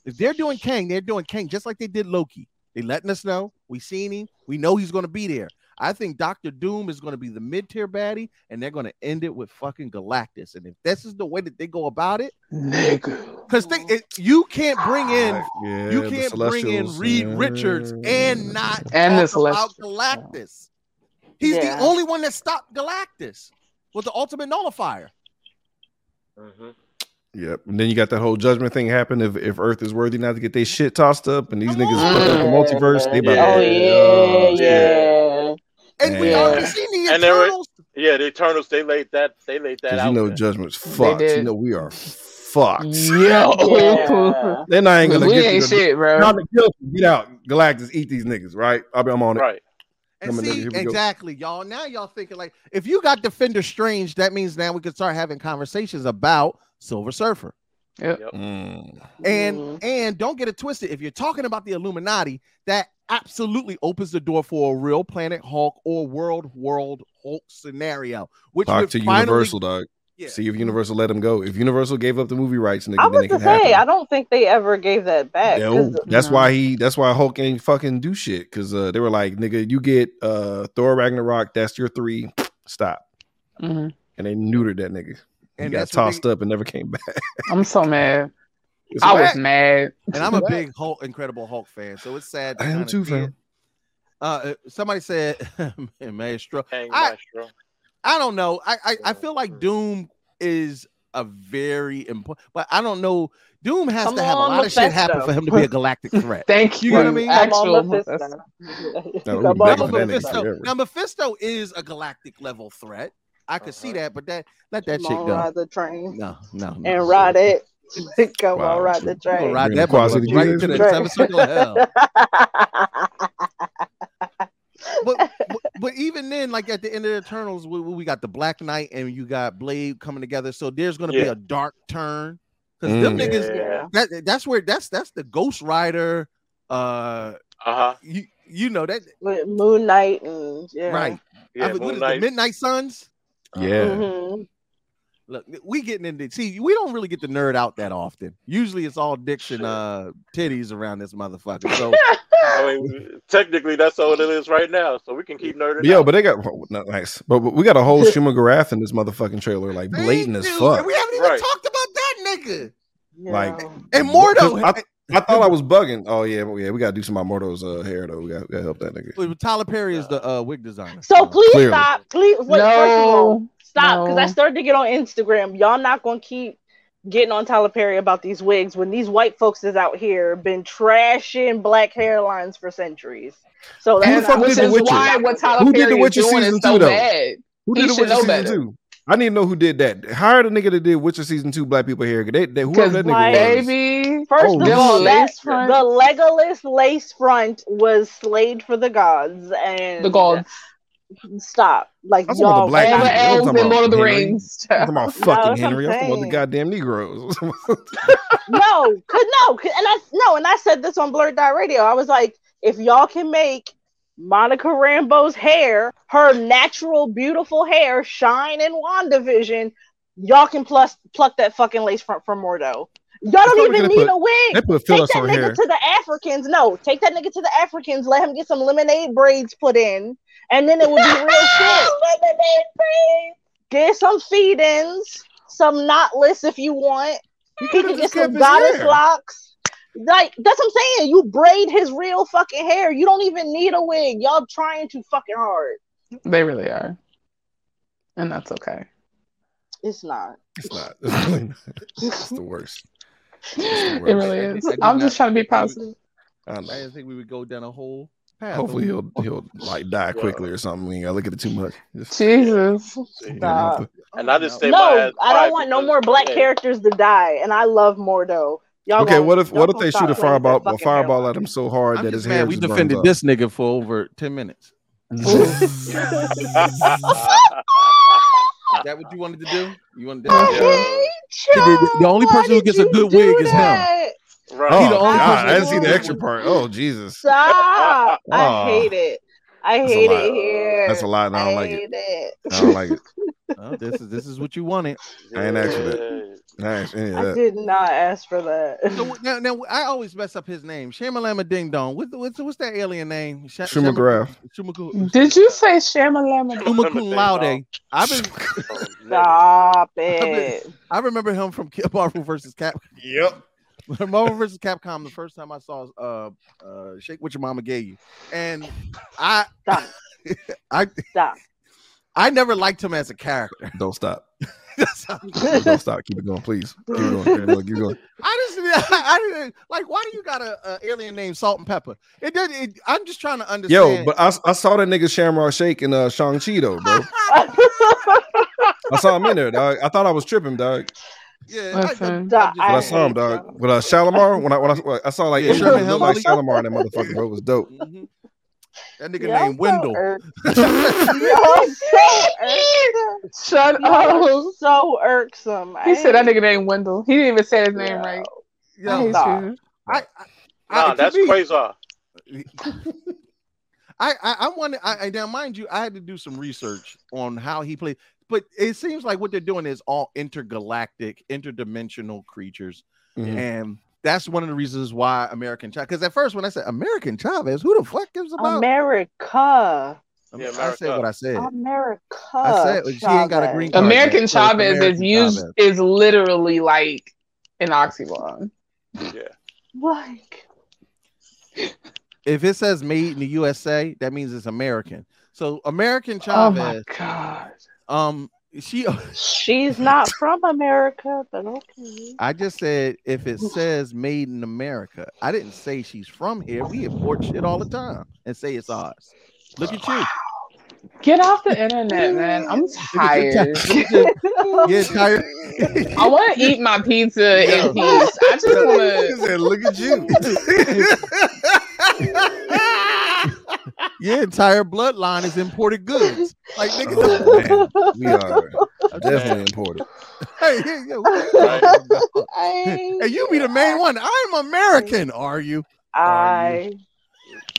[SPEAKER 3] if they're doing Kang, they're doing Kang just like they did Loki. They letting us know. We seen him. We know he's going to be there. I think Doctor Doom is going to be the mid tier baddie, and they're going to end it with fucking Galactus. And if this is the way that they go about it,
[SPEAKER 13] Nigga.
[SPEAKER 3] because they it, you can't bring in
[SPEAKER 7] Yeah,
[SPEAKER 3] you
[SPEAKER 7] the
[SPEAKER 3] can't bring in
[SPEAKER 7] Celestials,
[SPEAKER 3] Reed
[SPEAKER 7] yeah.
[SPEAKER 3] Richards and not
[SPEAKER 5] And the
[SPEAKER 3] talk about
[SPEAKER 5] Celestials.
[SPEAKER 3] Galactus. He's
[SPEAKER 10] Yeah.
[SPEAKER 3] the only one that stopped Galactus with the ultimate nullifier.
[SPEAKER 6] Mm-hmm.
[SPEAKER 7] Yep. And then you got that whole judgment thing happen if, if Earth is worthy not to get their shit tossed up and these niggas fucked up the multiverse. They
[SPEAKER 10] Oh
[SPEAKER 7] about to
[SPEAKER 10] yeah, yeah.
[SPEAKER 7] (laughs)
[SPEAKER 3] And we
[SPEAKER 7] Yeah.
[SPEAKER 3] already seen the
[SPEAKER 6] And they were-
[SPEAKER 3] Eternals.
[SPEAKER 6] Yeah, the Eternals. They laid that. They laid that
[SPEAKER 7] because you
[SPEAKER 6] out.
[SPEAKER 7] know
[SPEAKER 6] there.
[SPEAKER 7] judgment's fucked. You
[SPEAKER 5] did.
[SPEAKER 7] know we are fucked.
[SPEAKER 9] (laughs)
[SPEAKER 5] Yo.
[SPEAKER 7] Then I ain't gonna
[SPEAKER 5] we
[SPEAKER 7] get you
[SPEAKER 5] ain't
[SPEAKER 7] to-
[SPEAKER 5] shit, bro.
[SPEAKER 7] Not the guilt. Get out, Galactus. Eat these niggas, right? I'll be, I'm on it.
[SPEAKER 6] Right.
[SPEAKER 3] And
[SPEAKER 7] Come on, nigga,
[SPEAKER 3] see,
[SPEAKER 7] here we go.
[SPEAKER 3] exactly, y'all. Now y'all thinking like, if you got Defender Strange, that means now we could start having conversations about Silver Surfer.
[SPEAKER 7] Mm.
[SPEAKER 3] And
[SPEAKER 9] Mm-hmm.
[SPEAKER 3] and don't get it twisted. If you're talking about the Illuminati, that absolutely opens the door for a real Planet Hulk or World World Hulk scenario. Which
[SPEAKER 7] Talk
[SPEAKER 3] would
[SPEAKER 7] to
[SPEAKER 3] finally-
[SPEAKER 7] Universal, dog.
[SPEAKER 3] Yeah.
[SPEAKER 7] See if Universal let him go. If Universal gave up the movie rights, nigga,
[SPEAKER 10] I
[SPEAKER 7] then
[SPEAKER 10] was
[SPEAKER 7] it
[SPEAKER 10] to
[SPEAKER 7] can
[SPEAKER 10] say, I
[SPEAKER 7] happen.
[SPEAKER 10] don't think they ever gave that back.
[SPEAKER 7] No,
[SPEAKER 10] 'cause-
[SPEAKER 7] that's
[SPEAKER 5] No.
[SPEAKER 7] why he. That's why Hulk ain't fucking do shit. Cause uh, they were like, nigga, you get uh, Thor Ragnarok. That's your three. Stop.
[SPEAKER 5] Mhm.
[SPEAKER 7] And they neutered that nigga. He
[SPEAKER 3] And
[SPEAKER 7] got
[SPEAKER 3] that's what
[SPEAKER 7] tossed
[SPEAKER 3] they-
[SPEAKER 7] up and never came back.
[SPEAKER 5] I'm so mad.
[SPEAKER 7] It's
[SPEAKER 5] I
[SPEAKER 7] whack.
[SPEAKER 5] was mad.
[SPEAKER 3] And I'm a big Hulk, Incredible Hulk fan, so it's sad. To
[SPEAKER 7] I am
[SPEAKER 3] kinda
[SPEAKER 7] too,
[SPEAKER 3] see
[SPEAKER 7] fam.
[SPEAKER 3] it. Uh, somebody said, (laughs) Maestro.
[SPEAKER 6] Hang
[SPEAKER 3] I-
[SPEAKER 6] Maestro.
[SPEAKER 3] I don't know. I I, I feel like Doom is a very important, but I don't know. Doom has
[SPEAKER 10] Come
[SPEAKER 3] to have a
[SPEAKER 10] on,
[SPEAKER 3] lot of shit happen
[SPEAKER 10] Mephisto.
[SPEAKER 3] for him to
[SPEAKER 10] (laughs)
[SPEAKER 3] be a galactic threat.
[SPEAKER 5] Thank you.
[SPEAKER 3] You know what I mean?
[SPEAKER 10] Come
[SPEAKER 5] Actual.
[SPEAKER 10] on,
[SPEAKER 5] (laughs)
[SPEAKER 10] Mephisto.
[SPEAKER 7] No,
[SPEAKER 10] Come
[SPEAKER 7] we
[SPEAKER 10] on,
[SPEAKER 7] back
[SPEAKER 3] now,
[SPEAKER 7] on that nigga
[SPEAKER 10] Mephisto.
[SPEAKER 3] Mephisto,
[SPEAKER 7] forever.
[SPEAKER 3] now Mephisto is a galactic level threat. I could
[SPEAKER 7] Uh-huh.
[SPEAKER 3] see that, but that let that
[SPEAKER 10] Come
[SPEAKER 3] shit
[SPEAKER 10] on,
[SPEAKER 3] go.
[SPEAKER 10] ride the train
[SPEAKER 3] No, no, no.
[SPEAKER 10] and ride it. (laughs) Come
[SPEAKER 7] Wow.
[SPEAKER 10] on, ride the
[SPEAKER 3] You gonna
[SPEAKER 10] train.
[SPEAKER 3] ride
[SPEAKER 7] Bring
[SPEAKER 3] that
[SPEAKER 7] the Quad
[SPEAKER 3] motherfucker
[SPEAKER 7] City
[SPEAKER 3] right
[SPEAKER 7] Jesus
[SPEAKER 3] to the
[SPEAKER 7] back.
[SPEAKER 3] seven circle of hell.
[SPEAKER 10] (laughs)
[SPEAKER 3] but, but but even then, like at the end of the Eternals, we, we got the Black Knight and you got Blade coming together. So there's gonna be
[SPEAKER 6] Yeah.
[SPEAKER 3] a dark turn because
[SPEAKER 7] Mm.
[SPEAKER 3] them niggas
[SPEAKER 6] Yeah.
[SPEAKER 3] that that's where that's that's the Ghost Rider. Uh,
[SPEAKER 6] Uh huh.
[SPEAKER 3] you you know that
[SPEAKER 10] With Moon Knight and yeah.
[SPEAKER 3] right?
[SPEAKER 6] Yeah.
[SPEAKER 3] I mean, what
[SPEAKER 6] Moon
[SPEAKER 3] is the
[SPEAKER 6] Knight.
[SPEAKER 3] Midnight Suns?
[SPEAKER 7] Yeah.
[SPEAKER 10] Mhm.
[SPEAKER 3] Look, we getting into see we don't really get the nerd out that often. Usually it's all dicks and
[SPEAKER 6] Shit.
[SPEAKER 3] uh titties around this motherfucker. So
[SPEAKER 6] (laughs) I mean, technically, that's all it is right now. So we can keep
[SPEAKER 10] Mm-hmm.
[SPEAKER 6] nerding.
[SPEAKER 7] But yo,
[SPEAKER 6] out.
[SPEAKER 7] but they got well, not nice. But, but we got
[SPEAKER 10] (laughs)
[SPEAKER 7] a whole Shumagaraf in this motherfucking trailer, like blatant as
[SPEAKER 3] Dude,
[SPEAKER 7] fuck.
[SPEAKER 3] We haven't even
[SPEAKER 6] Right.
[SPEAKER 3] talked about that nigga
[SPEAKER 10] Yeah.
[SPEAKER 7] Like-
[SPEAKER 3] and
[SPEAKER 7] Cause
[SPEAKER 3] Mordo.
[SPEAKER 7] I, I thought I was bugging. Oh yeah, but yeah, we gotta do some of Mordo's uh, hair though. We gotta, we gotta help that nigga.
[SPEAKER 3] Tyler Perry is the uh, wig designer.
[SPEAKER 10] So please
[SPEAKER 7] Clearly.
[SPEAKER 10] stop. Please wait, first of all,
[SPEAKER 5] No.
[SPEAKER 10] stop because I
[SPEAKER 5] No.
[SPEAKER 10] started to get on Instagram. Y'all not gonna keep getting on Tyler Perry about these wigs when these white folks is out here been trashing black hairlines for centuries. So
[SPEAKER 7] Who the
[SPEAKER 10] that's
[SPEAKER 7] fuck
[SPEAKER 10] not-
[SPEAKER 7] did
[SPEAKER 5] Which
[SPEAKER 7] The
[SPEAKER 5] is
[SPEAKER 7] Witcher?
[SPEAKER 5] why what Tyler
[SPEAKER 7] Who did The
[SPEAKER 5] Perry is
[SPEAKER 7] Witcher
[SPEAKER 5] doing
[SPEAKER 7] season
[SPEAKER 5] is
[SPEAKER 7] two,
[SPEAKER 5] so
[SPEAKER 7] though?
[SPEAKER 5] bad.
[SPEAKER 7] Who
[SPEAKER 5] He
[SPEAKER 7] did the
[SPEAKER 5] should
[SPEAKER 7] Witcher
[SPEAKER 5] know
[SPEAKER 7] season
[SPEAKER 5] better.
[SPEAKER 7] two? I need to know who did that. Hire the nigga that did Witcher season two. Black people hair. They, they, whoever
[SPEAKER 5] 'Cause
[SPEAKER 7] that nigga
[SPEAKER 10] like,
[SPEAKER 7] was.
[SPEAKER 5] Baby.
[SPEAKER 10] First
[SPEAKER 7] Oh,
[SPEAKER 10] of
[SPEAKER 5] them
[SPEAKER 10] all, that,
[SPEAKER 5] lace
[SPEAKER 10] the
[SPEAKER 5] fronts.
[SPEAKER 10] Legolas lace front was slayed for the gods and
[SPEAKER 5] The gods.
[SPEAKER 9] stop. Like
[SPEAKER 7] I'm talking about
[SPEAKER 9] y'all,
[SPEAKER 7] the black
[SPEAKER 9] y'all-
[SPEAKER 7] people. I'm talking about Henry. I'm
[SPEAKER 9] (laughs)
[SPEAKER 7] talking about
[SPEAKER 9] No, that's
[SPEAKER 7] fucking
[SPEAKER 9] what I'm
[SPEAKER 7] Henry. I'm talking about the
[SPEAKER 9] saying.
[SPEAKER 7] goddamn Negroes. (laughs)
[SPEAKER 9] no, could no, 'cause- and I no, and I said this on Blurred Dot Radio. I was like, if y'all can make Monica Rambo's hair, her natural beautiful hair, shine in WandaVision, y'all can plus pluck that fucking lace front from Mordo. Y'all
[SPEAKER 7] That's
[SPEAKER 9] don't
[SPEAKER 7] what
[SPEAKER 9] even
[SPEAKER 7] they
[SPEAKER 9] need
[SPEAKER 7] put-
[SPEAKER 9] a wig.
[SPEAKER 7] they put
[SPEAKER 9] Take
[SPEAKER 7] Phyllis
[SPEAKER 9] that
[SPEAKER 7] on
[SPEAKER 9] nigga
[SPEAKER 7] here.
[SPEAKER 9] to the Africans. No, take that nigga to the Africans. Let him get some lemonade braids put in, and then it would be real
[SPEAKER 7] (laughs)
[SPEAKER 9] shit. Lemonade braids. Get some feed-ins, some knotless if you want. You
[SPEAKER 7] could've
[SPEAKER 9] can get
[SPEAKER 7] just
[SPEAKER 9] some
[SPEAKER 7] kept his
[SPEAKER 9] goddess
[SPEAKER 7] hair.
[SPEAKER 9] locks. Like that's what I'm saying. You braid his real fucking hair. You don't even need a wig. Y'all trying too fucking hard.
[SPEAKER 5] (laughs) They really are. And that's okay.
[SPEAKER 9] It's not.
[SPEAKER 7] It's not. It's really not. (laughs) It's the worst. It's the
[SPEAKER 5] It
[SPEAKER 7] worst.
[SPEAKER 5] really
[SPEAKER 3] I did-
[SPEAKER 5] is.
[SPEAKER 3] I did
[SPEAKER 5] I'm
[SPEAKER 3] not-
[SPEAKER 5] just trying to be
[SPEAKER 3] I did-
[SPEAKER 5] positive.
[SPEAKER 7] I
[SPEAKER 3] I
[SPEAKER 7] know.
[SPEAKER 3] (laughs) didn't think we would go down a whole path.
[SPEAKER 7] Hopefully he'll
[SPEAKER 3] Oh,
[SPEAKER 7] he'll like die quickly or something. We ain't gotta look at it too much. Just-
[SPEAKER 5] Jesus.
[SPEAKER 3] (laughs)
[SPEAKER 9] Stop.
[SPEAKER 3] Oh,
[SPEAKER 6] And I just stay by
[SPEAKER 9] No,
[SPEAKER 6] that.
[SPEAKER 9] I
[SPEAKER 6] Why?
[SPEAKER 9] don't want no
[SPEAKER 6] Because-
[SPEAKER 9] more black
[SPEAKER 6] yeah.
[SPEAKER 9] characters to die. And I love Mordo. Y'all
[SPEAKER 7] okay,
[SPEAKER 9] gonna-
[SPEAKER 7] what if
[SPEAKER 9] y'all
[SPEAKER 7] what if
[SPEAKER 9] gonna
[SPEAKER 7] they
[SPEAKER 9] stop
[SPEAKER 7] shoot a
[SPEAKER 9] playing with that
[SPEAKER 7] fireball a
[SPEAKER 9] fucking
[SPEAKER 7] fireball
[SPEAKER 9] hairline.
[SPEAKER 7] at him so hard
[SPEAKER 3] I'm
[SPEAKER 7] that
[SPEAKER 3] just
[SPEAKER 7] his
[SPEAKER 3] mad
[SPEAKER 7] hair
[SPEAKER 3] we
[SPEAKER 7] just burns
[SPEAKER 3] defended
[SPEAKER 7] up?
[SPEAKER 3] this nigga for over 10 minutes.
[SPEAKER 7] (laughs)
[SPEAKER 3] Is that what you wanted to do? You
[SPEAKER 6] (laughs)
[SPEAKER 3] wanted to
[SPEAKER 9] I hate y'all.
[SPEAKER 3] The- the only
[SPEAKER 9] Why
[SPEAKER 3] person who
[SPEAKER 9] did
[SPEAKER 3] gets a
[SPEAKER 9] you
[SPEAKER 3] good
[SPEAKER 9] do
[SPEAKER 3] wig is him.
[SPEAKER 9] that?
[SPEAKER 6] (laughs) Right.
[SPEAKER 7] Oh,
[SPEAKER 3] He the only
[SPEAKER 7] God,
[SPEAKER 3] person
[SPEAKER 7] I
[SPEAKER 3] that
[SPEAKER 7] didn't see
[SPEAKER 3] can
[SPEAKER 7] the
[SPEAKER 3] do
[SPEAKER 7] extra
[SPEAKER 3] it.
[SPEAKER 7] part. Oh
[SPEAKER 3] (laughs)
[SPEAKER 7] Jesus,
[SPEAKER 9] Stop.
[SPEAKER 7] Oh.
[SPEAKER 9] I hate it. I
[SPEAKER 7] That's a
[SPEAKER 9] hate
[SPEAKER 7] lot.
[SPEAKER 9] it here.
[SPEAKER 7] that's a lot, and I don't like it.
[SPEAKER 9] hate it.
[SPEAKER 7] I don't like it.
[SPEAKER 3] Oh, this is this is what you wanted.
[SPEAKER 7] I ain't asked for that. I ain't asked for any
[SPEAKER 9] (laughs)
[SPEAKER 7] of
[SPEAKER 9] I
[SPEAKER 7] that.
[SPEAKER 9] did not ask for
[SPEAKER 5] (laughs)
[SPEAKER 9] that.
[SPEAKER 3] So what- now, now I always mess up his name. Shamalama Ding Dong. What, what's what's that alien name? Sh-
[SPEAKER 7] Shuma Graf.
[SPEAKER 3] Shumaku.
[SPEAKER 5] Did you say
[SPEAKER 7] (laughs)
[SPEAKER 5] Shamalama?
[SPEAKER 3] Shuma Cum Laude. I've been.
[SPEAKER 9] (laughs)
[SPEAKER 3] (laughs)
[SPEAKER 6] Oh,
[SPEAKER 9] Stop
[SPEAKER 3] been-
[SPEAKER 9] it.
[SPEAKER 3] I remember him from Ki- Marvel versus Cap.
[SPEAKER 7] Yep.
[SPEAKER 3] (laughs) Marvel versus Capcom. The first time I saw uh uh Shake What Your Mama Gave You, and I
[SPEAKER 9] Stop.
[SPEAKER 3] I
[SPEAKER 5] (laughs)
[SPEAKER 9] Stop.
[SPEAKER 3] I never liked him as a character.
[SPEAKER 7] Don't (laughs) stop.
[SPEAKER 3] That's how-
[SPEAKER 7] Don't stop. Keep it going, please. Keep going. Keep going. Keep going.
[SPEAKER 3] I just (laughs) I, I didn't like. Why do you got a, a alien named Salt and Pepper? It did. It, I'm just trying to understand.
[SPEAKER 7] Yo, but I, I saw that nigga Shamrock Shake in uh, Shang Chi though, bro. I saw him in there. Dog. I thought I was tripping, dog.
[SPEAKER 3] yeah,
[SPEAKER 5] (laughs) Listen.
[SPEAKER 9] Stop.
[SPEAKER 7] But I,
[SPEAKER 9] I
[SPEAKER 7] saw him,
[SPEAKER 9] hate
[SPEAKER 7] dog.
[SPEAKER 9] y'all.
[SPEAKER 7] With uh, Shalimar, when I when I, I saw like
[SPEAKER 3] Yeah,
[SPEAKER 7] yeah,
[SPEAKER 3] Shalimar
[SPEAKER 7] looked like
[SPEAKER 3] Hemsley.
[SPEAKER 7] Shalimar in that motherfucker, bro, It was dope.
[SPEAKER 3] Mhm. That nigga
[SPEAKER 9] Y'all
[SPEAKER 3] named
[SPEAKER 9] so
[SPEAKER 3] Wendell.
[SPEAKER 5] (laughs)
[SPEAKER 9] irk- Y'all so irk-
[SPEAKER 5] Oh,
[SPEAKER 9] (laughs)
[SPEAKER 5] Shut
[SPEAKER 9] Y'all are
[SPEAKER 5] up.
[SPEAKER 9] so irksome.
[SPEAKER 5] He said that
[SPEAKER 9] hate
[SPEAKER 5] nigga named Wendell. He didn't even say his name
[SPEAKER 9] y'all.
[SPEAKER 5] right.
[SPEAKER 3] (laughs)
[SPEAKER 5] I
[SPEAKER 3] Yo,
[SPEAKER 5] hate
[SPEAKER 3] I,
[SPEAKER 9] Stop.
[SPEAKER 5] you.
[SPEAKER 3] I, I-
[SPEAKER 6] Nah,
[SPEAKER 3] to
[SPEAKER 6] that's
[SPEAKER 3] me,
[SPEAKER 6] Quasar.
[SPEAKER 3] I, I, I wanted. I, I- now, mind you, I had to do some research on how he played, but it seems like what they're doing is all intergalactic, interdimensional creatures,
[SPEAKER 7] Mhm.
[SPEAKER 3] and that's one of the reasons why American Chavez. Because at first, when I said American Chavez, who the fuck gives about?
[SPEAKER 9] America.
[SPEAKER 6] Yeah,
[SPEAKER 3] I said
[SPEAKER 6] America.
[SPEAKER 3] what I said.
[SPEAKER 9] America.
[SPEAKER 3] I said she ain't got a
[SPEAKER 9] Chavez.
[SPEAKER 3] green card.
[SPEAKER 5] American
[SPEAKER 3] So it's
[SPEAKER 5] Chavez is
[SPEAKER 3] American
[SPEAKER 5] used
[SPEAKER 3] Chavez.
[SPEAKER 5] is literally like an oxymoron.
[SPEAKER 6] Yeah.
[SPEAKER 9] Like,
[SPEAKER 3] If it says made in the USA, that means it's American. So American
[SPEAKER 5] Oh my
[SPEAKER 3] Chavez,
[SPEAKER 5] god.
[SPEAKER 3] um, she
[SPEAKER 9] she's not from America, but okay.
[SPEAKER 3] I just said if it says made in America, I didn't say she's from here. We import shit all the time and say it's ours. Look at you.
[SPEAKER 7] (laughs)
[SPEAKER 5] Get off the internet, man. I'm
[SPEAKER 3] Look at your
[SPEAKER 5] tired.
[SPEAKER 3] ta- look at your- your entire- (laughs)
[SPEAKER 5] I want to eat my pizza
[SPEAKER 3] Yo.
[SPEAKER 5] in peace. I just want
[SPEAKER 7] (laughs) He
[SPEAKER 5] to.
[SPEAKER 7] said, "Look at you."
[SPEAKER 3] your entire bloodline is imported goods. Like nigga,
[SPEAKER 7] (laughs)
[SPEAKER 3] (laughs)
[SPEAKER 7] Oh, man. We are definitely important.
[SPEAKER 3] hey, hey, yo, what the
[SPEAKER 6] Right.
[SPEAKER 3] hell you talking
[SPEAKER 9] I,
[SPEAKER 3] about? hey, you be the main one. I'm American, are you?
[SPEAKER 9] I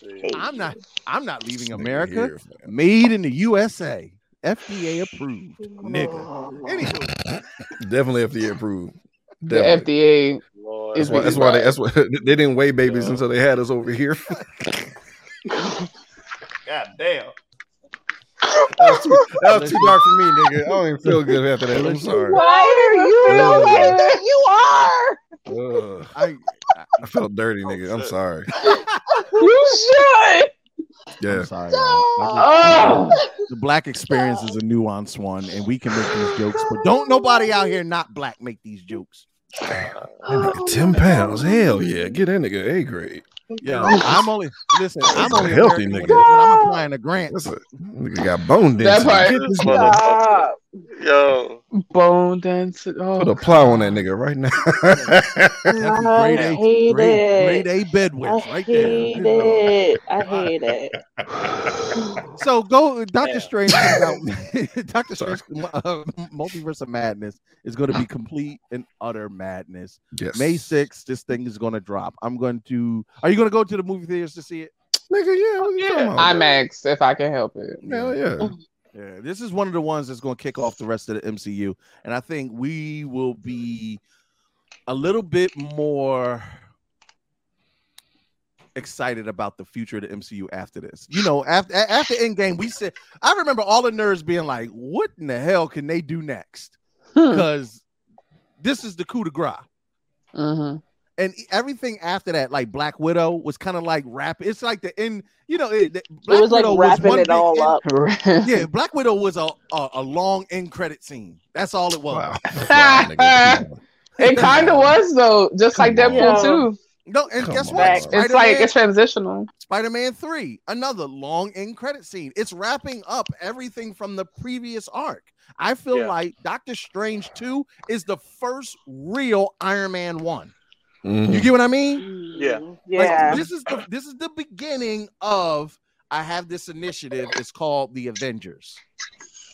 [SPEAKER 9] hate
[SPEAKER 3] I'm not.
[SPEAKER 9] you.
[SPEAKER 3] I'm not leaving
[SPEAKER 7] Nigga
[SPEAKER 3] America.
[SPEAKER 7] here, man.
[SPEAKER 3] Made in the USA, FDA approved, nigga.
[SPEAKER 9] Oh,
[SPEAKER 3] Anywho,
[SPEAKER 7] Definitely FDA approved.
[SPEAKER 5] The
[SPEAKER 7] Definitely.
[SPEAKER 5] FDA
[SPEAKER 6] Lord.
[SPEAKER 7] That's why. That's why. They, that's why (laughs) they didn't weigh babies until they had us over here. God damn. That was, too, that was too dark for me, nigga. I don't even feel good after that. I'm sorry.
[SPEAKER 9] Why are you the
[SPEAKER 7] Ugh.
[SPEAKER 9] way that you are?
[SPEAKER 7] Ugh.
[SPEAKER 3] I,
[SPEAKER 7] (laughs) I felt dirty, nigga. I'm sorry.
[SPEAKER 5] You should.
[SPEAKER 7] Yeah.
[SPEAKER 3] I'm sorry.
[SPEAKER 9] Stop.
[SPEAKER 3] y'all.
[SPEAKER 5] Oh,
[SPEAKER 3] The black experience is a nuanced one, and we can make these jokes, but don't nobody out here not black make these jokes.
[SPEAKER 7] That nigga, 10 pounds. Hell yeah. Get that nigga A grade.
[SPEAKER 3] Yeah, I'm only listen. I'm
[SPEAKER 7] a
[SPEAKER 3] only
[SPEAKER 7] healthy
[SPEAKER 3] American
[SPEAKER 7] nigga.
[SPEAKER 3] When I'm applying a grant,
[SPEAKER 7] That's a nigga got bone
[SPEAKER 5] that
[SPEAKER 7] density.
[SPEAKER 5] part.
[SPEAKER 6] Motherfucker.
[SPEAKER 9] Stop.
[SPEAKER 6] Yo.
[SPEAKER 5] Bone dance. Oh,
[SPEAKER 7] Put a plow on that nigga right now. (laughs)
[SPEAKER 9] I
[SPEAKER 3] grade A-
[SPEAKER 9] hate
[SPEAKER 3] grade-
[SPEAKER 9] it.
[SPEAKER 3] grade A bedwetch
[SPEAKER 9] I
[SPEAKER 3] right there.
[SPEAKER 9] hate it. I hate it.
[SPEAKER 3] So go, Doctor Strange. (laughs) Doctor Strange, uh, Multiverse of Madness is going to be complete and utter madness.
[SPEAKER 7] Yes.
[SPEAKER 3] May 6th, this thing is going to drop. I'm going to. Are you going to go to the movie theaters to see it?
[SPEAKER 7] Nigga, yeah, what you talking about?
[SPEAKER 5] IMAX, if Oh, I can help it.
[SPEAKER 7] Hell yeah.
[SPEAKER 3] Yeah, this is one of the ones that's going to kick off the rest of the MCU, and I think we will be a little bit more excited about the future of the MCU after this. You know, after a- after Endgame, we said I remember all the nerds being like, "What in the hell can they do next?"
[SPEAKER 9] Hmm.
[SPEAKER 3] Because this is the coup de grace
[SPEAKER 5] Mm-hmm.
[SPEAKER 3] and e- everything after that, like Black Widow, was kind of like rap. It's like the end. You know, it, the- Black
[SPEAKER 9] was like
[SPEAKER 3] Widow
[SPEAKER 9] wrapping
[SPEAKER 3] one
[SPEAKER 9] it
[SPEAKER 3] big
[SPEAKER 9] all
[SPEAKER 3] end-
[SPEAKER 9] up.
[SPEAKER 3] yeah, Black Widow was a, a a long end credit scene. That's all it was.
[SPEAKER 5] (laughs)
[SPEAKER 7] Wow. Wow, nigga, come on.
[SPEAKER 5] (laughs) It kind of was though, just like
[SPEAKER 7] Come
[SPEAKER 5] Deadpool
[SPEAKER 9] on.
[SPEAKER 5] too.
[SPEAKER 3] No, and
[SPEAKER 7] Come
[SPEAKER 3] guess
[SPEAKER 7] on.
[SPEAKER 3] what?
[SPEAKER 7] It's
[SPEAKER 5] It's like it's transitional.
[SPEAKER 3] Spider Man Three, another long end credit scene. It's wrapping up everything from the previous arc. I feel
[SPEAKER 6] Yeah.
[SPEAKER 3] like Doctor Strange Two is the first real Iron Man One. You
[SPEAKER 7] Mhm.
[SPEAKER 3] get what I mean?
[SPEAKER 6] Yeah.
[SPEAKER 3] Like,
[SPEAKER 9] Mm, Yeah.
[SPEAKER 3] this is the this is the beginning of I have this initiative. It's called the Avengers.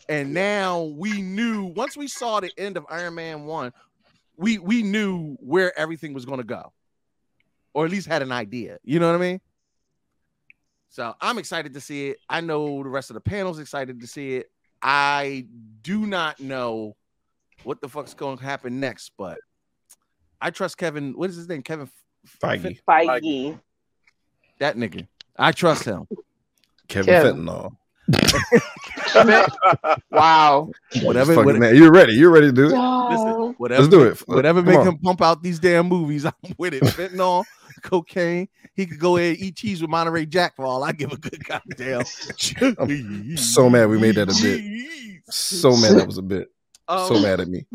[SPEAKER 3] And now we knew once we saw the end of Iron Man 1, we we knew where everything was gonna go. Or at least had an idea. You know what I mean? So I'm excited to see it. I know the rest of the panel's excited to see it. I do not know what the fuck's gonna happen next, but I trust Kevin. What is his name? Kevin
[SPEAKER 7] Feige.
[SPEAKER 9] Feige.
[SPEAKER 3] that nigga. I trust
[SPEAKER 7] (laughs)
[SPEAKER 3] him.
[SPEAKER 7] Kevin
[SPEAKER 5] Kevin.
[SPEAKER 7] Fentanyl.
[SPEAKER 5] Wow.
[SPEAKER 3] Whatever-
[SPEAKER 7] Fucking
[SPEAKER 3] what-
[SPEAKER 7] man, You're ready. You're ready to do it.
[SPEAKER 3] Listen, whatever,
[SPEAKER 7] Let's do it.
[SPEAKER 3] whatever
[SPEAKER 7] Come
[SPEAKER 3] make
[SPEAKER 7] on.
[SPEAKER 3] him pump out these damn movies, (laughs) I'm with it. Fentanyl, cocaine. He could go ahead and eat cheese with Monterey Jack for all I give a good goddamn.
[SPEAKER 7] (laughs) I'm so mad we made that a bit.
[SPEAKER 3] Jeez.
[SPEAKER 7] So mad that was a bit.
[SPEAKER 3] Um,
[SPEAKER 7] So mad at me.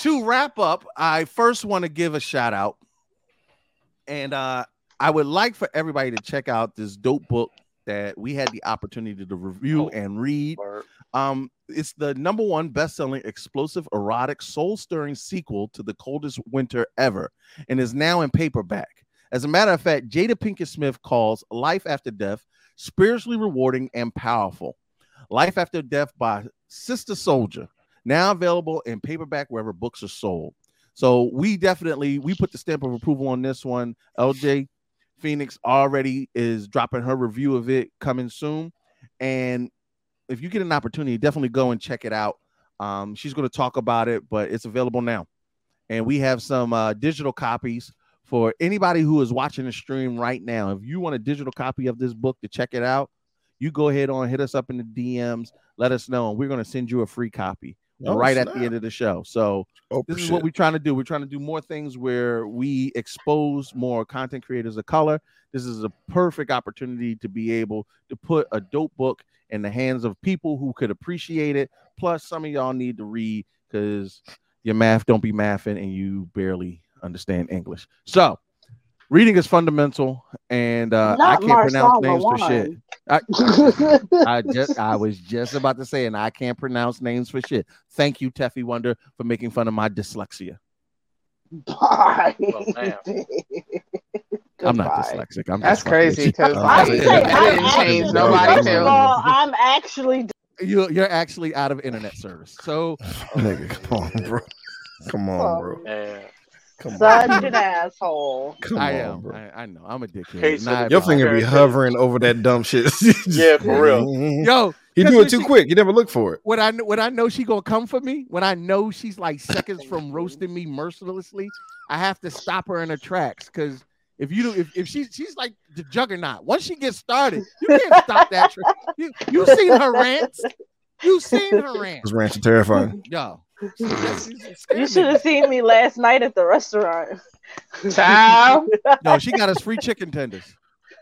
[SPEAKER 3] to wrap up, I first want to give a shout out, and uh, I would like for everybody to check out this dope book that we had the opportunity to review
[SPEAKER 6] Oh.
[SPEAKER 3] and read.
[SPEAKER 6] Word.
[SPEAKER 3] Um, it's the number one best-selling explosive, erotic, soul-stirring sequel to The Coldest Winter Ever, and is now in paperback. As a matter of fact, Jada Pinkett Smith calls Life After Death spiritually rewarding and powerful. Life After Death by Sister Soldier, now available in paperback wherever books are sold. So we definitely we put the stamp of approval on this one. LJ Phoenix already is dropping her review of it coming soon, and if you get an opportunity, definitely go and check it out. Um, she's going to talk about it, but it's available now. And we have some uh, digital copies for anybody who is watching the stream right now. If you want a digital copy of this book to check it out, you go ahead on hit us up in the DMs, let us know, and we're going to send you a free copy
[SPEAKER 7] Oh,
[SPEAKER 3] right at
[SPEAKER 7] snap.
[SPEAKER 3] the end of the show. So
[SPEAKER 7] Oh,
[SPEAKER 3] this is
[SPEAKER 7] shit.
[SPEAKER 3] what we're trying to do. We're trying to do more things where we expose more content creators of color. This is a perfect opportunity to be able to put a dope book in the hands of people who could appreciate it. Plus, some of y'all need to read because your math don't be mathing and you barely understand English. So, reading is fundamental, and uh, I
[SPEAKER 9] Not
[SPEAKER 3] can't
[SPEAKER 9] Marcella
[SPEAKER 3] pronounce names for shit.
[SPEAKER 9] Wan.
[SPEAKER 3] I,
[SPEAKER 9] (laughs)
[SPEAKER 3] I just I was just about to say, and I can't pronounce names for shit. Thank you, Teffy Wonder, for making fun of my dyslexia.
[SPEAKER 9] Bye.
[SPEAKER 6] Well, damn.
[SPEAKER 3] I'm not
[SPEAKER 9] Goodbye.
[SPEAKER 3] dyslexic. I'm
[SPEAKER 5] That's
[SPEAKER 3] just fucking with
[SPEAKER 5] crazy
[SPEAKER 3] you.
[SPEAKER 5] because
[SPEAKER 9] I
[SPEAKER 5] like,
[SPEAKER 9] say,
[SPEAKER 7] That
[SPEAKER 5] that
[SPEAKER 9] I'm
[SPEAKER 5] didn't
[SPEAKER 9] actually,
[SPEAKER 5] change
[SPEAKER 7] No,
[SPEAKER 5] nobody
[SPEAKER 9] first
[SPEAKER 7] no,
[SPEAKER 5] too.
[SPEAKER 9] of all, I'm actually
[SPEAKER 3] you you're actually out of internet service. So
[SPEAKER 7] (laughs) Nigga, come on, bro. Come on, bro.
[SPEAKER 6] Yeah.
[SPEAKER 7] Come on.
[SPEAKER 9] such an asshole.
[SPEAKER 7] Come
[SPEAKER 3] I
[SPEAKER 7] on,
[SPEAKER 3] am.
[SPEAKER 7] bro.
[SPEAKER 3] I, I know. I'm a dickhead.
[SPEAKER 6] Case
[SPEAKER 3] and I
[SPEAKER 6] of the
[SPEAKER 7] Your
[SPEAKER 6] Nah,
[SPEAKER 7] finger be
[SPEAKER 6] bro.
[SPEAKER 7] hovering over that dumb shit. (laughs) Mm-hmm.
[SPEAKER 6] Yeah, for real.
[SPEAKER 3] Yo,
[SPEAKER 7] He
[SPEAKER 3] 'cause
[SPEAKER 7] do
[SPEAKER 3] when
[SPEAKER 7] it too
[SPEAKER 3] she-
[SPEAKER 7] quick. You never look
[SPEAKER 3] (laughs)
[SPEAKER 7] for it.
[SPEAKER 3] When I kn- when I know she gonna come for me, when I know she's like seconds from roasting me mercilessly, I have to stop her in her tracks. Cause if you do, if, if she she's like the juggernaut. Once she gets started, you can't stop that. Tra- you you seen her rants? You seen her rants?
[SPEAKER 7] This ranch is terrifying.
[SPEAKER 3] Yo,
[SPEAKER 9] You should have seen me last night at the restaurant.
[SPEAKER 5] Child,
[SPEAKER 3] no, she got us free chicken tenders.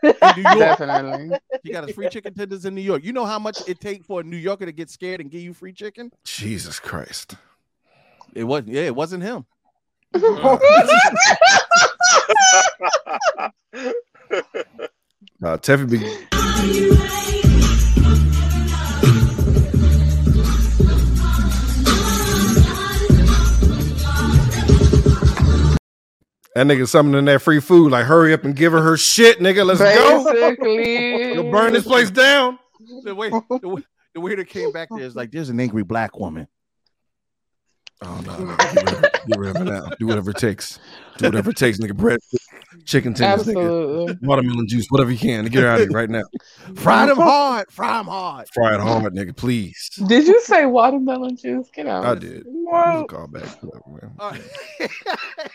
[SPEAKER 3] In New York,
[SPEAKER 5] definitely.
[SPEAKER 3] she got us free chicken tenders in New York. You know how much it take for a New Yorker to get scared and give you free chicken?
[SPEAKER 7] Jesus Christ.
[SPEAKER 3] It wasn't. Yeah, it wasn't him.
[SPEAKER 7] Uh, Teffy be That nigga summoning that free food. Like, hurry up and give her her shit, nigga. Let's
[SPEAKER 5] Basically.
[SPEAKER 7] go. You'll burn this place down.
[SPEAKER 3] The way the, way- the waiter came back there is like, there's an angry black woman.
[SPEAKER 7] Oh no, no. Do whatever, do whatever now. Do whatever it takes. Do whatever it takes, nigga. Bread, chicken tenders,
[SPEAKER 5] Absolutely.
[SPEAKER 7] nigga. Watermelon juice, whatever you can to get her out of here right now.
[SPEAKER 3] Fry them hard. Fry them hard.
[SPEAKER 7] Fry it hard, nigga, please.
[SPEAKER 5] Did you say watermelon juice? Get out.
[SPEAKER 7] I did.
[SPEAKER 5] Whoa.
[SPEAKER 7] Call back. Whatever, man.
[SPEAKER 3] Uh,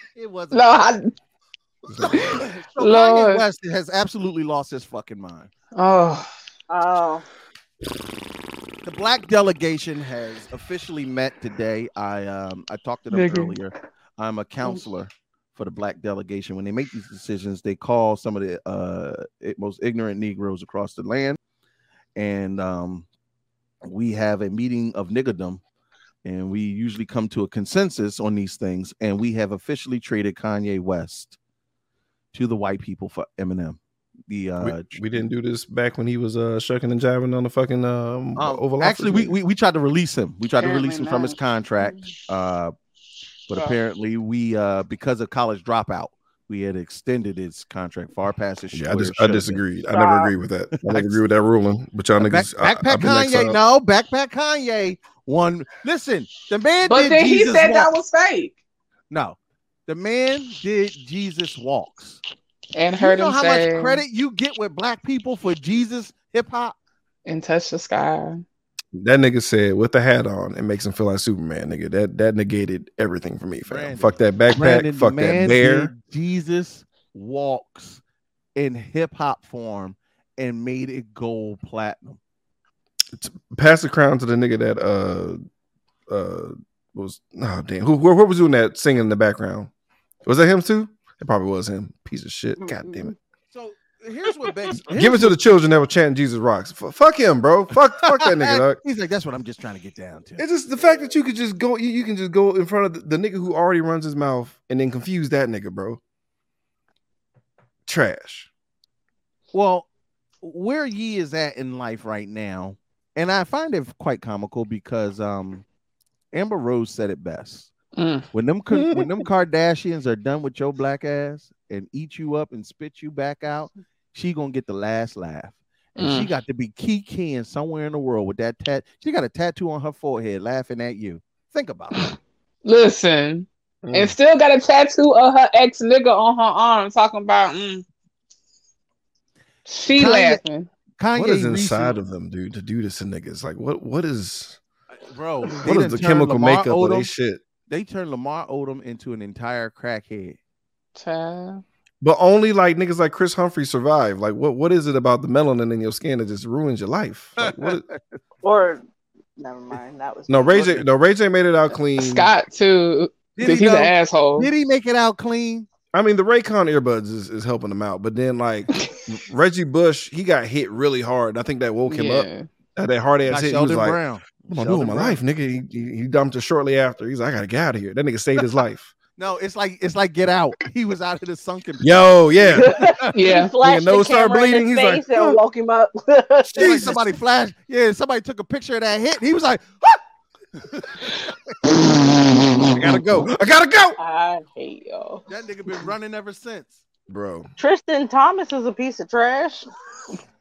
[SPEAKER 3] (laughs) it wasn't.
[SPEAKER 5] No, I,
[SPEAKER 3] (laughs) So Kanye
[SPEAKER 5] Lord.
[SPEAKER 3] West has absolutely lost his fucking mind.
[SPEAKER 5] oh,
[SPEAKER 10] Oh,
[SPEAKER 3] The black delegation has officially met today. I um I talked to them
[SPEAKER 5] Nigga.
[SPEAKER 3] earlier. I'm a counselor for the black delegation. When they make these decisions, they call some of the uh i- most ignorant Negroes across the land, and um we have a meeting of niggerdom, and we usually come to a consensus on these things. And we have officially traded Kanye West to the white people for Eminem. The uh,
[SPEAKER 7] We, we didn't do this back when he was uh shucking and jiving on the fucking
[SPEAKER 3] Um,
[SPEAKER 7] um, Oval Office,
[SPEAKER 3] actually, we,
[SPEAKER 7] nigga.
[SPEAKER 3] we we tried to release him. We tried to
[SPEAKER 5] Apparently
[SPEAKER 3] release him from his
[SPEAKER 5] not.
[SPEAKER 3] contract, uh, but
[SPEAKER 5] Oh.
[SPEAKER 3] apparently we uh, because of college dropout, we had extended his contract far past his.
[SPEAKER 7] Yeah, I,
[SPEAKER 3] where
[SPEAKER 7] dis-
[SPEAKER 3] it
[SPEAKER 7] I
[SPEAKER 3] should have
[SPEAKER 7] disagreed. I never agreed with that. I never agree with that ruling. But y'all
[SPEAKER 3] been. Back,
[SPEAKER 7] niggas, I-
[SPEAKER 3] backpack
[SPEAKER 7] I've been
[SPEAKER 3] Kanye,
[SPEAKER 7] exiled.
[SPEAKER 3] no, backpack Kanye. One, listen, the man
[SPEAKER 5] but
[SPEAKER 3] did
[SPEAKER 5] then he
[SPEAKER 3] Jesus
[SPEAKER 5] said
[SPEAKER 3] walk.
[SPEAKER 5] that was fake.
[SPEAKER 3] no. The man did Jesus walks.
[SPEAKER 5] And
[SPEAKER 3] You
[SPEAKER 5] heard
[SPEAKER 3] know
[SPEAKER 5] him
[SPEAKER 3] how
[SPEAKER 5] say,
[SPEAKER 3] much credit you get with black people for Jesus hip hop.
[SPEAKER 5] and touch the sky.
[SPEAKER 7] That nigga said with the hat on, it makes him feel like Superman, nigga. That that negated everything for me, fam.
[SPEAKER 3] Brandon.
[SPEAKER 7] fuck that backpack,
[SPEAKER 3] Brandon,
[SPEAKER 7] fuck
[SPEAKER 3] the
[SPEAKER 7] that
[SPEAKER 3] man
[SPEAKER 7] bear.
[SPEAKER 3] did Jesus walks in hip hop form and made it gold platinum.
[SPEAKER 7] Pass the crown to the nigga that uh uh was oh damn. Who who, who was doing that singing in the background? Was that him too? It probably was him. Piece of shit. God damn it.
[SPEAKER 3] So here's what
[SPEAKER 7] (laughs)
[SPEAKER 3] begs.
[SPEAKER 7] Give it to the children that were chanting Jesus rocks. F- fuck him, bro. Fuck fuck
[SPEAKER 3] (laughs)
[SPEAKER 7] that nigga, dog.
[SPEAKER 3] He's like, that's what I'm just trying to get down to.
[SPEAKER 7] It's just the fact that you could just go, you, you can just go in front of the, the nigga who already runs his mouth and then confuse that nigga, bro. Trash.
[SPEAKER 3] Well, where Ye is at in life right now, and I find it quite comical because um, Amber Rose said it best.
[SPEAKER 5] Mm.
[SPEAKER 3] When them Ka- when
[SPEAKER 7] (laughs)
[SPEAKER 3] them Kardashians are done with your black ass and eat you up and spit you back out, she gonna get the last laugh. And she
[SPEAKER 5] Mm.
[SPEAKER 3] got to be kikiing somewhere in the world with that tat. She got a tattoo on her forehead laughing at you. Think about it.
[SPEAKER 5] Listen,
[SPEAKER 3] Mm.
[SPEAKER 7] Mm.
[SPEAKER 5] and still got a tattoo of her ex nigga on her arm talking about. Mm. She
[SPEAKER 3] Kanye-
[SPEAKER 5] laughing.
[SPEAKER 3] Kanye
[SPEAKER 7] What is
[SPEAKER 3] recent-
[SPEAKER 7] inside of them, dude, to do this to niggas? Like, what what is
[SPEAKER 3] bro?
[SPEAKER 7] what is the chemical makeup of this shit?
[SPEAKER 3] They turned Lamar Odom into an entire crackhead.
[SPEAKER 5] Child.
[SPEAKER 7] But only like niggas like Chris Humphrey survive. Like, what what is it about the melanin in your skin that just ruins your life? Like,
[SPEAKER 3] (laughs)
[SPEAKER 7] what is-
[SPEAKER 10] or never mind. That was
[SPEAKER 7] no,
[SPEAKER 10] (laughs)
[SPEAKER 7] Ray J, no, Ray J made it out clean.
[SPEAKER 5] Scott too.
[SPEAKER 3] Did
[SPEAKER 5] Cause
[SPEAKER 3] he
[SPEAKER 5] he's
[SPEAKER 3] though?
[SPEAKER 5] an asshole.
[SPEAKER 3] Did he make it out clean?
[SPEAKER 7] I mean, the Raycon earbuds is, is helping him out, but then
[SPEAKER 3] (laughs)
[SPEAKER 7] like Reggie Bush, he got hit really hard. and I think that woke him up.
[SPEAKER 5] Yeah.
[SPEAKER 7] That, that hard ass
[SPEAKER 3] Like
[SPEAKER 7] hit. He was
[SPEAKER 3] Sheldon
[SPEAKER 7] like,
[SPEAKER 3] Brown.
[SPEAKER 7] "What am I doing with
[SPEAKER 3] Sheldon
[SPEAKER 7] my
[SPEAKER 3] Brown.
[SPEAKER 7] life, nigga?" He, he, he dumped her shortly after. He's like, "I gotta get out of here." That nigga saved
[SPEAKER 3] (laughs)
[SPEAKER 7] his life.
[SPEAKER 3] No, it's like it's like Get Out. He was out of the sunken.
[SPEAKER 7] Yo, yeah.
[SPEAKER 3] (laughs)
[SPEAKER 5] Yeah.
[SPEAKER 7] When your nose start bleeding, he's like, "Huh."
[SPEAKER 10] and woke him up. (laughs)
[SPEAKER 3] It's like
[SPEAKER 7] Jesus.
[SPEAKER 3] somebody flashed. Yeah, somebody took a picture of that hit. He was like,
[SPEAKER 7] I gotta go. I gotta go,
[SPEAKER 10] I hate y'all.
[SPEAKER 3] that nigga been running ever since.
[SPEAKER 7] bro.
[SPEAKER 10] Tristan Thomas is a piece of trash.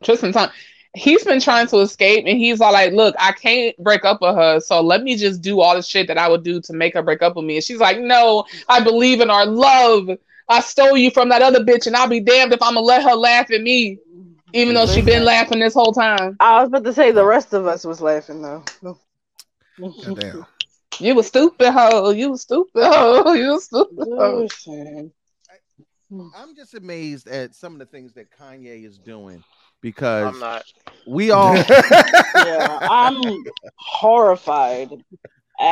[SPEAKER 5] Tristan Thompson. He's been trying to escape, and he's all like, "Look, I can't break up with her, so let me just do all the shit that I would do to make her break up with me." And she's like, "No, I believe in our love. I stole you from that other bitch, and I'll be damned if I'm gonna let her laugh at me, even though she been laughing this whole time.
[SPEAKER 10] I was about to say the rest of us was laughing though. (laughs)
[SPEAKER 7] Goddamn.
[SPEAKER 5] You was stupid, hoe. You was stupid, hoe. (laughs) You was stupid."
[SPEAKER 10] Oh,
[SPEAKER 5] Hoe.
[SPEAKER 10] Listen.
[SPEAKER 3] I'm just amazed at some of the things that Kanye is doing because
[SPEAKER 6] I'm not.
[SPEAKER 3] we all
[SPEAKER 10] yeah, I'm horrified. Absolutely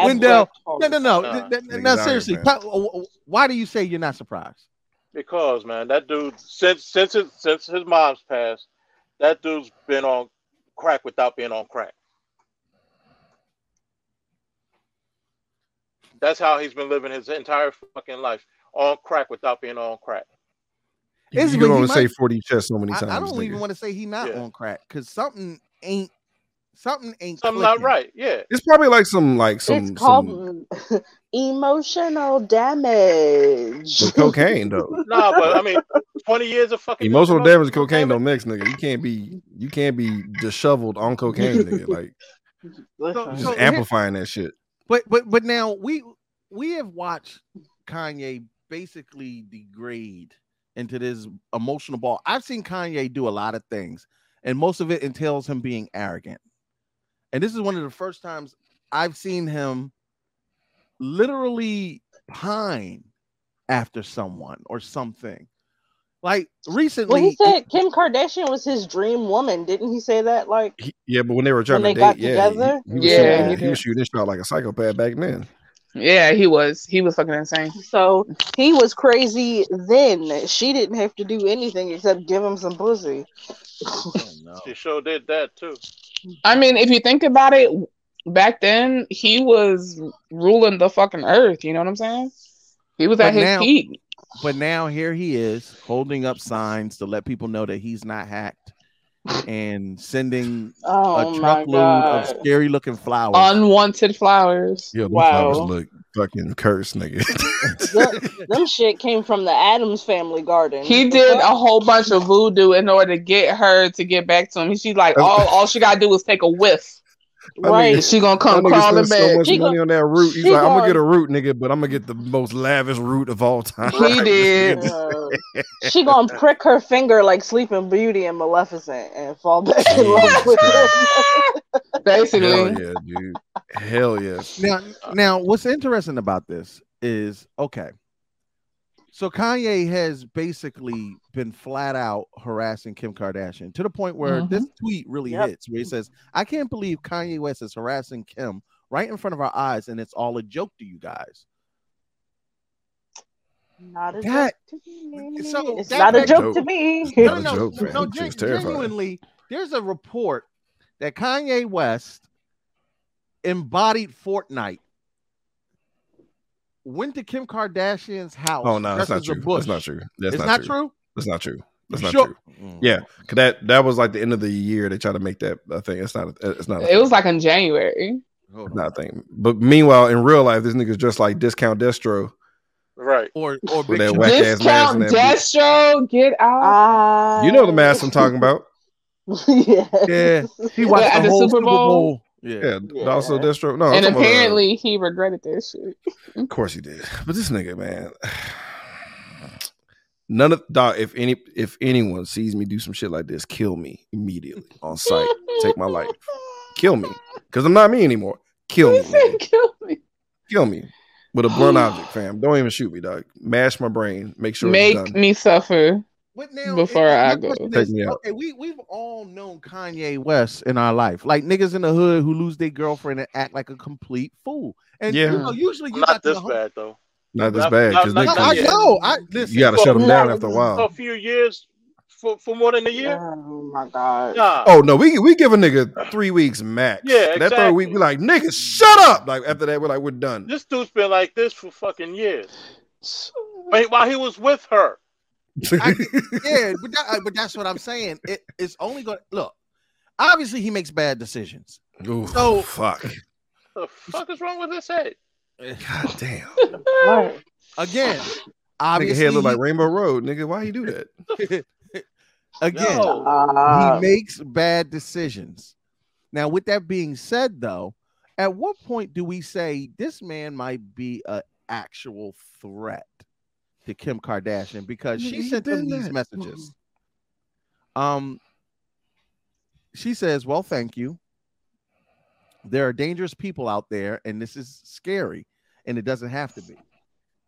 [SPEAKER 3] Wendell, no
[SPEAKER 10] horrified.
[SPEAKER 3] no no th-
[SPEAKER 6] Nah.
[SPEAKER 3] th-
[SPEAKER 7] Niggas
[SPEAKER 3] no
[SPEAKER 7] out here,
[SPEAKER 3] seriously.
[SPEAKER 7] man.
[SPEAKER 3] Pa- w- w- Why do you say you're not surprised?
[SPEAKER 6] Because man, that dude since since his, since his mom's passed, that dude's been on crack without being on crack. That's how he's been living his entire fucking life on crack without being on crack.
[SPEAKER 7] You,
[SPEAKER 3] It's-
[SPEAKER 7] you
[SPEAKER 3] but
[SPEAKER 7] don't
[SPEAKER 3] he
[SPEAKER 7] want to say
[SPEAKER 3] might-
[SPEAKER 7] forty chest so many
[SPEAKER 3] I,
[SPEAKER 7] times.
[SPEAKER 3] I don't even
[SPEAKER 7] nigga.
[SPEAKER 3] want to say he not
[SPEAKER 6] Yeah.
[SPEAKER 3] on crack because something ain't something ain't
[SPEAKER 6] Something not
[SPEAKER 3] clicking.
[SPEAKER 6] right. Yeah.
[SPEAKER 7] It's probably like some like some
[SPEAKER 10] it's called
[SPEAKER 7] some
[SPEAKER 10] (laughs)
[SPEAKER 9] emotional damage.
[SPEAKER 7] With
[SPEAKER 6] (laughs)
[SPEAKER 7] cocaine though.
[SPEAKER 6] Nah, but I mean, twenty years of fucking
[SPEAKER 7] Emotional damage with cocaine don't mix, nigga. You can't be you can't be disheveled on cocaine, nigga. Like
[SPEAKER 3] So-
[SPEAKER 7] just
[SPEAKER 3] so here-
[SPEAKER 7] amplifying that shit.
[SPEAKER 3] But but but now we we have watched Kanye basically degrade into this emotional ball. I've seen Kanye do a lot of things, and most of it entails him being arrogant. And this is one of the first times I've seen him literally pine after someone or something. Like
[SPEAKER 9] Well,
[SPEAKER 3] recently,
[SPEAKER 9] he said Kim Kardashian was his dream woman, didn't he? Say that like
[SPEAKER 7] He- yeah, but when they were trying
[SPEAKER 9] they
[SPEAKER 7] to
[SPEAKER 9] got
[SPEAKER 7] date, yeah, he-
[SPEAKER 9] together?
[SPEAKER 7] he, was
[SPEAKER 5] Yeah,
[SPEAKER 7] shooting,
[SPEAKER 5] he
[SPEAKER 7] he,
[SPEAKER 5] did.
[SPEAKER 7] was shooting this shot like a psychopath back then.
[SPEAKER 5] Yeah, he was. He was fucking insane.
[SPEAKER 9] so he was crazy then. She didn't have to do anything except give him some pussy.
[SPEAKER 6] She sure did that too.
[SPEAKER 5] I mean, if you think about it, back then he was ruling the fucking earth. You know what I'm saying? He was at
[SPEAKER 3] But
[SPEAKER 5] his
[SPEAKER 3] now-
[SPEAKER 5] peak.
[SPEAKER 3] But now here he is holding up signs to let people know that he's not hacked and sending
[SPEAKER 5] Oh,
[SPEAKER 3] a
[SPEAKER 5] my
[SPEAKER 3] truckload of (laughs)
[SPEAKER 5] God.
[SPEAKER 3] scary looking flowers.
[SPEAKER 7] Oh.
[SPEAKER 5] Unwanted flowers.
[SPEAKER 7] Yeah, those
[SPEAKER 9] Wow.
[SPEAKER 7] flowers look fucking cursed, nigga.
[SPEAKER 9] Them, them shit came from the Adams family garden.
[SPEAKER 5] He did a whole bunch of voodoo in order to get her to get back to him. She's like, all all she gotta do is take a whiff.
[SPEAKER 7] My
[SPEAKER 5] Right. (laughs)
[SPEAKER 7] nigga-
[SPEAKER 5] She gonna
[SPEAKER 7] That (laughs)
[SPEAKER 5] come
[SPEAKER 7] nigga
[SPEAKER 5] crawling
[SPEAKER 7] spent so
[SPEAKER 5] back.
[SPEAKER 7] much
[SPEAKER 5] He
[SPEAKER 7] money
[SPEAKER 5] go-
[SPEAKER 7] on that root. He's
[SPEAKER 5] she
[SPEAKER 7] like, I'm gonna
[SPEAKER 5] gone.
[SPEAKER 7] get a root, nigga, but I'm gonna get the most lavish root of all (laughs) time.
[SPEAKER 5] He did.
[SPEAKER 9] Uh, She gonna prick her finger like Sleeping Beauty and Maleficent and fall back in love with him.
[SPEAKER 5] Basically.
[SPEAKER 7] Hell (laughs) yeah, dude. Hell yeah.
[SPEAKER 3] now, now, what's interesting about this is okay. So Kanye has basically been flat out harassing Kim Kardashian to the point where this tweet really
[SPEAKER 1] Yep.
[SPEAKER 3] hits, where he says, "I can't believe Kanye West is harassing Kim right in front of our eyes, and it's all a joke to you guys."
[SPEAKER 9] Not a
[SPEAKER 3] That-
[SPEAKER 9] joke to me.
[SPEAKER 3] so
[SPEAKER 9] it's
[SPEAKER 3] that
[SPEAKER 9] not a
[SPEAKER 3] makes-
[SPEAKER 9] joke to me.
[SPEAKER 3] No, no, no,
[SPEAKER 7] joke,
[SPEAKER 3] no
[SPEAKER 7] man. She
[SPEAKER 3] gen-
[SPEAKER 7] was terrified.
[SPEAKER 3] genuinely, there's a report that Kanye West embodied Fortnite, went to Kim Kardashian's house.
[SPEAKER 7] Oh no, that's
[SPEAKER 3] dressed
[SPEAKER 7] not
[SPEAKER 3] as a
[SPEAKER 7] true.
[SPEAKER 3] bush.
[SPEAKER 7] That's not true. That's
[SPEAKER 3] It's
[SPEAKER 7] not,
[SPEAKER 3] not
[SPEAKER 7] true.
[SPEAKER 3] true?
[SPEAKER 7] That's not true. That's
[SPEAKER 3] You
[SPEAKER 7] not
[SPEAKER 3] sure? Mm.
[SPEAKER 7] true. Yeah, 'cause that that was like the end of the year. They tried to make that. I think it's not. A, it's not. A,
[SPEAKER 5] It was like in January.
[SPEAKER 3] it's
[SPEAKER 7] not a thing. But meanwhile, in real life, this nigga's just like Discount Destro.
[SPEAKER 6] Right.
[SPEAKER 3] Or or
[SPEAKER 7] With that whack ass mask
[SPEAKER 5] Discount
[SPEAKER 7] and that.
[SPEAKER 5] Destro, get out.
[SPEAKER 7] beat. You know the mask I'm talking about.
[SPEAKER 3] (laughs)
[SPEAKER 7] Yeah,
[SPEAKER 5] He watched What, the at the whole Super Super Bowl? Bowl.
[SPEAKER 7] Yeah,
[SPEAKER 5] Yeah.
[SPEAKER 7] also Destro.
[SPEAKER 3] Oh,
[SPEAKER 7] No, I'm
[SPEAKER 5] and
[SPEAKER 7] talking about, uh,
[SPEAKER 5] apparently he regretted this shit.
[SPEAKER 7] Of course he did. But this nigga, man. (sighs) None of dog, if any if anyone sees me do some shit like this, kill me immediately on sight. Take my life. Kill me. Because I'm not me anymore. Kill me.
[SPEAKER 5] (laughs)
[SPEAKER 7] nigga.
[SPEAKER 5] kill me.
[SPEAKER 7] Kill me. With a blunt object, fam. Don't even shoot me, dog. Mash my brain. Make sure it's
[SPEAKER 5] Make
[SPEAKER 7] done.
[SPEAKER 5] me suffer
[SPEAKER 3] But now,
[SPEAKER 5] before
[SPEAKER 3] it- my
[SPEAKER 5] I go.
[SPEAKER 3] question
[SPEAKER 7] Take
[SPEAKER 3] is,
[SPEAKER 7] me out.
[SPEAKER 3] Okay, we we've all known Kanye West in our life, like niggas in the hood who lose their girlfriend and act like a complete fool. And
[SPEAKER 7] Yeah.
[SPEAKER 3] you know,
[SPEAKER 6] (laughs)
[SPEAKER 3] usually you
[SPEAKER 6] Not
[SPEAKER 3] got to
[SPEAKER 6] this
[SPEAKER 3] the home-
[SPEAKER 6] bad though.
[SPEAKER 7] Not this
[SPEAKER 6] Not-
[SPEAKER 7] bad.
[SPEAKER 6] not-
[SPEAKER 7] Because
[SPEAKER 6] not-
[SPEAKER 3] No,
[SPEAKER 6] not
[SPEAKER 3] I
[SPEAKER 6] yet.
[SPEAKER 3] know. I listen.
[SPEAKER 7] you gotta shut him
[SPEAKER 6] For-
[SPEAKER 7] down after a while.
[SPEAKER 6] For a few years, for, for more than a year.
[SPEAKER 9] Oh my god.
[SPEAKER 6] Nah.
[SPEAKER 7] Oh no, we we give a nigga three weeks max.
[SPEAKER 6] Yeah,
[SPEAKER 7] That third week, we like, nigga, shut up. Like after that, we're like, we're done.
[SPEAKER 6] This dude's been like this for fucking years. Wait, while he was with her.
[SPEAKER 3] yeah, but that, uh, but that's what I'm saying. It, it's only going to look. Obviously, he makes bad decisions.
[SPEAKER 7] (laughs) Ooh,
[SPEAKER 3] So-
[SPEAKER 7] fuck.
[SPEAKER 6] The fuck is wrong with his head?
[SPEAKER 7] God damn.
[SPEAKER 3] Again,
[SPEAKER 7] Nigga
[SPEAKER 3] obviously,
[SPEAKER 7] head look like
[SPEAKER 3] he-
[SPEAKER 7] Rainbow Road, nigga. Why you do that?
[SPEAKER 3] again,
[SPEAKER 6] No.
[SPEAKER 9] Uh,
[SPEAKER 3] he makes bad decisions. Now, with that being said, though, at what point do we say this man might be an actual threat to Kim Kardashian because
[SPEAKER 7] Nigga,
[SPEAKER 3] she
[SPEAKER 7] he
[SPEAKER 3] sent him
[SPEAKER 7] been
[SPEAKER 3] these
[SPEAKER 7] that.
[SPEAKER 3] messages? Um, she says, "Well, thank you. There are dangerous people out there, and this is scary, and it doesn't have to be."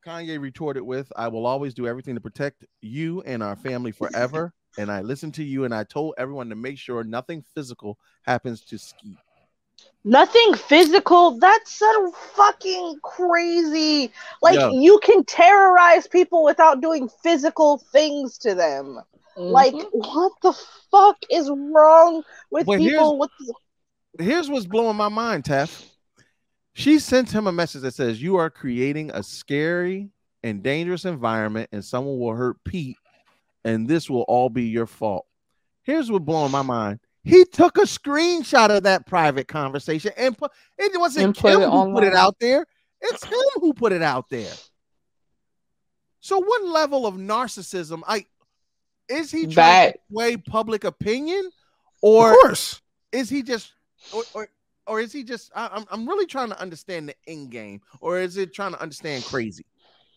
[SPEAKER 3] Kanye retorted with, I will always do everything to protect you and our family forever. and I listened to you and I told everyone to make sure nothing physical happens to Skeet.
[SPEAKER 9] Nothing physical. That's so fucking crazy. Like
[SPEAKER 3] Yeah.
[SPEAKER 9] you can terrorize people without doing physical things to them.
[SPEAKER 5] Mm-hmm.
[SPEAKER 9] Like
[SPEAKER 5] Mhm.
[SPEAKER 9] what the fuck is wrong with
[SPEAKER 3] Well, here's-
[SPEAKER 9] people? With
[SPEAKER 3] Here's what's blowing my mind, Tef. She sent him a message that says, You are creating a scary and dangerous environment, and someone will hurt Pete, and this will all be your fault. Here's what's blowing my mind. He took a screenshot of that private conversation and put it wasn't
[SPEAKER 5] And put
[SPEAKER 3] Kim
[SPEAKER 5] it
[SPEAKER 3] who put it
[SPEAKER 5] online.
[SPEAKER 3] out there. It's him who put it out there. So what level of narcissism? I is he trying
[SPEAKER 5] That-
[SPEAKER 3] to sway public opinion, or
[SPEAKER 7] of course.
[SPEAKER 3] is he just or or, or is he just? I, I'm I'm really trying to understand the end game, or is it trying to understand crazy?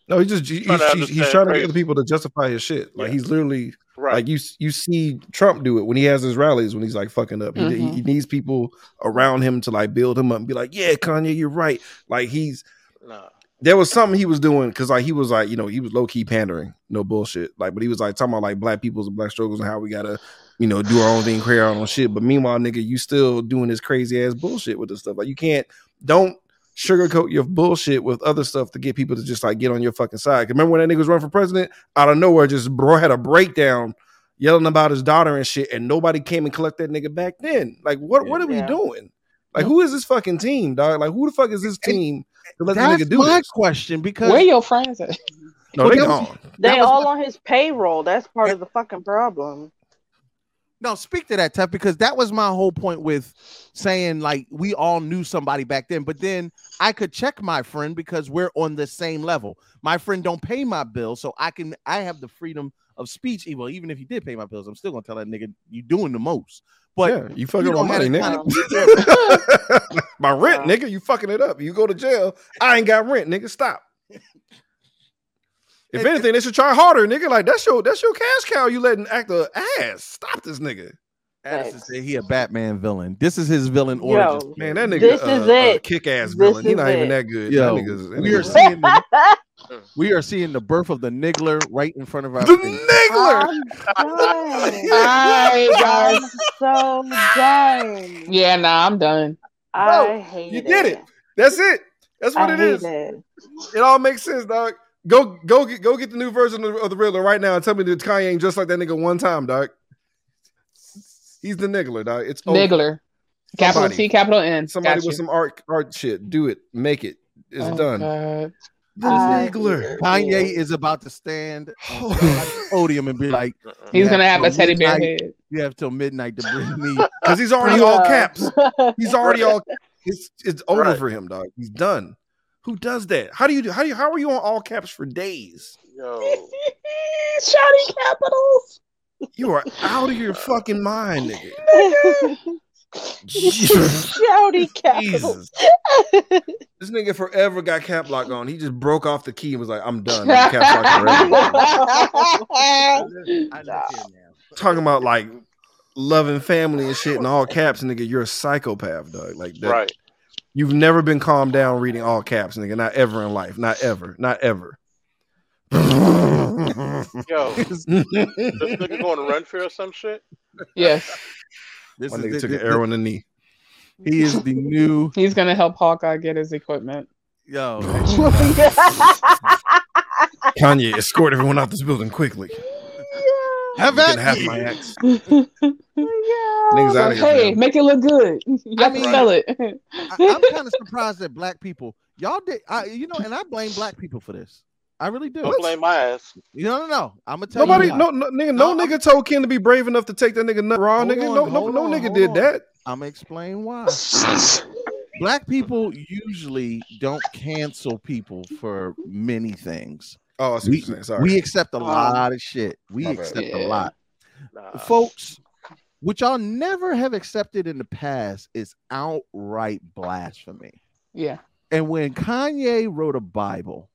[SPEAKER 7] No, he just he-
[SPEAKER 3] Trying to
[SPEAKER 7] he's, he's, he's
[SPEAKER 3] understand
[SPEAKER 7] trying to
[SPEAKER 3] crazy.
[SPEAKER 7] get other people to justify his shit. Like he's literally
[SPEAKER 6] right.
[SPEAKER 7] Like you you see Trump do it when he has his rallies when he's like fucking up. He, he,
[SPEAKER 6] Mhm.
[SPEAKER 7] he needs people around him to like build him up and be like, yeah, Kanye, you're right. Like he's
[SPEAKER 6] No.
[SPEAKER 7] there was something he was doing because like he was like you know he was low key pandering, no bullshit. Like, but he was like talking about like black people's and black struggles and how we gotta you know do our own thing, create our own shit. But meanwhile, nigga, you still doing this crazy ass bullshit with this stuff. Like you can't don't sugarcoat your bullshit with other stuff to get people to just like get on your fucking side. 'Cause Remember when that nigga was running for president out of nowhere, just bro had a breakdown yelling about his daughter and shit, and nobody came and collect that nigga back then. Like what what are we
[SPEAKER 3] Yeah.
[SPEAKER 7] doing? Like who is this fucking team, dog? Like who the fuck is this team to let this nigga
[SPEAKER 3] That's
[SPEAKER 7] do
[SPEAKER 3] my
[SPEAKER 7] this?
[SPEAKER 3] question because
[SPEAKER 5] Where your
[SPEAKER 3] (laughs)
[SPEAKER 5] friends at?
[SPEAKER 7] No,
[SPEAKER 3] Well,
[SPEAKER 7] they
[SPEAKER 3] that was-
[SPEAKER 7] gone.
[SPEAKER 9] They
[SPEAKER 3] That was
[SPEAKER 9] all
[SPEAKER 3] my-
[SPEAKER 9] on his payroll. That's part of the fucking problem.
[SPEAKER 3] No, speak to that, Tef, because that was my whole point with saying like we all knew somebody back then, but then I could check my friend because we're on the same level. My friend don't pay my bill, so I can I have the freedom of speech. Well, even if he did pay my bills, I'm still gonna tell that nigga you doing the most. But
[SPEAKER 7] Yeah, you fucking
[SPEAKER 3] don't
[SPEAKER 7] with
[SPEAKER 3] have
[SPEAKER 7] my money,
[SPEAKER 3] that kind
[SPEAKER 7] nigga. (laughs) my rent, nigga. You fucking it up. You go to jail. I ain't got rent, nigga. (laughs) Stop. If anything, they should try harder, nigga. Like that's your that's your cash cow. You letting act a ass. Stop this nigga.
[SPEAKER 3] Addison said he a Batman villain. This is his villain
[SPEAKER 7] Yo,
[SPEAKER 3] origin. story.
[SPEAKER 7] man, that nigga, This uh, is uh, it. kick-ass villain. He not even that good. That
[SPEAKER 3] Yo,
[SPEAKER 7] nigga's- that
[SPEAKER 3] we are
[SPEAKER 7] nigga's-
[SPEAKER 3] seeing
[SPEAKER 7] (laughs)
[SPEAKER 3] the, we are seeing the birth of the niggler right in front of our face.
[SPEAKER 9] (laughs)
[SPEAKER 7] Niggler.
[SPEAKER 5] Alright, guys.
[SPEAKER 9] So dang.
[SPEAKER 5] Yeah, nah, I'm done.
[SPEAKER 9] I hate
[SPEAKER 7] You did it. That's it. That's what
[SPEAKER 9] I
[SPEAKER 7] it
[SPEAKER 9] hate
[SPEAKER 7] is. It. all makes sense, dog. Go go get go get the new version of, of the Riddler right now and tell me that Kanye ain't just like that nigga one time, dog. He's the niggler, dog. It's over.
[SPEAKER 5] Niggler. Capital T, capital N.
[SPEAKER 7] Oh. Somebody
[SPEAKER 5] Got
[SPEAKER 7] with
[SPEAKER 5] you.
[SPEAKER 7] some art art shit. Do it. Make it. It's
[SPEAKER 5] Oh,
[SPEAKER 7] done.
[SPEAKER 5] God.
[SPEAKER 7] The
[SPEAKER 5] I-
[SPEAKER 7] niggler.
[SPEAKER 3] Kanye is about to
[SPEAKER 7] (sighs)
[SPEAKER 3] stand on the podium and be like,
[SPEAKER 5] He's
[SPEAKER 3] "You
[SPEAKER 5] gonna have
[SPEAKER 3] till
[SPEAKER 5] a teddy bear
[SPEAKER 3] midnight-
[SPEAKER 5] head."
[SPEAKER 3] You have till midnight to bring
[SPEAKER 7] (laughs)
[SPEAKER 3] me
[SPEAKER 7] Because he's already all caps. He's
[SPEAKER 5] (laughs)
[SPEAKER 7] already all. It's it's over
[SPEAKER 3] Right.
[SPEAKER 7] for him, dog. He's done. Who does that? How do you do? How do you? How are you on all caps for days?
[SPEAKER 6] Yo.
[SPEAKER 9] (laughs)
[SPEAKER 5] Shouting capitals.
[SPEAKER 7] You are out of your fucking
[SPEAKER 5] (laughs)
[SPEAKER 7] mind, nigga.
[SPEAKER 9] (laughs) Shouty
[SPEAKER 7] Jesus. This nigga forever got cap lock on. He just broke off the key and was like, "I'm done." I'm cap lock forever.
[SPEAKER 5] (laughs)
[SPEAKER 7] Talking about like loving family and shit in all caps, nigga. You're a psychopath, dog. Like that.
[SPEAKER 6] Right.
[SPEAKER 7] You've never been calmed down reading all caps, nigga. Not ever in life. Not ever. Not ever. (laughs)
[SPEAKER 6] Yo. this nigga going to Renfrew or some shit?
[SPEAKER 5] Yes.
[SPEAKER 3] This
[SPEAKER 7] My
[SPEAKER 3] is
[SPEAKER 7] nigga
[SPEAKER 3] the-
[SPEAKER 7] took
[SPEAKER 3] this-
[SPEAKER 7] an arrow in
[SPEAKER 3] (laughs)
[SPEAKER 7] the knee.
[SPEAKER 3] He is the new
[SPEAKER 5] He's gonna help Hawkeye get his (laughs) equipment.
[SPEAKER 7] (laughs)
[SPEAKER 3] yo.
[SPEAKER 7] Kanye, escort everyone out this building quickly.
[SPEAKER 3] Have
[SPEAKER 7] You can
[SPEAKER 3] at
[SPEAKER 7] have
[SPEAKER 3] you.
[SPEAKER 7] my axe.
[SPEAKER 5] Niggas
[SPEAKER 7] Niggas out here.
[SPEAKER 5] Hey, make it look good. (laughs) Y'all
[SPEAKER 3] mean-
[SPEAKER 5] can sell it. (laughs)
[SPEAKER 3] I, I'm kind of surprised that black people, y'all did, I, you know, and I blame black people for this. I really do.
[SPEAKER 6] Don't blame my ass.
[SPEAKER 3] No, no, no. I'm gonna tell
[SPEAKER 7] Nobody,
[SPEAKER 3] you.
[SPEAKER 7] no, no, nigga, no, nigga told Ken to be brave enough to take that nigga nut raw,
[SPEAKER 3] Hold
[SPEAKER 7] nigga.
[SPEAKER 3] on,
[SPEAKER 7] no, no,
[SPEAKER 3] hold
[SPEAKER 7] no,
[SPEAKER 3] on,
[SPEAKER 7] nigga
[SPEAKER 3] hold
[SPEAKER 7] did
[SPEAKER 3] on.
[SPEAKER 7] that.
[SPEAKER 3] I'm gonna explain why. black people usually don't cancel people for many things.
[SPEAKER 7] Oh, I see
[SPEAKER 3] we,
[SPEAKER 7] what you're saying. Sorry.
[SPEAKER 3] we accept a
[SPEAKER 7] Um,
[SPEAKER 3] lot of shit. We
[SPEAKER 7] my bad. Uh,
[SPEAKER 3] accept
[SPEAKER 7] Yeah.
[SPEAKER 3] a lot, folks. What y'all never have accepted in the past is outright blasphemy.
[SPEAKER 5] yeah.
[SPEAKER 3] And when Kanye wrote a Bible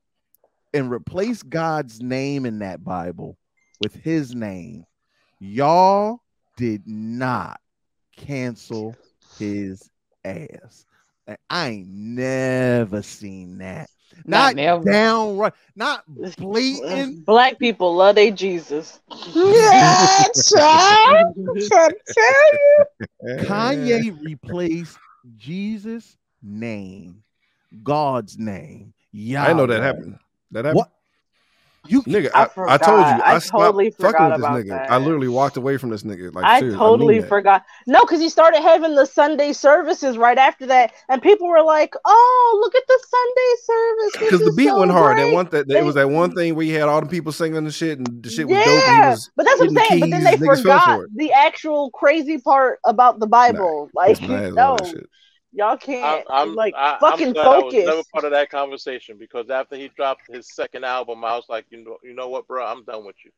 [SPEAKER 3] and replaced God's name in that Bible with his name, y'all did not cancel his ass. And I ain't never seen that. Not,
[SPEAKER 9] Not never.
[SPEAKER 5] (laughs)
[SPEAKER 3] downright, not blatant.
[SPEAKER 9] Black people love they Jesus.
[SPEAKER 5] (laughs) Yeah, child.
[SPEAKER 3] Kanye replaced Jesus' name, God's name. Yeah,
[SPEAKER 7] I know that happened. That happened.
[SPEAKER 3] What? You
[SPEAKER 7] nigga,
[SPEAKER 9] I
[SPEAKER 7] I, I, told you,
[SPEAKER 9] forgot. I
[SPEAKER 7] I, stopped
[SPEAKER 9] totally
[SPEAKER 7] fucking
[SPEAKER 9] forgot
[SPEAKER 7] with this
[SPEAKER 9] about
[SPEAKER 7] nigga.
[SPEAKER 9] that.
[SPEAKER 7] I literally walked away from this nigga. Like,
[SPEAKER 9] I
[SPEAKER 7] serious,
[SPEAKER 9] totally
[SPEAKER 7] mean that.
[SPEAKER 9] forgot. No, because he started having the Sunday services right after that, and people were like, "Oh, look at the Sunday service." (laughs)
[SPEAKER 7] Because the beat went hard. That one, that, that it
[SPEAKER 9] They-
[SPEAKER 7] was that one thing where he had all the people singing and shit, and the shit was dope. and he
[SPEAKER 9] Yeah,
[SPEAKER 7] was
[SPEAKER 9] but that's what I'm
[SPEAKER 7] hitting
[SPEAKER 9] saying. but then they
[SPEAKER 7] keys, niggas fell
[SPEAKER 9] forgot
[SPEAKER 7] for it.
[SPEAKER 9] the actual crazy part about the Bible. like,
[SPEAKER 7] Yes, man, I had all
[SPEAKER 9] no,
[SPEAKER 7] that shit.
[SPEAKER 9] Y'all can't
[SPEAKER 6] I, am
[SPEAKER 9] like
[SPEAKER 6] I,
[SPEAKER 9] fucking
[SPEAKER 6] am
[SPEAKER 9] focus.
[SPEAKER 6] I was never part of that conversation because after he dropped his second album, I was like, you know, you know what, bro, I'm done with you.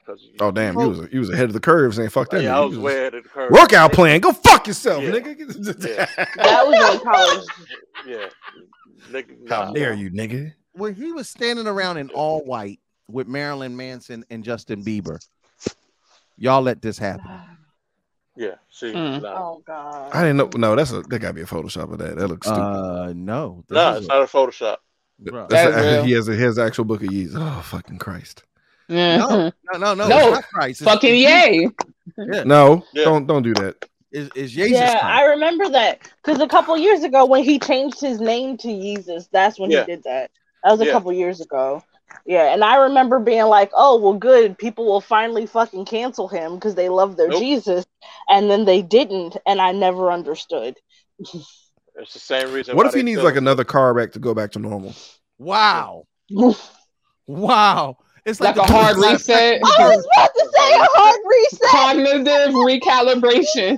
[SPEAKER 6] Because
[SPEAKER 7] Oh damn, you was you was ahead of the curves, ain't fuck that.
[SPEAKER 6] Oh, Yeah,
[SPEAKER 7] nigga.
[SPEAKER 6] I
[SPEAKER 7] You
[SPEAKER 6] was way ahead of the curve.
[SPEAKER 7] Workout plan, go fuck yourself,
[SPEAKER 6] Yeah.
[SPEAKER 7] nigga. (laughs)
[SPEAKER 9] that
[SPEAKER 6] (laughs)
[SPEAKER 9] was in college.
[SPEAKER 6] Yeah. Nigga,
[SPEAKER 7] How
[SPEAKER 6] nah.
[SPEAKER 7] dare you, nigga?
[SPEAKER 3] when he was standing around in all white with Marilyn Manson and Justin Bieber, y'all let this happen.
[SPEAKER 6] Yeah. See.
[SPEAKER 7] Mm.
[SPEAKER 6] nah.
[SPEAKER 9] Oh god.
[SPEAKER 7] I didn't know. No, that's a that gotta be a Photoshop of that. That looks stupid.
[SPEAKER 3] Uh, no,
[SPEAKER 6] Nah, it's not a Photoshop.
[SPEAKER 3] Bruh.
[SPEAKER 7] That's
[SPEAKER 3] Uh, That
[SPEAKER 7] a,
[SPEAKER 3] real.
[SPEAKER 7] he has a, his actual book of Yeez. Oh fucking Christ!
[SPEAKER 3] No, no, no, no,
[SPEAKER 7] No.
[SPEAKER 3] it's not Christ. It's-
[SPEAKER 5] (laughs) Fucking yay.
[SPEAKER 3] Yeah.
[SPEAKER 7] No, don't don't do that.
[SPEAKER 3] Is is
[SPEAKER 9] yeah, I remember that because a couple years ago when he changed his name to Jesus, that's when
[SPEAKER 7] Yeah.
[SPEAKER 9] he did that. That was a
[SPEAKER 7] Yeah.
[SPEAKER 9] couple years ago. Yeah, and I remember being like, "Oh, well, good. People will finally fucking cancel him because they love their
[SPEAKER 6] Nope.
[SPEAKER 9] Jesus," and then they didn't, and I never (laughs) understood.
[SPEAKER 6] It's the same reason.
[SPEAKER 7] What
[SPEAKER 6] why
[SPEAKER 7] if he
[SPEAKER 6] they
[SPEAKER 7] needs
[SPEAKER 6] killed
[SPEAKER 7] like another car wreck to go back to normal?
[SPEAKER 3] Wow. wow. It's like,
[SPEAKER 5] Like a hard reset.
[SPEAKER 9] I was about to (laughs) say a hard reset.
[SPEAKER 5] (laughs) Cognitive recalibration.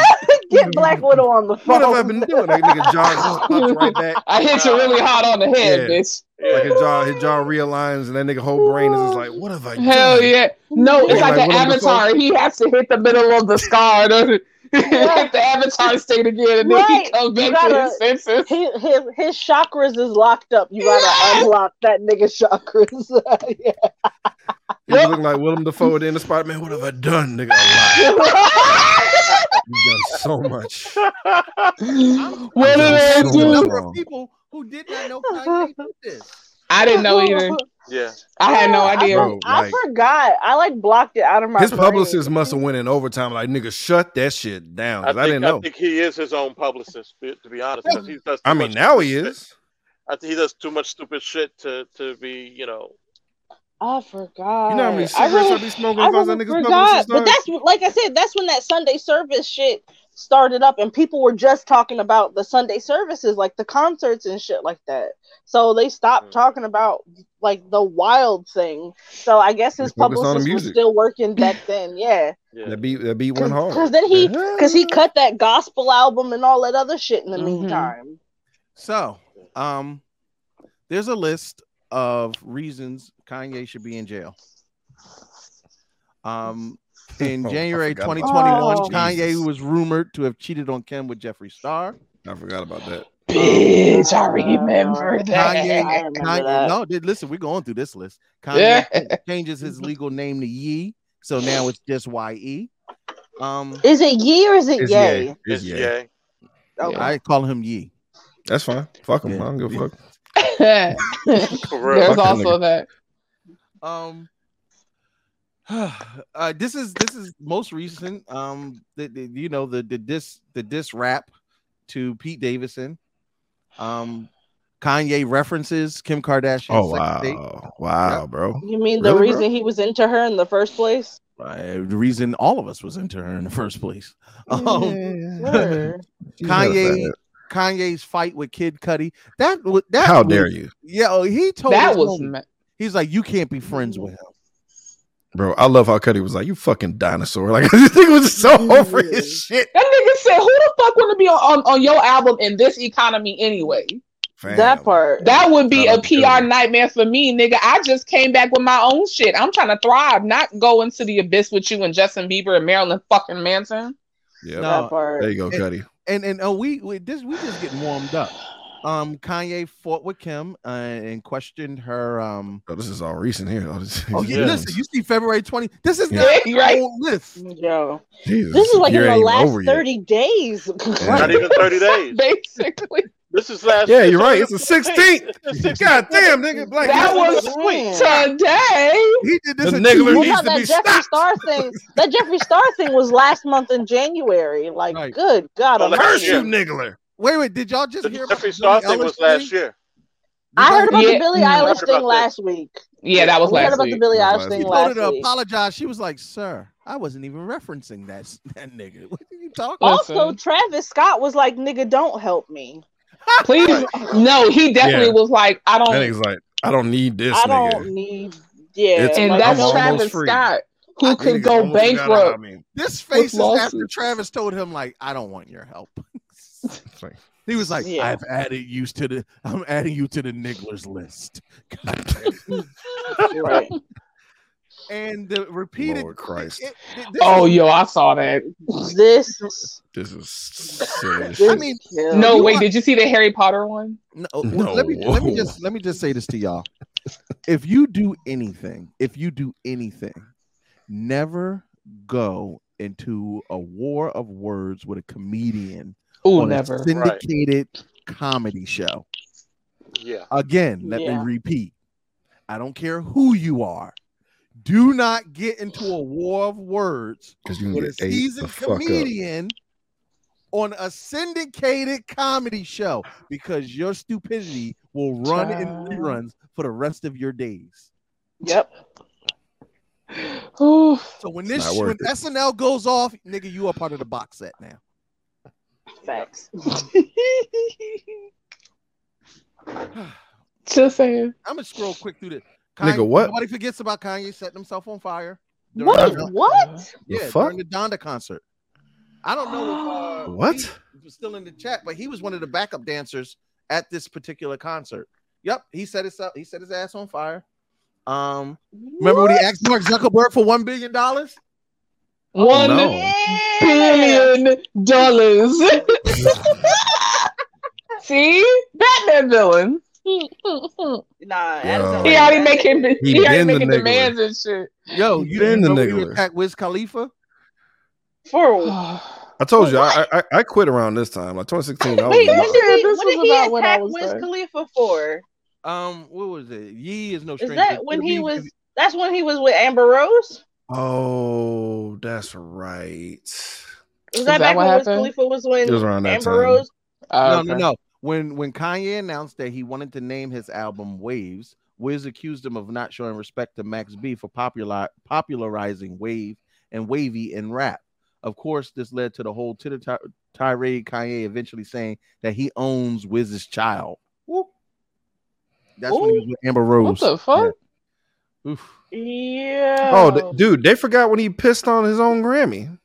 [SPEAKER 9] (laughs) Get Black Widow on the phone.
[SPEAKER 7] What have I been doing? That
[SPEAKER 9] (laughs)
[SPEAKER 7] nigga jogs pops right back.
[SPEAKER 5] I hit you really hard on the head,
[SPEAKER 7] Yeah.
[SPEAKER 5] bitch.
[SPEAKER 7] Like his jaw, his jaw realigns, and that nigga whole brain is just like, "What have I done?"
[SPEAKER 5] Hell yeah. No, it's
[SPEAKER 7] Yeah,
[SPEAKER 5] like an
[SPEAKER 7] like one of the
[SPEAKER 5] avatar.
[SPEAKER 7] songs-
[SPEAKER 5] He has to hit the middle of the scar. (laughs) to- hit the avatar state again, and then he
[SPEAKER 9] Right.
[SPEAKER 5] comes
[SPEAKER 9] You
[SPEAKER 5] back to
[SPEAKER 9] gotta-
[SPEAKER 5] his senses.
[SPEAKER 9] His, his his chakras is locked up. You gotta unlock that nigga's chakras. (laughs) Yeah.
[SPEAKER 7] He was looking like Willem Dafoe at the end of Spider Man. What have I done, nigga? A lot. You've done so much.
[SPEAKER 5] What did I
[SPEAKER 7] so
[SPEAKER 5] do?
[SPEAKER 7] much
[SPEAKER 3] number
[SPEAKER 7] wrong.
[SPEAKER 3] of people who did not know Kanye did this.
[SPEAKER 5] I didn't know either.
[SPEAKER 6] Yeah.
[SPEAKER 5] I had no idea.
[SPEAKER 7] Bro,
[SPEAKER 9] I
[SPEAKER 7] like-
[SPEAKER 9] forgot. I like blocked it out of (laughs) my
[SPEAKER 7] His
[SPEAKER 9] brain.
[SPEAKER 7] publicist must have went in overtime. Like, nigga, shut that shit down. 'cause I, didn't know.
[SPEAKER 6] I think he is his own publicist, to to be honest. 'cause he does too
[SPEAKER 7] I mean,
[SPEAKER 6] much
[SPEAKER 7] now he
[SPEAKER 6] stupid shit.
[SPEAKER 7] is.
[SPEAKER 6] I think he does too much stupid shit to to be, you know.
[SPEAKER 9] I forgot.
[SPEAKER 7] You know how many
[SPEAKER 9] Oh, I
[SPEAKER 7] cigarettes I'd be smoking
[SPEAKER 9] I
[SPEAKER 7] if I was that
[SPEAKER 9] really
[SPEAKER 7] nigga's
[SPEAKER 9] forgot.
[SPEAKER 7] publicist?
[SPEAKER 9] But
[SPEAKER 7] dog?
[SPEAKER 9] that's like I said. That's when that Sunday service shit started up, and people were just talking about the Sunday services, like the concerts and shit like that. So they
[SPEAKER 7] Mm.
[SPEAKER 9] stopped talking about like the wild thing. So I guess his
[SPEAKER 7] They focused on the
[SPEAKER 9] publicist was
[SPEAKER 7] music.
[SPEAKER 9] still working
[SPEAKER 7] (coughs)
[SPEAKER 9] back then. Yeah.
[SPEAKER 7] That beat that beat went hard.
[SPEAKER 9] Because then he, because he cut that gospel album and all that other shit in the
[SPEAKER 7] Mm-hmm.
[SPEAKER 9] meantime.
[SPEAKER 3] So, um, there's a list of reasons Kanye should be in jail.
[SPEAKER 7] (laughs)
[SPEAKER 3] Um, in
[SPEAKER 7] Oh, I
[SPEAKER 3] January
[SPEAKER 7] forgot about
[SPEAKER 3] 2021,
[SPEAKER 7] that.
[SPEAKER 3] Kanye
[SPEAKER 7] Jesus.
[SPEAKER 3] was rumored to have cheated on Kim with Jeffree Star.
[SPEAKER 7] I forgot about that.
[SPEAKER 5] Bitch, I remember that.
[SPEAKER 3] Kanye,
[SPEAKER 5] I
[SPEAKER 9] remember
[SPEAKER 3] Kanye-
[SPEAKER 9] that.
[SPEAKER 3] no, dude, listen, we're going through this list.
[SPEAKER 5] Yeah.
[SPEAKER 3] Kanye changes his legal name to Yee, so now it's just Y-E. Um,
[SPEAKER 9] Is it ye or is it yay?
[SPEAKER 7] It's yeah.
[SPEAKER 9] Okay.
[SPEAKER 3] I call him Yee.
[SPEAKER 7] That's fine. Fuck him. I don't give a fuck.
[SPEAKER 5] (laughs) There's
[SPEAKER 7] Fuck that
[SPEAKER 5] also that.
[SPEAKER 3] Um, (sighs) uh, this is this is most recent. Um, the, the- you know the the diss the diss rap to Pete Davidson. Um, Kanye references Kim Kardashian.
[SPEAKER 7] Oh wow, wow, bro.
[SPEAKER 9] You mean the
[SPEAKER 3] Really, bro?
[SPEAKER 9] reason he was into her in the first
[SPEAKER 7] (laughs)
[SPEAKER 9] place?
[SPEAKER 3] Uh, the reason all of us was into her in the first place. (laughs) Um,
[SPEAKER 9] Word.
[SPEAKER 7] She's not
[SPEAKER 3] Kanye
[SPEAKER 7] bad.
[SPEAKER 3] Kanye's fight with Kid Cudi. That wa- that
[SPEAKER 7] How
[SPEAKER 3] was-
[SPEAKER 7] dare you,
[SPEAKER 3] Yeah, oh, he told
[SPEAKER 5] That
[SPEAKER 3] his
[SPEAKER 5] was
[SPEAKER 3] homie.
[SPEAKER 5] ma-
[SPEAKER 3] he's like you can't be friends with him.
[SPEAKER 7] bro? I love how Cuddy was like, "You fucking dinosaur!" (laughs) Like this nigga was so over his shit.
[SPEAKER 5] That nigga said, "Who the fuck want to be on, on, on your album in this economy anyway?"
[SPEAKER 7] Fam.
[SPEAKER 9] That part.
[SPEAKER 5] That would be
[SPEAKER 7] Shout
[SPEAKER 5] a
[SPEAKER 7] out to
[SPEAKER 5] PR
[SPEAKER 7] Cudi.
[SPEAKER 5] nightmare for me, nigga. I just came back with my own shit. I'm trying to thrive, not go into the abyss with you and Justin Bieber and Marilyn fucking Manson.
[SPEAKER 7] Yep.
[SPEAKER 3] No,
[SPEAKER 9] part.
[SPEAKER 7] There you go,
[SPEAKER 3] and-
[SPEAKER 7] Cuddy.
[SPEAKER 3] and and uh, we, we this we just getting warmed up. Um, Kanye fought with Kim uh, and questioned her. Um,
[SPEAKER 7] Oh, this is all recent here. Oh, this, (laughs)
[SPEAKER 3] oh yeah, listen, you see February twenty. This is
[SPEAKER 7] Yeah.
[SPEAKER 3] not
[SPEAKER 9] (laughs)
[SPEAKER 5] Yeah, right.
[SPEAKER 3] the whole list.
[SPEAKER 9] Yo.
[SPEAKER 7] Jesus,
[SPEAKER 9] This is like
[SPEAKER 7] year
[SPEAKER 9] in the
[SPEAKER 7] ain't even
[SPEAKER 9] last
[SPEAKER 7] over yet. (laughs)
[SPEAKER 9] 30 days.
[SPEAKER 6] Not even 30 days.
[SPEAKER 9] (laughs)
[SPEAKER 5] Basically,
[SPEAKER 6] This is last.
[SPEAKER 7] Yeah, you're right. It's the
[SPEAKER 6] It's the
[SPEAKER 7] 16th. God damn, nigga, black.
[SPEAKER 5] that
[SPEAKER 7] History
[SPEAKER 5] was
[SPEAKER 7] Month.
[SPEAKER 5] today.
[SPEAKER 3] He did this.
[SPEAKER 7] The
[SPEAKER 3] in
[SPEAKER 7] niggler
[SPEAKER 3] two
[SPEAKER 9] What
[SPEAKER 7] needs
[SPEAKER 3] weeks.
[SPEAKER 9] about that
[SPEAKER 7] to be
[SPEAKER 9] Jeffree Star
[SPEAKER 7] stopped.
[SPEAKER 9] thing? That Jeffree Star thing was last month in January. Like,
[SPEAKER 3] Right.
[SPEAKER 9] good God
[SPEAKER 6] Oh, like
[SPEAKER 9] almighty.
[SPEAKER 7] curse you, niggler.
[SPEAKER 3] Wait, wait, did y'all just
[SPEAKER 6] The
[SPEAKER 3] hear about
[SPEAKER 6] Jeffree
[SPEAKER 3] the
[SPEAKER 6] Star
[SPEAKER 3] Billie
[SPEAKER 6] thing was
[SPEAKER 3] Eilish
[SPEAKER 6] last
[SPEAKER 3] thing?
[SPEAKER 6] year.
[SPEAKER 9] I heard about
[SPEAKER 5] Yeah.
[SPEAKER 9] the Billie
[SPEAKER 5] Mm.
[SPEAKER 9] Eilish
[SPEAKER 6] Heard about
[SPEAKER 9] thing
[SPEAKER 6] that.
[SPEAKER 9] last week.
[SPEAKER 5] Yeah, that was
[SPEAKER 9] we heard
[SPEAKER 5] last
[SPEAKER 9] about the
[SPEAKER 5] week.
[SPEAKER 9] Billie
[SPEAKER 7] That was
[SPEAKER 9] Eilish
[SPEAKER 7] last
[SPEAKER 9] thing
[SPEAKER 7] week.
[SPEAKER 3] She told her
[SPEAKER 9] last
[SPEAKER 3] to
[SPEAKER 9] week.
[SPEAKER 3] apologize. She was like, "Sir, I wasn't even referencing that (laughs) that nigga. What are you talking?" about?
[SPEAKER 9] Also,
[SPEAKER 5] Listen.
[SPEAKER 9] Travis Scott was like, nigga, don't help me.
[SPEAKER 5] Please, no, he definitely
[SPEAKER 7] Yeah.
[SPEAKER 5] was like, I
[SPEAKER 7] That
[SPEAKER 5] don't.
[SPEAKER 7] nigga's like, I don't need this,
[SPEAKER 9] I
[SPEAKER 7] nigga.
[SPEAKER 9] don't need. Yeah.
[SPEAKER 7] It's-
[SPEAKER 5] And
[SPEAKER 7] I'm
[SPEAKER 9] like,
[SPEAKER 5] that's
[SPEAKER 9] no-
[SPEAKER 7] almost
[SPEAKER 5] Travis
[SPEAKER 7] free.
[SPEAKER 5] Scott, who
[SPEAKER 7] That
[SPEAKER 5] could
[SPEAKER 7] nigga's
[SPEAKER 5] go
[SPEAKER 7] almost forgot about
[SPEAKER 5] bankrupt.
[SPEAKER 7] me.
[SPEAKER 3] This face is after
[SPEAKER 5] lawsuits.
[SPEAKER 3] Travis told him, "Like, I don't want your help." (laughs)
[SPEAKER 7] Like,
[SPEAKER 3] He was like,
[SPEAKER 7] Yeah.
[SPEAKER 3] "I've added you to the. I'm adding you to the nigglers list." (laughs) God damn it.
[SPEAKER 5] Right.
[SPEAKER 7] (laughs)
[SPEAKER 3] And the repeated.
[SPEAKER 7] Lord Christ,
[SPEAKER 5] Oh, yo, I saw that.
[SPEAKER 9] This.
[SPEAKER 7] this is silly.
[SPEAKER 3] I mean,
[SPEAKER 5] No,
[SPEAKER 3] you
[SPEAKER 5] wait.
[SPEAKER 3] are-
[SPEAKER 5] Did you see the Harry Potter one?
[SPEAKER 3] No, well, let me let me just let me just say this to
[SPEAKER 5] (laughs)
[SPEAKER 3] y'all. If you do anything, if you do anything, never go into a war of words with a comedian
[SPEAKER 5] Ooh,
[SPEAKER 3] on
[SPEAKER 5] never.
[SPEAKER 3] a
[SPEAKER 5] Right.
[SPEAKER 3] syndicated comedy show.
[SPEAKER 6] Yeah.
[SPEAKER 3] Again, let
[SPEAKER 5] Yeah.
[SPEAKER 3] me repeat. I don't care who you are. Do not get into a war of words
[SPEAKER 7] because you
[SPEAKER 3] with
[SPEAKER 7] can
[SPEAKER 3] a
[SPEAKER 7] get ate the
[SPEAKER 3] seasoned
[SPEAKER 7] fuck up.
[SPEAKER 3] comedian on a syndicated comedy show because your stupidity will run in
[SPEAKER 5] Child.
[SPEAKER 3] reruns for the rest of your days.
[SPEAKER 9] Yep.
[SPEAKER 5] Ooh.
[SPEAKER 3] So when
[SPEAKER 7] It's
[SPEAKER 3] this
[SPEAKER 7] not
[SPEAKER 3] when
[SPEAKER 7] worth it.
[SPEAKER 3] SNL goes off, nigga, you are part of the box set now.
[SPEAKER 9] Facts.
[SPEAKER 5] (laughs) Just saying.
[SPEAKER 3] I'm gonna scroll quick through this.
[SPEAKER 7] Nigga, what?
[SPEAKER 3] Nobody forgets about Kanye setting himself on fire. during
[SPEAKER 9] What?
[SPEAKER 3] the Don-
[SPEAKER 9] What?
[SPEAKER 7] The
[SPEAKER 3] Yeah,
[SPEAKER 7] fuck?
[SPEAKER 3] during the Donda concert. I don't know (gasps) if uh,
[SPEAKER 7] What?
[SPEAKER 3] he was still in the chat, but he was one of the backup dancers at this particular concert. Yep, he set his up. He set his ass on fire. Um, remember when he asked Mark Zuckerberg for one billion dollars?
[SPEAKER 5] One
[SPEAKER 7] no.
[SPEAKER 5] billion
[SPEAKER 3] (laughs)
[SPEAKER 5] dollars. See? Batman villain.
[SPEAKER 9] Nah,
[SPEAKER 7] Yo.
[SPEAKER 5] He already making he,
[SPEAKER 7] He
[SPEAKER 5] already
[SPEAKER 7] been the
[SPEAKER 5] making
[SPEAKER 7] niggler.
[SPEAKER 5] demands
[SPEAKER 3] (sighs)
[SPEAKER 5] and shit.
[SPEAKER 3] Yo,
[SPEAKER 7] He
[SPEAKER 3] you didn't
[SPEAKER 7] been the
[SPEAKER 3] know when he
[SPEAKER 7] niggler.
[SPEAKER 3] attacked Wiz Khalifa.
[SPEAKER 5] (sighs)
[SPEAKER 9] for
[SPEAKER 5] I
[SPEAKER 7] I told you, I, I I quit around this time, like 2016. I was
[SPEAKER 9] wait.
[SPEAKER 7] like,
[SPEAKER 9] What
[SPEAKER 7] nah.
[SPEAKER 9] did he,
[SPEAKER 5] This
[SPEAKER 9] what
[SPEAKER 5] was
[SPEAKER 9] did he
[SPEAKER 5] about when I
[SPEAKER 9] attack
[SPEAKER 5] was
[SPEAKER 9] Wiz
[SPEAKER 5] there.
[SPEAKER 9] Khalifa for?
[SPEAKER 3] Um, what was it? Ye is no
[SPEAKER 9] Is
[SPEAKER 3] stranger.
[SPEAKER 9] that when
[SPEAKER 3] to me.
[SPEAKER 9] he was? That's when he was with Amber Rose.
[SPEAKER 7] Oh, that's right.
[SPEAKER 9] Was
[SPEAKER 5] Is
[SPEAKER 9] that,
[SPEAKER 5] that
[SPEAKER 9] back
[SPEAKER 5] what
[SPEAKER 9] when Wiz
[SPEAKER 5] happened?
[SPEAKER 9] Khalifa was when
[SPEAKER 7] It was around that
[SPEAKER 9] Amber
[SPEAKER 7] time.
[SPEAKER 9] Rose?
[SPEAKER 3] no,
[SPEAKER 5] Ah,
[SPEAKER 3] no, no. When when Kanye announced that he wanted to name his album Waves, Wiz accused him of not showing respect to Max B for popular popularizing wave and wavy in rap. Of course, this led to the whole titter ti- tirade. Kanye eventually saying that he owns Wiz's child. Whoop. That's when he was with Amber Rose.
[SPEAKER 5] What the fuck?
[SPEAKER 3] Yeah. Oof.
[SPEAKER 9] Yeah.
[SPEAKER 7] Oh, th- dude, they forgot when he pissed on his own Grammy.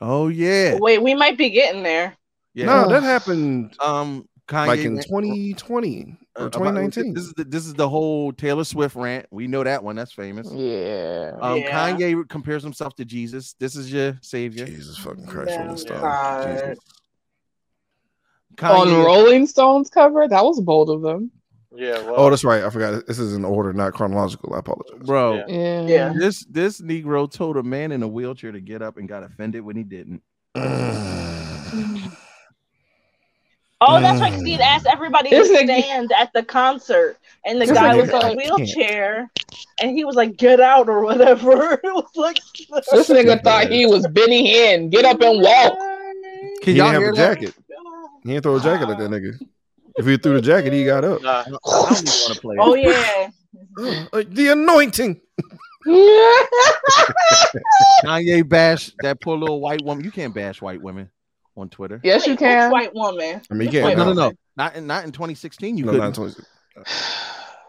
[SPEAKER 3] Oh yeah.
[SPEAKER 9] Wait, we might be getting there.
[SPEAKER 3] Yeah.
[SPEAKER 7] No, that happened
[SPEAKER 3] Um. Kanye
[SPEAKER 7] like in
[SPEAKER 3] went-
[SPEAKER 7] 2020
[SPEAKER 3] uh,
[SPEAKER 7] or
[SPEAKER 3] about-
[SPEAKER 7] 2019.
[SPEAKER 3] This is the this is the whole Taylor Swift rant. We know that one. That's famous.
[SPEAKER 5] Yeah.
[SPEAKER 3] Um,
[SPEAKER 9] Yeah.
[SPEAKER 3] Kanye compares himself to Jesus. This is your savior.
[SPEAKER 7] Jesus fucking Christ,
[SPEAKER 9] No,
[SPEAKER 7] Rolling Stone.
[SPEAKER 9] God.
[SPEAKER 7] Jesus.
[SPEAKER 5] On
[SPEAKER 3] Kanye,
[SPEAKER 5] Rolling Stones cover, that was bold of them.
[SPEAKER 6] Yeah. Well,
[SPEAKER 7] Oh, that's right. I forgot. This is in order, not chronological. I apologize. (sighs)
[SPEAKER 3] bro,
[SPEAKER 6] Yeah.
[SPEAKER 5] Yeah.
[SPEAKER 9] Yeah.
[SPEAKER 3] this this Negro told a man in a wheelchair to get up and got offended when he didn't.
[SPEAKER 9] Oh, that's right. 'cause He'd asked
[SPEAKER 7] Mm.
[SPEAKER 9] everybody to
[SPEAKER 5] This nigga-
[SPEAKER 9] stand at the concert, and the
[SPEAKER 5] This
[SPEAKER 9] guy
[SPEAKER 5] nigga-
[SPEAKER 9] was in
[SPEAKER 5] I
[SPEAKER 9] a
[SPEAKER 7] can't.
[SPEAKER 9] wheelchair, and he was like, "Get out" or whatever. (laughs) It was like
[SPEAKER 5] This nigga thought he was Benny Hinn. Get up and (laughs) walk.
[SPEAKER 3] Can
[SPEAKER 7] he
[SPEAKER 3] y'all
[SPEAKER 7] didn't have
[SPEAKER 3] hear
[SPEAKER 7] a
[SPEAKER 3] that?
[SPEAKER 7] jacket. He didn't throw a jacket at that nigga. If he threw the jacket, he
[SPEAKER 3] (gasps)
[SPEAKER 7] got up.
[SPEAKER 6] nah,
[SPEAKER 3] I don't even want to play it.
[SPEAKER 9] Oh yeah.
[SPEAKER 7] Uh, the anointing.
[SPEAKER 3] Kanye bash that poor little white woman. You can't bash white women on Twitter.
[SPEAKER 5] yes, you
[SPEAKER 9] Wait,
[SPEAKER 5] can.
[SPEAKER 9] which white woman.
[SPEAKER 7] I mean, you
[SPEAKER 9] Which
[SPEAKER 7] can't.
[SPEAKER 9] white
[SPEAKER 3] no, no,
[SPEAKER 9] woman?
[SPEAKER 3] no, not in not in 2016. You
[SPEAKER 7] No,
[SPEAKER 3] couldn't.
[SPEAKER 7] not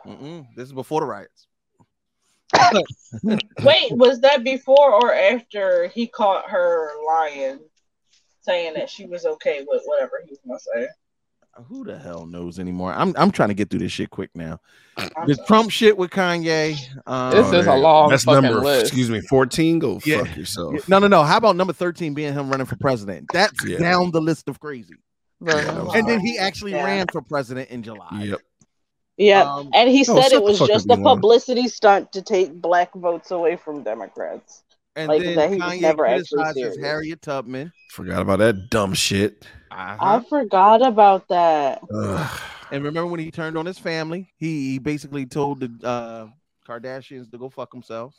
[SPEAKER 7] 20.
[SPEAKER 3] Mm-mm. This is before the riots.
[SPEAKER 9] Wait, was that before or after he caught her lying, saying that she was okay with whatever he was gonna say?
[SPEAKER 3] Who the hell knows anymore? I'm I'm trying to get through this shit quick now.
[SPEAKER 9] I'm
[SPEAKER 3] The
[SPEAKER 9] sorry.
[SPEAKER 3] Trump shit with Kanye. Um,
[SPEAKER 5] This is a
[SPEAKER 7] there you go.
[SPEAKER 5] long
[SPEAKER 7] Oh, That's
[SPEAKER 5] fucking
[SPEAKER 7] number.
[SPEAKER 5] list.
[SPEAKER 7] Excuse me, 14. Go
[SPEAKER 3] Yeah.
[SPEAKER 7] fuck yourself.
[SPEAKER 3] Yeah, No, no, no. How about number 13 being him running for president? That's
[SPEAKER 7] Yeah.
[SPEAKER 3] down the list of crazy.
[SPEAKER 5] Very
[SPEAKER 7] Yeah, that
[SPEAKER 5] nice.
[SPEAKER 7] was-
[SPEAKER 3] And then he actually
[SPEAKER 9] Yeah.
[SPEAKER 3] ran for president in July.
[SPEAKER 7] Yep.
[SPEAKER 9] Yeah,
[SPEAKER 3] Um,
[SPEAKER 9] and he
[SPEAKER 7] no,
[SPEAKER 9] said
[SPEAKER 7] shut
[SPEAKER 9] it
[SPEAKER 7] the
[SPEAKER 9] was
[SPEAKER 7] fuck up,
[SPEAKER 9] just a
[SPEAKER 7] Elon.
[SPEAKER 9] publicity stunt to take black votes away from Democrats.
[SPEAKER 3] And
[SPEAKER 9] Like, that
[SPEAKER 3] then
[SPEAKER 9] he was
[SPEAKER 3] Kanye
[SPEAKER 9] never actually
[SPEAKER 3] criticizes
[SPEAKER 9] serious.
[SPEAKER 3] Harriet Tubman.
[SPEAKER 7] Forgot about that dumb shit.
[SPEAKER 3] Uh-huh.
[SPEAKER 9] I forgot about that.
[SPEAKER 7] Ugh.
[SPEAKER 3] And remember when he turned on his family? He basically told the uh, Kardashians to go fuck themselves.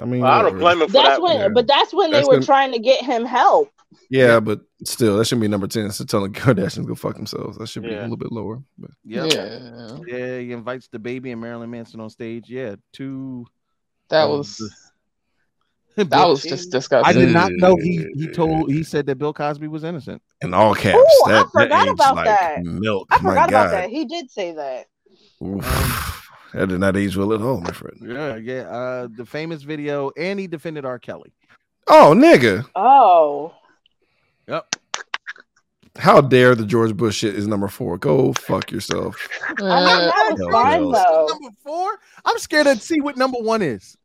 [SPEAKER 7] I mean,
[SPEAKER 6] well, I don't
[SPEAKER 7] whatever.
[SPEAKER 6] blame him for
[SPEAKER 9] That's
[SPEAKER 6] that.
[SPEAKER 9] when,
[SPEAKER 7] yeah.
[SPEAKER 9] but that's when
[SPEAKER 7] That's
[SPEAKER 9] they were
[SPEAKER 7] when-
[SPEAKER 9] trying to get him help.
[SPEAKER 7] Yeah,
[SPEAKER 3] Yeah.
[SPEAKER 7] but still, that shouldn't be number 10. So telling (laughs) Kardashians to go fuck themselves. That should be
[SPEAKER 6] Yeah.
[SPEAKER 7] a little bit lower. But
[SPEAKER 3] Yep. Yeah.
[SPEAKER 5] Yeah.
[SPEAKER 3] Yeah, he invites the baby and Marilyn Manson on stage. Yeah, two. (laughs)
[SPEAKER 5] That
[SPEAKER 3] Um,
[SPEAKER 5] was that was just
[SPEAKER 3] I
[SPEAKER 5] disgusting.
[SPEAKER 3] did not know he he told he said that Bill Cosby was innocent.
[SPEAKER 7] in all caps,
[SPEAKER 9] Ooh, I
[SPEAKER 7] that,
[SPEAKER 9] forgot
[SPEAKER 7] that aged
[SPEAKER 9] about
[SPEAKER 7] like
[SPEAKER 9] that.
[SPEAKER 7] milk.
[SPEAKER 9] I
[SPEAKER 7] Oh my
[SPEAKER 9] forgot about
[SPEAKER 7] God.
[SPEAKER 9] that. He did say that.
[SPEAKER 6] Um,
[SPEAKER 7] Oof. That did not age well at all, my friend.
[SPEAKER 3] Yeah, yeah. Uh, the famous video, and he defended R. Kelly.
[SPEAKER 7] Oh, nigga.
[SPEAKER 9] Oh,
[SPEAKER 7] How dare the George Bush shit is number four? Go fuck yourself.
[SPEAKER 9] Uh,
[SPEAKER 5] Uh,
[SPEAKER 9] that was
[SPEAKER 7] Hell
[SPEAKER 9] fine
[SPEAKER 7] yes.
[SPEAKER 9] though.
[SPEAKER 3] Number four? I'm scared to see what number one is.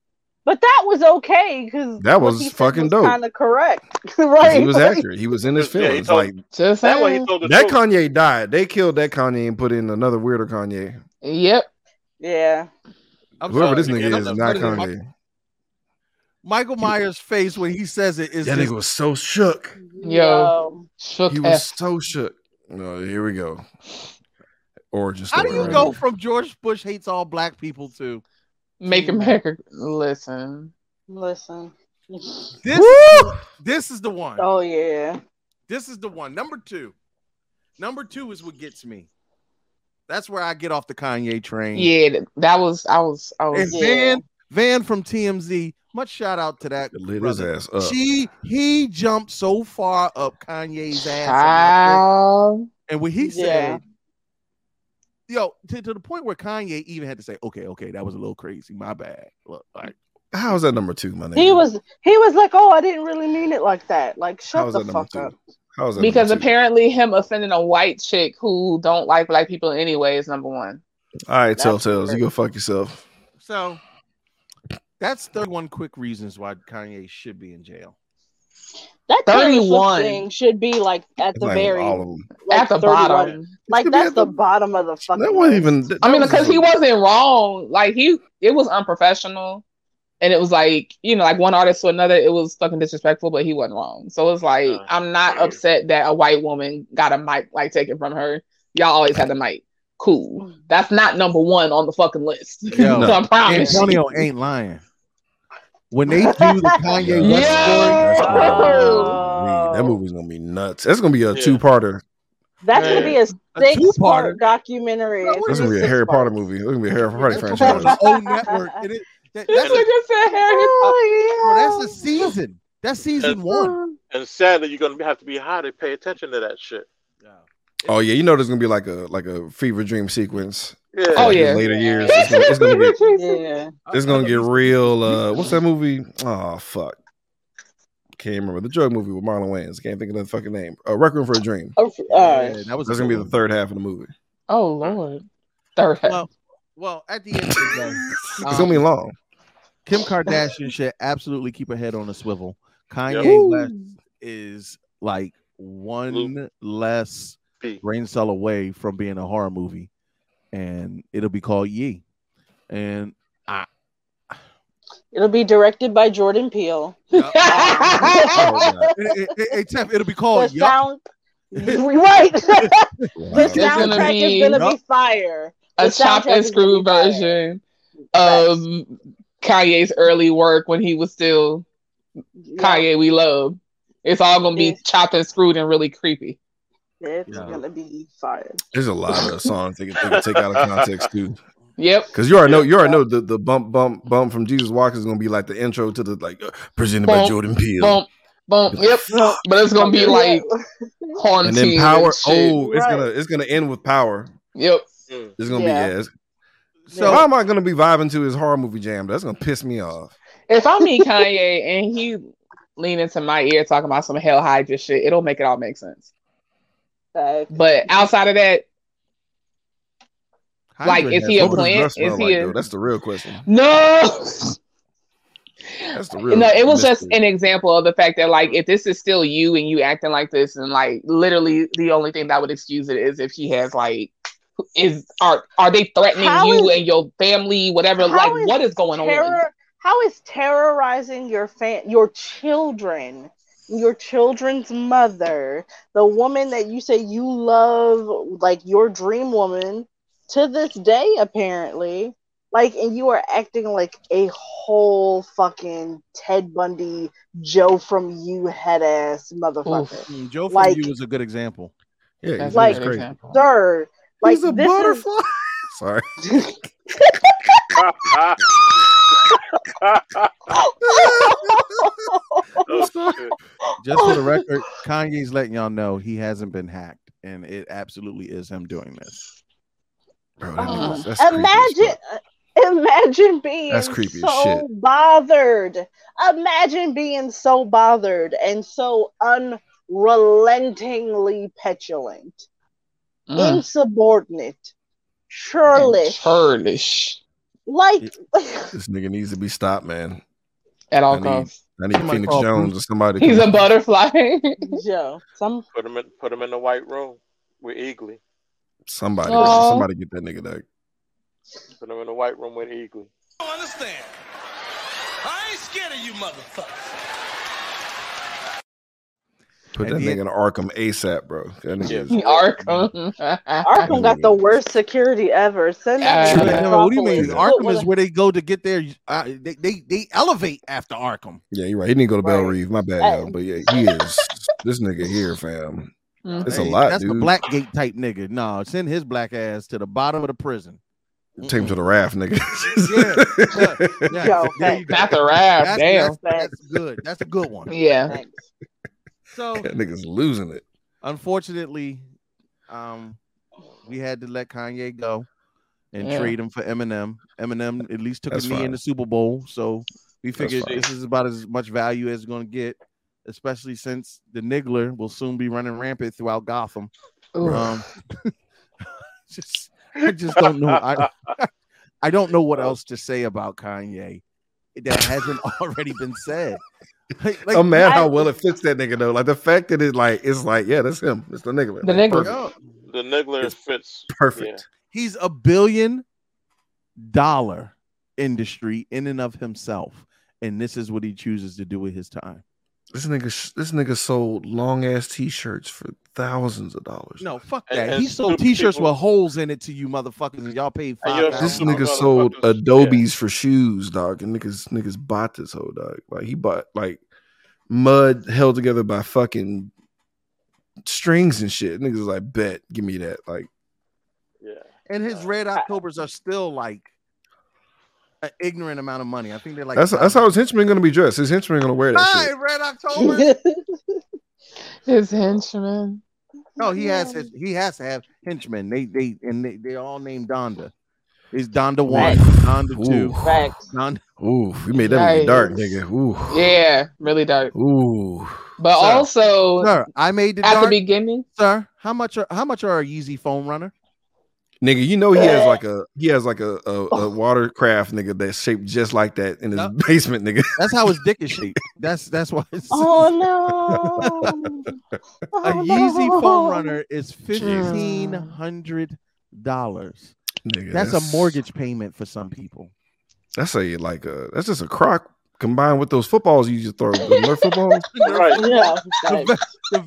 [SPEAKER 9] But that was okay because
[SPEAKER 7] That was fucking dope.
[SPEAKER 9] Kind of correct, (laughs)
[SPEAKER 7] 'Cause
[SPEAKER 9] right?
[SPEAKER 7] He was
[SPEAKER 9] Like,
[SPEAKER 7] accurate. He was in his
[SPEAKER 6] Yeah, he
[SPEAKER 7] feelings.
[SPEAKER 6] told-
[SPEAKER 7] like
[SPEAKER 5] Just
[SPEAKER 6] That way he
[SPEAKER 5] saying.
[SPEAKER 6] told the
[SPEAKER 7] that
[SPEAKER 6] truth.
[SPEAKER 7] Kanye died. They killed that Kanye and put in another weirder Kanye.
[SPEAKER 5] Yep.
[SPEAKER 9] Yeah,
[SPEAKER 3] I'm sorry.
[SPEAKER 7] Whoever this nigga
[SPEAKER 6] yeah,
[SPEAKER 7] is,
[SPEAKER 6] that's
[SPEAKER 7] is not
[SPEAKER 3] what it is.
[SPEAKER 7] Kanye.
[SPEAKER 3] Michael Myers' face when he says it is
[SPEAKER 7] That
[SPEAKER 3] just
[SPEAKER 7] nigga was so shook.
[SPEAKER 5] Yo. Shook
[SPEAKER 7] He
[SPEAKER 5] F.
[SPEAKER 7] was so shook. No, here we go. Origin
[SPEAKER 3] How
[SPEAKER 7] story.
[SPEAKER 3] do you
[SPEAKER 7] right
[SPEAKER 3] go
[SPEAKER 7] here.
[SPEAKER 3] from George Bush hates all black people to
[SPEAKER 5] Make America listen.
[SPEAKER 9] listen.
[SPEAKER 3] this?
[SPEAKER 7] Woo!
[SPEAKER 3] This is the one.
[SPEAKER 9] Oh yeah.
[SPEAKER 3] This is the one. Number two. Number two is what gets me. That's where I get off the Kanye train.
[SPEAKER 5] Yeah, th- that was I was I
[SPEAKER 3] And
[SPEAKER 5] was
[SPEAKER 9] Yeah.
[SPEAKER 3] Van Van from TMZ. Much shout out to that.
[SPEAKER 7] Lit his
[SPEAKER 3] brother.
[SPEAKER 7] ass up.
[SPEAKER 3] She he jumped so far up Kanye's ass. in that thing.
[SPEAKER 5] child.
[SPEAKER 3] And when he
[SPEAKER 9] Yeah.
[SPEAKER 3] said, yo, to, to the point where Kanye even had to say, okay, okay, that was a little crazy. My bad. Look, like,
[SPEAKER 7] How is that number two, my nigga?
[SPEAKER 9] He was he was like, oh, I didn't really mean it like that. Like,
[SPEAKER 7] How
[SPEAKER 9] shut
[SPEAKER 7] is
[SPEAKER 9] the
[SPEAKER 7] that number
[SPEAKER 9] fuck
[SPEAKER 7] two?
[SPEAKER 9] up.
[SPEAKER 7] How is that
[SPEAKER 5] Because
[SPEAKER 7] number two?
[SPEAKER 5] apparently him offending a white chick who don't like black people anyway is number one.
[SPEAKER 7] All right,
[SPEAKER 9] That was
[SPEAKER 7] Telltales, you
[SPEAKER 9] great.
[SPEAKER 7] go fuck yourself.
[SPEAKER 3] so that's 31 quick reasons why Kanye should be in
[SPEAKER 7] (laughs)
[SPEAKER 3] jail.
[SPEAKER 9] That Taylor Swift
[SPEAKER 5] 31.
[SPEAKER 9] thing should be like at
[SPEAKER 7] It's
[SPEAKER 9] the
[SPEAKER 7] not even
[SPEAKER 9] very
[SPEAKER 7] all of them.
[SPEAKER 9] like
[SPEAKER 5] At the
[SPEAKER 9] 31.
[SPEAKER 5] bottom.
[SPEAKER 9] Like
[SPEAKER 7] should be
[SPEAKER 9] that's
[SPEAKER 7] at the-
[SPEAKER 9] the, bottom of the fucking.
[SPEAKER 7] That wasn't
[SPEAKER 9] list.
[SPEAKER 7] even. That,
[SPEAKER 5] I mean,
[SPEAKER 7] that was
[SPEAKER 5] because
[SPEAKER 7] just
[SPEAKER 5] he
[SPEAKER 7] a-
[SPEAKER 5] wasn't wrong. Like he it was unprofessional. And it was like, you know, like one artist to another, it was fucking disrespectful, but he wasn't wrong. So it's like,
[SPEAKER 6] Uh,
[SPEAKER 5] I'm not
[SPEAKER 6] yeah.
[SPEAKER 5] upset that a white woman got a mic like taken from her. Y'all always had the mic. Cool. That's not number one on the fucking list. (laughs)
[SPEAKER 3] Yo.
[SPEAKER 5] so I promise you.
[SPEAKER 7] (laughs)
[SPEAKER 3] Antonio ain't lying. When they do
[SPEAKER 9] (laughs)
[SPEAKER 3] the Kanye West story,
[SPEAKER 7] That's gonna be-
[SPEAKER 9] Oh.
[SPEAKER 7] man, that movie's gonna be nuts. That's gonna be a
[SPEAKER 6] Yeah.
[SPEAKER 7] two-parter.
[SPEAKER 9] That's gonna
[SPEAKER 6] Yeah.
[SPEAKER 9] be a
[SPEAKER 3] a
[SPEAKER 9] six
[SPEAKER 3] two-parter.
[SPEAKER 9] part documentary.
[SPEAKER 3] That's
[SPEAKER 9] It's
[SPEAKER 7] That's
[SPEAKER 9] gonna
[SPEAKER 7] gonna be a
[SPEAKER 9] six
[SPEAKER 7] Harry Potter
[SPEAKER 9] parts.
[SPEAKER 7] movie. That's gonna be a Harry Potter
[SPEAKER 3] That's on
[SPEAKER 7] franchise.
[SPEAKER 3] the whole network. It is- that-
[SPEAKER 5] (laughs) This
[SPEAKER 3] that's, a,
[SPEAKER 5] nigga said Harry Potter.
[SPEAKER 3] bro,
[SPEAKER 9] Oh,
[SPEAKER 3] that's a season. That's season
[SPEAKER 6] That's-
[SPEAKER 3] one.
[SPEAKER 6] And sadly, you're gonna have to be high to pay attention to that shit.
[SPEAKER 7] Oh yeah, you know there's gonna be like a like a fever dream sequence.
[SPEAKER 6] Yeah.
[SPEAKER 5] Oh,
[SPEAKER 7] Like, in
[SPEAKER 5] yeah. (laughs)
[SPEAKER 7] later years. It's gonna, it's gonna get
[SPEAKER 9] yeah.
[SPEAKER 7] it's gonna get real. Uh, what's that movie? Oh fuck, can't remember the drug movie with Marlon Wayans. Can't think of the fucking name. Uh, Requiem for a Dream.
[SPEAKER 9] Oh, all right.
[SPEAKER 3] Yeah, that was
[SPEAKER 7] That's
[SPEAKER 3] a
[SPEAKER 7] gonna be
[SPEAKER 3] good
[SPEAKER 7] the
[SPEAKER 3] one.
[SPEAKER 7] third half of the movie.
[SPEAKER 5] Oh Lord. Third half.
[SPEAKER 3] Well, well, at the end of the
[SPEAKER 7] (laughs) It's
[SPEAKER 3] day,
[SPEAKER 7] gonna be
[SPEAKER 3] um,
[SPEAKER 7] long.
[SPEAKER 3] Kim Kardashian should absolutely keep her head on a swivel. Kanye
[SPEAKER 6] Woo.
[SPEAKER 3] West is like one
[SPEAKER 6] Luke.
[SPEAKER 3] less
[SPEAKER 7] (laughs)
[SPEAKER 6] (laughs) P.
[SPEAKER 3] brain cell away from being a horror movie, and it'll be called Ye. And
[SPEAKER 9] It'll be directed by Jordan Peele. (laughs)
[SPEAKER 3] (laughs)
[SPEAKER 7] Oh, God.
[SPEAKER 3] hey, hey, hey, Tef, it'll be
[SPEAKER 9] the
[SPEAKER 7] Oh,
[SPEAKER 3] called Yup.
[SPEAKER 9] sound. (laughs) right. (laughs) the
[SPEAKER 7] Wow.
[SPEAKER 5] It's gonna
[SPEAKER 9] soundtrack
[SPEAKER 5] be-
[SPEAKER 9] is gonna
[SPEAKER 3] Yup.
[SPEAKER 9] be fire.
[SPEAKER 5] a
[SPEAKER 9] The
[SPEAKER 5] chop
[SPEAKER 9] soundtrack
[SPEAKER 5] and
[SPEAKER 9] is gonna
[SPEAKER 5] screw
[SPEAKER 9] be fire.
[SPEAKER 5] version of Kanye's early work when he was still
[SPEAKER 9] Yeah,
[SPEAKER 5] Kanye we love. It's all gonna be
[SPEAKER 9] Yeah.
[SPEAKER 5] chopped and screwed and really creepy.
[SPEAKER 9] It's
[SPEAKER 3] Yeah.
[SPEAKER 9] gonna be fire.
[SPEAKER 7] There's a lot of songs they can, they can take out of context too,
[SPEAKER 5] Yep.
[SPEAKER 7] because you already know you already know the, the bump bump bump from Jesus Walks is gonna be like the intro to the like uh, presented by
[SPEAKER 5] Bump,
[SPEAKER 7] Jordan Peele.
[SPEAKER 5] Bump, bump.
[SPEAKER 7] (laughs)
[SPEAKER 5] Yep. But it's gonna be like haunting.
[SPEAKER 7] and then power.
[SPEAKER 5] shit.
[SPEAKER 7] Oh, it's
[SPEAKER 9] Right.
[SPEAKER 7] gonna it's gonna end with power.
[SPEAKER 5] Yep.
[SPEAKER 6] Mm.
[SPEAKER 7] It's gonna
[SPEAKER 9] Yeah.
[SPEAKER 7] be yeah. it's-
[SPEAKER 3] So
[SPEAKER 7] Why am I gonna be vibing to his horror movie jam? That's gonna piss me off.
[SPEAKER 5] If I meet Kanye and he lean into my ear talking about some hell hydra shit, it'll make it all make sense.
[SPEAKER 9] Like,
[SPEAKER 5] But outside of that, Like,
[SPEAKER 3] Hydra
[SPEAKER 5] is
[SPEAKER 3] has
[SPEAKER 5] he a
[SPEAKER 3] no-
[SPEAKER 7] What does
[SPEAKER 5] plant?
[SPEAKER 7] blood smell
[SPEAKER 5] Is
[SPEAKER 7] like,
[SPEAKER 5] he a-
[SPEAKER 7] though? That's the real question.
[SPEAKER 5] no.
[SPEAKER 7] That's the real.
[SPEAKER 5] no, it was just
[SPEAKER 7] mystery.
[SPEAKER 5] an example of the fact that like if this is still you and you acting like this and like literally the only thing that would excuse it is if he has like is are are they threatening
[SPEAKER 9] How
[SPEAKER 5] you
[SPEAKER 9] is-
[SPEAKER 5] and your family whatever
[SPEAKER 9] how
[SPEAKER 5] like
[SPEAKER 9] is
[SPEAKER 5] what is going on
[SPEAKER 9] terror. How is terrorizing your fan, your children, your children's mother, the woman that you say you love, like your dream woman, to this day apparently, like, and you are acting like a whole fucking Ted Bundy, Joe from you head ass motherfucker.
[SPEAKER 5] Oof.
[SPEAKER 3] Mm, Joe from
[SPEAKER 9] Like-
[SPEAKER 3] you is a good example.
[SPEAKER 7] Yeah,
[SPEAKER 5] That's
[SPEAKER 7] it's
[SPEAKER 9] like-
[SPEAKER 7] like, Mm, crazy.
[SPEAKER 5] example.
[SPEAKER 9] Sir, like
[SPEAKER 7] He's a
[SPEAKER 9] this is-
[SPEAKER 7] butterfly. (laughs) Sorry.
[SPEAKER 9] (laughs)
[SPEAKER 7] (laughs)
[SPEAKER 6] Oh,
[SPEAKER 7] Sorry.
[SPEAKER 6] shit.
[SPEAKER 3] Just for the record, Kanye's letting y'all know he hasn't been hacked, and it absolutely is him doing this.
[SPEAKER 7] Bro, that
[SPEAKER 5] Uh,
[SPEAKER 7] nigga's- that's creepy as
[SPEAKER 9] imagine
[SPEAKER 7] fuck.
[SPEAKER 9] (laughs) imagine being
[SPEAKER 7] That's creepy as
[SPEAKER 9] so
[SPEAKER 7] shit.
[SPEAKER 9] bothered imagine being so bothered and so relentingly petulant, mm. insubordinate, churlish.
[SPEAKER 5] Churlish.
[SPEAKER 9] Like (laughs)
[SPEAKER 7] this nigga needs to be stopped, man.
[SPEAKER 5] At all
[SPEAKER 7] I need,
[SPEAKER 5] costs.
[SPEAKER 7] I need Phoenix Jones or somebody.
[SPEAKER 5] He's a
[SPEAKER 7] (laughs)
[SPEAKER 5] butterfly. (laughs)
[SPEAKER 9] Joe. Some
[SPEAKER 6] Put him in put him in the white room with Eagly.
[SPEAKER 7] Somebody,
[SPEAKER 5] Aw.
[SPEAKER 7] somebody get that nigga that.
[SPEAKER 6] Put him in the white room with Eagly.
[SPEAKER 14] I don't understand. I ain't scared of you motherfuckers.
[SPEAKER 7] Put that
[SPEAKER 3] And
[SPEAKER 7] nigga in Arkham ASAP, bro. That nigga is-
[SPEAKER 5] Arkham. (laughs)
[SPEAKER 9] Arkham got the worst security ever. Send that
[SPEAKER 5] Uh,
[SPEAKER 9] nigga
[SPEAKER 3] Yeah,
[SPEAKER 9] to
[SPEAKER 3] what do you
[SPEAKER 9] Acropolis.
[SPEAKER 3] mean? Arkham is where they go to get their. Uh, they, they they elevate after Arkham.
[SPEAKER 7] Yeah, you're right. He didn't go to Bell
[SPEAKER 9] Right.
[SPEAKER 7] Reeve. My bad,
[SPEAKER 9] Uh,
[SPEAKER 7] y'all. But yeah, he (laughs) is. this nigga here, fam. It's a
[SPEAKER 3] Hey,
[SPEAKER 7] lot,
[SPEAKER 3] That's
[SPEAKER 7] dude.
[SPEAKER 3] the Blackgate type nigga. No, send his black ass to the bottom of the prison.
[SPEAKER 7] Take him to the raft, nigga.
[SPEAKER 3] Yeah,
[SPEAKER 7] (laughs)
[SPEAKER 3] yeah.
[SPEAKER 9] Yo,
[SPEAKER 3] There you go.
[SPEAKER 5] Not the rap.
[SPEAKER 3] That's,
[SPEAKER 5] Damn.
[SPEAKER 3] that's, that's good. That's a good
[SPEAKER 5] (laughs)
[SPEAKER 3] one.
[SPEAKER 5] Yeah.
[SPEAKER 9] Thanks.
[SPEAKER 3] So
[SPEAKER 7] that nigga's losing it.
[SPEAKER 3] unfortunately, um, we had to let Kanye go and
[SPEAKER 5] Yeah.
[SPEAKER 3] trade him for Eminem. Eminem at least took
[SPEAKER 7] That's
[SPEAKER 3] a knee
[SPEAKER 7] fine.
[SPEAKER 3] in the Super Bowl, so we
[SPEAKER 7] That's
[SPEAKER 3] figured
[SPEAKER 7] fine.
[SPEAKER 3] this is about as much value as it's gonna get, especially since the niggler will soon be running rampant throughout Gotham.
[SPEAKER 5] Ooh.
[SPEAKER 3] Um, (laughs) just I just don't know. I (laughs) I don't know what else to say about Kanye that hasn't (laughs) already been said. Like, like,
[SPEAKER 7] I'm mad how
[SPEAKER 9] I-
[SPEAKER 7] well it fits that nigga though. Like the fact that it like it's like yeah, that's him. It's the nigga.
[SPEAKER 5] The
[SPEAKER 7] Like,
[SPEAKER 5] nigga.
[SPEAKER 7] perfect.
[SPEAKER 3] yo,
[SPEAKER 6] The niggler
[SPEAKER 7] It's
[SPEAKER 6] fits
[SPEAKER 7] perfect.
[SPEAKER 3] he's a billion dollar industry in and of himself and this is what he chooses to do with his time
[SPEAKER 7] This nigga, sh- this nigga sold long ass t-shirts for thousands of dollars.
[SPEAKER 3] no fuck
[SPEAKER 6] And-
[SPEAKER 3] that
[SPEAKER 6] and
[SPEAKER 3] he sold
[SPEAKER 6] stupid
[SPEAKER 3] t-shirts
[SPEAKER 6] people-
[SPEAKER 3] with holes in it to you motherfuckers and y'all paid
[SPEAKER 6] And you're-
[SPEAKER 3] five
[SPEAKER 7] This
[SPEAKER 6] Um,
[SPEAKER 7] nigga
[SPEAKER 6] motherfuckers,
[SPEAKER 7] sold
[SPEAKER 6] yeah.
[SPEAKER 7] Adobes for shoes, dog, and niggas niggas bought this whole dog. Like he bought like mud held together by fucking strings and shit. Niggas was like, bet, give me that. Like
[SPEAKER 6] Yeah.
[SPEAKER 3] and his red octobers are still like an ignorant amount of money i think they're like
[SPEAKER 7] that's that's how his henchmen gonna be dressed. His henchmen gonna wear that
[SPEAKER 3] Hi,
[SPEAKER 7] shit.
[SPEAKER 3] red october
[SPEAKER 5] (laughs) His henchman.
[SPEAKER 3] no Oh, he has his he has to have henchmen they they and they, they're all named donda He's Donda one,
[SPEAKER 9] Right.
[SPEAKER 3] Donda two,
[SPEAKER 7] Ooh,
[SPEAKER 3] (laughs)
[SPEAKER 9] Facts.
[SPEAKER 3] Donda.
[SPEAKER 7] ooh, we made that movie dark,
[SPEAKER 5] Nice.
[SPEAKER 7] nigga. Ooh,
[SPEAKER 5] Yeah, really dark.
[SPEAKER 7] oooo.
[SPEAKER 5] But
[SPEAKER 3] Sir.
[SPEAKER 5] also
[SPEAKER 3] Sir, I made the
[SPEAKER 5] at
[SPEAKER 3] dark.
[SPEAKER 5] the beginning,
[SPEAKER 3] sir, how much are how much are a Yeezy foam runner?
[SPEAKER 7] Nigga, you know he has like a he has like a a,
[SPEAKER 3] (laughs)
[SPEAKER 7] a watercraft nigga that's shaped just like that in his
[SPEAKER 3] Yup.
[SPEAKER 7] basement, nigga. (laughs)
[SPEAKER 3] That's how his dick is shaped. That's that's why. It's,
[SPEAKER 9] Oh no.
[SPEAKER 3] (laughs) a
[SPEAKER 9] Oh,
[SPEAKER 3] Yeezy
[SPEAKER 9] no.
[SPEAKER 3] foam
[SPEAKER 9] (laughs)
[SPEAKER 3] runner is fifteen hundred dollars.
[SPEAKER 7] nigga
[SPEAKER 3] That's a mortgage payment for some people.
[SPEAKER 7] That's a like a that's just a crock combined with those footballs you just
[SPEAKER 3] (laughs)
[SPEAKER 7] throw, the Nerf footballs.
[SPEAKER 6] Right.
[SPEAKER 5] (laughs)
[SPEAKER 9] Yeah.
[SPEAKER 3] The,
[SPEAKER 9] Facts.
[SPEAKER 3] ve- the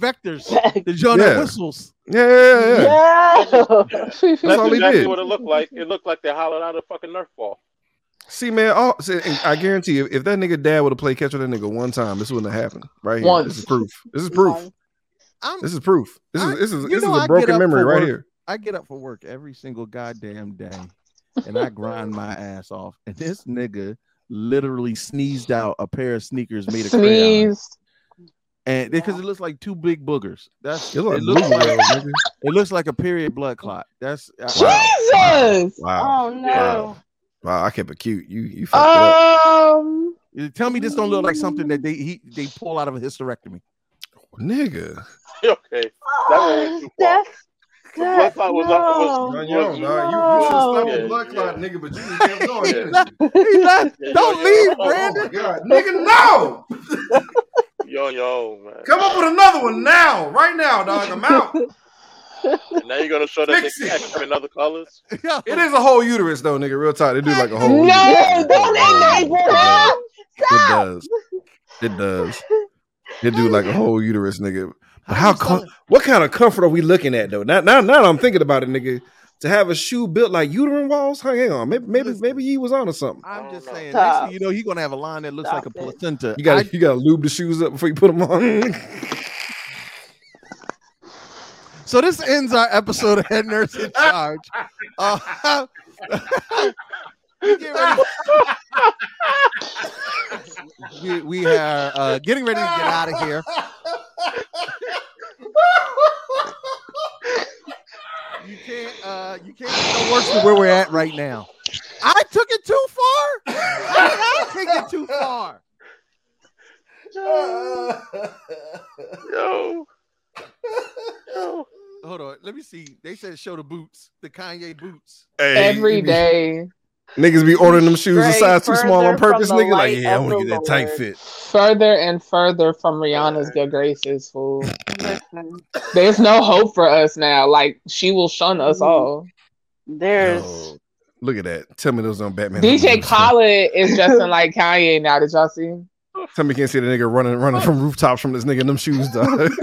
[SPEAKER 3] vectors,
[SPEAKER 9] Facts.
[SPEAKER 3] the John that
[SPEAKER 7] Yeah.
[SPEAKER 3] whistles.
[SPEAKER 7] Yeah, yeah, yeah. yeah.
[SPEAKER 9] Yeah.
[SPEAKER 7] That's
[SPEAKER 6] That's
[SPEAKER 7] all he
[SPEAKER 6] exactly
[SPEAKER 7] did.
[SPEAKER 6] what it looked like. It looked like they hollered out a fucking Nerf ball. (laughs)
[SPEAKER 7] See, man, all, see, and I guarantee you, if that nigga dad would have played catch with that nigga one time, this wouldn't have happened. Right here,
[SPEAKER 5] Once.
[SPEAKER 7] this is proof. This is proof.
[SPEAKER 3] I'm,
[SPEAKER 7] This is proof. This
[SPEAKER 3] I-
[SPEAKER 7] is this is
[SPEAKER 3] you
[SPEAKER 7] this
[SPEAKER 3] know I
[SPEAKER 7] is a
[SPEAKER 3] get
[SPEAKER 7] broken
[SPEAKER 3] up
[SPEAKER 7] memory
[SPEAKER 3] for
[SPEAKER 7] right
[SPEAKER 3] work.
[SPEAKER 7] here.
[SPEAKER 3] I get up for work every single goddamn day, and I
[SPEAKER 6] (laughs)
[SPEAKER 3] grind my ass off. And this nigga literally sneezed out a pair of sneakers made of crayon,
[SPEAKER 5] sneezed.
[SPEAKER 3] and because it looks like two big boogers. That's
[SPEAKER 7] You're like
[SPEAKER 3] it looks
[SPEAKER 7] blue
[SPEAKER 3] like
[SPEAKER 7] whales, nigga.
[SPEAKER 3] It looks like a period blood clot. That's uh,
[SPEAKER 5] Jesus.
[SPEAKER 7] Wow,
[SPEAKER 9] Oh no.
[SPEAKER 7] wow, I kept it cute. You you fucked it up.
[SPEAKER 9] Um
[SPEAKER 3] you tell me this don't look like something that they he, they pull out of a
[SPEAKER 6] (laughs)
[SPEAKER 3] hysterectomy. Uh,
[SPEAKER 7] nigga.
[SPEAKER 6] okay. That one went too
[SPEAKER 9] that's
[SPEAKER 6] far. The blood
[SPEAKER 9] that's
[SPEAKER 6] clot was up- was-
[SPEAKER 9] no.
[SPEAKER 6] Run your own, dog. You- you
[SPEAKER 9] should've stopped
[SPEAKER 6] the blood clot,
[SPEAKER 7] nigga, but you just kept
[SPEAKER 3] going, didn't He left.
[SPEAKER 6] Yeah,
[SPEAKER 3] Don't
[SPEAKER 6] you're on your
[SPEAKER 3] leave,
[SPEAKER 6] own.
[SPEAKER 3] Brandon.
[SPEAKER 7] Oh, god, nigga, no!
[SPEAKER 6] You're on your own, Oh, man.
[SPEAKER 7] Come up with another one now, right now, dog. I'm out.
[SPEAKER 6] And now you're gonna show that
[SPEAKER 7] Fix
[SPEAKER 6] they
[SPEAKER 7] it.
[SPEAKER 6] catch them in other
[SPEAKER 7] (laughs)
[SPEAKER 6] colors.
[SPEAKER 3] (laughs) Yo,
[SPEAKER 7] It is a whole uterus, though, nigga. Real talk, they do like a whole.
[SPEAKER 5] No,
[SPEAKER 7] uterus.
[SPEAKER 5] don't
[SPEAKER 7] It
[SPEAKER 5] enable
[SPEAKER 7] does.
[SPEAKER 5] him.
[SPEAKER 7] It does. It does. It do like a whole uterus, nigga. But how? Com- what kind of comfort are we looking at though? Now, now, now that I'm thinking about it, nigga. To have a shoe built like uterine walls, hang on, maybe, maybe,
[SPEAKER 3] Listen.
[SPEAKER 7] maybe he was onto something.
[SPEAKER 3] I'm
[SPEAKER 6] I
[SPEAKER 3] just
[SPEAKER 6] don't know.
[SPEAKER 3] saying. Next
[SPEAKER 9] Stop.
[SPEAKER 3] thing you know, he's gonna have a line that looks
[SPEAKER 9] Stop
[SPEAKER 3] like a
[SPEAKER 9] it.
[SPEAKER 3] placenta.
[SPEAKER 7] You got,
[SPEAKER 3] I-
[SPEAKER 7] to you got to lube the shoes up before you put them on. (laughs)
[SPEAKER 3] so this ends our episode of Head Nurse in Charge. Uh, (laughs) we get ready. we, we are uh, getting ready to get out of here. You can't. Uh, you can't get no worse than where we're at right now. I took it too far. How did I take it too far? Joe.
[SPEAKER 6] Yo.
[SPEAKER 3] Yo. Hold on. Let me see. They said show the boots, the Kanye boots.
[SPEAKER 5] Every day.
[SPEAKER 7] Niggas be ordering them shoes a
[SPEAKER 5] Straight
[SPEAKER 7] size too small on
[SPEAKER 5] further
[SPEAKER 7] purpose,
[SPEAKER 5] from the
[SPEAKER 7] nigga. Like,
[SPEAKER 5] light
[SPEAKER 7] yeah, I
[SPEAKER 5] of
[SPEAKER 7] want to
[SPEAKER 5] the
[SPEAKER 7] get that tight
[SPEAKER 5] Lord.
[SPEAKER 7] fit.
[SPEAKER 5] Further and further from Rihanna's good graces, fool. There's no hope for us now. Like she will shun us all.
[SPEAKER 9] There's
[SPEAKER 7] Yo, look at that. Tell me those on Batman.
[SPEAKER 5] DJ
[SPEAKER 7] Homecoming.
[SPEAKER 5] Khaled is dressing like Kanye now. Did y'all see? him?
[SPEAKER 7] (laughs) Tell me you can't see the nigga running
[SPEAKER 5] (laughs)
[SPEAKER 7] running from rooftops from this nigga in them shoes, dog. (laughs)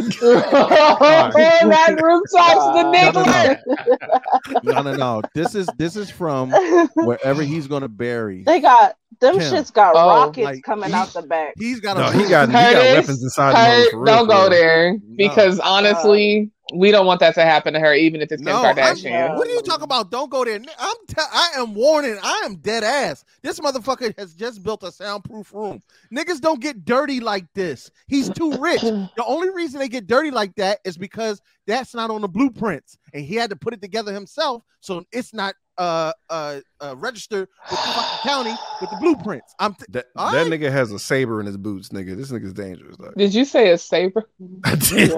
[SPEAKER 5] that
[SPEAKER 7] Uh,
[SPEAKER 5] rooftop's the nigga.
[SPEAKER 3] No, no, no. This is this is from wherever he's gonna bury.
[SPEAKER 9] They got them
[SPEAKER 3] Tim.
[SPEAKER 9] shits got
[SPEAKER 3] Oh,
[SPEAKER 9] rockets
[SPEAKER 3] like,
[SPEAKER 9] coming out the back.
[SPEAKER 3] He's got a
[SPEAKER 7] no, he got he got
[SPEAKER 5] Curtis,
[SPEAKER 7] weapons inside
[SPEAKER 5] Kurt,
[SPEAKER 7] him. for real,
[SPEAKER 5] don't
[SPEAKER 7] for
[SPEAKER 5] go
[SPEAKER 7] real.
[SPEAKER 5] there because honestly, we don't want that to happen to her, even if it's Kim
[SPEAKER 3] No,
[SPEAKER 5] Kardashian.
[SPEAKER 3] I'm- what are you talking about? Don't go there. I'm te- I am warning. I am dead ass. This motherfucker has just built a soundproof room. Niggas don't get dirty like this. He's too
[SPEAKER 5] (laughs)
[SPEAKER 3] rich. the only reason they get dirty like that is because that's not on the blueprints, and he had to put it together himself. So it's not uh uh, uh registered with the fucking county with the blueprints. I'm (laughs) t-
[SPEAKER 7] That,
[SPEAKER 3] All
[SPEAKER 7] that nigga has a saber in his boots, nigga. This nigga's dangerous, dog.
[SPEAKER 5] Did you say a saber?
[SPEAKER 7] I did.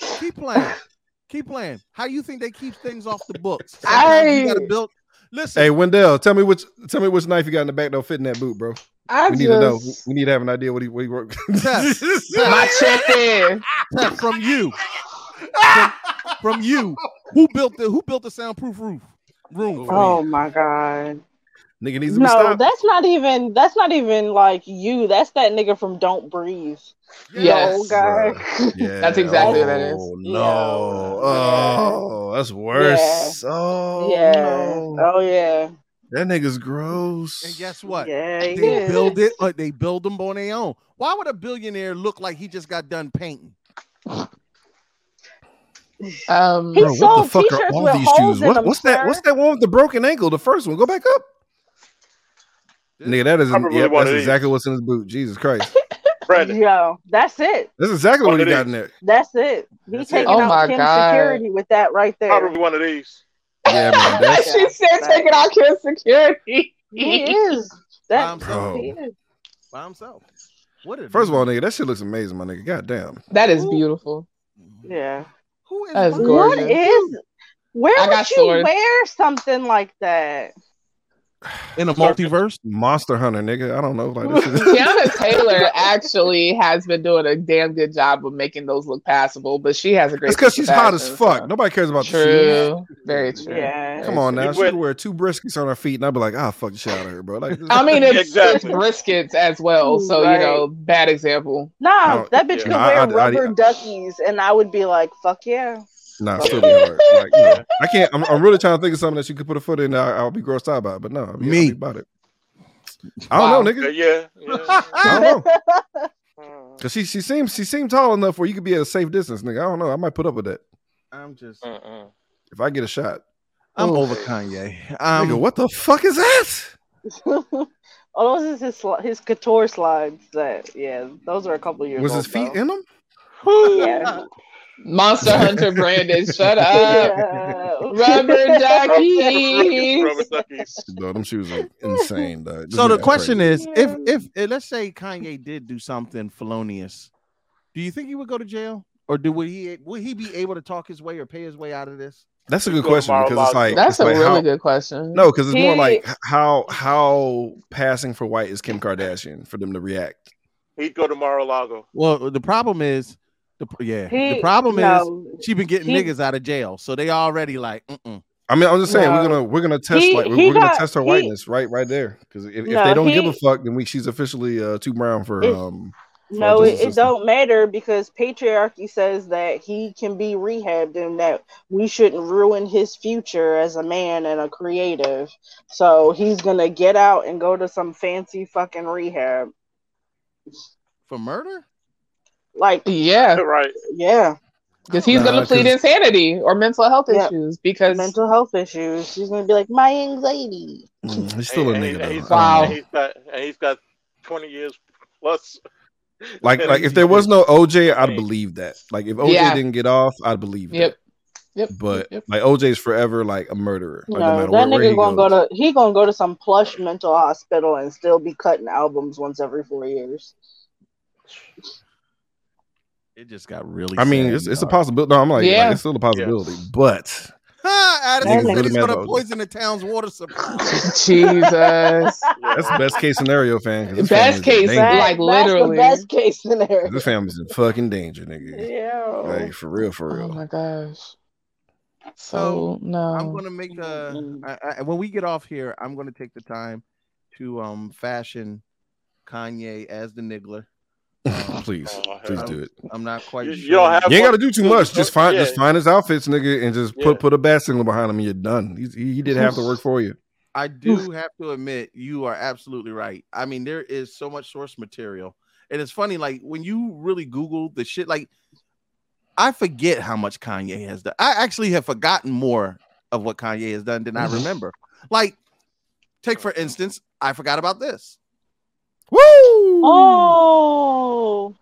[SPEAKER 3] keep playing. Keep playing. How you think they keep things off the books? Sometimes
[SPEAKER 5] I
[SPEAKER 3] you gotta build. Listen,
[SPEAKER 7] Hey Wendell, tell me which tell me which knife you got in the back though fitting that boot, bro.
[SPEAKER 5] I
[SPEAKER 7] we
[SPEAKER 5] just
[SPEAKER 7] need to know. We need to have an idea what he what he worked. (laughs)
[SPEAKER 3] Tess,
[SPEAKER 5] my check in.
[SPEAKER 3] Tess, from you, from, from you, who built the who built the soundproof roof room? for
[SPEAKER 9] Oh
[SPEAKER 3] you?
[SPEAKER 9] my god.
[SPEAKER 7] Nigga needs to be
[SPEAKER 9] No,
[SPEAKER 7] stopped.
[SPEAKER 9] that's not even that's not even like you. That's that nigga from Don't Breathe. The
[SPEAKER 5] Yes.
[SPEAKER 9] old guy. (laughs)
[SPEAKER 7] Yeah.
[SPEAKER 5] That's exactly
[SPEAKER 7] oh,
[SPEAKER 5] what that is.
[SPEAKER 7] No. Oh, that's worse. Oh,
[SPEAKER 9] yeah.
[SPEAKER 7] no.
[SPEAKER 9] Oh yeah.
[SPEAKER 7] That nigga's gross.
[SPEAKER 3] And guess what?
[SPEAKER 9] Yeah, he
[SPEAKER 3] They
[SPEAKER 9] is.
[SPEAKER 3] build it like they build them on their own. Why would a billionaire look like he just got done painting?
[SPEAKER 5] Um,
[SPEAKER 9] He
[SPEAKER 5] (laughs)
[SPEAKER 7] Bro, what
[SPEAKER 9] sold
[SPEAKER 7] the fuck are
[SPEAKER 9] t-shirts
[SPEAKER 7] all
[SPEAKER 9] with
[SPEAKER 7] these
[SPEAKER 9] holes
[SPEAKER 7] shoes?
[SPEAKER 9] in
[SPEAKER 7] What-
[SPEAKER 9] them,
[SPEAKER 7] what's that?
[SPEAKER 9] sir.
[SPEAKER 7] What's that one with the broken ankle? The first one. Go back up. Nigga, that is
[SPEAKER 6] I'm really
[SPEAKER 7] yep,
[SPEAKER 6] one
[SPEAKER 7] that's
[SPEAKER 6] of these.
[SPEAKER 7] exactly what's in his boot. Jesus
[SPEAKER 9] (laughs)
[SPEAKER 7] Christ.
[SPEAKER 6] Brendan.
[SPEAKER 9] Yo, that's it.
[SPEAKER 7] That's exactly
[SPEAKER 6] One
[SPEAKER 7] what he
[SPEAKER 6] of
[SPEAKER 7] got in
[SPEAKER 6] these.
[SPEAKER 7] there.
[SPEAKER 9] That's it. He
[SPEAKER 7] That's it.
[SPEAKER 9] taking
[SPEAKER 5] Oh my
[SPEAKER 9] out Kim's
[SPEAKER 5] God.
[SPEAKER 9] security with that right there.
[SPEAKER 6] Probably one of
[SPEAKER 7] (laughs)
[SPEAKER 6] these.
[SPEAKER 7] Yeah, man. That's
[SPEAKER 5] she said taking out Kim's security.
[SPEAKER 9] He is. That
[SPEAKER 3] Um,
[SPEAKER 9] he
[SPEAKER 7] bro.
[SPEAKER 9] is.
[SPEAKER 3] By himself. What? a-
[SPEAKER 7] First of all, nigga, that shit looks amazing, my nigga. God damn.
[SPEAKER 5] That is beautiful.
[SPEAKER 9] Yeah.
[SPEAKER 3] who is
[SPEAKER 5] That's
[SPEAKER 3] buying-
[SPEAKER 5] gorgeous.
[SPEAKER 9] What is where
[SPEAKER 5] I
[SPEAKER 9] would you
[SPEAKER 5] got swords.
[SPEAKER 9] wear something like that?
[SPEAKER 3] in a multiverse?
[SPEAKER 7] Monster Hunter, nigga. I don't know. Like
[SPEAKER 9] (laughs)
[SPEAKER 7] (laughs) this is
[SPEAKER 5] Tiana Taylor actually has been doing a damn good job of making those look passable, but she has a great.
[SPEAKER 7] That's because
[SPEAKER 5] sense of
[SPEAKER 7] she's hot as
[SPEAKER 5] fashion,
[SPEAKER 7] fuck.
[SPEAKER 5] so.
[SPEAKER 7] Nobody cares about the shoes.
[SPEAKER 5] True. Very true.
[SPEAKER 9] Yeah.
[SPEAKER 7] Come on now.
[SPEAKER 6] You
[SPEAKER 7] She could
[SPEAKER 6] would-
[SPEAKER 7] wear two briskets on her feet, and I'd be like, ah, fuck the shit out of her, bro. Like, this-
[SPEAKER 5] I mean, it's,
[SPEAKER 6] Exactly.
[SPEAKER 5] it's briskets as well, so you know, bad example.
[SPEAKER 7] I
[SPEAKER 9] Nah,
[SPEAKER 7] don't-
[SPEAKER 9] that bitch
[SPEAKER 6] yeah.
[SPEAKER 9] could
[SPEAKER 7] No, I-
[SPEAKER 9] wear
[SPEAKER 7] I- I-
[SPEAKER 9] rubber duckies, and I would be like, "Fuck yeah!"
[SPEAKER 7] nah, still be hard. Like, you know, I can't. I'm, I'm really trying to think of something that you could put a foot in. that I, I'll be grossed out by, it, but no, I'll be, I'll
[SPEAKER 3] Me.
[SPEAKER 7] be about it. I don't know,
[SPEAKER 6] Yeah,
[SPEAKER 7] nigga.
[SPEAKER 6] yeah. yeah.
[SPEAKER 7] (laughs) I don't know.
[SPEAKER 6] Mm,
[SPEAKER 7] Cause she she seems she seemed tall enough where you could be at a safe distance, nigga. I don't know. I might put up with that
[SPEAKER 3] I'm just.
[SPEAKER 6] mm,
[SPEAKER 7] if I get a shot.
[SPEAKER 3] I'm
[SPEAKER 5] Oof.
[SPEAKER 3] over Kanye. Um,
[SPEAKER 7] nigga, what the fuck is that?
[SPEAKER 9] (laughs) oh, those is his sli- his couture slides. That yeah, those are a couple years.
[SPEAKER 7] Was
[SPEAKER 9] old,
[SPEAKER 7] his feet
[SPEAKER 9] though.
[SPEAKER 7] in them?
[SPEAKER 9] (laughs) Yeah.
[SPEAKER 5] Monster Hunter Brandon, shut up.
[SPEAKER 9] (laughs) Yeah.
[SPEAKER 5] (laughs) Rubber ducky.
[SPEAKER 6] mm. Rubber duckies.
[SPEAKER 7] No, them shoes
[SPEAKER 5] (laughs)
[SPEAKER 7] are insane, dog.
[SPEAKER 3] So the question is, if,
[SPEAKER 9] Yeah.
[SPEAKER 3] if if let's say Kanye did do something felonious, do you think he would go to jail, or do would he would he be able to talk his way or pay his way out of this?
[SPEAKER 7] That's a
[SPEAKER 6] You
[SPEAKER 7] good
[SPEAKER 6] go
[SPEAKER 7] question
[SPEAKER 6] tomorrow,
[SPEAKER 7] because it's
[SPEAKER 6] Bob.
[SPEAKER 7] like
[SPEAKER 5] That's
[SPEAKER 7] it's
[SPEAKER 5] a
[SPEAKER 7] like
[SPEAKER 5] really
[SPEAKER 7] how-
[SPEAKER 5] good question.
[SPEAKER 7] No, because it's more
[SPEAKER 9] He-
[SPEAKER 7] like how how passing for white is Kim Kardashian for them to react.
[SPEAKER 6] He'd go to Mar-a-Lago.
[SPEAKER 3] Well, the problem is, the yeah, the
[SPEAKER 9] He-
[SPEAKER 3] problem
[SPEAKER 9] no.
[SPEAKER 3] is she been getting
[SPEAKER 9] He-
[SPEAKER 3] niggas out of jail, so they already like, Mm-mm.
[SPEAKER 7] I mean, I'm just saying we're
[SPEAKER 9] No.
[SPEAKER 7] gonna we're gonna test
[SPEAKER 9] He-
[SPEAKER 7] like we're,
[SPEAKER 9] he
[SPEAKER 7] we're gonna
[SPEAKER 9] got-
[SPEAKER 7] test her
[SPEAKER 9] he-
[SPEAKER 7] whiteness right right there because if, if they
[SPEAKER 9] No,
[SPEAKER 7] don't give a
[SPEAKER 9] he-
[SPEAKER 7] fuck, then we she's officially uh, too brown for
[SPEAKER 9] It-
[SPEAKER 7] um.
[SPEAKER 9] No,
[SPEAKER 7] Fraudulent
[SPEAKER 9] it, it
[SPEAKER 7] system.
[SPEAKER 9] don't matter because patriarchy says that he can be rehabbed and that we shouldn't ruin his future as a man and a creative. So he's gonna get out and go to some fancy fucking rehab.
[SPEAKER 3] for murder.
[SPEAKER 9] Like,
[SPEAKER 5] Yeah,
[SPEAKER 6] (laughs) Right.
[SPEAKER 9] yeah,
[SPEAKER 5] because he's
[SPEAKER 7] Nah,
[SPEAKER 5] going to plead
[SPEAKER 7] 'cause-
[SPEAKER 5] insanity or mental health
[SPEAKER 9] Yeah.
[SPEAKER 5] issues because
[SPEAKER 9] mental health issues. He's gonna be like my anxiety.
[SPEAKER 7] Mm, he's still
[SPEAKER 6] and,
[SPEAKER 7] a
[SPEAKER 6] and- and
[SPEAKER 7] nigga. though.
[SPEAKER 6] he's-
[SPEAKER 5] Wow.
[SPEAKER 6] And he's got, and he's got 20 years plus.
[SPEAKER 7] Like like if there
[SPEAKER 6] (laughs)
[SPEAKER 7] was no OJ, I'd believe that. Like if OJ
[SPEAKER 5] Yeah.
[SPEAKER 7] didn't get off, I'd believe
[SPEAKER 5] yep, yep.
[SPEAKER 7] that. But
[SPEAKER 5] yep.
[SPEAKER 7] like OJ's forever like a murderer. Like, no
[SPEAKER 9] No,
[SPEAKER 7] matter
[SPEAKER 9] that
[SPEAKER 7] where, where
[SPEAKER 9] nigga
[SPEAKER 7] he
[SPEAKER 9] gonna
[SPEAKER 7] goes.
[SPEAKER 9] go to he gonna go to some plush mental hospital and still be cutting albums once every four years.
[SPEAKER 3] It just got really.
[SPEAKER 7] I mean,
[SPEAKER 3] sad,
[SPEAKER 7] it's, it's a
[SPEAKER 3] dog.
[SPEAKER 7] possibility. No, I'm like,
[SPEAKER 3] Yeah.
[SPEAKER 7] like, it's still a possibility, but
[SPEAKER 3] (laughs)
[SPEAKER 12] Ha!
[SPEAKER 3] Ah,
[SPEAKER 7] Niggas
[SPEAKER 12] Addison said
[SPEAKER 7] really
[SPEAKER 12] he's
[SPEAKER 7] mad
[SPEAKER 12] gonna
[SPEAKER 7] about it.
[SPEAKER 12] poison the town's water
[SPEAKER 9] (laughs)
[SPEAKER 12] supply.
[SPEAKER 5] (laughs) (laughs)
[SPEAKER 7] (laughs)
[SPEAKER 5] Jesus.
[SPEAKER 7] (laughs) that's best case scenario, fan. 'cause this
[SPEAKER 5] Best
[SPEAKER 7] family's
[SPEAKER 5] case,
[SPEAKER 7] in danger.
[SPEAKER 5] like literally.
[SPEAKER 9] That's the best case scenario.
[SPEAKER 7] this family's in fucking danger, nigga.
[SPEAKER 9] uh, Yeah.
[SPEAKER 7] Like for real, for real.
[SPEAKER 5] Oh my gosh.
[SPEAKER 3] So,
[SPEAKER 5] So no.
[SPEAKER 3] I'm gonna make
[SPEAKER 5] Mm.
[SPEAKER 3] a. I, I, when we get off here, I'm gonna take the time to um fashion Kanye as the niggler.
[SPEAKER 9] Oh
[SPEAKER 7] (laughs) please,
[SPEAKER 6] Oh,
[SPEAKER 7] please do it.
[SPEAKER 3] I'm not quite
[SPEAKER 6] You-
[SPEAKER 3] sure.
[SPEAKER 6] you don't have
[SPEAKER 7] You ain't
[SPEAKER 6] one-
[SPEAKER 7] got to do too much. Just find, just
[SPEAKER 6] Yeah.
[SPEAKER 7] find his outfits, nigga, and just
[SPEAKER 6] Yeah.
[SPEAKER 7] put put a bat signal behind him, and you're done. He's, he he did half the work for you.
[SPEAKER 3] (laughs) I do have to admit, you are absolutely right. I mean, there is so much source material. And it's funny, like when you really Google the shit, like I forget how much Kanye has done. I actually have forgotten more of what Kanye has done than (laughs) I remember. Like, take for instance, I forgot about this.
[SPEAKER 7] Woo!
[SPEAKER 9] Oh.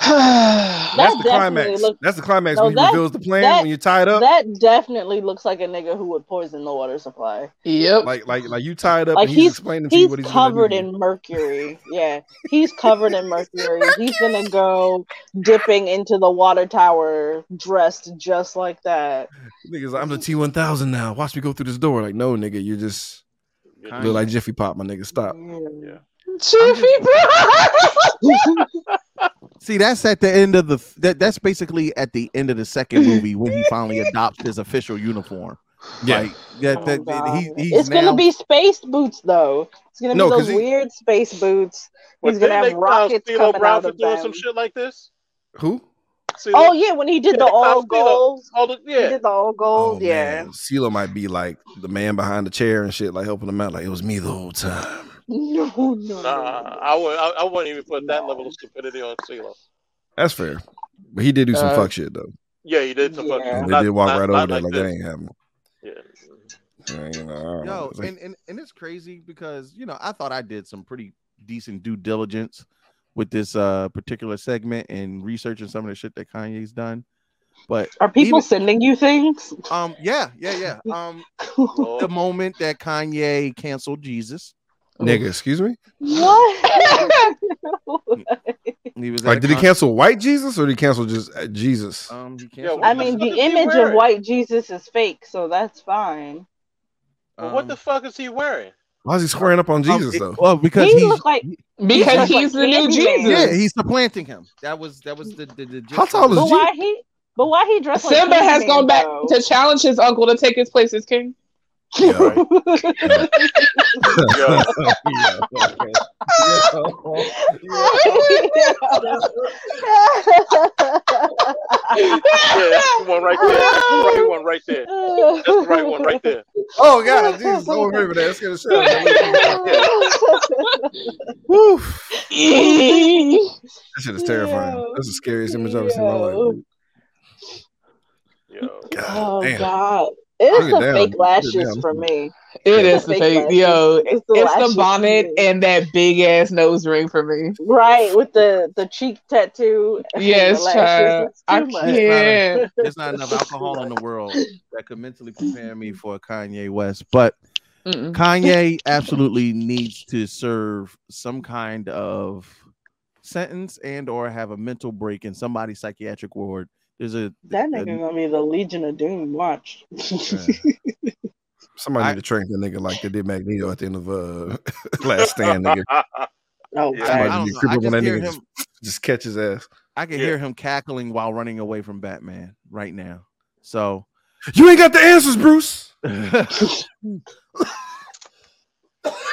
[SPEAKER 7] That's the
[SPEAKER 9] definitely
[SPEAKER 7] climax.
[SPEAKER 9] looks-
[SPEAKER 7] That's the climax
[SPEAKER 9] No,
[SPEAKER 7] when he
[SPEAKER 9] that-
[SPEAKER 7] reveals the plan
[SPEAKER 9] that-
[SPEAKER 7] when you're tied up.
[SPEAKER 9] That definitely looks like a nigga who would poison the water supply.
[SPEAKER 5] (sighs) Yep.
[SPEAKER 7] Like like like you tied up
[SPEAKER 9] like
[SPEAKER 7] and he's,
[SPEAKER 9] he's
[SPEAKER 7] explaining to
[SPEAKER 9] he's
[SPEAKER 7] you what he's gonna
[SPEAKER 9] covered
[SPEAKER 7] do.
[SPEAKER 9] in mercury. Yeah, he's covered in mercury. He's gonna go dipping into the water tower dressed just like that.
[SPEAKER 7] Niggas, like, I'm the T1000 now. Watch me go through this door. Like no, nigga, you just look like Jiffy Pop. My nigga,
[SPEAKER 3] Uh,
[SPEAKER 7] stop.
[SPEAKER 3] See, that's at the end of the that, that's basically at the end of the (laughs) second movie when he finally adopts his official uniform.
[SPEAKER 7] Yeah.
[SPEAKER 3] Like, (laughs) that, that, he, he's
[SPEAKER 9] Oh, it's
[SPEAKER 3] now-
[SPEAKER 9] gonna be space boots though. It's gonna
[SPEAKER 3] No,
[SPEAKER 9] be
[SPEAKER 3] 'cause
[SPEAKER 9] those
[SPEAKER 3] he-
[SPEAKER 9] weird space boots.
[SPEAKER 6] But
[SPEAKER 9] he's gonna
[SPEAKER 6] didn't
[SPEAKER 9] have
[SPEAKER 6] they call
[SPEAKER 9] rockets
[SPEAKER 6] Steelo
[SPEAKER 9] coming
[SPEAKER 6] Brown
[SPEAKER 9] out
[SPEAKER 6] uh, for
[SPEAKER 9] of
[SPEAKER 6] doing
[SPEAKER 9] them.
[SPEAKER 6] some shit like this.
[SPEAKER 7] Who?
[SPEAKER 9] Oh yeah, when he did the all goals,
[SPEAKER 6] all the,
[SPEAKER 9] yeah. he did the all
[SPEAKER 3] Oh,
[SPEAKER 9] goals. Oh, yeah,
[SPEAKER 7] oh, Man, CeeLo might be like the man behind the chair and shit, like helping him out. Like it was me the whole time.
[SPEAKER 9] No, no.
[SPEAKER 6] Nah, I would. I, I wouldn't even put that level of stupidity on CeeLo.
[SPEAKER 7] That's fair, but he did do some
[SPEAKER 6] Uh,
[SPEAKER 7] fuck shit though.
[SPEAKER 6] Yeah, he did some fucking.
[SPEAKER 7] And
[SPEAKER 6] not-
[SPEAKER 7] they did walk
[SPEAKER 6] not-
[SPEAKER 7] right over
[SPEAKER 6] not
[SPEAKER 7] there, like, that
[SPEAKER 6] this.
[SPEAKER 7] ain't happening. Yeah, you know, I don't know.
[SPEAKER 3] Yo,
[SPEAKER 7] It's like,
[SPEAKER 3] and, and and it's crazy because you know I thought I did some pretty decent due diligence with this uh particular segment and researching some of the shit that Kanye's done. But
[SPEAKER 9] Are people sending you
[SPEAKER 5] (laughs)
[SPEAKER 9] things?
[SPEAKER 3] Um, yeah,
[SPEAKER 9] (laughs)
[SPEAKER 3] yeah, yeah. Um, the moment that Kanye canceled Jesus,
[SPEAKER 7] nigga, excuse me.
[SPEAKER 9] What?
[SPEAKER 3] he was at
[SPEAKER 7] Like,
[SPEAKER 3] a
[SPEAKER 7] did he
[SPEAKER 3] con-
[SPEAKER 7] cancel white Jesus or did he cancel just uh, Jesus?
[SPEAKER 3] Um, he
[SPEAKER 6] canceled.
[SPEAKER 9] I mean, the image of
[SPEAKER 6] wearing?
[SPEAKER 9] white Jesus is fake, so that's fine.
[SPEAKER 6] But what the fuck is
[SPEAKER 9] (laughs)
[SPEAKER 6] he wearing?
[SPEAKER 7] Why is he squaring up on Jesus
[SPEAKER 3] Um, it-
[SPEAKER 7] though?
[SPEAKER 3] well, because
[SPEAKER 9] he
[SPEAKER 3] he's
[SPEAKER 9] looked like
[SPEAKER 5] (laughs) Because
[SPEAKER 9] he
[SPEAKER 5] he's
[SPEAKER 9] looked
[SPEAKER 5] the
[SPEAKER 9] like
[SPEAKER 5] new
[SPEAKER 9] Candyman.
[SPEAKER 5] Jesus.
[SPEAKER 3] yeah, he's supplanting him. That was that was the the, the
[SPEAKER 7] How tall
[SPEAKER 9] But
[SPEAKER 7] is
[SPEAKER 9] why
[SPEAKER 7] Jesus?
[SPEAKER 9] he? But why he dressed like
[SPEAKER 5] Simba has
[SPEAKER 9] Candyman,
[SPEAKER 5] gone back
[SPEAKER 9] though?
[SPEAKER 7] (laughs)
[SPEAKER 5] to challenge his uncle to take his place as king.
[SPEAKER 7] (laughs)
[SPEAKER 6] Yo,
[SPEAKER 9] (laughs)
[SPEAKER 6] yeah, that's the one right there. That's the right one right there. That's the right one
[SPEAKER 7] (laughs)
[SPEAKER 6] right there.
[SPEAKER 7] Oh god, Jesus, no one remember that. Let's get a Woo. That shit is terrifying. That's the scariest image I've ever seen in my life.
[SPEAKER 9] (laughs) oh
[SPEAKER 7] damn.
[SPEAKER 9] God! It's
[SPEAKER 7] Bring it
[SPEAKER 9] the
[SPEAKER 7] down.
[SPEAKER 9] fake
[SPEAKER 7] Bring it
[SPEAKER 9] lashes
[SPEAKER 7] down.
[SPEAKER 9] for me.
[SPEAKER 5] It
[SPEAKER 9] It's
[SPEAKER 5] is the fake, yo.
[SPEAKER 9] lashes.
[SPEAKER 5] It's the,
[SPEAKER 9] lashes for
[SPEAKER 5] bonnet
[SPEAKER 9] me.
[SPEAKER 5] and that big ass nose ring for me.
[SPEAKER 9] Right with the the cheek tattoo. and the
[SPEAKER 5] Yes,
[SPEAKER 9] lashes.
[SPEAKER 5] child.
[SPEAKER 9] It's too
[SPEAKER 5] I
[SPEAKER 3] (laughs)
[SPEAKER 9] much.
[SPEAKER 5] can't.
[SPEAKER 3] there's not enough alcohol in the world that could mentally prepare me for Kanye West. But
[SPEAKER 5] Mm-mm.
[SPEAKER 7] (laughs)
[SPEAKER 3] Kanye absolutely needs to serve some kind of sentence and or have a mental break in somebody's psychiatric ward. There's a
[SPEAKER 9] That nigga gonna be the Legion of Doom. Watch.
[SPEAKER 7] Somebody need to train that nigga like they did Magneto at the end of uh (laughs) Last
[SPEAKER 3] (laughs)
[SPEAKER 7] Stand, nigga.
[SPEAKER 9] (laughs) Oh,
[SPEAKER 7] Somebody
[SPEAKER 3] I
[SPEAKER 7] need
[SPEAKER 3] don't
[SPEAKER 7] to
[SPEAKER 3] know. I
[SPEAKER 7] cripple when
[SPEAKER 3] just
[SPEAKER 7] that
[SPEAKER 3] hear
[SPEAKER 7] nigga just,
[SPEAKER 3] him-
[SPEAKER 7] just catch his ass.
[SPEAKER 3] I can hear him cackling while running away from Batman right now.
[SPEAKER 7] (laughs)
[SPEAKER 3] So (laughs)
[SPEAKER 7] You ain't got the answers, Bruce.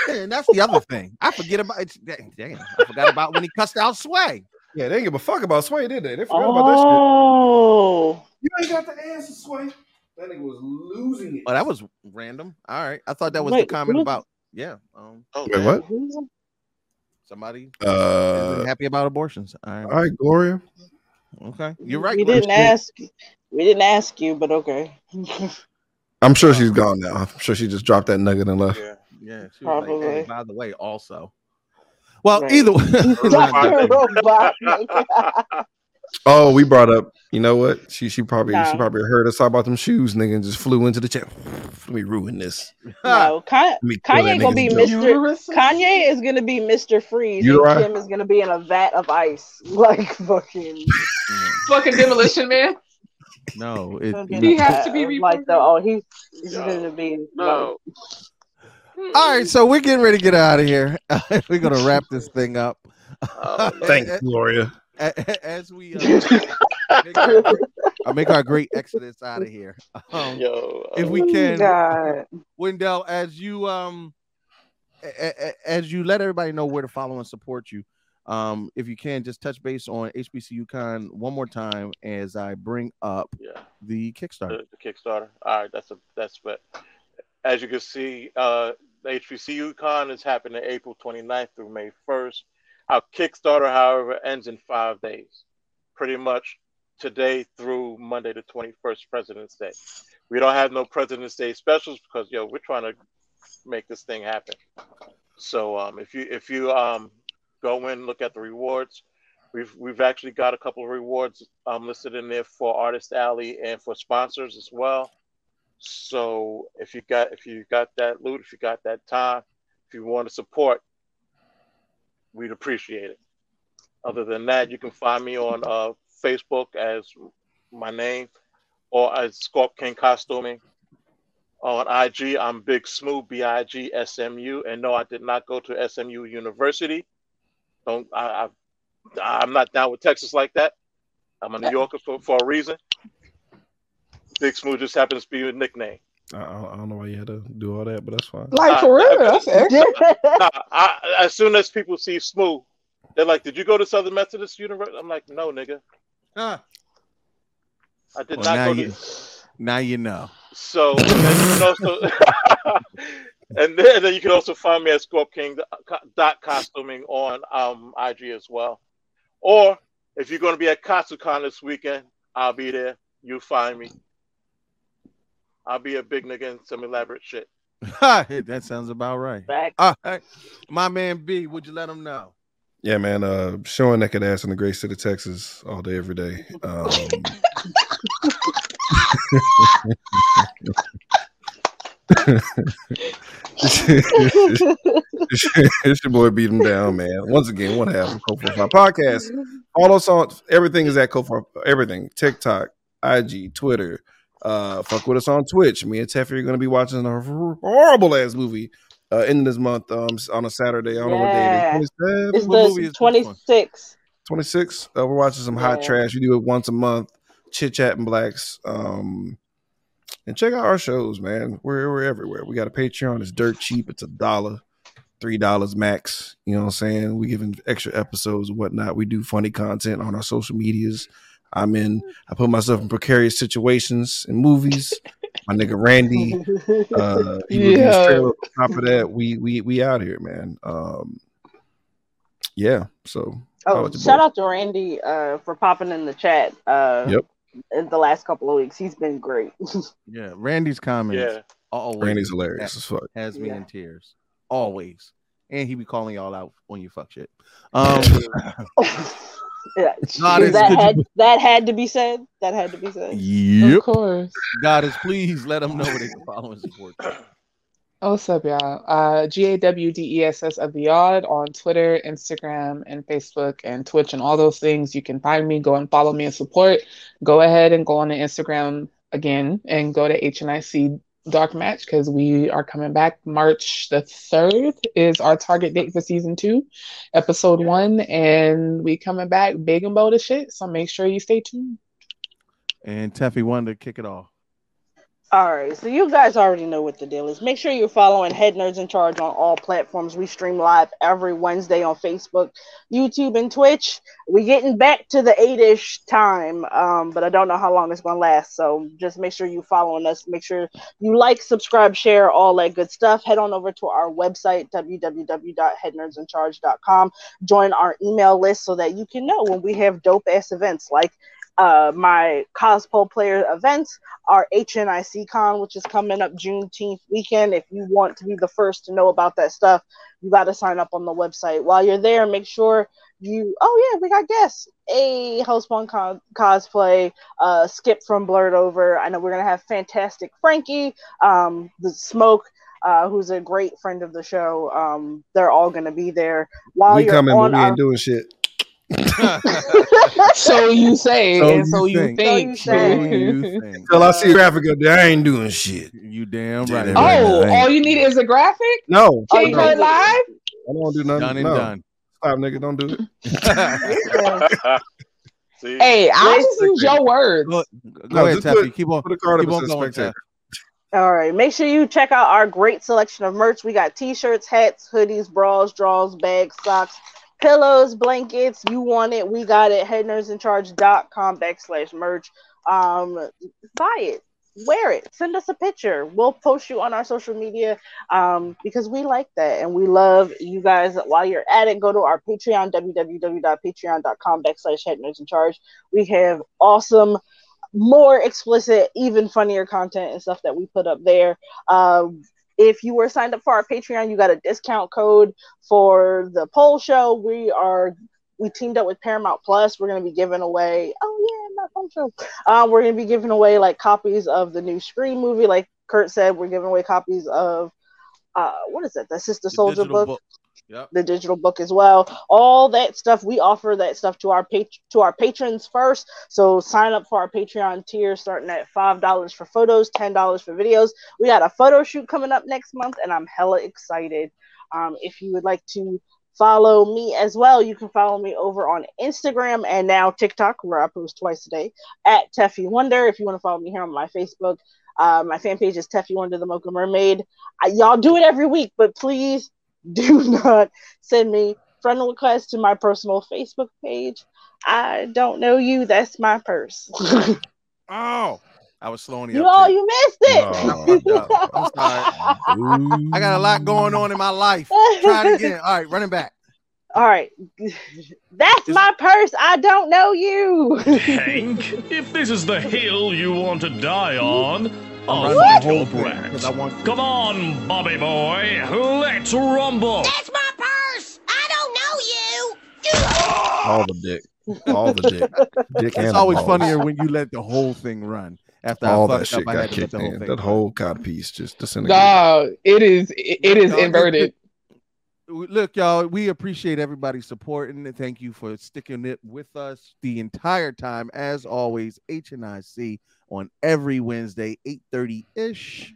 [SPEAKER 3] and that's the other thing. I forget about it. Damn, I forgot about when he cussed out Sway.
[SPEAKER 7] Yeah, they didn't give a fuck about Sway, did they? They forgot about
[SPEAKER 9] Oh.
[SPEAKER 7] You ain't got the answer, Sway. That nigga was losing it.
[SPEAKER 3] Oh, that was random. All right. I thought that was the
[SPEAKER 7] Wait,
[SPEAKER 3] comment
[SPEAKER 7] what?
[SPEAKER 3] about yeah. Um
[SPEAKER 7] Oh. Wait, damn. what?
[SPEAKER 9] Oh.
[SPEAKER 3] somebody
[SPEAKER 7] that shit. Uh,
[SPEAKER 3] isn't happy about abortions. All right.
[SPEAKER 7] all right, Gloria.
[SPEAKER 3] Okay. You're right.
[SPEAKER 9] We
[SPEAKER 3] Glenn.
[SPEAKER 9] didn't ask. We didn't ask you, but okay.
[SPEAKER 7] I'm sure she's gone now. I'm sure she just dropped that nugget and left.
[SPEAKER 3] Yeah, she was like,
[SPEAKER 9] Probably.
[SPEAKER 3] hey, by the way, (laughs)
[SPEAKER 9] (laughs)
[SPEAKER 3] also. Well, either way, (laughs)
[SPEAKER 9] Dr. Robotnik.
[SPEAKER 7] Oh, we brought up. You know what? She she probably no. she probably heard us talk about them shoes, nigga, and just flew into the chat. Let me ruin this.
[SPEAKER 9] No, Con- Kanye gonna be Mister. Kanye is gonna be Mister Freeze, and right? Kim is gonna be in a vat of ice, (laughs)
[SPEAKER 3] (laughs)
[SPEAKER 9] like fucking
[SPEAKER 15] fucking demolition man.
[SPEAKER 3] (laughs) No, it,
[SPEAKER 15] he has to be
[SPEAKER 9] like the oh he's, he's no. gonna be
[SPEAKER 15] no. Like,
[SPEAKER 3] all right, so we're getting ready to get out of here. (laughs) we're gonna wrap
[SPEAKER 9] (laughs)
[SPEAKER 3] this thing up. (laughs)
[SPEAKER 7] Oh, Thanks, Gloria.
[SPEAKER 3] As we
[SPEAKER 9] (laughs)
[SPEAKER 3] uh, make, our, uh, make, our, great exodus out of here, um, Yo, if
[SPEAKER 9] oh
[SPEAKER 3] we can, God. Wendell, as you um, a- a- as you let everybody know where to follow and support you, um, if you can, just touch base on HBCUCon one more time as I bring up yeah. the Kickstarter.
[SPEAKER 6] The, the, Kickstarter. All right, that's a that's what. As you can see, uh, the HBCUCon is happening April 29th through May 1st. Our Kickstarter, however, ends in five days, pretty much today through Monday the 21st, President's Day. We don't have no President's Day specials because yo, we're trying to make this thing happen. So um, if you if you um, go in, look at the rewards. We've we've actually got a couple of rewards um, listed in there for Artist Alley and for sponsors as well. So if you got if you got that loot, if you got that time, if you want to support, we'd appreciate it. Other than that, you can find me on uh, Facebook as my name or as Scorp King Costuming. On IG, I'm Big Smooth, B I G S M U. And no, I did not go to SMU University. Don't I, I? am not down with Texas like that. I'm a New Yorker for, for a reason. Big Smooth just happens to be your nickname.
[SPEAKER 7] I, I, don't know why you had to do all that, but that's fine.
[SPEAKER 5] Like for real, that's
[SPEAKER 6] excellent. as soon as people see Smooth, they're like, "Did you go to Southern Methodist University?" I'm like, "No, nigga, huh. I did well, not go
[SPEAKER 3] you,
[SPEAKER 6] to."
[SPEAKER 3] Now you know. (laughs)
[SPEAKER 6] So, and, also, (laughs) and, then, and, then, you can also find me at scorpking.costuming on um, IG as well. Or if you're going to be at Katsucon this weekend, I'll be there. You find me. I'll be a big nigga in some elaborate shit.
[SPEAKER 3] that sounds about right.
[SPEAKER 9] All
[SPEAKER 3] right. My man B, would you let him know?
[SPEAKER 7] Yeah, man. Uh, showing naked ass in the great city of Texas all day, every day. Um, (laughs) it's your boy beat him down, man. Once again, one half of Code Five Podcast. Follow us on everything is at Code Everything TikTok, IG, Twitter. Uh, fuck with us on Twitch. Me and Teffy are going to be watching a horrible ass movie uh, end this month um, on a Saturday. I don't yeah. know
[SPEAKER 9] what day it is. It's the 26.
[SPEAKER 7] 26. Uh, we're watching some yeah. hot trash. We do it once a month. Chit chat and blacks. Um, and check out our shows, man. We're, we're everywhere. We got a Patreon. It's dirt cheap. It's a dollar, three dollars max. You know what I'm saying? We giving extra episodes and whatnot. We do funny content on our social medias. I'm in. I put myself in precarious situations in movies. My nigga Randy,
[SPEAKER 9] (laughs) Oh,
[SPEAKER 7] uh, he yeah. trailer. On top of that, we we we out here, man. Um, yeah. So.
[SPEAKER 9] Oh, shout boy. out to Randy uh, for popping in the chat. Uh,
[SPEAKER 7] yep.
[SPEAKER 9] In the last couple of weeks, he's been great. (laughs)
[SPEAKER 3] yeah, Randy's comments.
[SPEAKER 6] Yeah.
[SPEAKER 3] Always
[SPEAKER 7] Randy's hilarious as fuck.
[SPEAKER 3] Has me yeah. in tears. Always. And he be calling y'all out on your fuck shit. Um
[SPEAKER 9] Yeah. God is, that had you... that had to be said. That had to be said.
[SPEAKER 3] Yep.
[SPEAKER 5] Of course.
[SPEAKER 3] God is please let them know where they can follow and support.
[SPEAKER 5] What's up, y'all? Uh, G A W D E S S of the Yard on Twitter, Instagram, and Facebook, and Twitch, and all those things. You can find me. Go and follow me and support. Go ahead and go on the Instagram again, and go to HNIC Dark Match because we are coming back March the 3rd is our target date for season two, episode yeah. one, and we coming back big and bold as shit. So make sure you
[SPEAKER 9] (laughs)
[SPEAKER 5] stay tuned.
[SPEAKER 3] And Teffy wanted to kick it off.
[SPEAKER 9] All right, so you guys already know what the deal is. Make sure you're following Head Nerds in Charge on all platforms. We stream live every Wednesday on Facebook, YouTube, and Twitch. We're getting back to the eight-ish time, um, but I don't know how long it's gonna last. So just make sure you're following us. Make sure you like, subscribe, share, all that good stuff. Head on over to our website www.headnerdsincharge.com. Join our email list so that you can know when we have dope ass events like uh, my cosplay player events are HNIC Con, which is coming up Juneteenth weekend. If you want to be the first to know about that stuff, you got to sign up on the website. While you're there, make sure you oh yeah we got guests a host one co- cosplay uh skip from blurred over i know we're gonna have fantastic frankie um the smoke uh, who's a great friend of the show? Um, they're all going to be there. While
[SPEAKER 7] we
[SPEAKER 9] you're
[SPEAKER 7] coming,
[SPEAKER 9] on
[SPEAKER 7] but we
[SPEAKER 9] our
[SPEAKER 7] ain't doing shit.
[SPEAKER 5] so you say,
[SPEAKER 7] So
[SPEAKER 5] and so
[SPEAKER 7] you
[SPEAKER 5] you think.
[SPEAKER 9] think. So
[SPEAKER 5] (laughs)
[SPEAKER 9] you
[SPEAKER 7] Until I see a graphic up there, I ain't doing shit.
[SPEAKER 3] You damn
[SPEAKER 7] right.
[SPEAKER 5] oh, all you need is a graphic.
[SPEAKER 7] no,
[SPEAKER 5] Can you
[SPEAKER 7] no,
[SPEAKER 5] go live?
[SPEAKER 7] I don't do nothing.
[SPEAKER 3] Done and
[SPEAKER 7] no.
[SPEAKER 3] done.
[SPEAKER 7] Stop, nigga. Don't do it.
[SPEAKER 6] (laughs) See?
[SPEAKER 5] Hey, I just use your words.
[SPEAKER 3] (laughs) Go, go
[SPEAKER 7] No,
[SPEAKER 3] ahead,
[SPEAKER 7] just
[SPEAKER 3] Taffy.
[SPEAKER 7] put-
[SPEAKER 3] keep on.
[SPEAKER 7] put a card up
[SPEAKER 3] keep
[SPEAKER 7] and
[SPEAKER 3] on
[SPEAKER 7] says
[SPEAKER 3] going,
[SPEAKER 7] spectator.
[SPEAKER 3] Taffy.
[SPEAKER 9] All right. Make sure you check out our great selection of merch. We got t-shirts, hats, hoodies, bras, draws, bags, socks, pillows, blankets. You want it, we got it. Headnersincharge.com backslash merch. Um, buy it, wear it, send us a picture. We'll post you on our social media um, because we like that and we love you guys. While you're at it, go to our Patreon, www.patreon.com backslash headnersincharge. We have awesome more explicit, even funnier content and stuff that we put up there. Um, if you were signed up for our Patreon, you got a discount code for the poll show. We are we teamed up with Paramount Plus. We're going to be giving away. Oh yeah, my poll show. Um, we're going to be giving away like copies of the new Scream movie. Like Kurt said, we're giving away copies of uh, what is it? The Sister Soldier
[SPEAKER 3] Digital
[SPEAKER 9] book
[SPEAKER 3] book. Yep.
[SPEAKER 9] the digital book as well. All that stuff we offer that stuff to our pat- to our patrons first. So sign up for our Patreon tier starting at five dollars for photos, ten dollars for videos. We got a photo shoot coming up next month, and I'm hella excited. Um, if you would like to follow me as well, you can follow me over on Instagram and now TikTok, where I post twice a day at Teffy Wonder. If you want to follow me here on my Facebook. Uh, my fan page is Teffy Wonder the Mocha Mermaid. I, y'all do it every week, but please (laughs) do not send me friend requests to my personal Facebook page. I don't know you. That's my purse.
[SPEAKER 3] Oh, I was slowing you
[SPEAKER 9] (laughs) you
[SPEAKER 3] up.
[SPEAKER 9] all,
[SPEAKER 3] Tiff.
[SPEAKER 9] you missed it.
[SPEAKER 3] No, I'm sorry. I got a lot going on in my life. Try it again. All right, running back.
[SPEAKER 9] (laughs) all right. That's my purse. I don't
[SPEAKER 3] (laughs)
[SPEAKER 9] know you.
[SPEAKER 16] Hank, if this is the hill you want to die on,
[SPEAKER 3] running
[SPEAKER 16] I'll
[SPEAKER 3] Oh, the
[SPEAKER 16] fight
[SPEAKER 3] whole
[SPEAKER 16] your
[SPEAKER 3] thing,
[SPEAKER 16] brat.
[SPEAKER 3] 'cause I want-
[SPEAKER 16] Come on, Bobby boy, let's rumble.
[SPEAKER 12] That's my purse. I don't know
[SPEAKER 7] All the dick. All
[SPEAKER 9] (laughs)
[SPEAKER 7] the dick. dick
[SPEAKER 3] It's
[SPEAKER 7] and
[SPEAKER 3] always
[SPEAKER 7] balls.
[SPEAKER 3] funnier when you let the whole thing run. After
[SPEAKER 7] All
[SPEAKER 3] I fucked
[SPEAKER 7] that shit
[SPEAKER 3] up, I
[SPEAKER 7] got
[SPEAKER 3] had to let
[SPEAKER 7] kicked
[SPEAKER 3] the whole
[SPEAKER 7] in.
[SPEAKER 3] thing.
[SPEAKER 7] That whole codpiece just disintegrated.
[SPEAKER 5] Dog, it is it, it is
[SPEAKER 3] Dog, it-
[SPEAKER 5] inverted.
[SPEAKER 3] Look, y'all, we appreciate everybody supporting. and Thank you for sticking it with us the entire time. As always, HNIC on every Wednesday, 8:30 ish.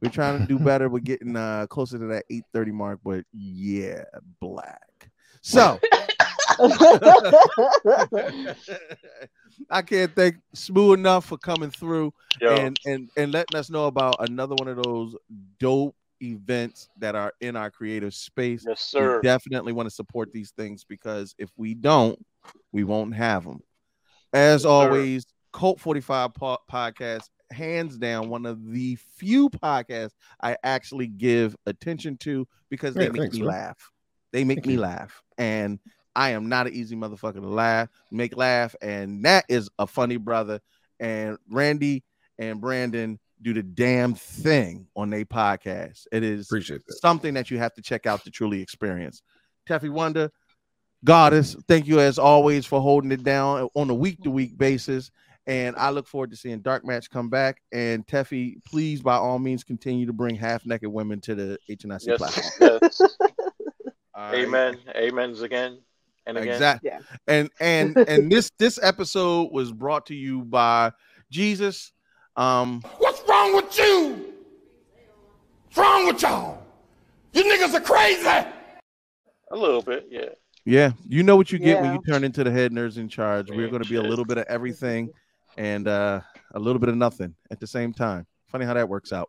[SPEAKER 3] We're trying to do better. We're getting uh, closer to that 8:30 mark, but yeah, black. So (laughs) I can't thank Smooth enough for coming through
[SPEAKER 6] Yo.
[SPEAKER 3] and and and letting us know about another one of those dope events that are in our creative space.
[SPEAKER 6] Yes, sir.
[SPEAKER 3] We definitely want to support these things because if we don't, we won't have them. As
[SPEAKER 6] Yes, sir.
[SPEAKER 3] always, Colt 45 po- podcast, hands down, one of the few podcasts I actually give attention to because they
[SPEAKER 7] Yeah,
[SPEAKER 3] make
[SPEAKER 7] thanks,
[SPEAKER 3] me
[SPEAKER 7] man.
[SPEAKER 3] laugh. They make me laugh. And I am not an easy motherfucker to laugh, make laugh. And that is a funny brother. And Randy and Brandon do the damn thing on their podcast. It is
[SPEAKER 7] Appreciate that.
[SPEAKER 3] something that you have to check out to truly experience. Teffy Wonder, Goddess, thank you as always for holding it down on a week to week basis. And I look forward to seeing Dark Match come back. And Teffy, please, by all means, continue to bring half naked women to the HNIC platform.
[SPEAKER 6] Yes.
[SPEAKER 3] (laughs)
[SPEAKER 6] yes.
[SPEAKER 3] All right?
[SPEAKER 6] Amen. Amens again and again.
[SPEAKER 3] Exactly. And and and this this episode was brought to you by Jesus. Um,
[SPEAKER 14] you. What's wrong with you? What's wrong with y'all? You niggas are crazy.
[SPEAKER 6] A little bit, yeah.
[SPEAKER 3] yeah, you know what you get when
[SPEAKER 6] Yeah.
[SPEAKER 3] you turn into the head nerds in charge. We're going to be a little bit of everything and uh, a little bit of nothing at the same time. Funny how that works out.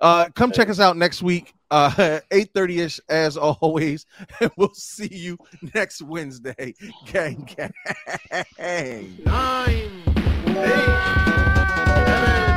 [SPEAKER 3] Uh, come check us out next week, uh, (laughs) eight thirty ish as always, (laughs) and we'll see you next Wednesday. (laughs) Gang, gang.
[SPEAKER 14] Nine, eight, seven,